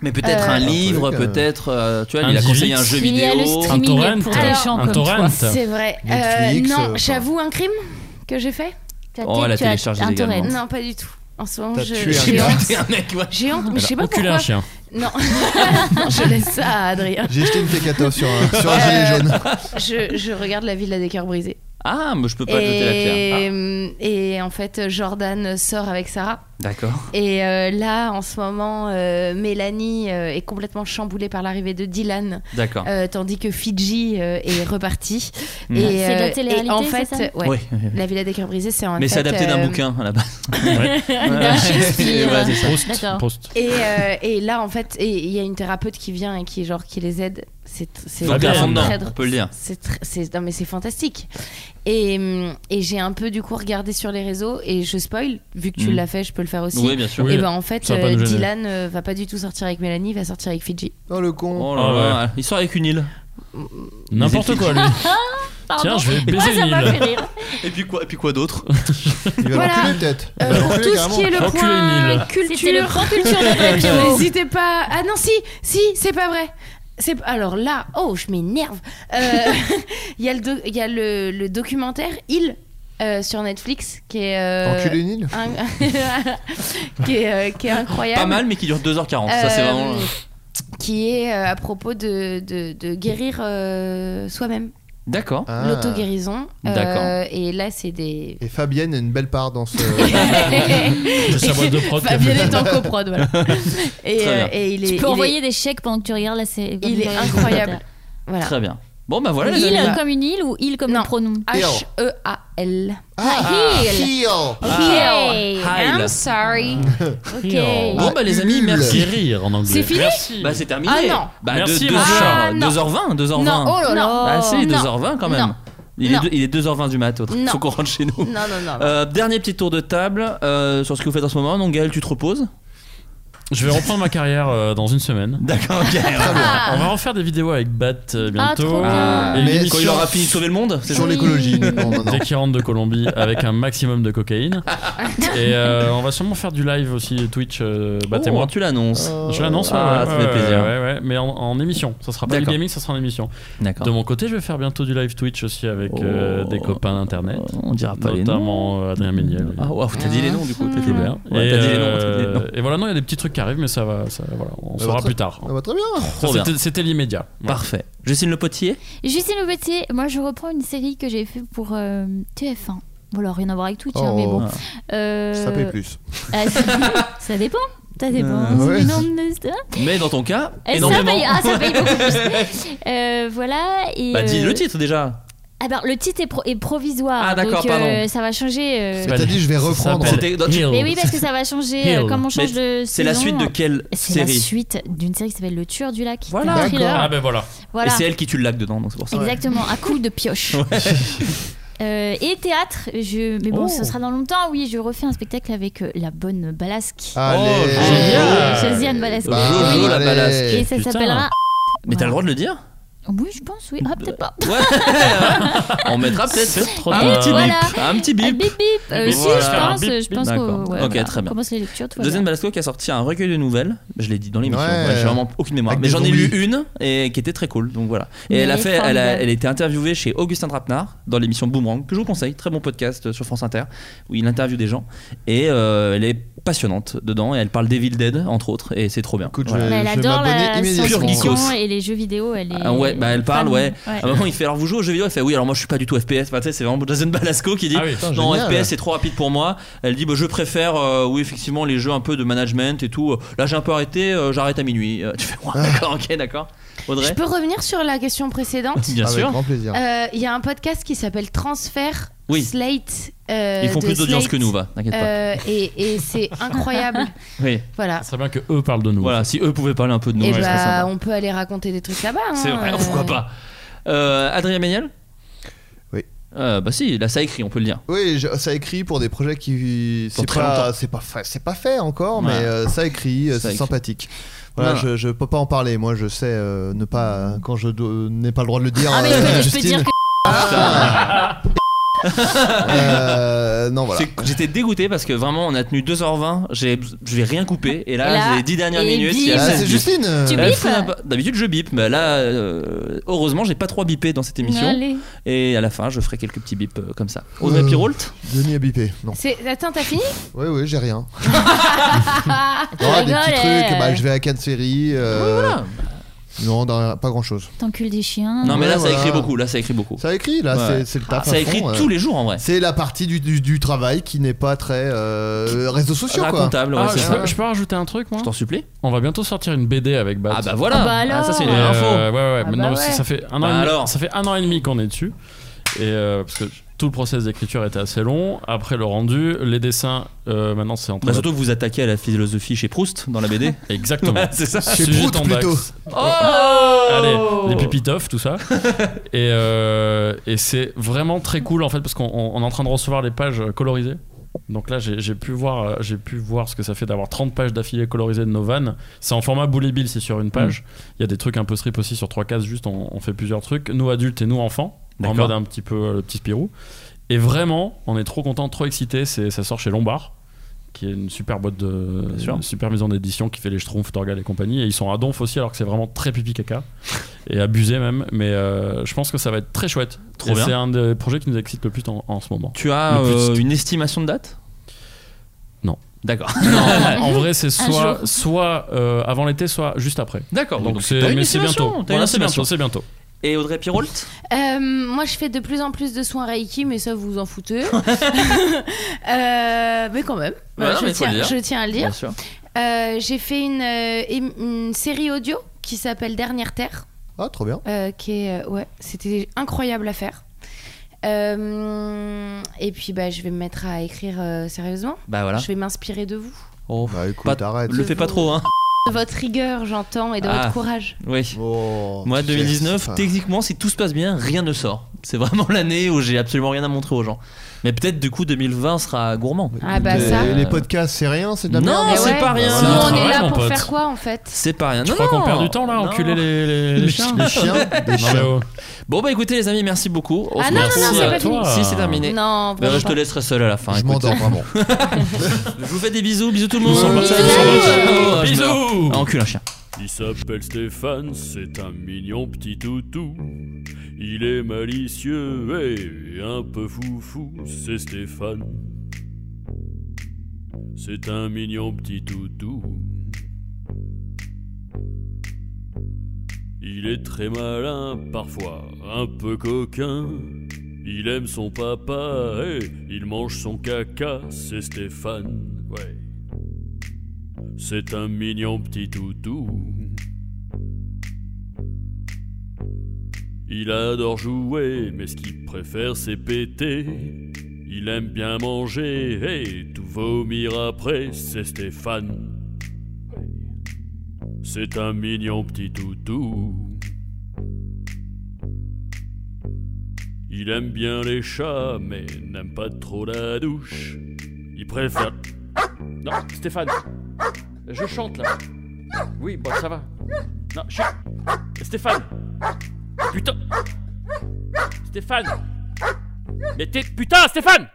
Speaker 8: Mais peut-être
Speaker 10: Euh,
Speaker 8: un livre,
Speaker 9: Un truc, euh,
Speaker 8: peut-être, euh, tu vois,
Speaker 11: un
Speaker 8: il a
Speaker 11: Divix.
Speaker 8: conseillé un jeu
Speaker 2: Il y a le
Speaker 8: vidéo.
Speaker 11: Un
Speaker 2: streaming
Speaker 11: torrent.
Speaker 2: pour les gens
Speaker 11: Un
Speaker 2: comme toi.
Speaker 11: torrent.
Speaker 10: C'est vrai.
Speaker 9: Netflix,
Speaker 10: Euh,
Speaker 9: euh,
Speaker 10: non,
Speaker 9: enfin.
Speaker 10: j'avoue un crime que j'ai fait
Speaker 2: Tu as-
Speaker 8: Oh, elle a
Speaker 2: tu as
Speaker 8: téléchargé
Speaker 2: un
Speaker 8: légalement.
Speaker 2: torrent.
Speaker 8: Non.
Speaker 10: Non, pas du tout. En ce moment,
Speaker 9: T'as
Speaker 10: je-
Speaker 9: tué un
Speaker 10: j'ai
Speaker 9: gars.
Speaker 10: honte.
Speaker 8: C'est un mec, ouais.
Speaker 10: J'ai honte, mais je sais pas
Speaker 11: Enculé
Speaker 10: pourquoi.
Speaker 11: un chien.
Speaker 10: Non, je laisse ça à Adrien.
Speaker 9: J'ai jeté une fécato sur un, sur un gilet
Speaker 10: Euh,
Speaker 9: jaune.
Speaker 10: Je, je regarde la ville des cœurs brisés.
Speaker 8: Ah, mais je peux pas jeter la
Speaker 10: Et,
Speaker 9: Ah.
Speaker 10: euh,
Speaker 8: pierre.
Speaker 10: et en fait, Jordan sort avec Sarah.
Speaker 8: Ah, D'accord.
Speaker 10: Et euh, là, en ce moment, euh, Mélanie euh, est complètement chamboulée par l'arrivée de Dylan.
Speaker 8: D'accord.
Speaker 10: Euh, tandis que Fidji euh, est reparti.
Speaker 8: Mm.
Speaker 10: Et,
Speaker 2: C'est de la
Speaker 10: euh,
Speaker 2: télé-réalité,
Speaker 10: et en
Speaker 2: c'est
Speaker 10: fait,
Speaker 2: ça
Speaker 10: Euh, ouais,
Speaker 8: Oui.
Speaker 10: La Villa des Cœurs Brisés, c'est en
Speaker 8: Mais
Speaker 10: fait,
Speaker 8: c'est adapté d'un
Speaker 10: euh,
Speaker 8: bouquin à la base.
Speaker 10: D'un Shakespeare.
Speaker 8: Ouais, c'est ça.
Speaker 10: Proust, D'accord.
Speaker 11: Proust.
Speaker 10: Et, euh, et là, en fait, et il y a une thérapeute qui vient et qui, genre, qui les aide. C'est c'est
Speaker 8: Donc,
Speaker 10: très-
Speaker 8: la fondant,
Speaker 10: très
Speaker 8: on
Speaker 10: dr-
Speaker 8: peut le dire.
Speaker 10: C'est tr- c'est- non mais c'est fantastique. Et, hum, et j'ai un peu du coup regardé sur les réseaux et je spoil vu que tu
Speaker 8: Mm.
Speaker 10: l'as fait, je peux le faire aussi.
Speaker 8: Oui, bien sûr.
Speaker 10: Et
Speaker 8: Oui,
Speaker 10: ben en fait,
Speaker 8: ça va pas
Speaker 10: euh,
Speaker 8: nous gêner.
Speaker 10: Dylan euh, va pas du tout sortir avec Mélanie, il va sortir avec Fidji.
Speaker 9: Oh le con.
Speaker 8: Oh là
Speaker 11: Ah
Speaker 8: là, il sort avec une île.
Speaker 11: N'importe quoi, lui.
Speaker 2: Pardon.
Speaker 11: Tiens, je vais
Speaker 2: Moi,
Speaker 11: baiser
Speaker 2: ça
Speaker 11: une
Speaker 2: m'a
Speaker 11: île.
Speaker 2: fait rire.
Speaker 8: Et puis quoi, et puis quoi d'autre
Speaker 9: Il va
Speaker 10: Voilà.
Speaker 9: l'enculer peut-être.
Speaker 2: Euh,
Speaker 9: Il va
Speaker 8: Bah,
Speaker 10: Euh, pour
Speaker 9: l'enculer
Speaker 10: tout ce
Speaker 9: carrément.
Speaker 10: qui est le
Speaker 11: Enculé,
Speaker 10: point
Speaker 11: Neil.
Speaker 2: C'était le
Speaker 10: culture,
Speaker 2: point culture de Papio.
Speaker 10: n'hésitez pas. Ah non, si, si, c'est pas vrai. C'est alors là, oh, je m'énerve. Euh, Il y a le, doc- il y a le, le documentaire Il euh, sur Netflix qui est euh,
Speaker 9: Enculer une île
Speaker 10: un- qui, est, euh, qui est incroyable.
Speaker 8: Pas mal, mais qui dure 2h40. Ça, c'est
Speaker 10: Euh,
Speaker 8: vraiment.
Speaker 10: Qui est euh, à propos de, de, de guérir euh, soi-même,
Speaker 8: D'accord.
Speaker 9: Ah.
Speaker 10: l'auto-guérison. Euh,
Speaker 8: D'accord.
Speaker 10: et là, c'est des.
Speaker 9: Et Fabienne a une belle part dans ce.
Speaker 11: C'est sa boîte de prod qui a
Speaker 10: Fabienne
Speaker 11: fait
Speaker 10: est en coprod, voilà. Et,
Speaker 8: Très
Speaker 10: euh,
Speaker 8: bien.
Speaker 10: et il est.
Speaker 2: Tu
Speaker 10: il
Speaker 2: peux
Speaker 10: est-
Speaker 2: envoyer des chèques pendant que tu regardes la série.
Speaker 10: Il est incroyable. Voilà.
Speaker 8: Très bien. Bon, bah voilà, les amis.
Speaker 2: Île
Speaker 10: amis.
Speaker 2: comme une île ou île comme
Speaker 10: Non. E
Speaker 2: le pronom
Speaker 10: H-E-A-L.
Speaker 2: Ah, heel.
Speaker 9: heel.
Speaker 8: Ah.
Speaker 2: Heel.
Speaker 8: Heil.
Speaker 10: I'm sorry.
Speaker 2: Ok.
Speaker 8: Bon, bah les amis,
Speaker 9: Ulule.
Speaker 8: merci.
Speaker 11: Guérir en anglais.
Speaker 10: C'est fini
Speaker 11: Merci.
Speaker 8: Bah, c'est terminé.
Speaker 10: Ah, non.
Speaker 8: Bah,
Speaker 11: Merci,
Speaker 8: deux- deux
Speaker 11: mon
Speaker 8: heures-
Speaker 10: cher.
Speaker 8: 2h20, 2h20.
Speaker 10: Non, oh là là.
Speaker 8: Bah, si,
Speaker 10: Non.
Speaker 8: 2h20 quand même.
Speaker 10: Non.
Speaker 8: Il est,
Speaker 10: Non.
Speaker 8: deux- il est 2h20 du mat. autre-
Speaker 10: Non.
Speaker 8: Faut qu'on rentre chez nous.
Speaker 10: Non, non, non. non.
Speaker 8: Euh, dernier petit tour de table euh, sur ce que vous faites en ce moment. Donc, Gaël, tu te reposes
Speaker 11: Je vais reprendre ma carrière euh, dans une semaine.
Speaker 8: D'accord, ok. voilà.
Speaker 10: Ah.
Speaker 11: On va en faire des vidéos avec Bat euh,
Speaker 2: Ah, trop
Speaker 11: bientôt.
Speaker 2: bien.
Speaker 11: Et
Speaker 9: Mais
Speaker 11: une
Speaker 8: Quand il
Speaker 9: sur-
Speaker 8: aura fini de sauver le monde, c'est
Speaker 9: Sur
Speaker 2: Oui.
Speaker 9: l'écologie. Bon, maintenant.
Speaker 11: Ah. Dès qu'il rentre de Colombie avec un maximum de cocaïne. Et euh, on va sûrement faire du live aussi Twitch, euh, Bat et
Speaker 8: Oh,
Speaker 11: moi.
Speaker 8: tu l'annonces.
Speaker 10: Euh,
Speaker 11: Je l'annonce,
Speaker 8: Ah,
Speaker 11: ouais,
Speaker 8: ça
Speaker 11: ouais,
Speaker 8: fait plaisir.
Speaker 11: ouais, ouais, mais en, en émission. Ça sera pas du
Speaker 8: D'accord.
Speaker 11: gaming, ça sera en émission.
Speaker 8: D'accord.
Speaker 11: De mon côté, je vais faire bientôt du live Twitch aussi avec euh,
Speaker 8: Oh.
Speaker 11: des copains d'internet,
Speaker 8: On dira pas les noms.
Speaker 11: notamment euh, Adrien Méniel.
Speaker 8: Ah, waouh, t'as dit les noms du coup. T'as dit les
Speaker 11: Bien.
Speaker 8: noms. Ouais,
Speaker 11: et,
Speaker 8: t'as dit les noms, t'as dit les
Speaker 11: euh,
Speaker 8: noms.
Speaker 11: et voilà, non, il y a des petits trucs qui arrivent, mais ça va, ça, voilà, on
Speaker 9: Ça va
Speaker 11: saura
Speaker 9: très-
Speaker 11: plus tard.
Speaker 9: Ah bah, très bien.
Speaker 11: Ça,
Speaker 8: Trop bien.
Speaker 11: c'était- C'était l'immédiat. Voilà.
Speaker 8: Parfait. Justine Le Potier
Speaker 2: Justine Le Potier, moi je reprends une série que j'ai fait pour euh, TF1. Bon alors rien à voir avec Twitch, hein, mais bon.
Speaker 8: Ah.
Speaker 9: Oh,
Speaker 2: Euh,
Speaker 9: Ça paye plus.
Speaker 2: ah, c'est- ça dépend. Ça dépend.
Speaker 9: Euh, ouais.
Speaker 2: du nombre de-
Speaker 8: Mais dans ton cas,
Speaker 2: Eh, ça
Speaker 8: énormément.
Speaker 2: paye, ah, ça paye beaucoup plus. Euh, voilà. Et,
Speaker 8: Bah, dis
Speaker 2: euh,
Speaker 8: le titre déjà.
Speaker 2: Ah, bah, le titre est, pro- est provisoire.
Speaker 8: Ah, d'accord,
Speaker 2: donc, euh,
Speaker 8: pardon.
Speaker 2: ça va changer. euh,
Speaker 11: Bah,
Speaker 9: T'as dit, je vais
Speaker 11: ça
Speaker 9: reprendre.
Speaker 11: s'appelle
Speaker 8: C'était- donc, tu-
Speaker 11: Hill.
Speaker 2: Mais oui, parce que ça va changer euh,
Speaker 11: Hill.
Speaker 2: comme on change de.
Speaker 8: C'est la
Speaker 2: saison. euh,
Speaker 8: suite de quelle
Speaker 2: C'est la
Speaker 8: série
Speaker 2: suite d'une série qui s'appelle Le Tueur du Lac.
Speaker 8: Voilà.
Speaker 2: un
Speaker 11: Ah
Speaker 2: thriller.
Speaker 11: ben voilà.
Speaker 2: Voilà.
Speaker 8: Et c'est elle qui tue le lac dedans, donc c'est pour ça.
Speaker 2: Exactement, à coup de pioche. Euh, et théâtre, je... mais bon,
Speaker 8: Oh.
Speaker 2: ce sera dans longtemps. Oui, je refais un spectacle avec euh, la bonne Balasque.
Speaker 9: Allez.
Speaker 8: Oh, génial.
Speaker 2: Euh, Josiane Balasque.
Speaker 9: Bah,
Speaker 8: Jojo la
Speaker 9: allez.
Speaker 8: balasque.
Speaker 2: et ça
Speaker 11: putain.
Speaker 2: s'appellera.
Speaker 8: Mais
Speaker 2: Voilà.
Speaker 8: t'as le droit de le dire
Speaker 2: Oui, je pense, oui. Ah, peut-être pas.
Speaker 8: Ouais On mettra peut-être
Speaker 11: trop
Speaker 8: un,
Speaker 11: tard.
Speaker 8: petit
Speaker 2: Voilà.
Speaker 8: bip, un petit
Speaker 2: Ah, bip
Speaker 8: bip.
Speaker 2: bip. Euh,
Speaker 11: Bip,
Speaker 2: si,
Speaker 11: voilà.
Speaker 2: je pense,
Speaker 11: Bip,
Speaker 2: je pense
Speaker 8: bip.
Speaker 2: qu'on
Speaker 8: D'accord.
Speaker 2: ouais,
Speaker 8: Ok,
Speaker 2: voilà,
Speaker 8: très bien.
Speaker 2: commence les lectures. Tout va
Speaker 8: Josiane
Speaker 2: bien.
Speaker 8: Balasco qui a sorti un recueil de nouvelles, je l'ai dit dans l'émission,
Speaker 9: Ouais.
Speaker 8: ouais, j'ai vraiment aucune mémoire,
Speaker 9: Avec
Speaker 8: mais
Speaker 9: des
Speaker 8: j'en ai
Speaker 9: zombies.
Speaker 8: lu une et qui était très cool, donc voilà. Et
Speaker 2: Mais
Speaker 8: elle a fait, elle, a,
Speaker 2: formidable.
Speaker 8: elle était interviewée chez Augustin Drapnard dans l'émission Boomerang, que je vous conseille, très bon podcast euh, sur France Inter, où il interviewe des gens, et euh, elle est passionnante dedans, et elle parle d'Evil Dead entre autres, et c'est trop bien.
Speaker 9: Écoute, je,
Speaker 8: Voilà.
Speaker 2: Mais elle
Speaker 9: je
Speaker 2: adore
Speaker 9: m'abonnais
Speaker 2: la
Speaker 9: immédiatement.
Speaker 8: Pure geekos.
Speaker 2: science-fiction et les jeux vidéo. Elle est.
Speaker 8: Ah ouais, bah elle parle,
Speaker 2: fan.
Speaker 8: ouais. À un moment, il fait alors vous jouez aux jeux vidéo, elle fait oui, alors moi je suis pas du tout FPS, Enfin, tu sais, c'est vraiment Jason Balasco qui dit
Speaker 11: Ah oui.
Speaker 9: Putain,
Speaker 8: non,
Speaker 9: génial.
Speaker 8: FPS c'est trop rapide pour moi. Elle dit bah, je préfère, euh, oui, effectivement, les jeux un peu de management et tout. Là j'ai un peu arrêté, euh, j'arrête à minuit. Euh, tu fais
Speaker 9: Ah.
Speaker 8: ouais, d'accord, ok, d'accord.
Speaker 10: Je
Speaker 8: Audrey Ah,
Speaker 10: peux revenir sur la question précédente
Speaker 8: Bien
Speaker 9: Avec
Speaker 8: sûr.
Speaker 9: grand plaisir.
Speaker 10: Euh, Il y a un podcast qui s'appelle Transfert
Speaker 8: Oui.
Speaker 10: Slate. euh,
Speaker 8: Ils font
Speaker 10: de
Speaker 8: plus d'audience
Speaker 10: Slate.
Speaker 8: que nous, va, t'inquiète pas.
Speaker 10: Euh, et et c'est incroyable.
Speaker 8: Oui.
Speaker 10: Voilà.
Speaker 11: Ça serait bien que eux parlent de nous.
Speaker 8: Voilà, si eux pouvaient parler un peu de nous,
Speaker 10: et
Speaker 8: ouais, ce serait
Speaker 10: bah,
Speaker 8: sympa.
Speaker 10: on peut aller raconter des trucs là-bas. hein,
Speaker 8: C'est vrai,
Speaker 10: euh.
Speaker 8: pourquoi pas. Euh, Adrien Méniel
Speaker 9: Oui.
Speaker 8: Euh, bah si, là ça écrit, on peut le dire.
Speaker 9: Oui, je- ça écrit pour des projets qui
Speaker 8: Pour
Speaker 9: c'est
Speaker 8: très
Speaker 9: pas
Speaker 8: longtemps.
Speaker 9: c'est pas fa- c'est pas fait encore, mais
Speaker 8: Voilà.
Speaker 9: euh, ça écrit, euh,
Speaker 8: Ça
Speaker 9: c'est
Speaker 8: écrit.
Speaker 9: sympathique. Voilà,
Speaker 8: Voilà.
Speaker 9: Je, je peux pas en parler. Moi, je sais euh, ne pas quand je dois- n'ai pas le droit de le dire.
Speaker 2: Ah, mais
Speaker 9: euh,
Speaker 2: je peux- je peux
Speaker 9: Justine.
Speaker 2: dire que.
Speaker 9: Euh, non voilà.
Speaker 8: C'est- J'étais dégoûté parce que vraiment on a tenu 2h20, j'ai- je vais rien couper et là,
Speaker 2: Et là,
Speaker 8: les 10 dernières
Speaker 2: et
Speaker 8: minutes, il y
Speaker 2: bim.
Speaker 8: a
Speaker 9: Ah,
Speaker 8: 16
Speaker 9: c'est
Speaker 8: bips.
Speaker 9: Justine.
Speaker 2: Tu
Speaker 8: Elle
Speaker 2: bipes
Speaker 8: fout la pa- D'habitude je bip, mais là euh, heureusement j'ai pas trop bipé dans cette émission
Speaker 2: Allez.
Speaker 8: et à la fin je ferai quelques petits bips euh, comme ça. Audrey Pirolt
Speaker 9: Denis a bipé. Non.
Speaker 10: C'est- Attends, t'as fini
Speaker 9: Oui oui, j'ai rien.
Speaker 2: Ah, tu
Speaker 9: Ah, des petits
Speaker 2: rigoles,
Speaker 9: trucs.
Speaker 2: euh.
Speaker 9: Bah, je vais à Cannes série. euh,
Speaker 8: Voilà.
Speaker 9: Non, dans- pas grand chose.
Speaker 2: T'encules des chiens.
Speaker 8: Non, mais là, ça
Speaker 9: voilà.
Speaker 8: écrit beaucoup. Là, ça écrit beaucoup.
Speaker 9: Ça écrit, là,
Speaker 8: Ouais.
Speaker 9: c'est- c'est le taf.
Speaker 8: Ça
Speaker 9: à
Speaker 8: écrit
Speaker 9: fond,
Speaker 8: tous
Speaker 9: euh.
Speaker 8: les jours en vrai.
Speaker 9: C'est la partie du, du- du travail qui n'est pas très euh, réseaux sociaux, quoi.
Speaker 8: Racontable, ouais,
Speaker 11: Ah,
Speaker 8: c'est
Speaker 11: je,
Speaker 8: ça.
Speaker 11: peux, je peux rajouter un truc, moi
Speaker 8: Je t'en supplie.
Speaker 11: On va bientôt sortir une BD avec Bat.
Speaker 8: Ah bah voilà. Ah bah alors. Ah, ça, c'est une
Speaker 11: Et,
Speaker 8: info.
Speaker 11: euh, ouais, ouais,
Speaker 8: Ah
Speaker 11: maintenant,
Speaker 8: bah
Speaker 11: ça-
Speaker 8: ouais.
Speaker 11: ça, fait un an
Speaker 8: Bah
Speaker 11: et demi-
Speaker 8: alors.
Speaker 11: ça fait un an et demi qu'on est dessus. Et euh, parce que tout le process d'écriture était assez long. Après le rendu, les dessins, euh, maintenant c'est en train
Speaker 8: Bah,
Speaker 11: de-
Speaker 8: surtout que vous attaquez à la philosophie chez Proust dans la BD.
Speaker 11: Exactement.
Speaker 8: Ouais, c'est ça.
Speaker 11: Chez Sujet Prout, Tandax. plutôt.
Speaker 8: Oh
Speaker 11: Allez, les pipitoffs, tout ça. et euh, et c'est vraiment très cool en fait parce qu'on on- on est en train de recevoir les pages euh, colorisées. Donc là, j'ai j'ai pu voir, euh, j'ai pu voir ce que ça fait d'avoir 30 pages d'affilée colorisées de nos vannes. C'est en format bully bill, c'est sur une page. Il y a des trucs un peu strip aussi sur trois cases, juste on, on fait plusieurs trucs. Nous adultes et nous enfants, en
Speaker 8: D'accord.
Speaker 11: mode un petit peu euh, le petit Spirou. Et vraiment, on est trop content, trop excité. Ça sort chez Lombard, qui est une super boîte de,
Speaker 8: Bien sûr.
Speaker 11: une super maison d'édition qui fait les Schtroumpfs, Torgal et compagnie. Et ils sont à Donf aussi, alors que c'est vraiment très pipi caca et abusé même. Mais euh, je pense que ça va être très chouette.
Speaker 8: Trop
Speaker 11: Et
Speaker 8: bien.
Speaker 11: C'est un des projets qui nous excite le plus en, en ce moment.
Speaker 8: Tu as
Speaker 11: Le plus.
Speaker 8: euh, une estimation de date
Speaker 11: Non.
Speaker 8: D'accord.
Speaker 11: Non, en vrai, c'est soit,
Speaker 8: Ah, jour.
Speaker 11: soit euh, avant l'été, soit juste après.
Speaker 8: D'accord.
Speaker 11: Donc
Speaker 8: Donc,
Speaker 11: c'est
Speaker 8: t'as une
Speaker 11: mais c'est
Speaker 8: estimation,
Speaker 11: bientôt.
Speaker 8: t'as une
Speaker 11: Voilà, c'est
Speaker 8: estimation.
Speaker 11: bientôt. C'est bientôt.
Speaker 8: Et Audrey Pirolt
Speaker 10: Euh, moi, je fais de plus en plus de soins Reiki, mais ça, vous vous en foutez. Euh, mais quand même,
Speaker 8: Voilà,
Speaker 10: je,
Speaker 8: mais faut
Speaker 10: tiens,
Speaker 8: le dire.
Speaker 10: je tiens à le
Speaker 8: Bien
Speaker 10: dire.
Speaker 8: sûr.
Speaker 10: Euh, J'ai fait une, euh, ém- une série audio qui s'appelle Dernière Terre.
Speaker 9: Ah, trop bien.
Speaker 10: Euh, qui est, euh, ouais, c'était incroyable à faire. Euh, et puis bah, je vais me mettre à écrire euh, sérieusement.
Speaker 8: Bah voilà.
Speaker 10: Je vais m'inspirer de vous,
Speaker 8: Oh,
Speaker 9: bah écoute,
Speaker 8: arrête. Le fais pas trop, hein.
Speaker 10: de votre rigueur, j'entends, et de
Speaker 8: Ah.
Speaker 10: votre courage.
Speaker 8: Oui. Moi,
Speaker 9: Oh, tu sais,
Speaker 8: 2019,
Speaker 9: c'est pas-
Speaker 8: techniquement, si tout se passe bien, rien ne sort. C'est vraiment l'année où j'ai absolument rien à montrer aux gens. Mais peut-être, du coup, 2020 sera gourmand.
Speaker 10: Ah bah
Speaker 9: Et
Speaker 10: ça.
Speaker 9: les podcasts, c'est rien, c'est de la
Speaker 8: Non,
Speaker 9: merde.
Speaker 8: c'est pas rien.
Speaker 10: Eh Nous, on est
Speaker 8: Ouais,
Speaker 10: là
Speaker 8: mon
Speaker 10: pour
Speaker 8: pote.
Speaker 10: faire quoi en fait
Speaker 8: C'est pas rien.
Speaker 11: Tu
Speaker 8: non,
Speaker 11: crois qu'on
Speaker 8: non.
Speaker 11: perd du temps là,
Speaker 8: Non.
Speaker 11: enculer les, les, les
Speaker 8: Les
Speaker 11: chiens
Speaker 8: chiens. Les chiens, les
Speaker 11: Non,
Speaker 8: chiens.
Speaker 11: mais oh.
Speaker 8: Bon, bah écoutez, les amis, merci beaucoup.
Speaker 10: Ah non, non, non,
Speaker 8: Merci
Speaker 10: c'est
Speaker 8: à
Speaker 10: pas
Speaker 8: toi.
Speaker 11: fini.
Speaker 8: Si, c'est terminé.
Speaker 10: Non,
Speaker 8: Bah,
Speaker 10: vraiment
Speaker 8: je te laisserai seul à la fin.
Speaker 9: Je
Speaker 8: écoute.
Speaker 9: m'endors vraiment.
Speaker 8: Je vous fais des bisous, bisous tout le monde.
Speaker 11: Bisous, bisous,
Speaker 8: Oh, je
Speaker 11: bisous.
Speaker 8: meurs.
Speaker 11: Bisous.
Speaker 8: Ah, Encule un chien.
Speaker 11: Il s'appelle Stéphane, c'est un mignon petit toutou. Il est malicieux et un peu foufou, c'est Stéphane. C'est un mignon petit toutou. Il est très malin, parfois un peu coquin. Il aime son papa et il mange son caca, c'est Stéphane. Ouais. C'est un mignon petit toutou. Il adore jouer, mais ce qu'il préfère c'est péter. Il aime bien manger et tout vomir après, c'est Stéphane. C'est un mignon petit toutou. Il aime bien les chats, mais n'aime pas trop la douche. Il préfère... Non, Stéphane, je chante là. Oui, bon, ça va. Non, chut. Stéphane Putain Stéphane Mais t'es. Putain, Stéphane